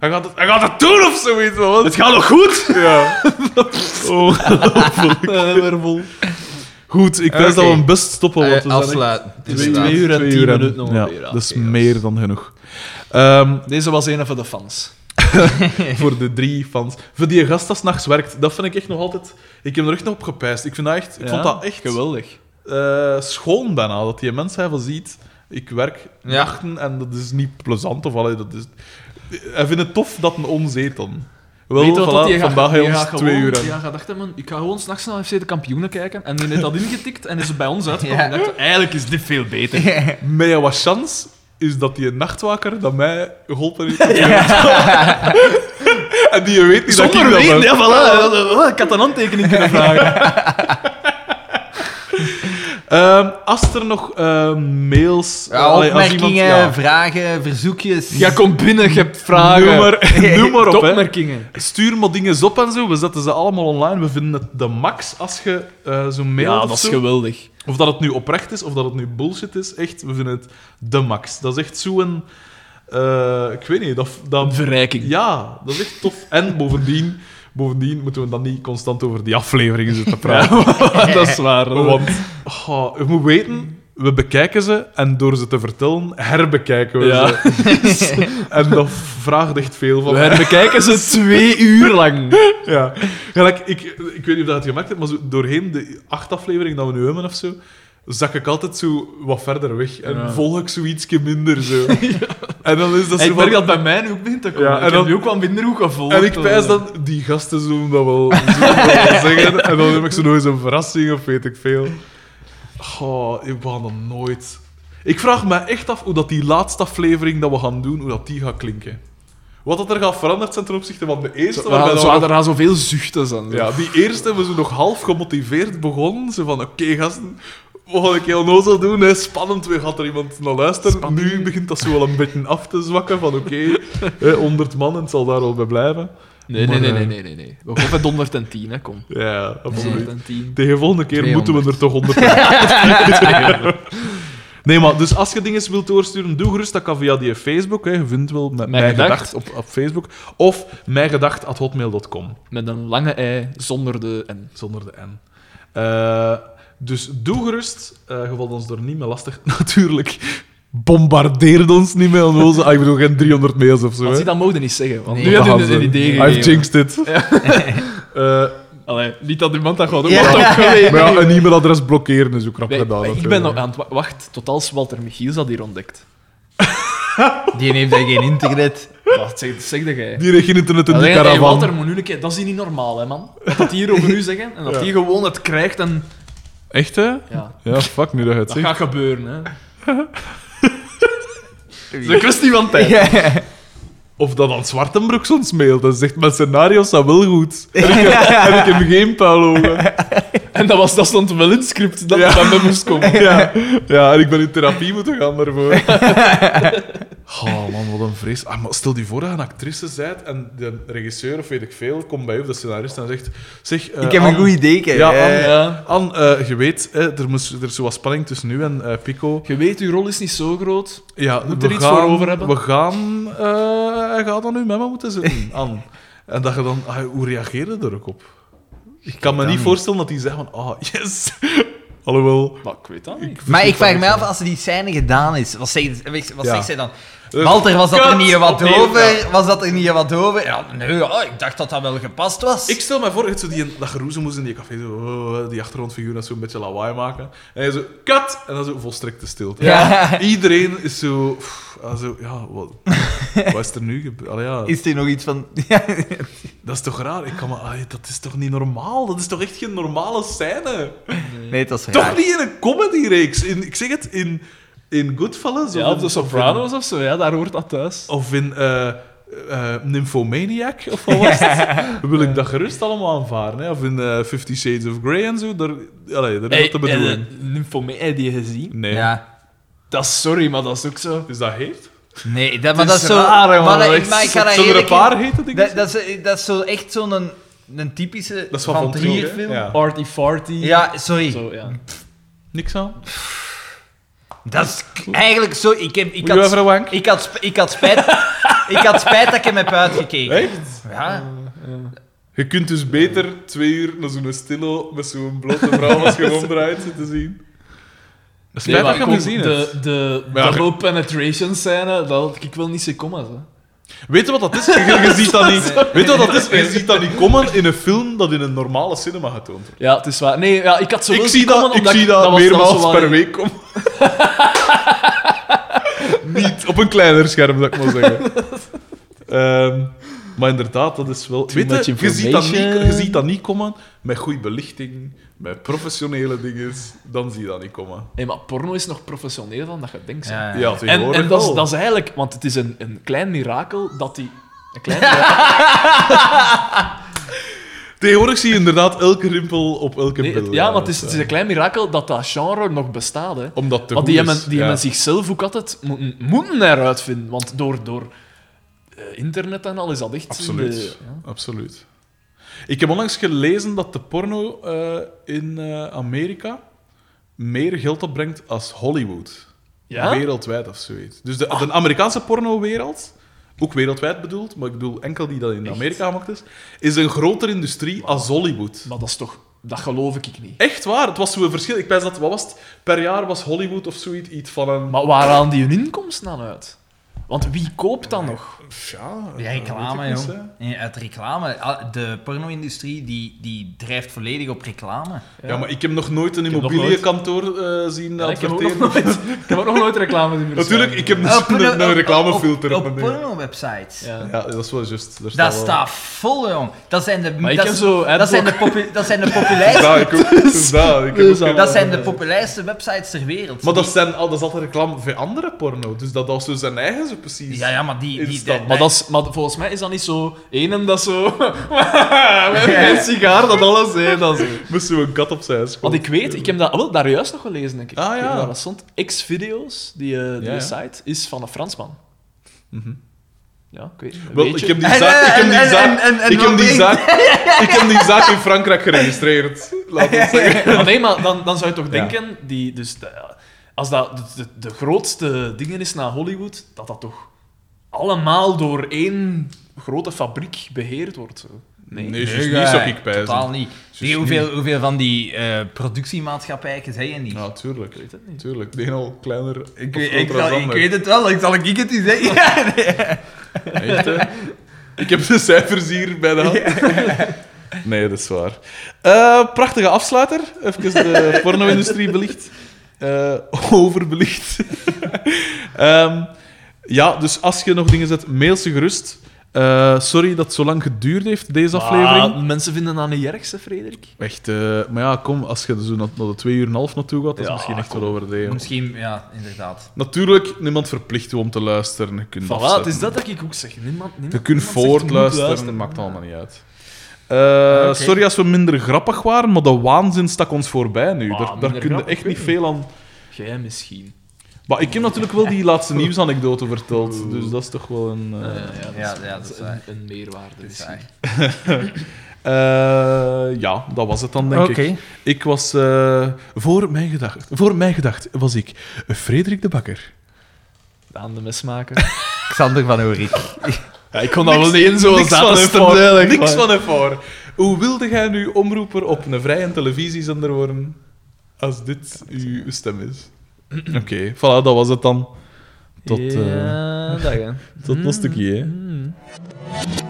A: hij, gaat het, hij gaat het doen of zoiets, man.
C: Het gaat nog goed! <laughs>
A: Ja. Oh. <laughs>
C: Eh, weer vol.
A: Goed, ik wens dat we
B: Oké.
A: een best stoppen.
C: Eh,
A: Want we zijn echt-
C: Twee- Ah, inderdaad. twee uur en tien minuten ongeveer,
A: Ja,
C: ja.
A: dat is
C: Oké, ja.
A: meer dan genoeg. Ehm,
C: Deze was een <laughs> van de fans.
A: voor de drie fans. Voor die gast dat s'nachts werkt, dat vind ik echt nog altijd... Ik heb er echt nog op gepijst. Ik, vind dat echt, ik
C: Ja,
A: vond dat echt
C: Geweldig.
A: eh, schoon bijna, dat die mens hij van ziet... Ik werk
B: Ja.
A: nachten en dat is niet plezant. Of, allee, dat is... Hij vindt het tof dat een ons eet dan. Wel,
C: Weet je wat dat
A: voilà,
C: die gaat-
A: vandaag
C: die
A: hebben
C: gaat
A: ons twee
C: gewoon-
A: uur aan.
C: Die gaat gedacht hebben, ik ga gewoon s'nachts naar FC de kampioenen kijken. En die heeft
A: <laughs>
C: dat ingetikt en is het bij ons uitgekomen.
B: Ja.
C: En dacht, eigenlijk is dit veel beter.
A: Maar ja, wat chance is dat die nachtwaker dat mij geholpen heeft.
C: <laughs>
A: en die weet niet
C: Zonder
A: dat ik
C: weten,
A: dat ben.
C: ja, voilà. Oh, Ik had een handtekening kunnen vragen.
A: Ehm, als er nog ehm, mails...
B: Ja,
A: allee, als
B: opmerkingen,
A: iemand-
B: vragen, verzoekjes.
C: Ja, kom binnen, je hebt
A: ja,
C: vragen.
A: noem,
C: <laughs>
A: maar, noem maar op, hè.
C: Opmerkingen.
A: Stuur maar dingen op en zo. We zetten ze allemaal online. We vinden het de max als je eh, zo'n mail
C: Ja,
A: of
C: dat is
A: zo-
C: geweldig.
A: Of dat het nu oprecht is, of dat het nu bullshit is, echt, we vinden het de max. Dat is echt zo'n... eh ik weet niet, dat... dat
C: Verrijking.
A: ja, dat is echt tof. En bovendien, bovendien moeten we dan niet constant over die afleveringen zitten praten. <laughs>
C: dat is waar.
A: Want oh, je moet weten, we bekijken ze en door ze te vertellen, herbekijken we
C: Ja.
A: ze. <laughs> En dat vraagt echt veel van
C: We
A: mij.
C: herbekijken
B: <laughs>
C: ze twee uur lang.
A: Ja. Gelijk, ik, ik weet niet of dat je het gemerkt hebt, maar zo doorheen de acht afleveringen dat we nu hebben of zo, zak ik altijd zo wat verder weg en
C: Ja.
A: volg ik zoiets minder.
C: <laughs>
A: Zo. En dan is dat zo
C: ik
A: van-
C: merk dat bij mij nu ook begint te komen.
A: Ja, en
C: ik heb
A: dan-
C: nu ook wel minder goed gevolgd.
A: En ik pijs
C: eh.
A: dan, die gasten zullen dat <laughs> wel, zullen dat wel zeggen. En dan heb ik zo nog eens een verrassing of weet ik veel. Goh, ik wou dat nooit. Ik vraag me echt af hoe dat die laatste aflevering dat we gaan doen, hoe dat die gaat klinken. Wat dat er gaat veranderd zijn ten opzichte van de eerste.
C: Zo,
A: waarbij
C: waar,
A: dat
C: zo,
A: we
C: daar gaan zoveel zuchten aan.
A: ja, die eerste was nog half gemotiveerd begonnen. Ze van, oké gasten, we gaan een keer onnozel doen. Hè. Spannend, weer gaat er iemand naar luisteren. Nu begint dat zo wel een beetje af te zwakken. Van oké, hè, 100 man en het zal daar wel bij blijven.
C: Nee, nee,
A: Maar,
C: nee,
A: eh,
C: nee, nee, nee, nee. We gaan met 110, hè, kom.
A: Ja, absoluut.
C: 110.
A: Tegen volgende keer
B: 200.
A: moeten we er toch 100 <laughs> Nee, maar dus als je dingen wilt doorsturen, doe gerust. Dat kan via die Facebook. Hè. Je vindt wel met
C: Mijn
A: mijn,
C: Gedacht.
A: gedacht, op, op Facebook. Of mijngedacht.hotmail.com.
C: Met een lange ei zonder de N.
A: Zonder de N. Eh, dus doe gerust. Eh, je valt ons door niet meer lastig. <laughs> Natuurlijk, bombardeer ons niet meer. onnozel. Ah, ik bedoel, geen 300 mails of zo.
C: Want
A: hè.
C: zie, dat mogen niet zeggen. Want
B: Nee.
C: nu
A: Dat
C: had
A: gaan
C: je
A: ze.
C: een idee
A: I've
C: gegeven.
A: jinxed
C: <laughs>
A: it. Eh,
C: Allee, niet dat iemand dat gaat doen.
B: Ja.
C: maar toch geweten.
A: maar ja, een e-mailadres blokkeren is ook knap
C: Nee,
A: gedaan.
C: ik ben
A: natuurlijk.
C: nog aan het wa- wacht tot als Walter Michiels dat hier ontdekt.
B: Die heeft daar geen internet.
C: Wat zeg- zegde jij?
A: Die heeft geen internet in die
C: Alleen, hey,
A: caravan.
C: Walter moet nu een keer- dat is hier niet normaal, hè, man. Wat dat hier over u zeggen en dat
A: Ja.
C: hij gewoon het krijgt en
A: Echt, hè?
C: ja,
A: Ja, fuck, nu dat je het
C: dat
A: zegt.
C: gaat gebeuren.
A: <laughs>
C: Hè. Het is een kwestie van tijd.
A: Of dat aan Zwartenbroek soms mailt. Dat zegt, mijn scenario's zijn wel
C: <laughs>
A: goed. En ik heb, en ik heb geen puil over.
C: En dat, was, dat stond wel in het script dat
A: Ja.
C: dat bij me moest komen.
A: Ja. ja, en ik ben in therapie moeten gaan
C: <laughs>
A: daarvoor. Oh man, wat een vrees. Ah, maar stel die voor dat je een actrice bent en de regisseur of weet ik veel komt bij je, of de scenarist, en zegt... Zeg, eh,
B: Ik heb een
A: Anne-
B: goed idee, kijk.
A: Ja,
B: Eh,
A: Anne,
C: Ja.
A: Anne, eh, je weet, hè, er, moest, er is zo wat spanning tussen nu en eh, Pico.
C: Je weet, uw rol is niet zo groot.
A: Ja,
C: Moet
A: we
C: er iets
A: gaan-
C: voor over hebben?
A: We gaan... eh, Hij gaat dan nu met me moeten zitten, <laughs> Anne. En dat je dan... ah, hoe reageer je er ook op? Ik kan me
B: dat
A: niet
B: niet.
A: voorstellen dat hij zegt van... Ah, yes. <laughs> Alhoewel...
C: Maar ik weet dat niet.
B: Maar ik vraag me af, als ze die scène gedaan is, wat zegt, wat
A: Ja.
B: zegt zij dan?
A: Eh,
B: Walter, was dat er
A: kut,
B: niet wat
A: opnieuw,
B: over? Was dat er niet wat over? Ja, nee, ja, ik dacht dat dat wel gepast was.
A: Ik stel mij voor, echt zo die, dat geroezemoes moest in die café, zo, oh, die achtergrondfiguur, dat zo een beetje lawaai maken. En hij zo, kat! En dan zo volstrekte stilte.
B: Ja.
A: <laughs> Iedereen is zo... pff, ah, zo ja, wat, wat is er nu gebeurd? Allee, ja,
B: Is er nog iets van...
A: Dat is toch raar? Ik kan me, ah, dat is toch niet normaal? Dat is toch echt geen normale scène?
B: nee, dat is raar.
A: Toch niet in een comedyreeks. In, ik zeg het, in, in Goodfellas
C: Ja,
A: in-
C: of de Sopranos of zo, ja, daar hoort dat thuis.
A: Of in eh, eh, Nymphomaniac, of wat was het? Wil ik dat gerust allemaal aanvaren. Hè? Of in eh, Fifty Shades of Grey en zo. Daar, allee, daar is dat de bedoeling.
C: eh, Nymphomania die je gezien.
A: nee.
B: Ja.
C: Dat is sorry, maar dat is ook zo.
A: Is dat heet?
B: Nee, dat, maar
C: Het
B: dat
C: is
B: is zo...
C: raar, hè, man.
B: maar, dat-
C: Echt,
B: maar ik ga dat
A: Zullen er een
B: eerlijk in-
A: paar heten, denk
B: Dat,
A: ik?
B: dat, is, dat is zo echt zo'n een, een typische
A: Dat is van Van Trier, hè?
B: film.
A: Ja.
C: Arty Farty.
B: Ja, sorry.
C: Zo, ja.
A: Niks aan.
B: Dat is k- eigenlijk zo... Ik, heb, ik,
A: Moet je
B: had,
A: even een wank?
B: ik, had, sp- ik had
A: <laughs>
B: spijt... ik had spijt dat ik hem heb uitgekeken.
A: Echt?
B: Ja.
A: Je kunt dus beter twee uur naar zo'n stilo met zo'n blote vrouw
B: <laughs>
A: als je hem omdraait zitten zien. Spijt
C: Nee,
A: dat
C: maar
A: ik hem
C: kom,
A: gezien heb.
C: De, de,
A: Maar ja,
C: de
A: ge-
C: low penetration scène, dat had ik wel niet zien komen. Zo.
A: Weet je wat dat is? Je, je ziet dat niet.
B: <laughs>
A: Weet je wat dat is? Je ziet dat niet komen in een film dat in een normale cinema getoond wordt.
C: Ja, het is waar. Nee, ja, ik had zo
A: Ik
C: wel
A: zie
C: zien
A: dat,
C: komen,
A: ik
C: omdat
A: zie dat
C: was dan
A: meermaals
C: zo wat-
A: per week komen. <laughs> niet op een kleiner scherm, dat ik maar zeggen. Ehm, maar inderdaad, dat is wel... Weet
C: much
A: je, je ziet, dat niet,
C: information.
A: je ziet dat niet komen met goede belichting, met professionele dingen. Dan zie je dat niet komen.
C: Nee, maar porno is nog professioneel dan dat je denkt. zo.
B: Ja.
A: Ja,
C: En,
A: tegenwoordig
C: en dat, is,
A: wel.
C: dat is eigenlijk, want het is een, een klein mirakel dat die. Een
A: <laughs>
C: klein mirakel.
A: Tegenwoordig zie je inderdaad elke rimpel op elke dus,
C: Nee,
A: pil.
C: het- ja, maar het is, het is een klein mirakel dat dat genre nog bestaat. Hè.
A: Omdat het eh, te goed
C: Want die
A: is.
C: hebben, die
A: ja.
C: hebben zichzelf ook altijd moeten, moeten eruit vinden. Want door, door eh, internet en al is dat echt...
A: Absoluut.
C: de- ja.
A: Absoluut. Ik heb onlangs gelezen dat de porno eh, in eh, Amerika meer geld opbrengt als Hollywood.
C: Ja?
A: Wereldwijd of zoiets. Dus de, de Amerikaanse pornowereld, ook wereldwijd bedoeld, maar ik bedoel enkel die dat in Amerika gemaakt is, is een grotere industrie als Hollywood.
C: Maar dat is toch... Dat geloof ik niet.
A: Echt waar, het was zo'n verschil. Ik pijs dat, wat was het? Per jaar was Hollywood of zoiets iets van een...
C: Maar waar halen die hun inkomsten dan uit? Want wie koopt dan nog?
A: Ja,
B: Ja,
A: eh,
B: reclame,
A: weet ik niet, hè.
B: jong. Ja, Uit reclame. Ah, De porno-industrie die, die drijft volledig op
A: <laughs>
B: reclame.
A: Ja. maar ik heb nog nooit een
C: heb nog
A: immobiliënkantoor eh, zien
C: Ja, ik, heb ook nog
A: adverteren.
C: nooit, <laughs> ik heb ook nog nooit reclame zien verschijnen.
A: Natuurlijk, ik heb
B: Dus, eh, Op
A: een, een, een reclamefilter
B: op,
A: op, mijn
B: op,
A: ding.
B: porno-websites.
C: Ja.
A: Ja, dat is wel juist. Daar
B: Dat
A: wel-
B: staat vol, jong. Dat zijn de,
C: Maar ik
B: dat,
C: heb zo...
B: dat zijn de, popu- dat zijn de populairste,
A: Ja, ik ook. Het is dat, ik heb ook een-
B: dat zijn de populairste websites ter wereld.
A: Maar dat,
B: Die-
A: zijn, al- dat is altijd reclame voor andere porno. Dus dat was zo zijn eigen zo precies.
B: Ja, ja, maar die... die,
A: Instant.
B: die-
C: Maar, dat is, maar volgens mij is dat niet zo... Eén dat zo... <laughs>
D: Een sigaar, dat alles, hè. Dat is...
A: Moest zo een kat op zijn school.
C: Want ik weet, ik heb dat wel, daar juist nog gelezen, denk ik.
A: Ah,
C: Ik weet
A: ja.
C: waar dat stond. X-Videos, die, eh, die
A: Ja, ja.
C: site, is van een Fransman. Ja, ik weet
A: Wel,
C: weet
A: ik
C: je?
A: heb die
B: En-
A: zaak... Ik heb die
B: en-
A: zaak...
B: en- en- en
A: Ik heb
B: wat
A: die
B: weet-
A: zaak...
B: <laughs>
A: Ik heb die zaak in Frankrijk geregistreerd. Laat ons zeggen.
C: <laughs> Maar nee, maar dan, dan zou je toch
A: Ja.
C: denken... Die, dus de- als dat de, de, de grootste dingen is na Hollywood, dat dat toch allemaal door één grote fabriek beheerd wordt. Zo.
A: Nee,
B: Nee,
A: is juist
B: nee, eh,
A: niet zo ik pijzen.
B: Totaal niet. Die,
A: niet.
B: hoeveel, hoeveel van die eh, productiemaatschappijen zijn je niet?
A: Ja, tuurlijk.
C: Ik weet het niet.
A: Tuurlijk. De een al kleiner. of
B: ik,
A: groter
B: ik,
A: als
B: zal, ik
A: ander.
B: weet het wel, ik zal ik het u zeggen. Ja, nee.
A: Echt, hè? Ik heb de cijfers hier bij de hand. Nee, dat is waar. Eh, prachtige afsluiter. Even de porno-industrie belicht. Eh, overbelicht. <laughs> Ehm, ja, dus als je nog dingen zet, mail ze gerust. Eh, sorry dat het zo lang geduurd heeft, deze aflevering.
C: Maar mensen vinden dat niet ergste, Frederik.
A: Echt, eh, maar ja, kom, als je er zo naar, naar de twee uur en een half naartoe gaat, dat is
C: Ja,
A: misschien echt wel overdreven.
B: <laughs> Misschien, ja, inderdaad.
A: Natuurlijk, niemand verplicht u om te luisteren. Je kunt
C: Voilà,
A: afzetten.
C: het is dat dat ik ook zeg. Niemand, niemand,
A: Je kunt
C: niemand zegt, je moet
A: voortluisteren,
C: luisteren.
A: maakt allemaal niet uit. Eh,
B: Oké.
A: Sorry als we minder grappig waren, maar de waanzin stak ons voorbij nu.
C: Ah,
A: daar daar
C: minder
A: kun je
C: grappig,
A: echt
C: weet
A: niet
C: ik
A: veel aan.
C: Jij misschien.
A: Maar ik heb natuurlijk wel die <laughs> laatste nieuwsanekdote verteld, dus dat is toch wel een. eh,
C: ja, ja, dat,
B: Ja,
C: is,
B: ja,
C: dat
B: dat
C: is
B: is
C: een, een meerwaarde.
B: Dat is
C: misschien.
B: waar.
A: eh, ja, dat was het dan, denk ik. Ik was. eh, voor, mijn gedacht, voor mijn gedacht was ik Frederik de Bakker.
C: Aan de mesmaker.
B: Xander van Oerik.
C: Ja, ik kon dat wel niet in
A: niks
C: zoals dat
A: van
C: is
A: ervoor. Niks van ervoor. Hoe wilde jij nu omroeper op een vrije televisiezender worden als dit uw stem is? Oké, voilà, dat was het dan. Tot, eh
C: Ja, Hmm. dag hè.
A: tot een stukje. hè.
C: Mm.